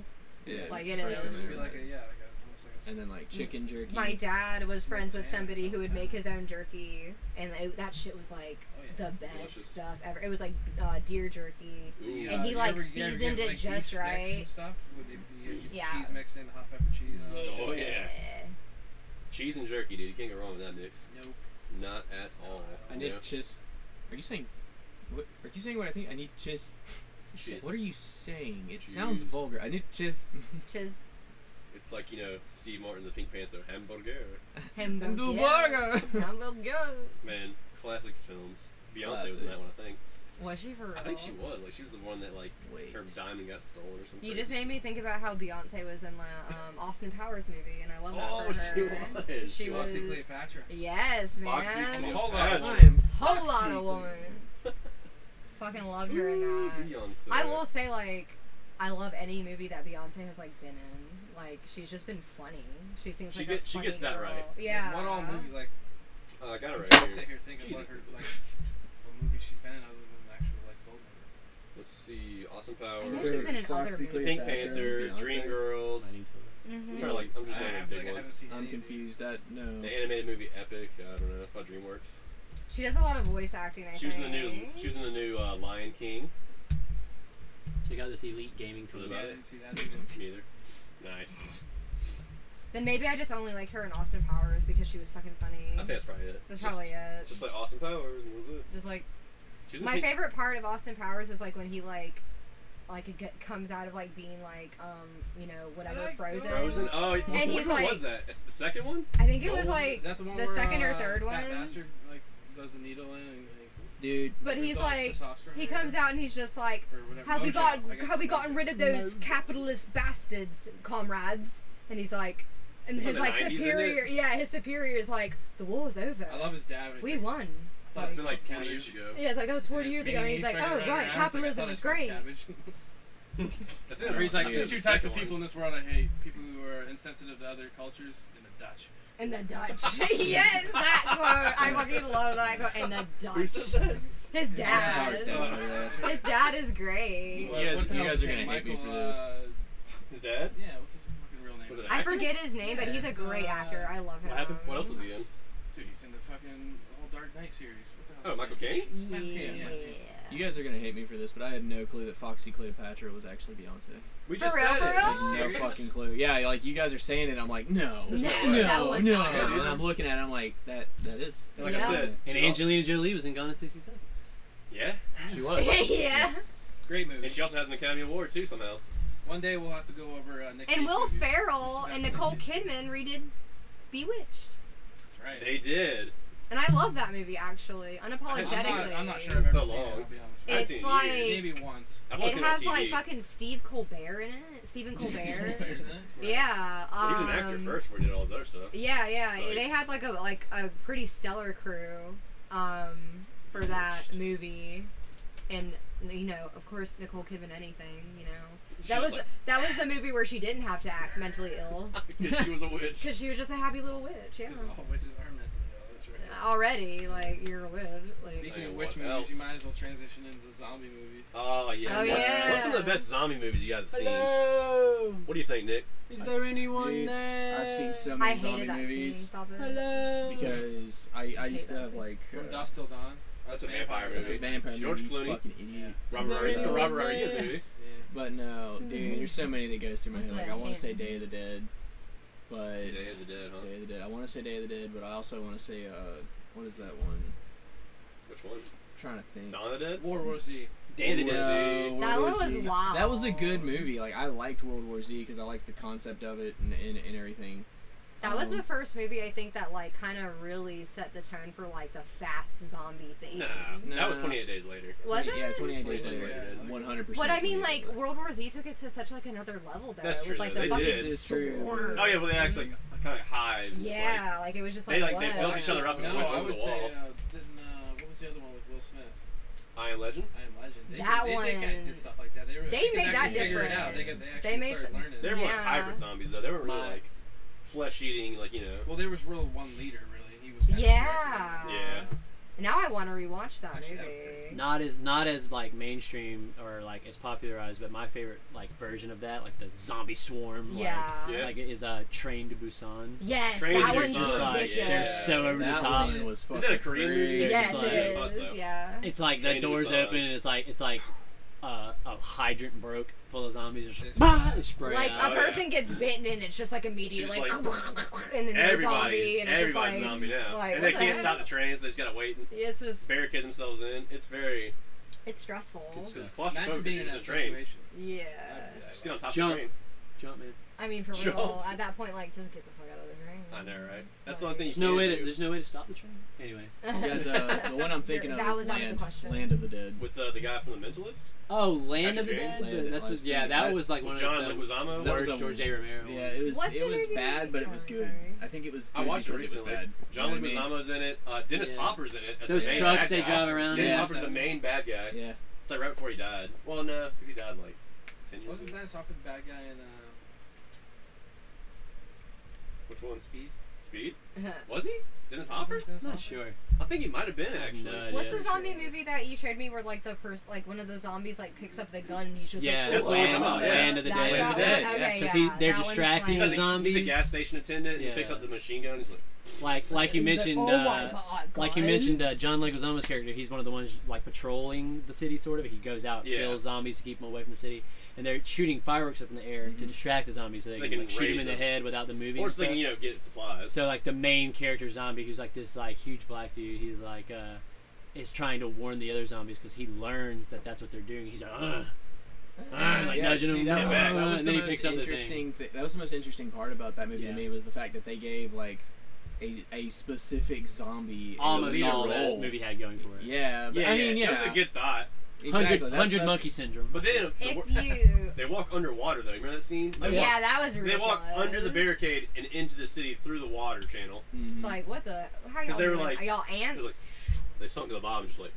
Speaker 2: Yeah,
Speaker 1: like,
Speaker 2: it's
Speaker 1: it
Speaker 2: the
Speaker 5: It
Speaker 2: first
Speaker 5: would
Speaker 2: time
Speaker 5: just
Speaker 2: I
Speaker 5: be
Speaker 2: ever
Speaker 5: like
Speaker 2: had
Speaker 5: a,
Speaker 2: it.
Speaker 5: yeah, like a, almost like a
Speaker 2: And then
Speaker 3: Mm.
Speaker 2: like chicken jerky.
Speaker 1: My dad was friends with somebody who would
Speaker 5: Okay.
Speaker 1: make his own jerky, and it, that shit was like
Speaker 5: Oh, yeah.
Speaker 1: the best
Speaker 3: Delicious.
Speaker 1: stuff ever. It was like uh, deer jerky.
Speaker 3: Ooh.
Speaker 5: The,
Speaker 1: And he,
Speaker 5: you
Speaker 1: like,
Speaker 5: ever- you ever
Speaker 1: seasoned
Speaker 5: get,
Speaker 1: it
Speaker 5: like,
Speaker 1: just
Speaker 5: beef sticks
Speaker 1: right.
Speaker 5: And stuff? Would they be you get
Speaker 1: Yeah.
Speaker 5: cheese mixed in the hot pepper cheese? and all that?
Speaker 3: Oh, yeah. Cheese and jerky, dude. You can't go wrong with that mix.
Speaker 5: Nope.
Speaker 3: Not at all.
Speaker 2: I
Speaker 3: you
Speaker 2: need
Speaker 3: know?
Speaker 2: chis. Are you saying? What are you saying? What I think? I need chis.
Speaker 3: Cheese.
Speaker 2: What are you saying? It sounds
Speaker 3: Cheese.
Speaker 2: vulgar. I need
Speaker 1: [LAUGHS]
Speaker 2: chis.
Speaker 1: Which is
Speaker 3: It's like you know Steve Martin, the Pink Panther, hamburger.
Speaker 1: hamburger.
Speaker 2: Hamburger.
Speaker 1: [LAUGHS] Hamburger.
Speaker 3: Man, classic films. Beyonce was
Speaker 2: Classic.
Speaker 3: in that one, I think.
Speaker 1: Was she for real?
Speaker 3: I think she was. Like she was the one that like
Speaker 2: Wait.
Speaker 3: her diamond got stolen or something.
Speaker 1: You just made me think about how Beyonce was in the um, Austin Powers movie, and I love that
Speaker 3: Oh,
Speaker 1: for her.
Speaker 3: she was.
Speaker 1: She
Speaker 3: She
Speaker 1: was.
Speaker 5: Foxy Cleopatra.
Speaker 1: Yes, man.
Speaker 3: Foxy
Speaker 5: Hold
Speaker 3: Cleopatra.
Speaker 5: on.
Speaker 2: I'm
Speaker 1: Whole lot of woman. Fucking loved her
Speaker 3: Ooh,
Speaker 1: and that.
Speaker 3: Beyonce.
Speaker 1: I will say, like, I love any movie that Beyonce has like been in. Like, she's just been funny. She seems
Speaker 3: She
Speaker 1: like a
Speaker 3: get- she
Speaker 1: funny
Speaker 3: gets that
Speaker 1: girl.
Speaker 3: right.
Speaker 1: Yeah.
Speaker 5: What all movie? Like
Speaker 3: Uh, I got it
Speaker 5: I'm
Speaker 3: right
Speaker 5: trying to
Speaker 3: here.
Speaker 5: sit here thinking
Speaker 3: Jesus.
Speaker 5: what her like what movie she's been in other than the actual like gold member.
Speaker 3: Let's see. Awesome
Speaker 1: I
Speaker 3: Powers.
Speaker 1: know she's been in
Speaker 6: Foxy
Speaker 1: other movies.
Speaker 3: Pink
Speaker 6: Cleopatra,
Speaker 3: Panther,
Speaker 2: Beyonce.
Speaker 3: Dreamgirls. I'm
Speaker 1: Mm-hmm.
Speaker 3: trying to like. I'm just
Speaker 5: I
Speaker 3: naming
Speaker 5: have-
Speaker 3: big
Speaker 5: like, I haven't
Speaker 3: ones.
Speaker 5: seen any of these.
Speaker 2: confused. That no.
Speaker 3: The animated movie Epic. I don't know. That's by DreamWorks.
Speaker 1: She does a lot of voice acting. I
Speaker 3: She was in the new.
Speaker 1: think.
Speaker 3: She was in the new uh, Lion King.
Speaker 4: Check out this elite gaming
Speaker 3: What
Speaker 4: tool.
Speaker 3: about it?
Speaker 5: I didn't see that either.
Speaker 3: Me either. Nice.
Speaker 1: Then maybe I just only like her in Austin Powers because she was fucking funny.
Speaker 3: I think that's probably it.
Speaker 1: That's
Speaker 3: It's
Speaker 1: probably
Speaker 3: just,
Speaker 1: it.
Speaker 3: It's just like Austin Powers and was it?
Speaker 1: Just, like
Speaker 3: She was in
Speaker 1: my
Speaker 3: Pink-
Speaker 1: favorite part of Austin Powers is like when he like like it get, comes out of like being like um you know whatever
Speaker 5: like
Speaker 1: frozen.
Speaker 3: Frozen. Oh, and which
Speaker 1: he's
Speaker 3: one
Speaker 1: like-
Speaker 3: was that? It's the second one.
Speaker 1: I think it
Speaker 3: Oh,
Speaker 1: was
Speaker 5: Is
Speaker 1: like
Speaker 5: that the one
Speaker 1: the
Speaker 5: where,
Speaker 1: second or
Speaker 5: uh,
Speaker 1: third
Speaker 5: That
Speaker 1: one?
Speaker 5: bastard like does the needle in and like,
Speaker 2: Dude,
Speaker 1: but he's
Speaker 5: rips off
Speaker 1: like
Speaker 5: his testosterone
Speaker 1: he
Speaker 5: or
Speaker 1: comes out and he's just like
Speaker 5: whatever- or whatever.
Speaker 1: have we
Speaker 5: Mojo,
Speaker 1: got
Speaker 5: I guess
Speaker 1: have we
Speaker 5: it's called.
Speaker 1: gotten rid of those capitalist bastards comrades and he's like and
Speaker 3: It's
Speaker 1: his
Speaker 3: in the
Speaker 1: like
Speaker 3: 90s, isn't
Speaker 1: superior yeah his superior is like the war's over
Speaker 5: I love his dad.
Speaker 1: we won
Speaker 5: I
Speaker 3: It's
Speaker 5: thought
Speaker 3: been like 40
Speaker 5: Cabbage.
Speaker 3: years ago.
Speaker 1: yeah it's like that was 40 years ago and he's like oh right capitalism is great
Speaker 2: [LAUGHS]
Speaker 3: I think
Speaker 5: Or
Speaker 3: that's-
Speaker 5: he's
Speaker 3: I
Speaker 5: like,
Speaker 3: think it's
Speaker 5: there's two
Speaker 3: the
Speaker 5: types of
Speaker 3: second
Speaker 5: people
Speaker 3: one.
Speaker 5: in this world I hate: people who are insensitive to other cultures and the Dutch.
Speaker 1: and the Dutch [LAUGHS] yes that quote I fucking love that quote and the
Speaker 3: Who says
Speaker 1: Dutch
Speaker 3: that?
Speaker 1: his
Speaker 2: Austin Powers
Speaker 1: dad
Speaker 2: definitely, yeah.
Speaker 1: his dad is great
Speaker 5: What-
Speaker 2: guys-
Speaker 5: what the
Speaker 2: you
Speaker 5: hell's
Speaker 2: guys are
Speaker 5: his
Speaker 2: gonna
Speaker 5: name?
Speaker 2: hate me
Speaker 5: Michael,
Speaker 2: for this.
Speaker 5: uh,
Speaker 3: His dad.
Speaker 5: Yeah, what's his fucking real name?
Speaker 3: Was it an
Speaker 1: I
Speaker 3: actor?
Speaker 1: forget his name but he's a
Speaker 5: Yes,
Speaker 1: great
Speaker 5: uh,
Speaker 1: actor I love him
Speaker 3: What happened? What else was he in?
Speaker 5: Dude, he's in the fucking whole whole Dark Knight series. What the
Speaker 3: Oh,
Speaker 5: hell's
Speaker 3: Michael
Speaker 5: his name?
Speaker 3: Caine?
Speaker 5: Michael Caine, yeah.
Speaker 2: You guys are gonna hate me for this, but I had no clue that Foxy Cleopatra was actually Beyonce.
Speaker 3: We
Speaker 1: For
Speaker 3: just
Speaker 1: real,
Speaker 3: said
Speaker 1: for
Speaker 3: it.
Speaker 1: real?
Speaker 2: I had no
Speaker 5: Serious?
Speaker 2: fucking clue. Yeah, like you guys are saying it, I'm like, no,
Speaker 1: Oh. No,
Speaker 2: no,
Speaker 1: that was
Speaker 2: no.
Speaker 1: not her.
Speaker 2: And I'm looking at it, I'm like, that, that is.
Speaker 3: Like
Speaker 1: Yeah.
Speaker 3: I said,
Speaker 4: And
Speaker 3: she al-
Speaker 4: Angelina Jolie was in Gone in 60 Seconds.
Speaker 3: Yeah,
Speaker 2: she was.
Speaker 1: [LAUGHS] yeah.
Speaker 5: Great movie.
Speaker 3: and she also has an Academy Award too somehow.
Speaker 5: One day we'll have to go over uh, Nick
Speaker 1: And
Speaker 5: Cage
Speaker 1: Will
Speaker 5: movies.
Speaker 1: Ferrell
Speaker 5: That's
Speaker 1: and
Speaker 5: the best
Speaker 1: Nicole
Speaker 5: movie.
Speaker 1: Kidman redid Bewitched,
Speaker 5: That's right.
Speaker 3: They did.
Speaker 1: and I love that movie actually,
Speaker 5: I'm
Speaker 1: unapologetically.
Speaker 5: not, I'm not sure I've ever
Speaker 3: So
Speaker 5: seen it.
Speaker 3: long.
Speaker 5: I'll be honest with you.
Speaker 3: I've
Speaker 1: It's
Speaker 3: seen
Speaker 1: like
Speaker 3: years.
Speaker 5: Maybe once.
Speaker 3: I've only
Speaker 1: it
Speaker 3: seen it on
Speaker 1: has
Speaker 3: TV.
Speaker 1: like fucking Steve Colbert in it.
Speaker 3: [LAUGHS]
Speaker 1: Stephen
Speaker 5: [LAUGHS]
Speaker 1: Colbert. yeah. Um,
Speaker 3: Well, he was an actor first before he did all his other stuff.
Speaker 1: Yeah, yeah.
Speaker 3: So, like-
Speaker 1: they had like a like a pretty stellar crew um, for that movie, and you know, of course, Nicole Kidman. Anything, you know,
Speaker 3: She
Speaker 1: that was
Speaker 3: like,
Speaker 1: that was the movie where she didn't have to act mentally ill
Speaker 3: [LAUGHS] 'cause she was
Speaker 1: [LAUGHS]
Speaker 3: a witch.
Speaker 1: because she was just a happy little witch. Yeah,
Speaker 5: Because all witches are meant to know. That's right.
Speaker 1: already like you're a witch. Like,
Speaker 5: Speaking
Speaker 3: And
Speaker 5: of witch
Speaker 3: what
Speaker 5: movies, you
Speaker 3: else?
Speaker 5: might as well transition into zombie movies.
Speaker 3: Oh yeah.
Speaker 1: Oh,
Speaker 3: what's,
Speaker 1: yeah.
Speaker 3: what's some of the best zombie movies you guys have seen?
Speaker 4: Hello.
Speaker 3: What do you think, Nick?
Speaker 4: Is there anyone
Speaker 2: Dude,
Speaker 4: there?
Speaker 2: I've seen so
Speaker 1: I
Speaker 2: many zombie
Speaker 1: hated that
Speaker 2: movies
Speaker 1: scene. Stop it.
Speaker 4: Hello.
Speaker 2: because I, I
Speaker 1: hate
Speaker 2: used to
Speaker 1: that
Speaker 2: have
Speaker 1: scene.
Speaker 2: like
Speaker 5: From
Speaker 2: uh,
Speaker 5: Dusk Till Dawn.
Speaker 3: That's a vampire
Speaker 2: It's
Speaker 3: movie.
Speaker 2: a vampire
Speaker 3: George
Speaker 2: movie,
Speaker 3: Clooney.
Speaker 2: Fucking idiot.
Speaker 3: Robert
Speaker 4: there
Speaker 3: Rodriguez. It's a
Speaker 4: anyone
Speaker 3: Robert Rodriguez
Speaker 4: there?
Speaker 3: movie.
Speaker 5: Yeah.
Speaker 2: But no,
Speaker 1: Mm-hmm.
Speaker 2: dude, there's so many that goes through my head. Like I want to say
Speaker 1: Hands.
Speaker 2: Day of the Dead, but
Speaker 3: Day of the Dead, huh?
Speaker 2: Day of the Dead. I want to say Day of the Dead, but I also want to say uh, what is that one?
Speaker 3: Which one?
Speaker 2: I'm trying to think.
Speaker 3: Dawn of the Dead.
Speaker 5: War War Z.
Speaker 4: Day of the Dead.
Speaker 3: Dead.
Speaker 2: World
Speaker 1: That
Speaker 2: War
Speaker 1: one was
Speaker 2: Z.
Speaker 1: wild.
Speaker 2: That was a good movie. Like I liked World War Z because I liked the concept of it and, and, and everything.
Speaker 1: That was
Speaker 2: Um,
Speaker 1: the first movie I think that like kind of really set the tone for like the fast zombie thing.
Speaker 3: Nah,
Speaker 2: No.
Speaker 3: that was 28 Days Later.
Speaker 1: Was
Speaker 2: Twenty-
Speaker 1: it?
Speaker 2: Yeah, 28 days
Speaker 3: 28
Speaker 2: later,
Speaker 5: Days Later.
Speaker 2: 100. percent
Speaker 1: But I mean, like World War Z took it to such like another level, though.
Speaker 3: That's true,
Speaker 1: With, like
Speaker 3: though.
Speaker 1: the
Speaker 3: They
Speaker 1: fucking
Speaker 3: did.
Speaker 2: It's true.
Speaker 1: sword.
Speaker 3: Oh yeah, well they actually like, kind of hive. It's
Speaker 1: Yeah, like, it was just
Speaker 3: Like,
Speaker 1: like
Speaker 3: they like
Speaker 1: what?
Speaker 3: they built each other up and
Speaker 5: No,
Speaker 3: went
Speaker 5: I
Speaker 3: over
Speaker 5: would
Speaker 3: the
Speaker 5: say,
Speaker 3: wall.
Speaker 5: uh, didn't, uh, what was the other one with Will Smith?
Speaker 3: I Am Legend.
Speaker 5: I Am Legend. They,
Speaker 1: That
Speaker 5: they, They, kinda
Speaker 1: one-
Speaker 5: did stuff like that. They, were,
Speaker 1: They
Speaker 5: could
Speaker 1: made that
Speaker 5: actually figure it
Speaker 1: different.
Speaker 5: out. They, could,
Speaker 1: They
Speaker 5: actually
Speaker 1: made
Speaker 5: started
Speaker 1: some-
Speaker 5: learning.
Speaker 3: They were like
Speaker 1: Yeah.
Speaker 3: hybrid zombies though. They were really
Speaker 4: My-
Speaker 3: like flesh eating, like you know.
Speaker 5: Well, there was real one leader, really. He was. kinda
Speaker 1: Yeah.
Speaker 5: directing
Speaker 3: Yeah.
Speaker 5: it.
Speaker 1: Now I want to rewatch that
Speaker 5: Actually, that was
Speaker 1: movie.
Speaker 4: Not as not as like mainstream or like as popularized, but my favorite like version of that, like the zombie swarm.
Speaker 1: yeah.
Speaker 3: Yeah.
Speaker 4: Like, like it is a uh, train to Busan.
Speaker 1: Yes,
Speaker 3: Train
Speaker 1: that
Speaker 3: to
Speaker 1: one's
Speaker 3: Busan,
Speaker 1: ridiculous.
Speaker 3: like,
Speaker 4: They're so over the
Speaker 2: that
Speaker 4: top.
Speaker 2: one was
Speaker 3: Is
Speaker 2: fucking
Speaker 3: that a
Speaker 2: [LAUGHS]
Speaker 3: Korean movie?
Speaker 2: crazy.
Speaker 1: Yes,
Speaker 4: It's like-
Speaker 1: it
Speaker 3: I thought
Speaker 1: is.
Speaker 3: so.
Speaker 1: Yeah.
Speaker 4: It's like
Speaker 3: Train to
Speaker 4: the doors
Speaker 3: Busan.
Speaker 4: open and it's like it's like uh, a hydrant broke full of zombies just
Speaker 5: It's-
Speaker 4: bah, spray
Speaker 1: Like
Speaker 4: out.
Speaker 1: a
Speaker 3: Oh, yeah.
Speaker 1: person gets bitten and it's just like immediately like,
Speaker 3: It's just
Speaker 1: and then they're zombie
Speaker 3: Everybody,
Speaker 1: and it's just
Speaker 3: everybody's
Speaker 1: like
Speaker 3: a zombie now,
Speaker 1: like,
Speaker 3: and they
Speaker 1: what the
Speaker 3: can't
Speaker 1: heck?
Speaker 3: stop the trains. They just gotta wait and
Speaker 1: it's just
Speaker 3: barricade themselves in. It's very
Speaker 1: it's stressful.
Speaker 3: it's, it's
Speaker 5: Imagine
Speaker 3: claustrophobic.
Speaker 5: being
Speaker 3: It's
Speaker 5: in
Speaker 3: just
Speaker 5: that
Speaker 3: a train.
Speaker 5: situation.
Speaker 1: yeah.
Speaker 3: Just get on top
Speaker 4: Jump.
Speaker 3: of the train.
Speaker 4: Jump man.
Speaker 1: I mean, for
Speaker 3: Jump.
Speaker 1: real, at that point, like, just get the fuck out of the train.
Speaker 3: I know, right? That's the only thing you
Speaker 4: There's no
Speaker 3: can
Speaker 4: way to
Speaker 3: do.
Speaker 4: there's no way to stop the train. Anyway.
Speaker 2: Because, uh, the one I'm thinking
Speaker 1: That
Speaker 2: of
Speaker 1: was
Speaker 2: is
Speaker 1: out of the
Speaker 2: Land,
Speaker 1: question.
Speaker 2: Land of the Dead.
Speaker 3: with uh, the guy from The Mentalist,
Speaker 4: Oh, Land
Speaker 3: That's
Speaker 4: of the
Speaker 3: Jane.
Speaker 4: Dead.
Speaker 2: Land of-
Speaker 4: that's
Speaker 2: I
Speaker 4: what,
Speaker 2: was
Speaker 4: yeah,
Speaker 2: thinking
Speaker 4: that
Speaker 2: that-
Speaker 4: was like one
Speaker 3: with
Speaker 4: of
Speaker 3: John
Speaker 4: the
Speaker 3: Leguizamo.
Speaker 2: That
Speaker 4: worst
Speaker 2: was a-
Speaker 4: George A. Romero.
Speaker 2: Yeah,
Speaker 4: ones.
Speaker 2: it was
Speaker 1: What's
Speaker 2: it
Speaker 1: the
Speaker 2: was
Speaker 1: movie?
Speaker 2: bad, but it was
Speaker 1: Oh,
Speaker 2: good.
Speaker 1: sorry.
Speaker 2: I think it was.
Speaker 3: I
Speaker 2: good
Speaker 3: watched it
Speaker 2: because
Speaker 3: recently.
Speaker 2: bad.
Speaker 3: John
Speaker 2: You know what I mean?
Speaker 3: Leguizamo's in it. Uh, Dennis
Speaker 4: Yeah.
Speaker 3: Hopper's in it. As
Speaker 4: Those
Speaker 3: the main
Speaker 4: trucks
Speaker 3: bad
Speaker 4: they
Speaker 3: guy.
Speaker 4: drive around
Speaker 3: Dennis
Speaker 2: in.
Speaker 3: Hopper's the main bad guy.
Speaker 2: Yeah,
Speaker 3: It's like right before he died. Well, no, because he died like ten years
Speaker 5: Wasn't
Speaker 3: ago.
Speaker 5: Dennis Hopper the bad guy in uh,
Speaker 3: Which one?
Speaker 5: Speed?
Speaker 3: Speed?
Speaker 4: uh,
Speaker 3: [LAUGHS] Was he? Dennis Hopper?
Speaker 5: Dennis
Speaker 4: I'm not
Speaker 5: Hopper?
Speaker 4: sure.
Speaker 3: I think he might have been actually.
Speaker 4: No
Speaker 1: [LAUGHS] What's
Speaker 4: idea.
Speaker 1: the zombie movie that you showed me where like the person, like one of the zombies, like picks up the gun and he's just
Speaker 4: Yeah,
Speaker 1: like,
Speaker 3: That's
Speaker 1: "Oh,
Speaker 3: what we're talking
Speaker 1: wow."
Speaker 3: about, yeah.
Speaker 1: That's
Speaker 4: Land of the
Speaker 1: that
Speaker 3: Dead.
Speaker 1: one.
Speaker 3: Land of the
Speaker 1: Okay,
Speaker 4: Dead, yeah. 'Cause
Speaker 1: yeah,
Speaker 4: he- they're
Speaker 1: that one's
Speaker 4: distracting
Speaker 3: He's
Speaker 1: funny.
Speaker 3: like the, he's the
Speaker 4: Zombies.
Speaker 3: gas station attendant.
Speaker 4: Yeah.
Speaker 3: He picks up the machine gun. He's like,
Speaker 4: Like like you
Speaker 1: He's like,
Speaker 4: mentioned
Speaker 1: "Oh my
Speaker 4: uh,
Speaker 1: God,
Speaker 4: like you
Speaker 1: God."
Speaker 4: mentioned uh, John Leguizamo's character, he's one of the ones like patrolling the city sort of. He goes out,
Speaker 3: Yeah.
Speaker 4: kills zombies to keep them away from the city, and they're shooting fireworks up in the air to
Speaker 2: Mm-hmm.
Speaker 4: distract the zombies so they, can,
Speaker 3: can
Speaker 4: like, shoot
Speaker 3: raid
Speaker 4: them in the
Speaker 3: them.
Speaker 4: head without the moving.
Speaker 3: or
Speaker 4: and
Speaker 3: just like
Speaker 4: stuff.
Speaker 3: you know, get supplies.
Speaker 4: So like the main character zombie, who's like this like huge black dude, he's like uh, is trying to warn the other zombies because he learns that that's what they're doing. He's like, Ugh. Ugh, like
Speaker 2: Yeah,
Speaker 4: nudging
Speaker 2: see,
Speaker 4: him,
Speaker 2: that,
Speaker 3: "Get
Speaker 2: was-
Speaker 3: back."
Speaker 2: that
Speaker 4: "Ugh,"
Speaker 2: was
Speaker 4: and
Speaker 2: the
Speaker 4: then he
Speaker 2: most
Speaker 4: picks up the thing.
Speaker 2: interesting. Th- that was the most interesting part about that movie
Speaker 4: Yeah.
Speaker 2: to me was the fact that they gave like a, a specific zombie a
Speaker 4: Almost
Speaker 2: leader
Speaker 4: all that
Speaker 2: role.
Speaker 4: movie had going for it.
Speaker 2: Yeah, but, I mean, yeah,
Speaker 3: That's a good thought.
Speaker 2: exactly.
Speaker 4: Hundred
Speaker 2: That's-
Speaker 4: hundred
Speaker 2: that's-
Speaker 4: monkey syndrome.
Speaker 3: But then the wor-
Speaker 1: If you,
Speaker 3: [LAUGHS] they walk underwater though. You remember that scene? They walk-
Speaker 1: yeah, that was
Speaker 3: They
Speaker 1: ridiculous.
Speaker 3: walk under the barricade and into the city through the water channel.
Speaker 1: It's
Speaker 2: mm.
Speaker 1: like what the? How y'all
Speaker 3: they were
Speaker 1: doing?
Speaker 3: like-
Speaker 1: Are y'all
Speaker 3: was
Speaker 1: ants?
Speaker 3: They sunk to the bottom, just like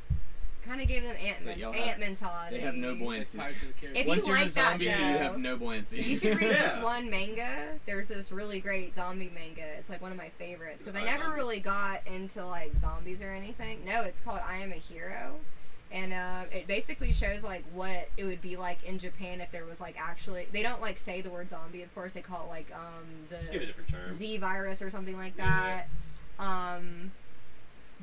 Speaker 1: kind of gave them ant
Speaker 2: Like, y'all have-
Speaker 1: ant mentality.
Speaker 2: They have no
Speaker 5: It's
Speaker 2: buoyancy.
Speaker 5: Pirates of the Caribbean.
Speaker 1: If you
Speaker 2: Once you're
Speaker 1: like
Speaker 2: a
Speaker 1: that,
Speaker 2: zombie, you
Speaker 1: though,
Speaker 2: have no buoyancy.
Speaker 1: [LAUGHS] You should read
Speaker 2: [LAUGHS]
Speaker 3: Yeah.
Speaker 1: this one manga. There's this really great zombie manga. It's like one of my favorites because I
Speaker 3: I
Speaker 1: never
Speaker 3: Zombie.
Speaker 1: really got into like zombies or anything. No, it's called I Am a Hero, and uh, it basically shows like what it would be like in Japan if there was like actually. They don't like say the word zombie, of course. They call it like um
Speaker 3: just give it a
Speaker 1: the
Speaker 3: different term.
Speaker 1: Z virus or something like
Speaker 3: Yeah.
Speaker 1: that. Um,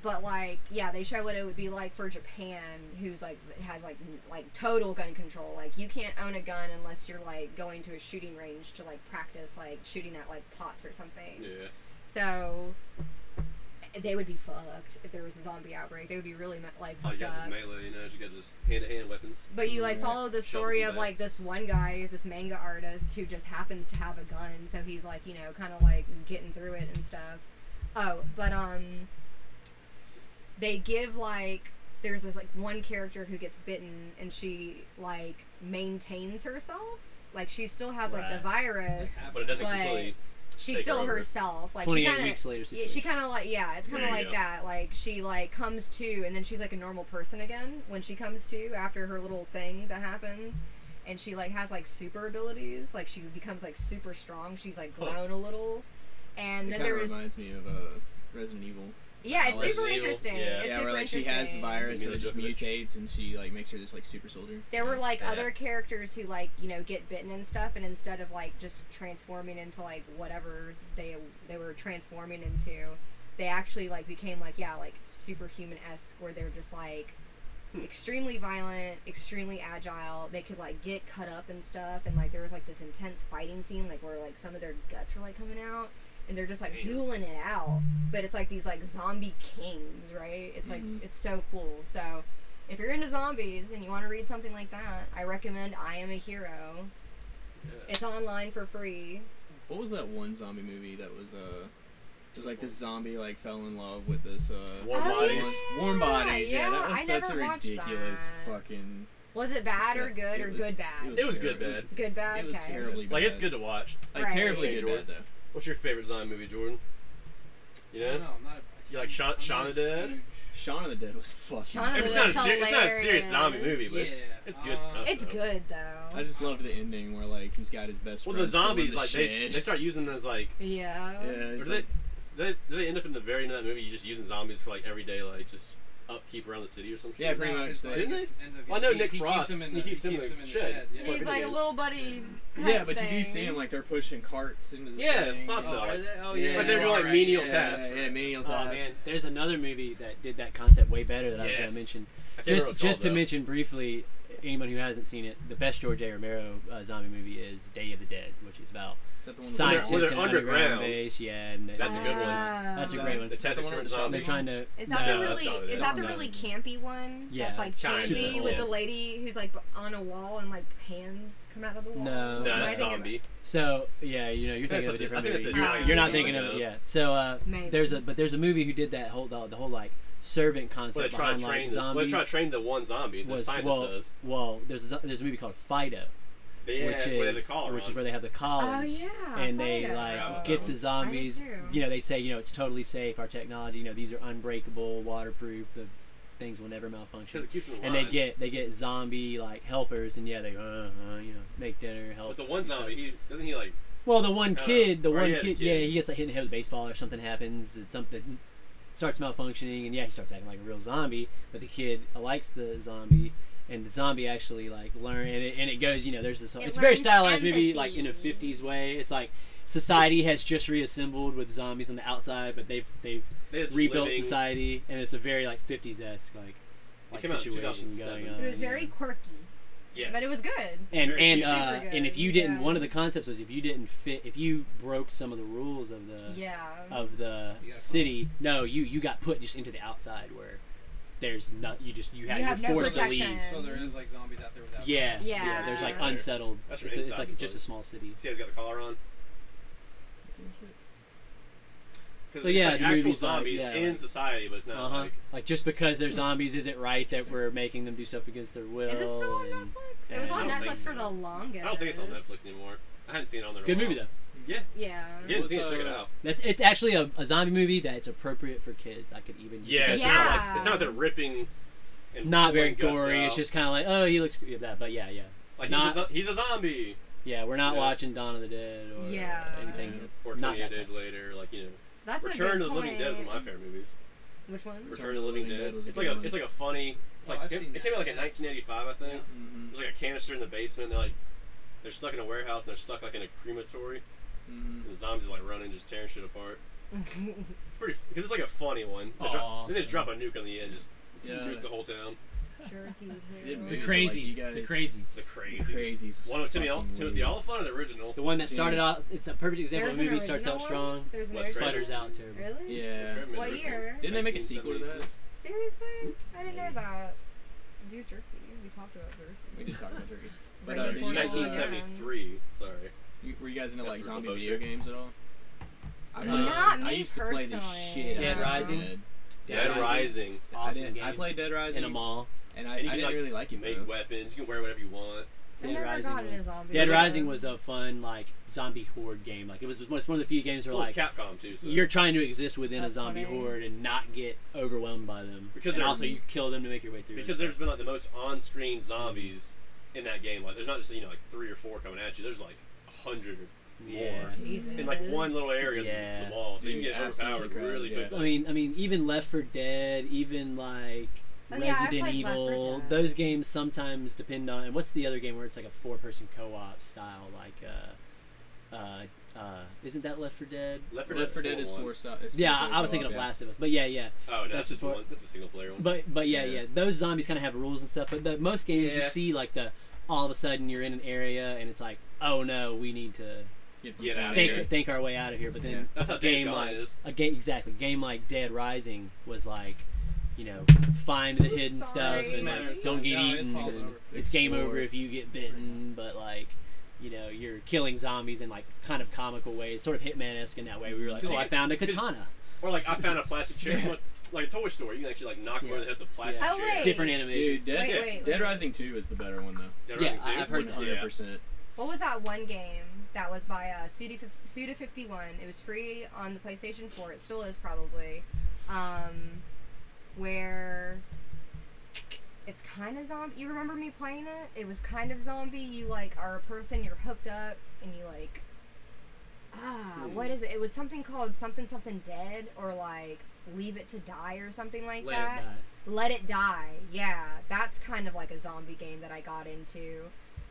Speaker 1: But like, yeah, they show what it would be like for Japan, who's like has like n- like total gun control. Like, you can't own a gun unless you're like going to a shooting range to like practice like shooting at like pots or something.
Speaker 3: Yeah.
Speaker 1: So they would be fucked if there was a zombie outbreak. They would be really me- like
Speaker 3: All Oh, you
Speaker 1: fucked
Speaker 3: got is
Speaker 1: up.
Speaker 3: melee, you know, you got just hand to hand weapons.
Speaker 1: But you like follow the
Speaker 3: Shovels
Speaker 1: story
Speaker 3: and
Speaker 1: of like
Speaker 3: bats.
Speaker 1: this one guy, this manga artist who just happens to have a gun, so he's like you know kind of like getting through it and stuff. Oh, but um, they give like there's this like one character who gets bitten and she like maintains herself, like she still has like the virus.
Speaker 3: But it doesn't
Speaker 1: Like,
Speaker 3: completely.
Speaker 1: She's
Speaker 3: take
Speaker 1: still
Speaker 3: over.
Speaker 1: herself. Like she
Speaker 4: 28
Speaker 1: kind of
Speaker 4: weeks later.
Speaker 1: yeah,
Speaker 4: Situation.
Speaker 1: she kind of like yeah, it's kind
Speaker 3: There
Speaker 1: of
Speaker 3: you
Speaker 1: like
Speaker 3: go.
Speaker 1: that. Like she like comes to, and then she's like a normal person again when she comes to after her little thing that happens, and she like has like super abilities. Like she becomes like super strong. She's like
Speaker 3: Huh.
Speaker 1: grown a little, and
Speaker 2: It
Speaker 1: then
Speaker 2: kind of
Speaker 1: there was
Speaker 2: reminds me of uh, Resident Evil.
Speaker 1: yeah, it's
Speaker 3: Resident
Speaker 1: super
Speaker 3: Evil.
Speaker 1: interesting.
Speaker 3: Yeah.
Speaker 1: It's
Speaker 2: yeah,
Speaker 1: super
Speaker 2: where like she
Speaker 1: interesting.
Speaker 2: has the virus, but it just
Speaker 3: Mila Jovovich.
Speaker 2: mutates, and she like makes her this like super soldier.
Speaker 1: There were like
Speaker 3: Yeah.
Speaker 1: other characters who like you know get bitten and stuff, and instead of like just transforming into like whatever they they were transforming into, they actually like became like yeah like superhuman esque, where they're just like
Speaker 3: Hmm.
Speaker 1: extremely violent, extremely agile. They could like get cut up and stuff, and like there was like this intense fighting scene, like where like some of their guts were like coming out, and they're just like
Speaker 3: Damn.
Speaker 1: dueling it out. But it's like these like zombie kings, right? It's like it's so cool. So if you're into zombies and you want to read something like that, I recommend I Am a Hero.
Speaker 3: Yeah.
Speaker 1: It's online for free.
Speaker 2: What was that one zombie movie that was uh? It was like this zombie like fell in love with this uh.
Speaker 3: Warm
Speaker 1: Oh,
Speaker 3: bodies.
Speaker 1: yeah.
Speaker 2: Warm bodies, yeah,
Speaker 1: Yeah,
Speaker 2: that was
Speaker 1: I
Speaker 2: such a
Speaker 1: never watched
Speaker 2: ridiculous
Speaker 1: that.
Speaker 2: fucking.
Speaker 1: Was it bad or good
Speaker 2: it
Speaker 1: or
Speaker 2: was-
Speaker 1: good bad?
Speaker 3: It was good
Speaker 2: terrible.
Speaker 3: bad.
Speaker 1: good bad.
Speaker 2: It was
Speaker 1: okay.
Speaker 2: terribly bad.
Speaker 3: Like, it's good to watch.
Speaker 2: Like
Speaker 1: Right.
Speaker 2: terribly
Speaker 3: Hey,
Speaker 2: good bad
Speaker 3: Jordan.
Speaker 2: though.
Speaker 3: What's your favorite zombie movie, Jordan? You
Speaker 5: I
Speaker 3: know?
Speaker 5: don't know, I'm not a,
Speaker 3: You like Shaun-
Speaker 5: I'm
Speaker 3: Shaun
Speaker 5: not
Speaker 3: the
Speaker 5: a
Speaker 3: Dead?
Speaker 5: huge-
Speaker 2: Shaun of the Dead was fucking.
Speaker 1: Shaun of the
Speaker 3: It's
Speaker 1: Dead.
Speaker 3: not, a
Speaker 1: That's
Speaker 3: ser- it's not a serious zombie
Speaker 1: hilarious.
Speaker 3: movie, but it's,
Speaker 5: Yeah.
Speaker 3: it's good
Speaker 5: Uh,
Speaker 3: stuff.
Speaker 1: It's
Speaker 3: though.
Speaker 1: good though.
Speaker 2: I just loved the ending where like he's got his best.
Speaker 3: Well, the
Speaker 2: friend still in
Speaker 3: zombies,
Speaker 2: the
Speaker 3: like, they,
Speaker 2: shed.
Speaker 3: they start using them as, like,
Speaker 1: yeah.
Speaker 2: Yeah,
Speaker 3: or do,
Speaker 2: it's
Speaker 3: they,
Speaker 2: like-
Speaker 3: do, they, do they end up in the very end of that movie just using zombies for, like, everyday, like, just upkeep around the city or some shit?
Speaker 2: Yeah, pretty
Speaker 5: No,
Speaker 2: much,
Speaker 5: it's
Speaker 2: they-
Speaker 5: like
Speaker 3: Didn't
Speaker 5: it's end of-
Speaker 3: Well, I know
Speaker 5: he-
Speaker 3: Nick
Speaker 5: he
Speaker 3: Frost,
Speaker 5: Keeps him in
Speaker 3: he
Speaker 5: the,
Speaker 3: keeps him in the shed.
Speaker 5: Yeah.
Speaker 3: Like
Speaker 1: He's like a
Speaker 3: videos.
Speaker 1: little buddy.
Speaker 2: yeah, but
Speaker 1: thing.
Speaker 2: you do see him like they're pushing carts into the
Speaker 3: Yeah,
Speaker 2: thing.
Speaker 3: thought so.
Speaker 5: Oh, are they? Oh,
Speaker 2: Yeah.
Speaker 5: yeah.
Speaker 3: Like, they're doing, like,
Speaker 5: alright,
Speaker 3: menial
Speaker 5: yeah.
Speaker 3: tasks.
Speaker 2: Yeah, menial
Speaker 4: Oh
Speaker 2: tasks.
Speaker 4: man, there's another movie that did that concept way better that I was
Speaker 3: Yes.
Speaker 4: gonna mention.
Speaker 3: I can't remember what
Speaker 4: Just
Speaker 3: it's
Speaker 4: just to
Speaker 3: called, uh, though.
Speaker 4: mention briefly, anyone who hasn't seen it, the best George A. Romero uh, zombie movie is Day of the Dead, which is about
Speaker 2: Is that the one with-
Speaker 4: scientists
Speaker 3: they're
Speaker 4: in an underground,
Speaker 3: underground.
Speaker 4: base. Yeah, and they-
Speaker 3: That's a good one.
Speaker 4: That's a great one.
Speaker 3: The test
Speaker 5: The one with
Speaker 3: experiment
Speaker 5: the
Speaker 4: they're
Speaker 3: zombie.
Speaker 4: trying to.
Speaker 1: Is that
Speaker 4: no,
Speaker 1: the
Speaker 3: that's
Speaker 1: really
Speaker 3: not it.
Speaker 1: is that the
Speaker 4: No.
Speaker 1: really campy one?
Speaker 4: Yeah,
Speaker 1: That's like
Speaker 3: kinda,
Speaker 1: cheesy
Speaker 4: yeah.
Speaker 1: with the lady who's like on a wall and like hands come out of the wall.
Speaker 4: No.
Speaker 1: Am
Speaker 3: No,
Speaker 1: I
Speaker 3: that's
Speaker 1: thinking-
Speaker 3: zombie.
Speaker 4: So yeah, you know, you're
Speaker 3: That's
Speaker 4: thinking of a
Speaker 3: not the-
Speaker 4: different
Speaker 3: I think
Speaker 4: movie.
Speaker 3: that's
Speaker 1: a
Speaker 4: You're-
Speaker 1: giant
Speaker 4: You're not
Speaker 1: movie,
Speaker 4: thinking of it
Speaker 3: though.
Speaker 4: yet. So uh,
Speaker 1: Maybe.
Speaker 4: there's a but there's a movie who did that whole the, the whole like servant
Speaker 3: Well, they
Speaker 4: concept
Speaker 3: try to
Speaker 4: behind
Speaker 3: train
Speaker 4: like
Speaker 3: the, well, they
Speaker 4: zombies.
Speaker 3: try to train the one zombie. The
Speaker 4: was
Speaker 3: scientist
Speaker 4: well,
Speaker 3: does.
Speaker 4: well, there's a, zo- there's a movie called Fido,
Speaker 3: But yeah,
Speaker 4: which
Speaker 3: where they
Speaker 4: is
Speaker 3: call
Speaker 4: which is where they have the collars.
Speaker 1: Oh, yeah,
Speaker 4: and they
Speaker 1: Fido.
Speaker 4: like
Speaker 3: Yeah, I
Speaker 4: get
Speaker 3: know.
Speaker 4: the zombies.
Speaker 1: I did, too.
Speaker 4: You know, they say you know it's totally safe. Our technology, you know, these are unbreakable, waterproof. The things will never
Speaker 3: because
Speaker 4: malfunction.
Speaker 3: it keeps them alive.
Speaker 4: And they get they get zombie like helpers, and yeah, they uh, uh, you know make dinner, help.
Speaker 3: But the one
Speaker 4: each
Speaker 3: zombie,
Speaker 4: other.
Speaker 3: he doesn't he like
Speaker 4: Well, the one
Speaker 3: Uh,
Speaker 4: kid, the
Speaker 3: or
Speaker 4: one
Speaker 3: yeah, the
Speaker 4: kid,
Speaker 3: kid.
Speaker 4: yeah, he gets like hit in the head with a baseball or something happens. It's something starts malfunctioning, and yeah, he starts acting like a real zombie. But the kid likes the zombie, and the zombie actually like learn, and it, and it goes, you know, there's this.
Speaker 9: It
Speaker 4: it's very
Speaker 9: learns
Speaker 4: stylized, maybe like in a
Speaker 9: empathy.
Speaker 4: '50s way. It's like society has just reassembled with zombies on the outside, but they've they've
Speaker 3: they just
Speaker 4: rebuilt
Speaker 3: living-
Speaker 4: society, and it's a very like '50s esque like like
Speaker 3: came out in
Speaker 4: situation
Speaker 3: 2007.
Speaker 4: going on.
Speaker 1: It was
Speaker 4: yeah.
Speaker 1: very quirky,
Speaker 3: Yes.
Speaker 1: but it was good.
Speaker 4: And
Speaker 3: Very
Speaker 4: and
Speaker 3: cute.
Speaker 4: uh,
Speaker 1: Super
Speaker 4: and if
Speaker 1: good,
Speaker 4: you didn't,
Speaker 1: yeah.
Speaker 4: one of the concepts was if you didn't fit, if you broke some of the rules of the
Speaker 1: Yeah.
Speaker 4: of the
Speaker 5: You got
Speaker 4: city, no, you you got put just into the outside where there's not you just you have,
Speaker 1: You
Speaker 4: you're
Speaker 1: have no
Speaker 4: forced to
Speaker 1: protection.
Speaker 4: leave.
Speaker 5: So there is like zombies out there without.
Speaker 4: Yeah,
Speaker 1: Yeah.
Speaker 4: There's like
Speaker 3: Yeah.
Speaker 4: unsettled.
Speaker 3: That's
Speaker 4: it's, a- it's
Speaker 3: inside
Speaker 4: like
Speaker 3: the
Speaker 4: just a
Speaker 3: place.
Speaker 4: small city.
Speaker 3: See, how he's got the collar on. [LAUGHS]
Speaker 4: So yeah,
Speaker 3: it's like
Speaker 4: the
Speaker 3: actual
Speaker 4: movie's like-
Speaker 3: zombies
Speaker 4: yeah,
Speaker 3: in
Speaker 4: like-
Speaker 3: society, but it's not
Speaker 4: Uh huh.
Speaker 3: like
Speaker 4: Like just
Speaker 1: [LAUGHS]
Speaker 4: because they're zombies isn't right that we're making them do stuff against their will.
Speaker 1: Is it still on
Speaker 4: and-
Speaker 1: Netflix? It
Speaker 4: Yeah,
Speaker 1: was
Speaker 4: I
Speaker 1: on
Speaker 3: don't
Speaker 1: Netflix
Speaker 3: think
Speaker 1: for
Speaker 3: so.
Speaker 1: the longest.
Speaker 3: I don't think it's on Netflix anymore. I hadn't seen it on there. in a
Speaker 4: Good
Speaker 3: while.
Speaker 4: movie though.
Speaker 1: Yeah.
Speaker 3: Yeah,
Speaker 2: What's,
Speaker 3: see it. Check it
Speaker 2: uh,
Speaker 3: out.
Speaker 4: That's it's actually a, a zombie movie that's appropriate for kids. I could even
Speaker 3: Yeah, it's
Speaker 4: because
Speaker 3: not
Speaker 1: Yeah.
Speaker 3: like it's not they're ripping.
Speaker 4: it's
Speaker 3: And
Speaker 4: not very
Speaker 3: pulling guts
Speaker 4: gory.
Speaker 3: out.
Speaker 4: It's just kind of like oh he looks yeah, that, but yeah yeah
Speaker 3: like
Speaker 4: not-
Speaker 3: he's, a, zo- he's a zombie.
Speaker 4: yeah we're not
Speaker 3: Yeah.
Speaker 4: watching Dawn of the Dead or
Speaker 1: Yeah.
Speaker 4: anything.
Speaker 3: Or
Speaker 4: not
Speaker 3: 28
Speaker 4: that
Speaker 3: days
Speaker 4: type.
Speaker 3: later, like you know,
Speaker 1: That's a
Speaker 3: Return
Speaker 1: good
Speaker 3: of the
Speaker 1: point.
Speaker 3: Living Dead is one of my favorite movies.
Speaker 1: Which one? [LAUGHS]
Speaker 3: Return of the Living Dead.
Speaker 2: was a
Speaker 3: It's
Speaker 2: good
Speaker 3: like a
Speaker 2: one.
Speaker 3: it's like a funny. It's
Speaker 5: Oh,
Speaker 3: like
Speaker 5: I've
Speaker 3: it
Speaker 5: seen
Speaker 3: it came out
Speaker 5: that.
Speaker 3: like in 1985, I think.
Speaker 2: Mhm,
Speaker 3: There's like a canister in the basement. They're like they're stuck in a warehouse and they're stuck like in a crematory.
Speaker 2: mhm.
Speaker 3: And the zombies are like running, just tearing shit apart. It's pretty because it's like a funny one. They, dro-
Speaker 10: Aw.
Speaker 3: they just drop a nuke on the end, just
Speaker 2: Yeah.
Speaker 3: nuke the whole town.
Speaker 1: Jerky
Speaker 2: Didn't
Speaker 1: too.
Speaker 2: move.
Speaker 10: The
Speaker 2: Dude,
Speaker 10: crazies.
Speaker 2: like,
Speaker 10: the
Speaker 2: you
Speaker 10: crazies.
Speaker 3: The crazies.
Speaker 2: Crazies was
Speaker 3: One of Timmy Al-
Speaker 2: fucking
Speaker 3: Timothy
Speaker 2: weird.
Speaker 3: Oliphant or the original.
Speaker 4: The one that started
Speaker 2: Dude.
Speaker 4: out, it's a perfect example.
Speaker 1: There's
Speaker 4: The
Speaker 1: an
Speaker 4: movie starts
Speaker 1: original
Speaker 4: out
Speaker 1: one?
Speaker 4: strong,
Speaker 1: There's an
Speaker 3: West
Speaker 1: original
Speaker 4: sputters
Speaker 1: one?
Speaker 4: out terrible.
Speaker 1: Really?
Speaker 2: Yeah.
Speaker 3: It's
Speaker 1: What
Speaker 3: original.
Speaker 1: year?
Speaker 2: Didn't they make a sequel to that?
Speaker 3: 1976.
Speaker 1: Seriously? I didn't know that. Do jerky. We talked about jerky.
Speaker 2: We did talk about turkey. But
Speaker 1: Right
Speaker 2: uh, did
Speaker 1: before
Speaker 2: you guys,
Speaker 1: the-
Speaker 2: uh,
Speaker 3: 1973. Sorry.
Speaker 2: you- were you guys into
Speaker 3: That's
Speaker 2: like
Speaker 3: the
Speaker 2: zombie
Speaker 3: Rizzo
Speaker 2: video
Speaker 3: poster.
Speaker 2: games at all? I
Speaker 4: Not
Speaker 2: played- I
Speaker 1: me
Speaker 2: used to play
Speaker 1: personally.
Speaker 2: the shit. out
Speaker 4: Dead
Speaker 2: of
Speaker 4: Rising?
Speaker 2: Dead,
Speaker 3: Dead, Rising.
Speaker 4: Awesome
Speaker 2: I, didn't,
Speaker 4: game.
Speaker 2: I played Dead Rising
Speaker 4: in a mall.
Speaker 2: and I,
Speaker 3: And you
Speaker 2: I
Speaker 3: can,
Speaker 2: didn't
Speaker 3: like,
Speaker 2: really like
Speaker 3: You
Speaker 2: it.
Speaker 3: make
Speaker 2: though.
Speaker 3: weapons. You can wear whatever you want.
Speaker 1: I've
Speaker 4: Dead
Speaker 1: never
Speaker 4: Rising
Speaker 1: gotten
Speaker 4: was-
Speaker 1: a zombie.
Speaker 4: Dead
Speaker 1: game.
Speaker 4: Rising was a fun like zombie horde game. Like it was it's one of the few games where
Speaker 3: Well,
Speaker 4: like
Speaker 3: it's Capcom too. So
Speaker 4: you're trying to exist within a
Speaker 1: That's
Speaker 4: zombie
Speaker 1: funny.
Speaker 4: horde and not get overwhelmed by them.
Speaker 3: Because
Speaker 4: and
Speaker 3: they're-
Speaker 4: also you kill them to make your way through.
Speaker 3: because there's been like the most on-screen zombies in that game. Like there's not just you know like three or four coming at you. There's like a hundred more
Speaker 4: Yeah.
Speaker 1: Jesus.
Speaker 3: in like one little area of
Speaker 4: Yeah.
Speaker 3: the- the wall, so you
Speaker 2: Dude,
Speaker 3: can get
Speaker 2: absolutely
Speaker 3: overpowered
Speaker 2: crowded,
Speaker 3: really
Speaker 2: yeah.
Speaker 3: quick.
Speaker 4: I mean, I mean, even Left for Dead, even like
Speaker 1: Oh, yeah, I played
Speaker 4: Resident
Speaker 1: Left 4
Speaker 4: Evil,
Speaker 1: Dead.
Speaker 4: those games sometimes depend on. And what's the other game where it's like a four-person co-op style? Like, uh, uh, uh, isn't that Left for Dead?
Speaker 3: Left 4 Dead,
Speaker 2: Left 4 Dead is
Speaker 3: full
Speaker 2: four
Speaker 3: on.
Speaker 2: stuff. it's
Speaker 4: Yeah,
Speaker 2: four
Speaker 4: I, I
Speaker 2: co-op,
Speaker 4: was thinking of
Speaker 2: yeah.
Speaker 4: Last of Us, but yeah, yeah.
Speaker 3: Oh no,
Speaker 4: That's
Speaker 3: that's just
Speaker 4: what-
Speaker 3: one. That's a single player one.
Speaker 4: But but yeah, yeah.
Speaker 2: Yeah.
Speaker 4: Those zombies kind of have rules and stuff. But the, most games you
Speaker 3: Yeah.
Speaker 4: see like the all of a sudden you're in an area and it's like, oh no, we need to
Speaker 3: Get out of
Speaker 4: think
Speaker 3: here.
Speaker 4: think our way out of here. But then
Speaker 2: Yeah.
Speaker 3: That's
Speaker 4: a
Speaker 3: how Days
Speaker 4: game
Speaker 3: Gone
Speaker 4: like
Speaker 3: is.
Speaker 4: a game exactly game like Dead Rising was like, you know, find the hidden
Speaker 1: Sorry.
Speaker 4: stuff and like don't get
Speaker 5: No, it
Speaker 4: eaten.
Speaker 5: falls
Speaker 4: It's,
Speaker 5: over.
Speaker 4: it's game
Speaker 2: Explore.
Speaker 4: over if you get bitten. But like. You know, you're killing zombies in like kind of comical ways, sort of Hitman esque in that way. We were like,
Speaker 3: 'Cause
Speaker 4: "Oh,
Speaker 3: you
Speaker 4: I
Speaker 3: get-
Speaker 4: found a
Speaker 3: 'cause-
Speaker 4: katana."
Speaker 3: Or like I found a plastic chair, like, like a toy store. You can actually like knock
Speaker 4: Yeah.
Speaker 3: over the head with a plastic
Speaker 1: Yeah. Oh,
Speaker 3: chair.
Speaker 1: wait.
Speaker 4: Different animations.
Speaker 2: Dude, Dead,
Speaker 1: Wait,
Speaker 3: Yeah.
Speaker 1: wait.
Speaker 2: Dead Rising 2 is the better one, though.
Speaker 3: Dead
Speaker 4: Yeah,
Speaker 3: Rising
Speaker 4: I-
Speaker 3: too.
Speaker 4: I've heard that.
Speaker 2: 100%.
Speaker 1: What was that one game that was by uh, Suda, Suda 51? It was free on the PlayStation 4. It still is probably. Um, where it's kind of zombie. You remember me playing it? It was kind of zombie. You like are a person. You're hooked up, and you like. Ah, what is it? It was something called something something dead, or like leave it to die, or something like
Speaker 4: Let it
Speaker 1: that.
Speaker 4: die.
Speaker 1: Let it die. Yeah, that's kind of like a zombie game that I got into,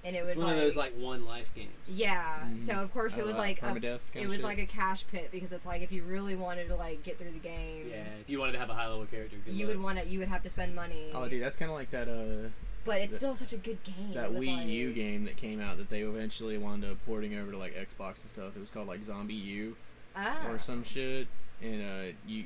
Speaker 1: and it was
Speaker 4: It's one
Speaker 1: like
Speaker 4: of those like one life games.
Speaker 1: Yeah. So of course
Speaker 2: Oh,
Speaker 1: it was
Speaker 2: uh,
Speaker 1: like a,
Speaker 2: permadeath
Speaker 1: it
Speaker 2: kinda
Speaker 1: was
Speaker 2: shit?
Speaker 1: like a cash pit because it's like if you really wanted to like get through the game,
Speaker 4: Yeah, if you wanted to have a high level character, good
Speaker 1: you
Speaker 4: luck.
Speaker 1: would want to you would have to spend money.
Speaker 11: Oh, dude, that's kind of like that uh
Speaker 1: but it's
Speaker 11: that-
Speaker 1: still such a good game.
Speaker 11: that
Speaker 1: It was
Speaker 11: Wii
Speaker 1: like,
Speaker 11: U game that came out that they eventually wound up porting over to like Xbox and stuff. It was called like Zombie U
Speaker 1: Ah.
Speaker 11: or some shit, and uh, you.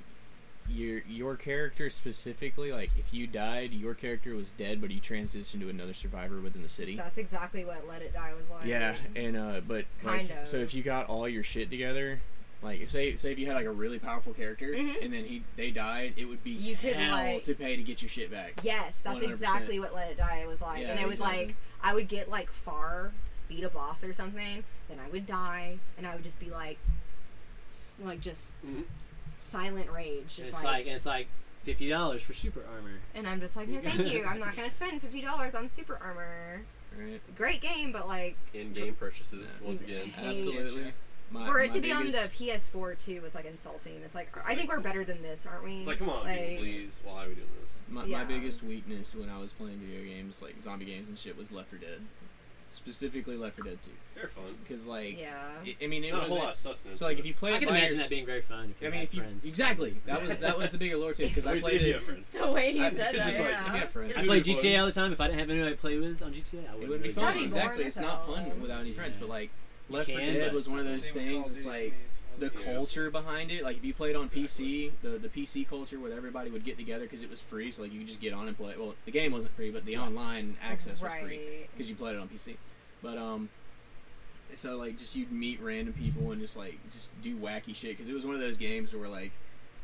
Speaker 11: Your your character specifically, like if you died, your character was dead, but you transitioned to another survivor within the city.
Speaker 1: That's exactly what Let It Die was like.
Speaker 11: Yeah, and uh, but like,
Speaker 1: Kind of.
Speaker 11: so if you got all your shit together, like
Speaker 2: Say, say if you had like a really powerful character
Speaker 1: Mhm.
Speaker 2: and then he they died, it would be
Speaker 1: You could,
Speaker 2: hell
Speaker 1: like-
Speaker 2: to pay to get your shit back.
Speaker 1: Yes, that's
Speaker 2: 100%.
Speaker 1: exactly what Let It Die was like.
Speaker 2: Yeah,
Speaker 1: and I would
Speaker 2: exactly.
Speaker 1: like I would get like far, beat a boss or something, then I would die, and I would just be like, s- like just
Speaker 3: Mhm.
Speaker 1: silent rage,
Speaker 4: And
Speaker 1: just
Speaker 4: it's like, and it's like fifty dollars for super armor.
Speaker 1: And I'm just like, no, thank you. I'm not gonna spend fifty dollars on super armor.
Speaker 2: Right?
Speaker 1: Great game, but like
Speaker 3: In-game purchases once again.
Speaker 1: Hey,
Speaker 2: Absolutely. My,
Speaker 1: for it
Speaker 2: my
Speaker 1: to be on the
Speaker 2: biggest-
Speaker 1: PS4 too was like insulting. It's like I think we're better than this, aren't we?
Speaker 3: It's like, come on, people, please. Why are we doing this?
Speaker 2: my,
Speaker 1: yeah.
Speaker 2: my biggest weakness when I was playing video games, like zombie games and shit, was Left 4 Dead, specifically Left 4 Dead 2,
Speaker 3: They're fun.
Speaker 2: because like,
Speaker 1: Yeah.
Speaker 2: [LAUGHS] it- I mean, it
Speaker 3: Not a
Speaker 2: was
Speaker 3: whole lot of sustenance.
Speaker 2: so like if
Speaker 3: but-
Speaker 2: you played
Speaker 4: I can
Speaker 2: by
Speaker 4: imagine
Speaker 2: yours-
Speaker 4: that being very fun. If you
Speaker 2: I mean,
Speaker 4: had
Speaker 2: if you
Speaker 4: friends.
Speaker 2: exactly that was that was the big allure to it because I
Speaker 3: At least
Speaker 2: played
Speaker 3: [LAUGHS] if you
Speaker 2: it.
Speaker 3: have
Speaker 1: [LAUGHS]
Speaker 3: friends.
Speaker 1: The way he
Speaker 2: [LAUGHS] I-
Speaker 1: said
Speaker 3: it's
Speaker 1: that.
Speaker 3: just like-
Speaker 1: yeah.
Speaker 2: you have friends.
Speaker 4: I play GTA all the time. If I didn't have anyone I play with on GTA, I
Speaker 2: It
Speaker 4: wouldn't
Speaker 2: wouldn't be
Speaker 4: really play
Speaker 2: fun.
Speaker 1: That'd be
Speaker 4: with
Speaker 1: boring
Speaker 2: Exactly,
Speaker 1: as
Speaker 2: it's not
Speaker 1: hell.
Speaker 2: fun without any friends.
Speaker 4: Yeah.
Speaker 2: But like,
Speaker 4: You
Speaker 2: Left 4
Speaker 4: can,
Speaker 2: Dead
Speaker 4: but-
Speaker 2: was one of
Speaker 5: Same
Speaker 2: those
Speaker 5: with Call
Speaker 2: things.
Speaker 5: of
Speaker 2: It's
Speaker 5: Duty
Speaker 2: like the
Speaker 5: games.
Speaker 2: culture behind it. Like if you played on PC,
Speaker 3: Exactly.
Speaker 2: the the PC culture where everybody would get together because it was free, so like you could just get on and play. Well, the game wasn't free, but the online access was free
Speaker 1: Right.
Speaker 2: because you played it on PC. But um. So like, just you'd meet random people and just like just do wacky shit because it was one of those games where like,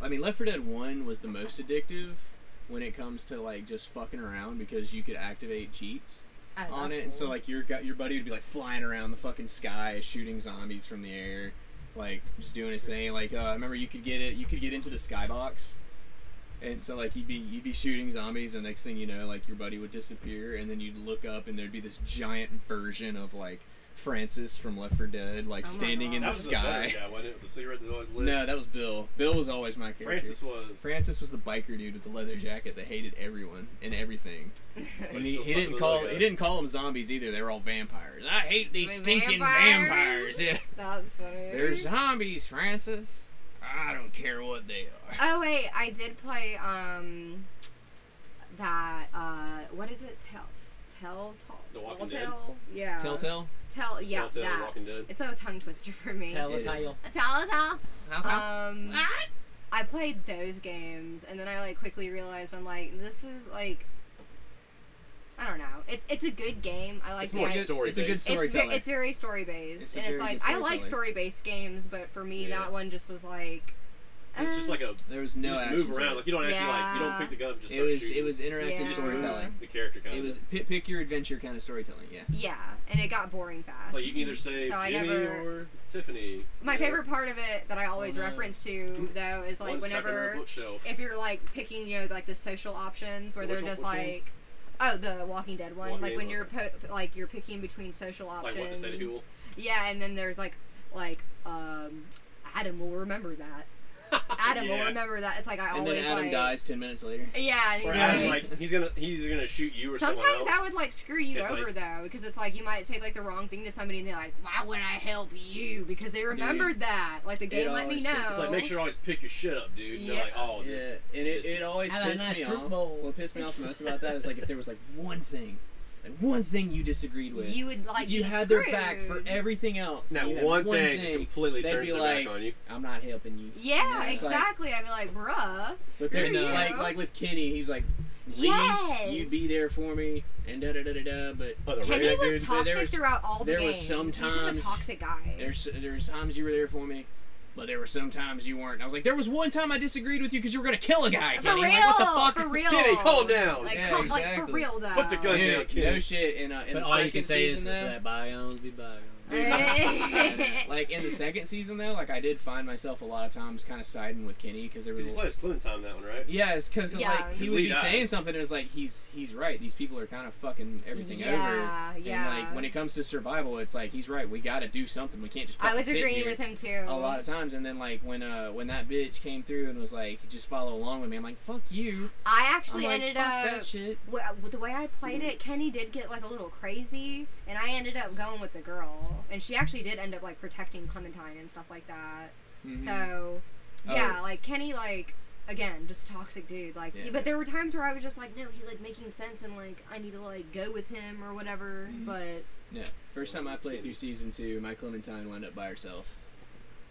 Speaker 2: I mean, Left 4 Dead One was the most addictive when it comes to like just fucking around because you could activate cheats
Speaker 1: Oh,
Speaker 2: on
Speaker 1: that's
Speaker 2: it, and so
Speaker 1: cool.
Speaker 2: like your gu- your buddy would be like flying around the fucking sky, shooting zombies from the air, like just doing his thing. Like uh, I remember you could get it, you could get into the skybox, and so like you'd be you'd be shooting zombies, and next thing you know, like your buddy would disappear, and then you'd look up, and there'd be this giant version of like Francis from Left 4 Dead, like
Speaker 1: Oh my
Speaker 2: standing
Speaker 1: God.
Speaker 2: in
Speaker 3: that
Speaker 2: the
Speaker 3: was the better
Speaker 2: sky.
Speaker 3: guy, wasn't it? With the cigarette that always
Speaker 2: [LAUGHS]
Speaker 3: lit.
Speaker 2: No, that was Bill. Bill was always my character.
Speaker 3: Francis was.
Speaker 2: Francis was the biker dude with the leather jacket that hated everyone and
Speaker 3: [LAUGHS]
Speaker 2: everything.
Speaker 3: But
Speaker 2: And he,
Speaker 3: still
Speaker 2: he
Speaker 3: stuck
Speaker 2: didn't
Speaker 3: with
Speaker 2: call
Speaker 3: those
Speaker 2: he
Speaker 3: guys.
Speaker 2: didn't call them zombies either. They were
Speaker 1: [LAUGHS]
Speaker 2: all vampires. I hate these
Speaker 1: Wait,
Speaker 2: stinking
Speaker 1: vampires?
Speaker 2: vampires. Yeah.
Speaker 1: That's funny.
Speaker 2: They're zombies, Francis. I I don't care what they are.
Speaker 1: Oh wait, I did play um that uh what is it? Tell Tell
Speaker 3: The
Speaker 1: Tell
Speaker 3: Walking
Speaker 1: Telltale? Yeah.
Speaker 2: Telltale.
Speaker 1: Tell yeah,
Speaker 3: Telltale The
Speaker 1: that.
Speaker 3: Walking Dead.
Speaker 1: It's a tongue twister for me. Tell
Speaker 4: Teletile.
Speaker 1: Tell
Speaker 2: How,
Speaker 1: Um I played those games and then I like quickly realized I'm like this is like I don't know. It's it's a good game. I like
Speaker 3: It's
Speaker 1: the
Speaker 3: more
Speaker 1: idea-
Speaker 3: story
Speaker 2: it's a good
Speaker 1: it's,
Speaker 3: based.
Speaker 1: ve-
Speaker 2: storytelling.
Speaker 1: it's very story
Speaker 2: It's
Speaker 1: based,
Speaker 2: a
Speaker 1: and it's
Speaker 2: very
Speaker 1: like
Speaker 2: good
Speaker 1: I like
Speaker 2: storytelling.
Speaker 1: story based games, but for me
Speaker 3: Yeah.
Speaker 1: that one just was like.
Speaker 3: It's just
Speaker 1: eh.
Speaker 3: like a
Speaker 2: there was no
Speaker 3: you just
Speaker 2: action.
Speaker 3: move
Speaker 2: to
Speaker 3: around.
Speaker 2: it.
Speaker 3: Like you don't actually like you
Speaker 1: Yeah.
Speaker 3: don't pick the gun and just
Speaker 2: it
Speaker 3: start
Speaker 2: was
Speaker 3: shooting.
Speaker 2: it was interactive
Speaker 1: Yeah.
Speaker 2: storytelling.
Speaker 3: the character kind
Speaker 2: It
Speaker 3: of.
Speaker 2: was pi pick your adventure kind of storytelling. Yeah.
Speaker 1: yeah, and it got boring fast.
Speaker 3: It's like you can either say
Speaker 1: So I
Speaker 3: Jimmy
Speaker 1: never-
Speaker 3: or Tiffany.
Speaker 1: My
Speaker 3: you know.
Speaker 1: favorite part of it that I always
Speaker 2: Oh, no.
Speaker 1: reference to though is like
Speaker 3: One's trapped under a
Speaker 1: whenever
Speaker 3: bookshelf.
Speaker 1: if you're like picking you know like the social options where
Speaker 3: Which
Speaker 1: they're
Speaker 3: one-
Speaker 1: just
Speaker 3: which one?
Speaker 1: like oh the Walking Dead one
Speaker 3: Walking
Speaker 1: like
Speaker 3: Dead
Speaker 1: when
Speaker 3: one,
Speaker 1: you're po- like you're picking between social options
Speaker 3: like what to say to people.
Speaker 1: yeah and then there's like like um Adam will remember that
Speaker 3: [LAUGHS]
Speaker 1: Adam will
Speaker 3: Yeah.
Speaker 1: remember that it's like I
Speaker 2: And
Speaker 1: always
Speaker 2: then Adam
Speaker 1: like
Speaker 2: dies ten minutes later.
Speaker 1: yeah and
Speaker 3: Or
Speaker 1: he's
Speaker 3: Adam,
Speaker 1: like-
Speaker 3: like he's gonna he's gonna shoot you or someone
Speaker 1: Sometimes
Speaker 3: else.
Speaker 1: that would like screw you
Speaker 3: It's
Speaker 1: over
Speaker 3: like-
Speaker 1: though, because it's like you might say like the wrong thing to somebody, and they're like, "Why would I help you?" Because they remembered that, like the game let me
Speaker 2: always
Speaker 1: know.
Speaker 2: pisses-
Speaker 3: It's like make sure you always pick your shit up, dude. And they're
Speaker 1: Yeah.
Speaker 3: like, oh,
Speaker 2: Yeah,
Speaker 3: this.
Speaker 2: and it,
Speaker 3: this-
Speaker 2: it always
Speaker 4: Have a
Speaker 2: pissed
Speaker 4: nice
Speaker 2: me
Speaker 4: fruit
Speaker 2: off.
Speaker 4: bowl.
Speaker 2: What pissed me off most about that is like if there was like one thing, like one thing you disagreed with.
Speaker 1: you would like
Speaker 2: if you
Speaker 1: be
Speaker 2: had
Speaker 1: screwed.
Speaker 2: their back for everything else.
Speaker 3: That
Speaker 2: you had
Speaker 3: one, thing just completely
Speaker 2: they'd
Speaker 3: turns
Speaker 2: be
Speaker 3: their
Speaker 2: like,
Speaker 3: back on you.
Speaker 2: I'm not helping you.
Speaker 1: Yeah,
Speaker 2: Yeah, it's like-
Speaker 1: exactly. I'd be like, "Bruh,
Speaker 2: But
Speaker 1: screw
Speaker 2: then,
Speaker 1: you."
Speaker 2: like, like with Kenny, he's like, Lee,
Speaker 1: Yes.
Speaker 2: you'd be there for me, and da da da da da. But
Speaker 3: Oh, the
Speaker 1: Kenny
Speaker 3: redneck
Speaker 1: was
Speaker 3: dude.
Speaker 1: toxic
Speaker 2: there was-
Speaker 1: throughout all the
Speaker 2: there was
Speaker 1: games. He's just
Speaker 2: sometimes-
Speaker 1: a toxic guy.
Speaker 2: there's there's times you were there for me, but there were some times you weren't. I was like, there was one time I disagreed with you because you were gonna kill a guy,
Speaker 1: for
Speaker 2: Kenny.
Speaker 1: real,
Speaker 2: Like, what the fuck?
Speaker 1: for real.
Speaker 2: [LAUGHS]
Speaker 3: Kenny, calm
Speaker 1: [LAUGHS]
Speaker 3: down.
Speaker 1: Like,
Speaker 2: Yeah,
Speaker 1: calm, like for
Speaker 2: exactly.
Speaker 1: real though.
Speaker 3: Put the gun down,
Speaker 2: Dude,
Speaker 3: Kenny.
Speaker 2: no shit. And, uh, in
Speaker 4: But
Speaker 2: the
Speaker 4: all you
Speaker 2: second
Speaker 4: can say is
Speaker 2: season,
Speaker 4: "So
Speaker 2: though-
Speaker 4: that uh, bygones be bygones.
Speaker 1: [LAUGHS]
Speaker 2: like in the second season though, like I did find myself a lot of times kind of siding with Kenny because there was
Speaker 3: Because
Speaker 2: a
Speaker 3: he plays Clementine that one, right?
Speaker 2: Yeah, it's because
Speaker 1: Yeah.
Speaker 2: like he
Speaker 3: His
Speaker 2: would
Speaker 3: lead
Speaker 2: be
Speaker 3: eyes.
Speaker 2: saying something, and it's like he's he's right. These people are kind of fucking everything
Speaker 1: Yeah,
Speaker 2: over.
Speaker 1: yeah.
Speaker 2: And like when it comes to survival, it's like he's right. We got to do something. We can't just.
Speaker 1: I
Speaker 2: fucking
Speaker 1: was
Speaker 2: sit
Speaker 1: agreeing
Speaker 2: here.
Speaker 1: with him too.
Speaker 2: A lot of times, and then like when uh when that bitch came through and was like, just follow along with me. I'm like, fuck you.
Speaker 1: I
Speaker 2: I'm
Speaker 1: actually
Speaker 2: like,
Speaker 1: ended
Speaker 2: fuck
Speaker 1: up
Speaker 2: that shit.
Speaker 1: Wh- with the way I played it, Kenny did get like a little crazy, and I ended up going with the girl, and she actually did end up like protecting Clementine and stuff like that.
Speaker 2: Mm-hmm.
Speaker 1: So, yeah, like Kenny, like again, just toxic dude. Like,
Speaker 2: Oh. Yeah.
Speaker 1: but there were times where I was just like, no, he's like making sense, and like I need to like go with him or whatever.
Speaker 2: Mm-hmm.
Speaker 1: But
Speaker 2: Yeah. First time I played through season two, my Clementine wound up by herself.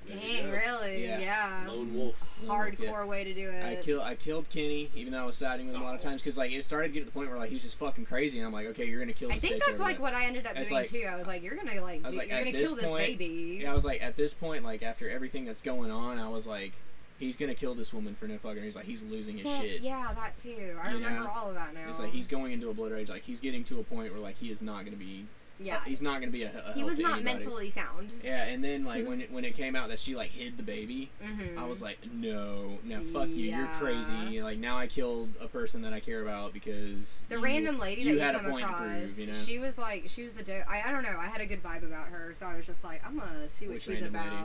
Speaker 3: There you
Speaker 1: dang,
Speaker 3: go.
Speaker 1: really,
Speaker 2: Yeah.
Speaker 1: yeah,
Speaker 3: Lone Wolf.
Speaker 1: hardcore
Speaker 2: Yeah.
Speaker 1: way to do it.
Speaker 2: I kill I killed Kenny, even though I was siding with him a lot of
Speaker 3: Oh.
Speaker 2: times because like it started to get to the point where like he was just fucking crazy, and I'm like, okay, you're gonna kill.
Speaker 1: I
Speaker 2: this
Speaker 1: think
Speaker 2: bitch
Speaker 1: that's
Speaker 2: over
Speaker 1: like
Speaker 2: that.
Speaker 1: what I ended up
Speaker 2: It's
Speaker 1: doing
Speaker 2: like-
Speaker 1: too. I was like, you're gonna like,
Speaker 2: I was
Speaker 1: do,
Speaker 2: like,
Speaker 1: you're
Speaker 2: at
Speaker 1: gonna
Speaker 2: this
Speaker 1: kill this
Speaker 2: point-
Speaker 1: baby.
Speaker 2: Yeah, I was like, at this point, like after everything that's going on, I was like, he's gonna kill this woman for no fucking. reason. He's like, he's losing his
Speaker 1: Sa-
Speaker 2: shit.
Speaker 1: Yeah, that too. I
Speaker 2: You
Speaker 1: remember
Speaker 2: know?
Speaker 1: all of that now.
Speaker 2: It's like he's going into a blood rage. Like he's getting to a point where like he is not gonna be.
Speaker 1: yeah.
Speaker 2: he's not gonna be a. a
Speaker 1: he
Speaker 2: help
Speaker 1: was
Speaker 2: to
Speaker 1: not
Speaker 2: anybody.
Speaker 1: mentally sound.
Speaker 2: Yeah, and
Speaker 1: [LAUGHS]
Speaker 2: then like when it, when it came out that she like hid the baby,
Speaker 1: Mm-hmm.
Speaker 2: I was like, no, no, fuck you, you're
Speaker 1: Yeah.
Speaker 2: crazy. Like now I killed a person that I care about because
Speaker 1: the
Speaker 2: you-
Speaker 1: random lady
Speaker 2: you
Speaker 1: that
Speaker 2: had
Speaker 1: you
Speaker 2: a
Speaker 1: come
Speaker 2: point to
Speaker 1: across,
Speaker 2: prove, you know?
Speaker 1: she was like, she was a dope. I, I don't know. I had a good vibe about her, so I was just like, I'm gonna see what
Speaker 2: Which
Speaker 1: she's
Speaker 2: random
Speaker 1: about.
Speaker 2: lady?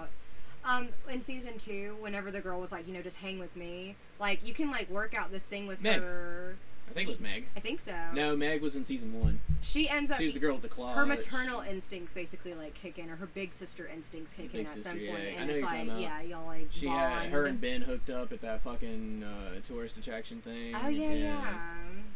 Speaker 1: Um, in season two, whenever the girl was like, you know, just hang with me, like you can like work out this thing with
Speaker 2: Meg.
Speaker 1: her.
Speaker 2: I think it was Meg.
Speaker 1: I think so.
Speaker 2: No, Meg was in season one.
Speaker 1: She ends up
Speaker 2: She was the girl with the claw.
Speaker 1: her
Speaker 2: that-
Speaker 1: maternal instincts basically like kick in, or her big sister instincts kick
Speaker 2: Big
Speaker 1: in at some
Speaker 2: sister, yeah,
Speaker 1: point,
Speaker 2: yeah. I
Speaker 1: and
Speaker 2: know
Speaker 1: it's
Speaker 2: you're
Speaker 1: like,
Speaker 2: talking about.
Speaker 1: yeah, y'all like
Speaker 2: She
Speaker 1: bond.
Speaker 2: had her and Ben hooked up at that fucking uh, tourist attraction thing.
Speaker 1: Oh yeah, yeah.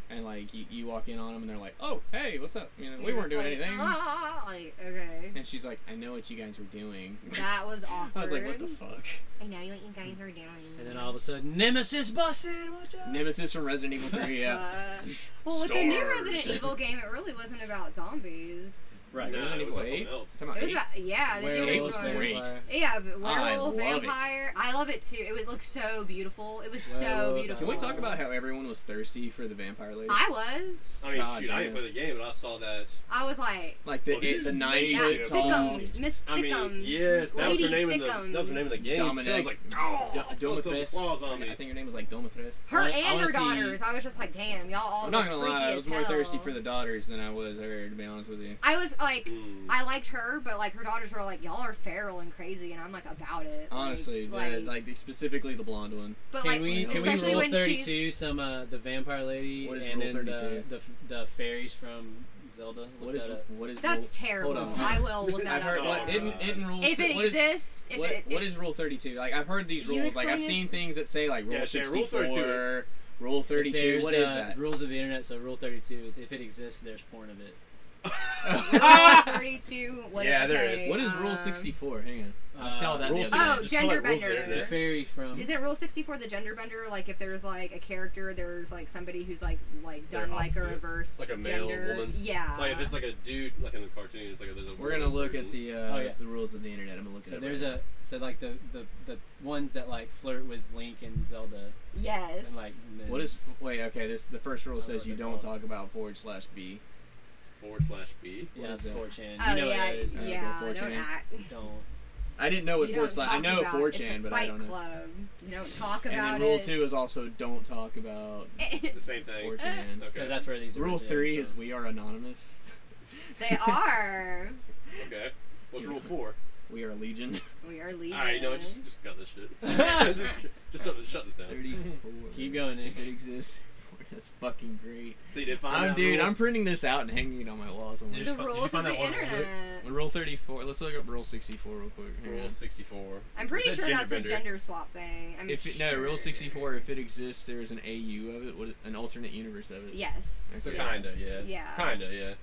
Speaker 2: And like you, you walk in on them and they're like, "Oh, hey, what's up?" You know, we
Speaker 1: You're
Speaker 2: weren't
Speaker 1: just
Speaker 2: doing
Speaker 1: like,
Speaker 2: anything.
Speaker 1: "Ah," like, okay.
Speaker 2: [LAUGHS] And she's like, "I know what you guys were doing." [LAUGHS]
Speaker 1: That was awkward.
Speaker 2: I was like, "What the fuck?"
Speaker 1: I know what you guys are doing.
Speaker 4: And then all of a sudden, Nemesis busted. Watch out!
Speaker 2: Nemesis from Resident Evil 3. Yeah.
Speaker 1: Uh, well, with the new
Speaker 2: Stars.
Speaker 1: Resident Evil game, it really wasn't about zombies.
Speaker 2: right.
Speaker 3: No,
Speaker 2: Resident
Speaker 3: it was
Speaker 2: Evil 8.
Speaker 3: about something else.
Speaker 2: Come on,
Speaker 1: It was
Speaker 2: eight?
Speaker 1: about, yeah, the newest
Speaker 4: Werewolf,
Speaker 1: one.
Speaker 2: great.
Speaker 4: vampire.
Speaker 1: Yeah, but werewolf,
Speaker 2: I love it.
Speaker 1: vampire. I love it too. It was- looked so beautiful. It was so
Speaker 4: Werewolf,
Speaker 1: beautiful.
Speaker 2: Can we talk about how everyone was thirsty for the vampire lady?
Speaker 1: I was.
Speaker 3: I mean,
Speaker 2: God
Speaker 3: shoot, I
Speaker 2: damn.
Speaker 3: didn't play the game, but I saw that.
Speaker 1: I was like,
Speaker 2: like the
Speaker 3: Well,
Speaker 2: eight, the
Speaker 3: dude,
Speaker 2: nine
Speaker 1: yeah,
Speaker 2: foot tall.
Speaker 1: Thickums, Miss
Speaker 3: I mean,
Speaker 1: Thickums,
Speaker 3: yes, that was
Speaker 1: Lady
Speaker 3: her name in the
Speaker 1: Thickums.
Speaker 3: that was her name in the game. So I
Speaker 2: Dominic-
Speaker 3: was like, oh,
Speaker 2: Do-
Speaker 3: put the
Speaker 2: Domitres.
Speaker 3: claws on me.
Speaker 2: I think her name was like Domitres.
Speaker 1: Her
Speaker 4: I- I
Speaker 1: and
Speaker 4: wanna
Speaker 1: her
Speaker 4: see-
Speaker 1: daughters. I was just like, damn, y'all all
Speaker 2: I'm not
Speaker 1: look
Speaker 2: gonna
Speaker 1: freaky
Speaker 2: lie, I
Speaker 1: as
Speaker 2: was more
Speaker 1: hell.
Speaker 2: thirsty for the daughters than I was her, to be honest with you.
Speaker 1: I was like,
Speaker 3: Mm.
Speaker 1: I liked her, but like her daughters were like, y'all are feral and crazy, and I'm like about it. Like-
Speaker 2: Honestly,
Speaker 1: like,
Speaker 2: the, like specifically the blonde one.
Speaker 1: but
Speaker 4: Can
Speaker 1: like,
Speaker 4: we can
Speaker 1: especially
Speaker 4: we roll
Speaker 1: when
Speaker 4: thirty
Speaker 1: she's
Speaker 4: two some uh, the vampire lady
Speaker 2: What is
Speaker 4: and
Speaker 2: Rule
Speaker 4: then the,
Speaker 2: 32?
Speaker 4: the the fairies from Zelda? Look
Speaker 2: What is
Speaker 4: that uh, up.
Speaker 2: what is
Speaker 1: that's
Speaker 2: Hold
Speaker 1: terrible.
Speaker 2: on.
Speaker 1: I will look that up.
Speaker 2: I've heard
Speaker 3: Oh,
Speaker 2: what,
Speaker 3: God.
Speaker 2: in, in rules.
Speaker 1: if it
Speaker 2: what is-
Speaker 1: exists, it's if
Speaker 2: what,
Speaker 1: it,
Speaker 2: what is Rule 32? Like, I've heard these
Speaker 1: You
Speaker 2: rules. Like, I've
Speaker 1: explain it.
Speaker 2: seen things that say, like, Rule
Speaker 3: Yeah, say Rule
Speaker 2: 64,
Speaker 3: 32.
Speaker 2: Rule 32.
Speaker 4: There's,
Speaker 2: What is
Speaker 4: uh,
Speaker 2: that?
Speaker 4: Rules of the internet. So rule 32 is if it exists, there's porn of it.
Speaker 2: [LAUGHS]
Speaker 1: thirty-two. What
Speaker 3: Yeah,
Speaker 1: okay,
Speaker 3: there is.
Speaker 2: What Ah! is Rule
Speaker 1: um,
Speaker 2: 64? Hang on. I
Speaker 4: Uh,
Speaker 2: saw that. the
Speaker 3: Rules
Speaker 2: other
Speaker 1: Oh,
Speaker 2: day.
Speaker 3: Just call
Speaker 1: gender
Speaker 3: it rules there,
Speaker 4: The
Speaker 1: bender.
Speaker 3: there.
Speaker 4: fairy from.
Speaker 1: Is it Rule sixty four the gender bender? Like if there's like a character, there's like somebody who's like like
Speaker 3: They're
Speaker 1: done like a
Speaker 3: opposite.
Speaker 1: reverse
Speaker 3: Like a male
Speaker 1: gender.
Speaker 3: woman.
Speaker 1: Yeah.
Speaker 3: It's like if it's like a dude, like in the cartoon, it's like there's a.
Speaker 2: We're gonna
Speaker 3: woman
Speaker 2: look
Speaker 3: version.
Speaker 2: at the uh,
Speaker 4: Oh, yeah.
Speaker 2: the rules of the internet. I'm gonna look
Speaker 4: So
Speaker 2: at.
Speaker 4: there's a so like the, the the ones that like flirt with Link and Zelda
Speaker 1: yes.
Speaker 4: and like and then-
Speaker 2: What is? Wait, okay. This the first rule
Speaker 4: I don't know
Speaker 2: says
Speaker 4: what
Speaker 2: you
Speaker 4: they're
Speaker 2: don't
Speaker 4: called.
Speaker 2: talk about forward slash B.
Speaker 3: forward slash B.
Speaker 4: yeah
Speaker 2: what is
Speaker 4: it's
Speaker 2: that?
Speaker 4: 4chan
Speaker 1: oh
Speaker 4: you know
Speaker 1: yeah,
Speaker 4: what that is
Speaker 2: uh,
Speaker 1: yeah.
Speaker 2: go 4chan.
Speaker 1: Don't act.
Speaker 4: don't
Speaker 2: I didn't know what
Speaker 1: you
Speaker 2: forward
Speaker 1: don't
Speaker 2: slash. I
Speaker 1: talk
Speaker 2: know
Speaker 1: about,
Speaker 2: 4chan,
Speaker 1: it's a
Speaker 2: but I
Speaker 1: Fight
Speaker 2: don't know.
Speaker 1: Club. You don't talk
Speaker 2: And
Speaker 1: about
Speaker 2: then rule
Speaker 1: it. Eh,
Speaker 2: two is also don't talk about
Speaker 3: The same thing.
Speaker 2: 4chan.
Speaker 4: because
Speaker 3: Okay.
Speaker 4: that's where these
Speaker 2: Rule
Speaker 4: originated
Speaker 2: three
Speaker 4: from.
Speaker 2: is we are anonymous.
Speaker 1: [LAUGHS]
Speaker 2: [LAUGHS]
Speaker 1: they are.
Speaker 3: Okay. What's rule four?
Speaker 2: We are legion. [LAUGHS]
Speaker 1: We are leaving.
Speaker 3: All right, you know what? Just just cut this shit. [LAUGHS] just just shut, shut this down.
Speaker 2: Thirty-four.
Speaker 4: keep going [LAUGHS] Nick.
Speaker 2: If It exists. [LAUGHS] That's fucking great.
Speaker 3: See, did find
Speaker 2: I'm
Speaker 3: out
Speaker 2: dude.
Speaker 3: rule-
Speaker 2: I'm printing this out and hanging it on my wall somewhere.
Speaker 10: Did
Speaker 1: the
Speaker 10: you find
Speaker 1: rules of
Speaker 10: that
Speaker 1: the
Speaker 10: one real
Speaker 1: internet.
Speaker 11: Rule 34. Let's look up Rule 64 real quick. Hang
Speaker 3: rule
Speaker 11: on.
Speaker 3: sixty four.
Speaker 1: I'm pretty sure that's a gender swap thing. I'm
Speaker 11: If it, no,
Speaker 1: sure.
Speaker 11: Rule 64. If it exists, there is an AU of it. What? An alternate universe of it.
Speaker 1: Yes.
Speaker 3: So
Speaker 1: yes,
Speaker 3: kinda, yeah.
Speaker 1: Yeah.
Speaker 3: Kinda, yeah.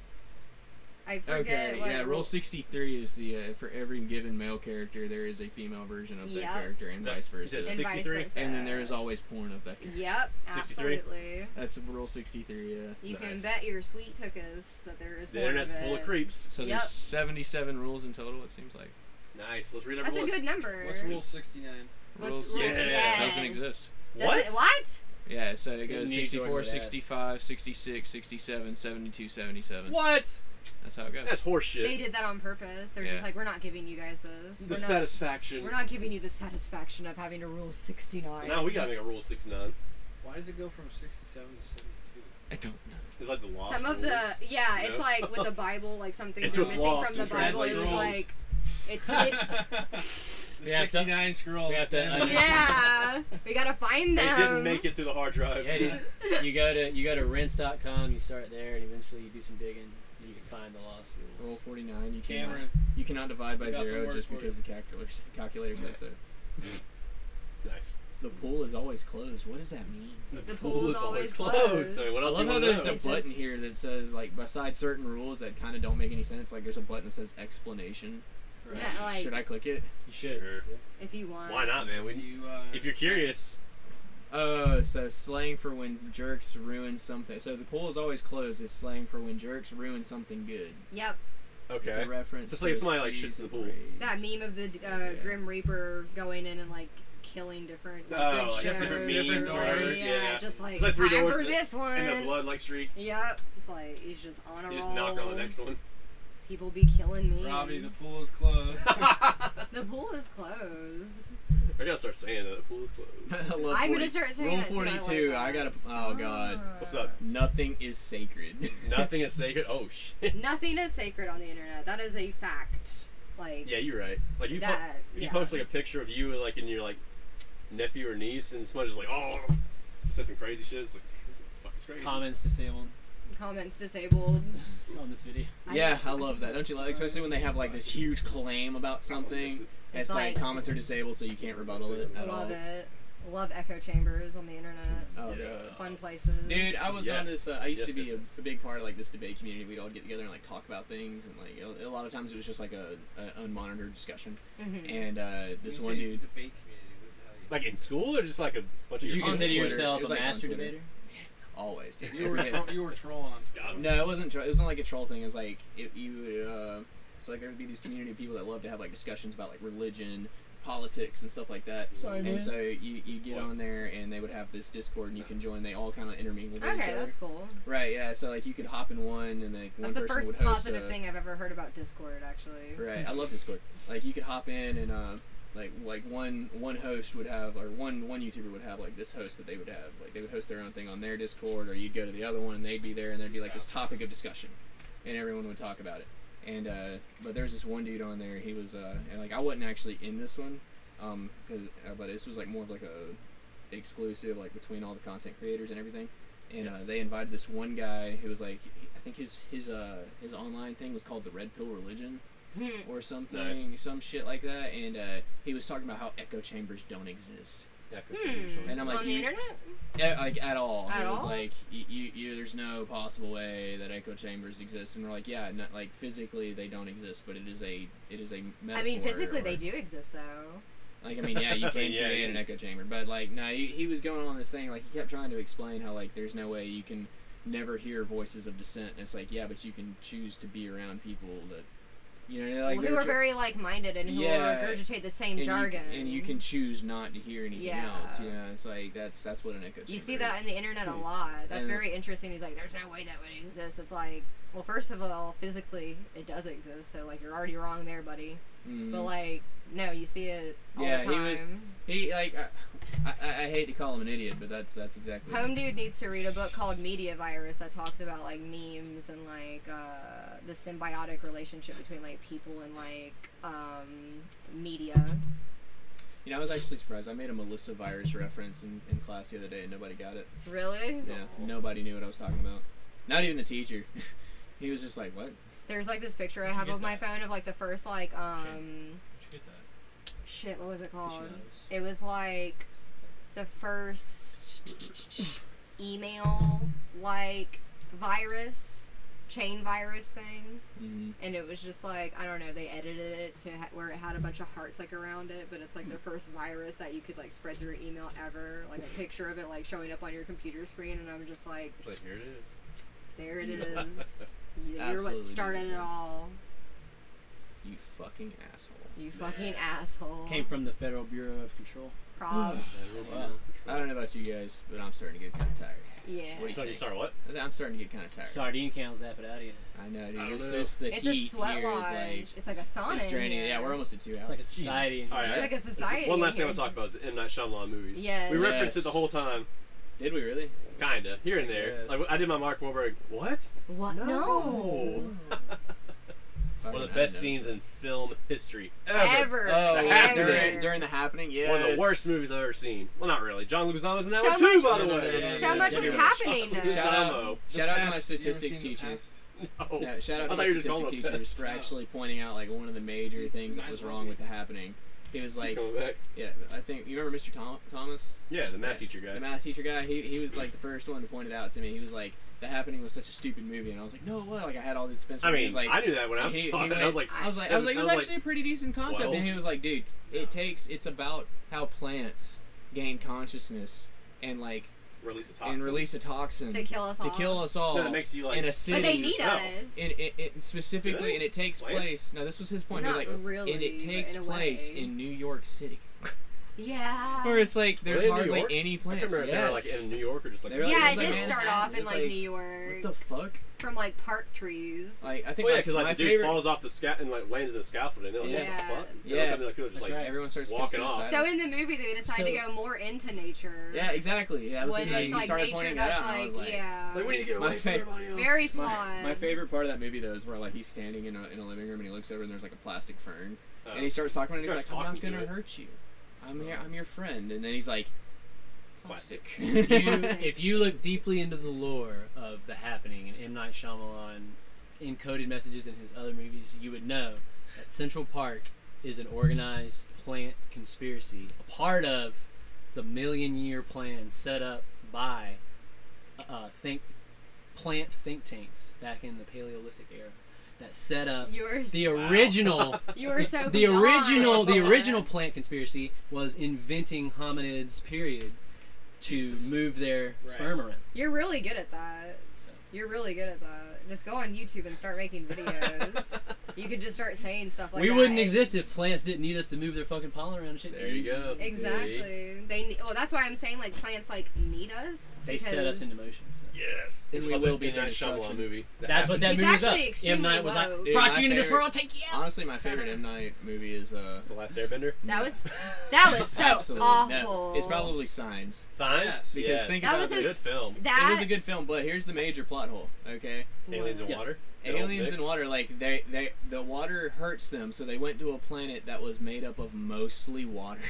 Speaker 1: I forget
Speaker 11: Okay,
Speaker 1: what
Speaker 11: yeah, Rule 63 is the, uh, for every given male character, there is a female version of
Speaker 1: Yep.
Speaker 11: that character and
Speaker 3: Is that-
Speaker 11: vice
Speaker 3: is
Speaker 11: versa.
Speaker 3: that
Speaker 1: And vice
Speaker 3: 63?
Speaker 1: versa.
Speaker 11: and then there is always porn of that character.
Speaker 1: Yep.
Speaker 3: 63?
Speaker 1: Absolutely.
Speaker 11: That's Rule 63, yeah.
Speaker 1: You can
Speaker 3: Nice.
Speaker 1: bet your sweet tukas that there is
Speaker 3: The
Speaker 1: more
Speaker 3: internet's
Speaker 1: of it.
Speaker 3: full of creeps.
Speaker 11: So
Speaker 1: Yep.
Speaker 11: there's 77 rules in total, it seems like.
Speaker 3: Nice. Let's read
Speaker 1: That's a
Speaker 3: everyone.
Speaker 1: good number.
Speaker 5: What's Rule 69?
Speaker 1: What's
Speaker 11: Rules-
Speaker 1: rule?
Speaker 3: Yeah,
Speaker 1: yes.
Speaker 11: doesn't exist.
Speaker 1: Does
Speaker 3: What?
Speaker 1: It, what?
Speaker 11: Yeah, so it
Speaker 4: Good
Speaker 11: goes
Speaker 4: knee
Speaker 11: 64,
Speaker 4: joint with ass.
Speaker 11: 65, 66, 67, 72, 77.
Speaker 3: What?
Speaker 11: That's how it goes.
Speaker 3: That's
Speaker 1: They
Speaker 3: horseshit.
Speaker 1: did that on purpose. They're
Speaker 11: Yeah.
Speaker 1: just like, we're not giving you guys this.
Speaker 3: The
Speaker 1: we're not.
Speaker 3: satisfaction.
Speaker 1: We're not giving you the satisfaction of having to rule 69.
Speaker 3: Now we gotta make a rule sixty nine.
Speaker 5: Why does it go from 67 to 72?
Speaker 11: I don't know.
Speaker 3: It's like the law.
Speaker 1: Some of the yeah, it's
Speaker 3: No.
Speaker 1: like with the Bible, like some things
Speaker 3: It
Speaker 1: are
Speaker 3: was
Speaker 1: missing
Speaker 3: lost
Speaker 1: from
Speaker 3: in
Speaker 1: the Bible. It's
Speaker 3: translation.
Speaker 1: just like it's it,
Speaker 3: [LAUGHS]
Speaker 2: [LAUGHS]
Speaker 4: We have to-
Speaker 10: 69 scrolls.
Speaker 4: we have to-
Speaker 2: uh,
Speaker 10: damn it.
Speaker 1: yeah. We gotta find them.
Speaker 3: It didn't make it through the hard drive.
Speaker 4: Yeah, dude, you go to you go to rinse.com you start there and eventually you do some digging and you can find the lost rules
Speaker 2: Rule 49. You can't.
Speaker 5: Cameron.
Speaker 2: You cannot divide by
Speaker 5: We got some
Speaker 2: zero
Speaker 5: words
Speaker 2: just
Speaker 5: for
Speaker 2: because the calculator calculator says so.
Speaker 3: [LAUGHS] Nice.
Speaker 2: The pool is always closed. What does that mean?
Speaker 1: The pool's always closed.
Speaker 3: So what
Speaker 2: I
Speaker 3: else
Speaker 2: love
Speaker 3: you
Speaker 2: how
Speaker 3: want
Speaker 2: there's
Speaker 3: to
Speaker 2: a
Speaker 3: know?
Speaker 1: It
Speaker 2: button
Speaker 1: just-
Speaker 2: here that says like besides certain rules that kind of don't make any sense. Like there's a button that says explanation.
Speaker 1: Yeah, like
Speaker 2: Should I click it?
Speaker 4: you should
Speaker 3: Sure.
Speaker 1: if you want.
Speaker 3: Why not, man?
Speaker 5: When
Speaker 3: We,
Speaker 5: you, uh,
Speaker 3: if you're curious,
Speaker 2: Oh, so slang for when jerks ruin something. So the pool is always closed is slang for when jerks ruin something good.
Speaker 1: Yep.
Speaker 2: It's a
Speaker 3: okay.
Speaker 2: reference.
Speaker 3: So it's like
Speaker 2: to
Speaker 3: if
Speaker 2: a
Speaker 3: somebody, like,
Speaker 2: series
Speaker 3: shits in the
Speaker 2: of
Speaker 3: pool.
Speaker 2: raids. [LAUGHS]
Speaker 1: That meme of the uh,
Speaker 2: Yeah.
Speaker 1: Grim Reaper going in and like killing different like,
Speaker 3: Oh,
Speaker 1: good
Speaker 3: like
Speaker 1: shows.
Speaker 3: different
Speaker 1: or,
Speaker 3: memes or
Speaker 1: like,
Speaker 3: whatever, yeah.
Speaker 1: just like,
Speaker 3: It's like three
Speaker 1: time
Speaker 3: doors
Speaker 1: for
Speaker 3: that-
Speaker 1: this one.
Speaker 3: And the blood like streak.
Speaker 1: Yep. It's like he's just on a
Speaker 3: You just
Speaker 1: roll.
Speaker 3: knock on the
Speaker 2: [LAUGHS]
Speaker 3: next one. [LAUGHS]
Speaker 1: People be killing me.
Speaker 5: Robbie, the pool is closed. [LAUGHS]
Speaker 1: The pool is closed.
Speaker 3: I gotta start saying that the pool is closed.
Speaker 2: I love
Speaker 1: I'm
Speaker 2: 40
Speaker 1: gonna start saying
Speaker 2: Rule
Speaker 1: that too. I
Speaker 2: 42,
Speaker 1: Like
Speaker 2: I
Speaker 1: that.
Speaker 2: gotta- oh, God.
Speaker 1: Stop.
Speaker 3: What's up?
Speaker 2: Nothing is sacred.
Speaker 3: Nothing is sacred. Oh shit. [LAUGHS]
Speaker 1: Nothing is sacred on the internet. That is a fact. Like
Speaker 3: Yeah, you're right. Like you, po-
Speaker 1: that.
Speaker 3: if you
Speaker 1: yeah.
Speaker 3: post like a picture of you like and your like nephew or niece, and Smudge is like, oh, just says some crazy shit. It's like, damn, this fucker's crazy.
Speaker 4: comments disabled
Speaker 1: comments disabled.
Speaker 4: on this video
Speaker 2: [LAUGHS] yeah, I love that. Don't you love, especially when they have like this huge claim about something.
Speaker 1: It's
Speaker 2: It's
Speaker 1: like-
Speaker 2: like comments are disabled, so you can't rebuttal it
Speaker 1: I
Speaker 2: at all.
Speaker 1: love it. Love echo chambers on the internet.
Speaker 2: Oh,
Speaker 3: Yeah.
Speaker 2: God.
Speaker 1: Fun places.
Speaker 2: Dude, I was on
Speaker 3: Yes.
Speaker 2: this. Uh, I used
Speaker 3: Yes,
Speaker 2: to be
Speaker 3: yes,
Speaker 2: a,
Speaker 3: yes.
Speaker 2: a big part of like this debate community. We'd all get together and like talk about things, and like a, a lot of times it was just like a, a unmonitored discussion.
Speaker 1: Mhm.
Speaker 2: And uh, [LAUGHS] this
Speaker 5: You
Speaker 2: one
Speaker 5: say
Speaker 2: dude,
Speaker 5: Debate community. what the hell you-
Speaker 3: Like in school, or just like a bunch of
Speaker 4: did you
Speaker 3: your friends?
Speaker 2: On
Speaker 4: consider
Speaker 2: Twitter.
Speaker 4: yourself
Speaker 2: It was,
Speaker 4: a
Speaker 2: like, on
Speaker 4: master
Speaker 2: Twitter.
Speaker 4: debater
Speaker 2: always, dude. [LAUGHS]
Speaker 5: You were,
Speaker 2: Yeah.
Speaker 5: tro- you were trolling on
Speaker 3: Got
Speaker 5: Twitter.
Speaker 3: him.
Speaker 2: No, it wasn't. Tro- it wasn't like a troll thing. It was like it, you would. Uh, it's like there would be these community of people that love to have like discussions about like religion, politics, and stuff like that.
Speaker 4: Sorry,
Speaker 2: and
Speaker 4: man.
Speaker 2: so you you get
Speaker 3: What?
Speaker 2: on there and they would have this Discord and you can join. They all kind of intermingle with each
Speaker 1: Okay,
Speaker 2: other.
Speaker 1: that's cool.
Speaker 2: Right. Yeah. So like you could hop in one and like one
Speaker 1: That's the
Speaker 2: person
Speaker 1: first
Speaker 2: would host
Speaker 1: positive
Speaker 2: a-
Speaker 1: thing I've ever heard about Discord, actually.
Speaker 2: Right. I love Discord. Like you could hop in and uh like like one one host would have or one one YouTuber would have like this host that they would have. Like they would host their own thing on their Discord or you'd go to the other one and they'd be there and there'd be like this topic of discussion and everyone would talk about it. And uh but there's this one dude on there, he was uh and like I wasn't actually in this one. Um 'cause uh, but this was like more of like a exclusive like between all the content creators and everything. And uh,
Speaker 4: Yes.
Speaker 2: they invited this one guy who was like, I think his his uh, his online thing was called the Red Pill Religion,
Speaker 1: Hmm.
Speaker 2: or something,
Speaker 3: Nice.
Speaker 2: some shit like that. And uh, he was talking about how echo chambers don't exist.
Speaker 11: Echo chambers.
Speaker 1: Hmm.
Speaker 2: And I'm like,
Speaker 1: on the
Speaker 2: you-
Speaker 1: internet?
Speaker 2: Eh, like at all.
Speaker 1: At
Speaker 2: it was
Speaker 1: all?
Speaker 2: like you, you, you, there's no possible way that echo chambers exist, and they're like, yeah, not, like physically they don't exist, but it is a it is a metaphor.
Speaker 1: I mean, physically
Speaker 2: or-
Speaker 1: they do exist though.
Speaker 2: Like I mean, yeah,
Speaker 3: [LAUGHS]
Speaker 2: you can
Speaker 3: Yeah,
Speaker 2: create
Speaker 3: yeah.
Speaker 2: an echo chamber, but like no, he, he was going on this thing like he kept trying to explain how like there's no way you can never hear voices of dissent. And it's like yeah, but you can choose to be around people that you know like
Speaker 1: Well,
Speaker 2: they
Speaker 1: who
Speaker 2: were
Speaker 1: are
Speaker 2: tr-
Speaker 1: very like minded and who
Speaker 2: Yeah.
Speaker 1: will regurgitate the same
Speaker 2: and you,
Speaker 1: jargon.
Speaker 2: and you can choose not to hear anything
Speaker 1: Yeah.
Speaker 2: else. You know, it's like that's that's what an echo.
Speaker 1: You
Speaker 2: chamber
Speaker 1: see
Speaker 2: is.
Speaker 1: that in the internet
Speaker 11: Hmm.
Speaker 1: a lot. That's
Speaker 2: And-
Speaker 1: very interesting. He's like, there's no way that would exist. It's like, well, first of all, physically it does exist, so like you're already wrong there, buddy.
Speaker 2: Mhm.
Speaker 11: Hmm.
Speaker 1: But like, no, you see it all
Speaker 2: Yeah,
Speaker 1: the
Speaker 2: he
Speaker 1: time.
Speaker 2: was- He like I, I, I hate to call him an idiot, but that's that's
Speaker 11: Hmm.
Speaker 2: exactly.
Speaker 1: Home dude needs to read a book called Media Virus that talks about like memes and like uh, the symbiotic relationship between like people and like um, media.
Speaker 2: You know, I was actually surprised. I made a Melissa virus reference in, in class the other day, and nobody got it.
Speaker 1: Really?
Speaker 2: Yeah, nobody knew what I was talking about. Not even the teacher. [LAUGHS] he was just like, "What?"
Speaker 1: There's like this picture I
Speaker 11: Where'd you
Speaker 1: have
Speaker 11: get
Speaker 1: of my
Speaker 11: that?
Speaker 1: phone of like the first like um
Speaker 11: Did you get that?
Speaker 1: shit. What was it called?
Speaker 11: Aficionados.
Speaker 1: It was like the first email like virus chain virus thing
Speaker 2: Mm-hmm.
Speaker 1: and it was just like i don't know they edited it to ha- where it had a bunch of hearts like around it but it's like the first virus that you could like spread through email ever like a picture of it like showing up on your computer screen and i'm just like
Speaker 3: It's like here it is.
Speaker 1: there it
Speaker 2: [LAUGHS]
Speaker 1: is You- you're what
Speaker 2: Absolutely
Speaker 1: started it
Speaker 2: beautiful.
Speaker 1: all
Speaker 2: You fucking asshole.
Speaker 1: you fucking asshole
Speaker 4: Came from the Federal Bureau of Control.
Speaker 1: props
Speaker 2: I don't know about you guys, but I'm starting to get kind of tired.
Speaker 1: yeah
Speaker 2: What do you
Speaker 3: Sorry,
Speaker 2: think?
Speaker 3: sorry, what?
Speaker 2: I think I'm starting to get kind of tired.
Speaker 4: Sardine can will zap it out of you.
Speaker 2: I know, dude.
Speaker 3: I
Speaker 2: this,
Speaker 3: don't know.
Speaker 2: this, the
Speaker 1: it's
Speaker 2: heat
Speaker 1: a sweat
Speaker 2: here is,
Speaker 1: lodge
Speaker 2: like,
Speaker 1: it's like a sauna
Speaker 2: it's
Speaker 1: in
Speaker 2: draining.
Speaker 1: here.
Speaker 2: Yeah, we're almost at two hours.
Speaker 4: It's like a society. in
Speaker 3: All
Speaker 4: here.
Speaker 3: right.
Speaker 1: It's like a society
Speaker 3: One
Speaker 1: in
Speaker 3: last thing I want to
Speaker 1: here.
Speaker 3: talk about is the M Night Shyamalan movies.
Speaker 1: Yes.
Speaker 3: We
Speaker 2: Yes.
Speaker 3: referenced it the whole time,
Speaker 2: Did we really?
Speaker 3: kinda here and there.
Speaker 6: Yes.
Speaker 3: Like I did my Mark Wahlberg. What?
Speaker 1: What? No.
Speaker 3: One of the best scenes in film history ever.
Speaker 1: Ever.
Speaker 2: Oh,
Speaker 3: The
Speaker 1: ever.
Speaker 3: happening.
Speaker 2: during, during the happening, yeah.
Speaker 3: One of the worst movies I've ever seen. Well, not really. John Leguizamo's in that
Speaker 1: So
Speaker 3: one too,
Speaker 1: much
Speaker 3: by
Speaker 1: was-
Speaker 3: the way.
Speaker 2: yeah, yeah,
Speaker 1: so
Speaker 2: yeah.
Speaker 1: much
Speaker 2: Yeah.
Speaker 1: was happening though.
Speaker 2: Yeah. Shout
Speaker 3: Leguizamo.
Speaker 2: out- Shout out to my
Speaker 5: Past, you ever
Speaker 2: statistics
Speaker 5: seen the
Speaker 2: teacher.
Speaker 5: past?
Speaker 3: No.
Speaker 2: No, shout
Speaker 3: I
Speaker 2: out to
Speaker 3: thought
Speaker 2: my
Speaker 3: you were just calling
Speaker 2: statistics
Speaker 3: it a
Speaker 2: teachers
Speaker 3: pest.
Speaker 2: for actually pointing out like one of the major things that
Speaker 5: Might
Speaker 2: was
Speaker 5: as well
Speaker 2: wrong
Speaker 5: be.
Speaker 2: with the happening. He was
Speaker 3: He's
Speaker 2: like,
Speaker 3: coming back.
Speaker 2: yeah, I think you remember Mr. Thom- Thomas,
Speaker 3: Yeah, the math teacher
Speaker 2: the
Speaker 3: guy.
Speaker 2: math teacher guy. He, he was like the first one to point it out to me. He was like, the happening was such a stupid movie, and I was like, no, what? Like I had all these defense.
Speaker 3: I
Speaker 2: mean,
Speaker 3: mean,
Speaker 2: was like,
Speaker 3: I knew that when I
Speaker 2: he-
Speaker 3: saw
Speaker 2: he
Speaker 3: it. I
Speaker 2: went-
Speaker 3: was like,
Speaker 2: I was like, I was like, it
Speaker 3: I
Speaker 2: was actually a pretty decent concept.
Speaker 3: 12.
Speaker 2: And he was like, dude, it takes. It's about how plants gain consciousness and like
Speaker 3: release the
Speaker 2: and release a toxin
Speaker 1: To kill us
Speaker 2: to
Speaker 1: all.
Speaker 2: kill us all.
Speaker 3: No, that makes you like.
Speaker 2: in a city.
Speaker 1: But they need
Speaker 3: yourself.
Speaker 1: us.
Speaker 2: And it, it specifically,
Speaker 3: Really?
Speaker 2: and it takes
Speaker 3: Plants?
Speaker 2: place. No, this was his point. He
Speaker 1: Not
Speaker 2: was like,
Speaker 1: really.
Speaker 2: and it
Speaker 1: but
Speaker 2: takes
Speaker 1: in a
Speaker 2: place
Speaker 1: way.
Speaker 2: in New York City, [LAUGHS]
Speaker 1: Yeah.
Speaker 2: where it's like there's
Speaker 3: they in New
Speaker 2: hardly
Speaker 3: York?
Speaker 2: any
Speaker 3: I
Speaker 2: plants.
Speaker 3: can't remember if they were like
Speaker 2: Yes.
Speaker 3: in New York or just like.
Speaker 2: They were, like,
Speaker 1: yeah,
Speaker 2: it
Speaker 1: it
Speaker 2: was
Speaker 1: did
Speaker 2: like
Speaker 1: start
Speaker 2: Manhattan.
Speaker 1: off
Speaker 2: It
Speaker 1: in
Speaker 2: was
Speaker 1: like,
Speaker 2: like-
Speaker 1: New York,
Speaker 2: what the fuck?
Speaker 1: from like park trees.
Speaker 2: Like I think
Speaker 3: Oh yeah,
Speaker 2: like,
Speaker 3: because like
Speaker 2: my
Speaker 3: the dude
Speaker 2: favorite.
Speaker 3: falls off the scat and like lands in the scaffolding. And they're like,
Speaker 1: Yeah.
Speaker 3: what the fuck? They
Speaker 2: Yeah.
Speaker 3: look up and, like, people are just
Speaker 2: That's
Speaker 3: like,
Speaker 2: right. Everyone starts
Speaker 3: walking
Speaker 2: going
Speaker 3: off.
Speaker 2: suicidal.
Speaker 1: so in the movie, they decide to
Speaker 2: So-
Speaker 1: go more into nature.
Speaker 2: yeah, exactly. Yeah, that was
Speaker 1: When
Speaker 2: the thing.
Speaker 1: it's
Speaker 2: He
Speaker 1: like
Speaker 2: started
Speaker 1: nature
Speaker 2: pointing that
Speaker 1: that's
Speaker 2: out, and I
Speaker 1: like,
Speaker 2: was like,
Speaker 1: yeah.
Speaker 3: like we need to get
Speaker 2: My
Speaker 3: away from
Speaker 2: fa-
Speaker 3: everybody else.
Speaker 1: Very
Speaker 2: My-
Speaker 1: flawed.
Speaker 2: My favorite part of that movie though is where like he's standing in a, in a living room and he looks over and there's like a plastic fern
Speaker 3: Oh.
Speaker 2: and he starts talking and he's
Speaker 3: Starts
Speaker 2: like I'm not
Speaker 3: talking to
Speaker 2: gonna
Speaker 3: it. Oh.
Speaker 2: hurt you, I'm here, I'm your friend and then he's like
Speaker 3: Plastic.
Speaker 2: [LAUGHS]
Speaker 4: If you,
Speaker 1: [LAUGHS]
Speaker 4: if you look deeply into the lore of The Happening and M. Night Shyamalan encoded messages in his other movies, you would know that Central Park is an organized plant conspiracy, a part of the million year plan set up by uh, think plant think tanks back in the Paleolithic era that set up
Speaker 1: you were
Speaker 4: the
Speaker 1: s-
Speaker 4: original
Speaker 1: you were
Speaker 2: [LAUGHS]
Speaker 1: so
Speaker 4: the
Speaker 1: beyond.
Speaker 4: original the original plant conspiracy was inventing hominids period to
Speaker 3: Jesus.
Speaker 4: move their sperm around
Speaker 1: You're really good at that.
Speaker 4: so.
Speaker 1: You're really good at that. Just go on YouTube and start making videos. you could just start saying stuff like
Speaker 4: we
Speaker 1: that.
Speaker 4: wouldn't
Speaker 1: and-
Speaker 4: exist if plants didn't need us to move their fucking pollen around and shit
Speaker 3: There you go.
Speaker 1: Exactly. They ne- well, that's why I'm saying like plants like need us.
Speaker 4: they set us into
Speaker 1: because-
Speaker 4: motion so.
Speaker 3: Yes.
Speaker 4: Then
Speaker 3: It's
Speaker 4: we
Speaker 3: like
Speaker 4: will
Speaker 3: that
Speaker 4: be
Speaker 3: M. Night
Speaker 4: the
Speaker 3: Shyamalan
Speaker 4: destruction.
Speaker 3: movie.
Speaker 4: that's what that
Speaker 1: He's
Speaker 4: movie's
Speaker 1: actually
Speaker 4: up
Speaker 1: extremely
Speaker 4: M. Night was
Speaker 1: woke.
Speaker 4: like
Speaker 2: Dude,
Speaker 4: brought
Speaker 2: my
Speaker 4: you into this
Speaker 2: favorite-
Speaker 4: world take you out
Speaker 2: honestly my favorite M Night movie is uh
Speaker 3: The Last Airbender.
Speaker 1: That was that was so
Speaker 2: absolutely never-
Speaker 1: awful.
Speaker 2: it's probably Signs
Speaker 3: Signs.
Speaker 5: Yes.
Speaker 2: because
Speaker 3: Yes.
Speaker 2: think
Speaker 1: That
Speaker 2: about
Speaker 1: was
Speaker 2: it.
Speaker 1: a-
Speaker 3: Good film.
Speaker 1: that
Speaker 2: it is a good film but here's the major plot hole okay
Speaker 3: Aliens in
Speaker 4: Yes.
Speaker 3: water. Good old
Speaker 2: aliens
Speaker 3: mix.
Speaker 2: and water like they they the water hurts them so they went to a planet that was made up of mostly water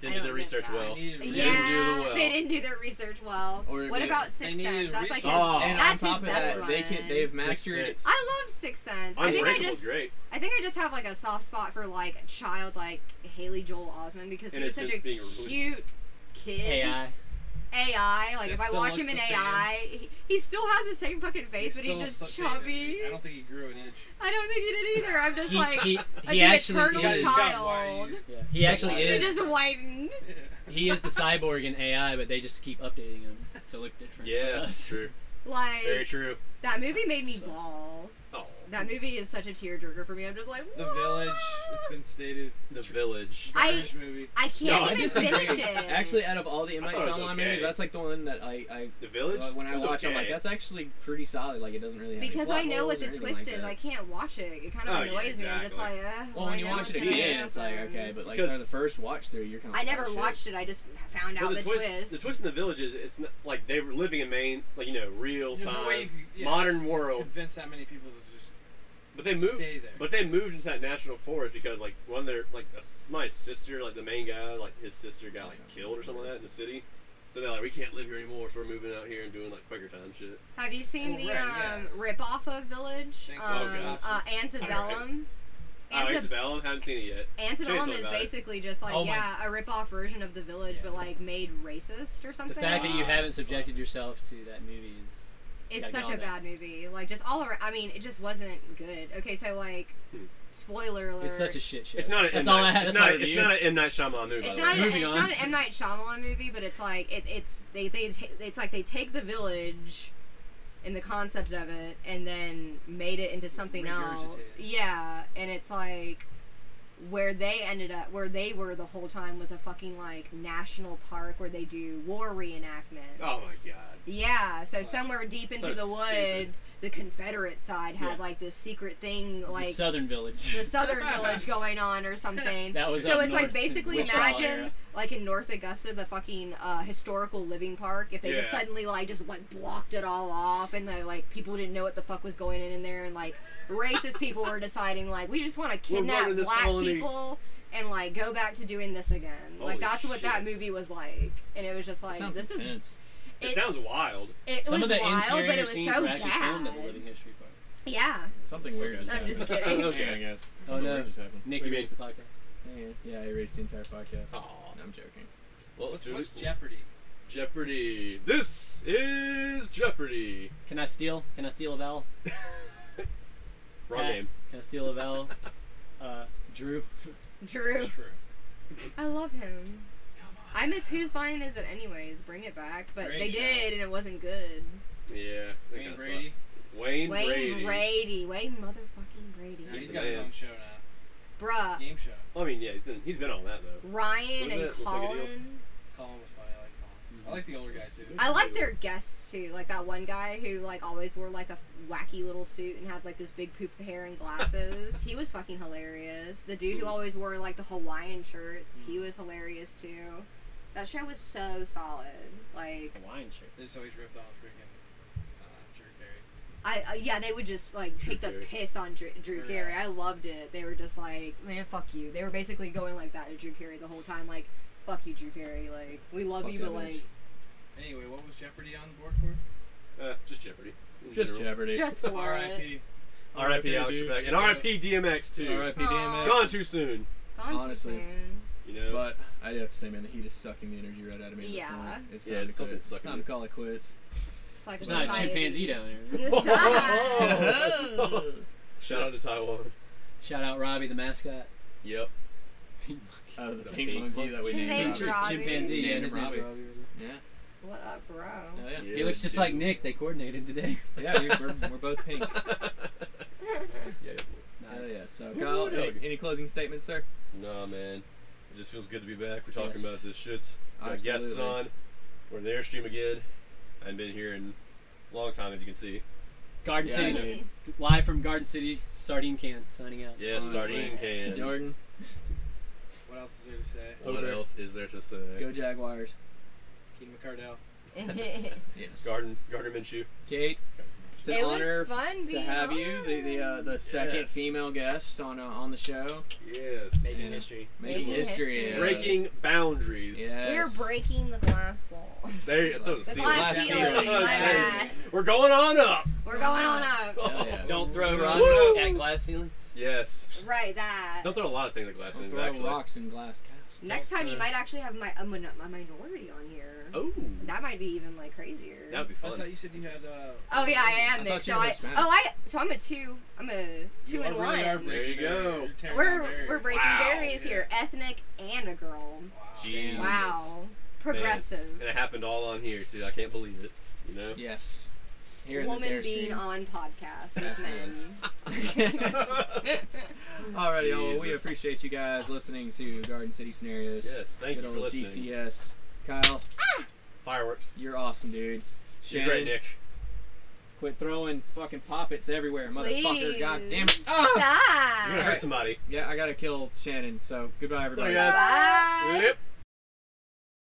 Speaker 3: Didn't
Speaker 1: I
Speaker 3: do
Speaker 1: don't
Speaker 3: their research
Speaker 2: They
Speaker 3: well.
Speaker 2: needed
Speaker 1: Yeah,
Speaker 3: They didn't do the well.
Speaker 1: they didn't do their research well.
Speaker 2: Or
Speaker 1: what
Speaker 2: they-
Speaker 1: about
Speaker 2: they
Speaker 1: Six
Speaker 2: needed
Speaker 1: Sense? That's like his,
Speaker 2: research.
Speaker 3: Oh.
Speaker 2: and
Speaker 1: that's
Speaker 2: on
Speaker 1: his
Speaker 2: top of
Speaker 1: best
Speaker 2: that,
Speaker 1: one.
Speaker 2: they can they've mastered
Speaker 3: Sense.
Speaker 1: I love Sixth Sense. I think I
Speaker 3: Unbreakable's
Speaker 1: just
Speaker 3: great.
Speaker 1: I think I just have like a soft spot for like a child like Haley Joel Osment because he
Speaker 3: And
Speaker 1: was such
Speaker 3: it's
Speaker 1: a
Speaker 3: since being released.
Speaker 1: cute kid.
Speaker 4: AI.
Speaker 1: AI, Like
Speaker 10: It
Speaker 1: if I
Speaker 10: still
Speaker 1: watch
Speaker 10: looks
Speaker 1: him in
Speaker 10: the same.
Speaker 1: AI, he, he still has the same fucking face, but he's
Speaker 5: still
Speaker 1: just
Speaker 5: looks like Satan.
Speaker 1: chubby.
Speaker 5: I don't think he grew an inch.
Speaker 1: I don't think he did either. I'm just
Speaker 4: He,
Speaker 1: like
Speaker 4: he,
Speaker 1: like
Speaker 4: he
Speaker 1: an
Speaker 4: actually
Speaker 1: eternal
Speaker 5: Yeah,
Speaker 4: is,
Speaker 5: he's got
Speaker 1: child.
Speaker 5: wide-
Speaker 4: yeah, he actually
Speaker 1: It
Speaker 4: is.
Speaker 1: just whitened.
Speaker 4: He is the cyborg in AI, but they just keep updating him to look different.
Speaker 3: Yeah,
Speaker 4: for us.
Speaker 3: true. Very
Speaker 1: Like
Speaker 3: true.
Speaker 1: that movie made me
Speaker 4: So-
Speaker 1: bawl.
Speaker 3: Oh,
Speaker 1: That movie is such a tearjerker for me. I'm just like
Speaker 5: The
Speaker 1: "Whoa."
Speaker 5: Village. It's been stated.
Speaker 3: the village.
Speaker 1: I-
Speaker 5: Garbage movie.
Speaker 1: I
Speaker 3: No, I
Speaker 1: can't even
Speaker 3: disagree.
Speaker 1: finish it.
Speaker 2: Actually, out of all the M.
Speaker 3: I
Speaker 2: Night
Speaker 3: thought it was
Speaker 2: Shyamalan
Speaker 3: okay.
Speaker 2: movies, that's like the one that I, I
Speaker 3: The village.
Speaker 2: when I
Speaker 3: It was
Speaker 2: watch, I'm like,
Speaker 3: okay.
Speaker 2: that's actually pretty solid. Like it doesn't really have any
Speaker 1: Because
Speaker 2: plot
Speaker 1: I know what
Speaker 2: holes
Speaker 1: the
Speaker 2: or anything
Speaker 1: twist
Speaker 2: like
Speaker 1: is,
Speaker 2: that.
Speaker 1: I can't watch it. It kind of
Speaker 3: Oh, yeah,
Speaker 1: annoys me. I'm just like,
Speaker 3: exactly.
Speaker 1: eh,
Speaker 2: Well, when
Speaker 1: I
Speaker 2: you
Speaker 1: know
Speaker 2: watch it
Speaker 1: it's
Speaker 3: gonna
Speaker 2: again,
Speaker 1: gonna
Speaker 2: it's like
Speaker 1: happen.
Speaker 2: okay, but like
Speaker 3: Because-
Speaker 2: during the first watch through, you're "Oh, kind of.
Speaker 1: I never watched it. I just found out
Speaker 3: Well,
Speaker 1: the, twist.
Speaker 3: The twist in the village is it's not, like they were living in Maine, like you know, real
Speaker 5: There's
Speaker 3: time,
Speaker 5: no way you could- yeah.
Speaker 3: modern
Speaker 2: Oh.
Speaker 3: world.
Speaker 5: Convince that many people to just
Speaker 3: But they moved.
Speaker 5: stay there.
Speaker 3: But they moved into that national forest because like one of their like a s my sister, like the main guy, like his sister got like killed or something like that in the city. So they're like, we can't live here anymore, so we're moving out here and doing like Quaker time shit.
Speaker 1: Have you seen the
Speaker 5: Well, right, yeah.
Speaker 1: um, rip-off of Village?
Speaker 5: Thanks for
Speaker 1: Um,
Speaker 3: the synopsis.
Speaker 1: uh, Antebellum.
Speaker 3: Oh,
Speaker 1: Anteb-
Speaker 3: Antebellum, haven't seen it yet.
Speaker 1: Antebellum
Speaker 3: Chainsaw
Speaker 1: is
Speaker 3: Guy.
Speaker 1: basically just like
Speaker 4: Oh my-
Speaker 1: yeah, a rip-off version of The Village, but like made racist or
Speaker 4: The
Speaker 1: something.
Speaker 4: fact that you
Speaker 3: Ah,
Speaker 4: haven't subjected yourself to that movie is.
Speaker 1: it's
Speaker 4: gotta
Speaker 1: such
Speaker 4: go
Speaker 1: a
Speaker 4: on that.
Speaker 1: bad movie. Like just all around. I mean, it just wasn't good. Okay, so like,
Speaker 3: Hmm.
Speaker 1: spoiler alert.
Speaker 4: It's such a shit show.
Speaker 3: It's not. An
Speaker 4: That's
Speaker 3: M.
Speaker 4: all I
Speaker 3: Night-
Speaker 4: had.
Speaker 3: It's
Speaker 4: that's my
Speaker 3: not. It's
Speaker 4: review.
Speaker 3: not an M Night Shyamalan movie. by
Speaker 1: It's
Speaker 3: the
Speaker 1: not.
Speaker 3: way.
Speaker 1: An,
Speaker 4: Moving
Speaker 1: it's
Speaker 4: on.
Speaker 1: not an M Night Shyamalan movie, but it's like it, it's they they ta- it's like they take the village, and the concept of it, and then made it into something else.
Speaker 5: Regurgitated.
Speaker 1: Yeah, and it's like where they ended up, where they were the whole time was a fucking like national park where they do war reenactments.
Speaker 3: Oh my god.
Speaker 1: Yeah, so somewhere deep into
Speaker 3: So
Speaker 1: the
Speaker 3: stupid.
Speaker 1: woods, the Confederate side had
Speaker 4: Yeah.
Speaker 1: like this secret thing,
Speaker 4: It's
Speaker 1: like
Speaker 4: the Southern Village. [LAUGHS]
Speaker 1: the Southern Village going on or something.
Speaker 4: That was
Speaker 1: so
Speaker 4: up
Speaker 1: it's like
Speaker 4: north in
Speaker 1: basically
Speaker 4: Wichita
Speaker 1: imagine
Speaker 4: area.
Speaker 1: like in North Augusta the fucking uh, historical living park if they just
Speaker 3: Yeah.
Speaker 1: suddenly like just like blocked it all off and they, like people didn't know what the fuck was going in in there and like racist people were deciding like we just want to
Speaker 3: We're
Speaker 1: kidnap
Speaker 3: running this
Speaker 1: black
Speaker 3: colony.
Speaker 1: people and like go back to doing this again.
Speaker 3: Holy
Speaker 1: like that's what that
Speaker 3: shit.
Speaker 1: movie was like and it was just like
Speaker 2: Sounds
Speaker 1: this is
Speaker 2: intense.
Speaker 3: It,
Speaker 1: It-
Speaker 3: sounds wild.
Speaker 1: it
Speaker 4: Some
Speaker 1: was
Speaker 4: of the
Speaker 1: wild
Speaker 4: interior
Speaker 1: but it was
Speaker 4: scenes
Speaker 1: so
Speaker 4: were actually filmed at the
Speaker 1: bad.
Speaker 4: Living History Park.
Speaker 1: Yeah.
Speaker 2: Something weird. Just
Speaker 1: I'm
Speaker 2: happened.
Speaker 1: just kidding.
Speaker 4: [LAUGHS]
Speaker 2: Yeah, I [LAUGHS] guess.
Speaker 4: Oh,
Speaker 2: Something
Speaker 4: no.
Speaker 2: weird just happened.
Speaker 4: Nick,
Speaker 3: What do
Speaker 4: you
Speaker 3: you
Speaker 4: raised the podcast.
Speaker 2: Yeah, yeah, I erased the entire podcast.
Speaker 3: Aw.
Speaker 2: No, I'm joking.
Speaker 3: Well,
Speaker 5: What's,
Speaker 3: it's really
Speaker 5: what's
Speaker 3: cool.
Speaker 5: Jeopardy?
Speaker 3: Jeopardy. This is Jeopardy.
Speaker 4: Can I steal? Can I steal a vowel?
Speaker 3: Wrong
Speaker 4: Cat.
Speaker 3: name.
Speaker 4: Can I steal
Speaker 3: [LAUGHS]
Speaker 4: a vowel? uh, Drew. [LAUGHS]
Speaker 1: Drew.
Speaker 5: True.
Speaker 1: I love him. I miss whose line is it anyways? Bring it back, but
Speaker 5: Great
Speaker 1: they
Speaker 5: show.
Speaker 1: did and it wasn't good.
Speaker 3: Yeah. that
Speaker 5: Wayne
Speaker 3: kinda
Speaker 5: Brady.
Speaker 3: sucked. Wayne,
Speaker 1: Wayne
Speaker 3: Brady.
Speaker 1: Brady. Wayne motherfucking Brady.
Speaker 5: Now
Speaker 3: He's
Speaker 5: he's
Speaker 3: the
Speaker 5: got his
Speaker 3: man.
Speaker 5: own show now.
Speaker 1: Bruh,
Speaker 5: Game show.
Speaker 3: I mean, yeah, he's been he's been on that though.
Speaker 1: Ryan
Speaker 3: What is
Speaker 1: and
Speaker 3: it? Looks like a deal.
Speaker 1: Colin.
Speaker 5: Colin was funny. I like Colin. I like the older guy too.
Speaker 1: I like their guests too. Like that one guy who like always wore like a wacky little suit and had like this big poof of hair and glasses. he was fucking hilarious. The dude who always wore like the Hawaiian shirts, he was hilarious too. That show was so solid. Like
Speaker 4: Hawaiian shirt.
Speaker 5: They just always ripped on freaking uh, Drew Carey.
Speaker 1: I uh, yeah, they would just like
Speaker 3: Drew
Speaker 1: take the
Speaker 3: Carey.
Speaker 1: piss on Drew, Drew
Speaker 5: Yeah.
Speaker 1: Carey. I loved it. They were just like, man, fuck you. They were basically going like that to Drew Carey the whole time, like, fuck you, Drew Carey. Like, we love
Speaker 2: Fuck
Speaker 1: you, but
Speaker 2: that
Speaker 1: like,
Speaker 5: Anyway, what was Jeopardy on the board [LAUGHS] for?
Speaker 3: Uh, just Jeopardy. in
Speaker 2: Just
Speaker 3: general.
Speaker 2: Jeopardy.
Speaker 1: just for it.
Speaker 5: R.I.P.
Speaker 3: R.I.P. Alex
Speaker 2: dude.
Speaker 3: Trebek and R.I.P. DMX too.
Speaker 2: R.I.P.
Speaker 1: Aw.
Speaker 2: DMX.
Speaker 3: Gone too soon.
Speaker 1: Gone too
Speaker 2: Honestly.
Speaker 1: soon.
Speaker 3: You
Speaker 2: [LAUGHS]
Speaker 3: know.
Speaker 2: But I do have to say, man, the heat is sucking the energy right out of me. at this
Speaker 1: Yeah.
Speaker 2: point. It's
Speaker 3: Yeah,
Speaker 2: time to quit.
Speaker 3: it's something
Speaker 2: It's
Speaker 3: sucking
Speaker 2: time to
Speaker 3: it.
Speaker 2: call it quits.
Speaker 1: It's like
Speaker 4: There's
Speaker 1: a
Speaker 4: not a
Speaker 1: society.
Speaker 4: chimpanzee down there.
Speaker 1: [LAUGHS] It's
Speaker 2: [LAUGHS]
Speaker 1: not.
Speaker 3: [LAUGHS] Shout out to Taiwan.
Speaker 4: Shout out Robbie, the mascot.
Speaker 3: Yep.
Speaker 2: Oh, the,
Speaker 3: The
Speaker 2: pink,
Speaker 3: pink
Speaker 2: monkey that we
Speaker 1: His
Speaker 2: named
Speaker 1: name's
Speaker 2: Robbie.
Speaker 1: Robbie.
Speaker 4: Chimpanzee. Yeah,
Speaker 2: Named
Speaker 4: his
Speaker 2: him
Speaker 4: name's
Speaker 2: Robbie.
Speaker 4: Robbie.
Speaker 2: Yeah.
Speaker 1: what up, bro?
Speaker 2: Oh, yeah.
Speaker 4: He looks just like
Speaker 3: dude.
Speaker 4: Nick. They coordinated today. [LAUGHS]
Speaker 2: yeah, dude, we're, we're both [LAUGHS] pink. Hell
Speaker 3: Yeah, it was.
Speaker 4: Nice.
Speaker 2: yeah. So, Kyle,
Speaker 3: Woo-hoo.
Speaker 2: any, any closing statements, sir?
Speaker 3: Nah, man. It just feels good to be back. We're talking
Speaker 2: Yes.
Speaker 3: about this shit. Got guests
Speaker 2: Absolutely.
Speaker 3: on. Uh, We're in the airstream again. I have been here in a long time, as you can see.
Speaker 4: Garden
Speaker 2: Yeah, I
Speaker 4: City, live from Garden City, sardine can signing out.
Speaker 3: Yes,
Speaker 2: Honestly.
Speaker 3: sardine can.
Speaker 2: Jordan,
Speaker 5: What else is there to say?
Speaker 3: What
Speaker 2: Over.
Speaker 3: else is there to say?
Speaker 2: go Jaguars.
Speaker 5: Keenan McCardell.
Speaker 1: yeah.
Speaker 2: Yes.
Speaker 3: Garden, Gardner Minshew.
Speaker 2: Kate, It's
Speaker 1: [LAUGHS]
Speaker 2: an
Speaker 1: it
Speaker 2: honor
Speaker 1: was fun
Speaker 2: to
Speaker 1: being
Speaker 2: have
Speaker 1: on.
Speaker 2: you, the the, uh, the second
Speaker 3: Yes.
Speaker 2: female guest on uh, on the show,
Speaker 3: Yes.
Speaker 4: Making
Speaker 2: Yeah.
Speaker 4: history.
Speaker 2: making,
Speaker 1: Making
Speaker 2: history.
Speaker 1: history.
Speaker 2: uh,
Speaker 3: Breaking boundaries.
Speaker 2: Yes.
Speaker 1: We're breaking the glass wall.
Speaker 3: There you go.
Speaker 1: The glass
Speaker 2: Glass
Speaker 1: ceiling.
Speaker 2: ceiling. Oh,
Speaker 1: My
Speaker 2: Glass
Speaker 1: bad.
Speaker 3: We're going on up.
Speaker 1: We're going on up.
Speaker 2: [LAUGHS] Hell
Speaker 3: [LAUGHS]
Speaker 2: yeah.
Speaker 4: Don't throw
Speaker 3: Woo!
Speaker 4: rocks at glass ceilings.
Speaker 3: Yes.
Speaker 1: Right, that.
Speaker 3: Don't throw a lot of things at glass
Speaker 2: Don't
Speaker 3: ceilings,
Speaker 2: throw
Speaker 3: actually.
Speaker 2: rocks in glass cast.
Speaker 1: Next time you
Speaker 4: Uh,
Speaker 1: might actually have my a, min- a minority on here.
Speaker 3: Oh.
Speaker 1: That might be even like crazier.
Speaker 3: That would be
Speaker 5: I
Speaker 3: fun.
Speaker 5: thought you said you had. Uh,
Speaker 1: Oh yeah, I am
Speaker 2: I
Speaker 1: mixed.
Speaker 2: thought you
Speaker 1: So
Speaker 2: were
Speaker 1: I
Speaker 2: Hispanic.
Speaker 1: oh I so I'm a two. I'm a two
Speaker 5: you
Speaker 1: and
Speaker 5: are really are
Speaker 1: one.
Speaker 3: There you
Speaker 5: breaking
Speaker 3: go.
Speaker 5: You're tearing down
Speaker 1: We're
Speaker 5: barriers.
Speaker 1: we're breaking
Speaker 3: Wow.
Speaker 1: barriers here. Ethnic and a girl.
Speaker 5: Wow.
Speaker 3: Jesus.
Speaker 1: Wow. Progressive.
Speaker 3: And it happened all on here, too. I can't believe it. You
Speaker 2: [LAUGHS]
Speaker 3: know?
Speaker 2: Yes. Here in
Speaker 1: Woman
Speaker 2: this
Speaker 1: being
Speaker 2: [LAUGHS] airstream.
Speaker 1: on podcast with men.
Speaker 2: Alrighty, y'all. We
Speaker 3: Jesus.
Speaker 2: appreciate you guys listening to Garden City Scenarios.
Speaker 3: yes, thank
Speaker 2: Good
Speaker 3: you
Speaker 2: old
Speaker 3: for listening.
Speaker 2: GCS. Kyle,
Speaker 3: Fireworks.
Speaker 2: you're awesome, dude.
Speaker 3: You're
Speaker 2: Shannon,
Speaker 3: great, Nick.
Speaker 2: quit throwing fucking poppets everywhere, motherfucker.
Speaker 1: Please.
Speaker 2: God damn it. Ah!
Speaker 3: You're going to
Speaker 1: Stop.
Speaker 3: hurt somebody.
Speaker 2: Yeah, I gotta kill Shannon. So goodbye, everybody.
Speaker 3: guys.
Speaker 1: Bye.
Speaker 3: Yep.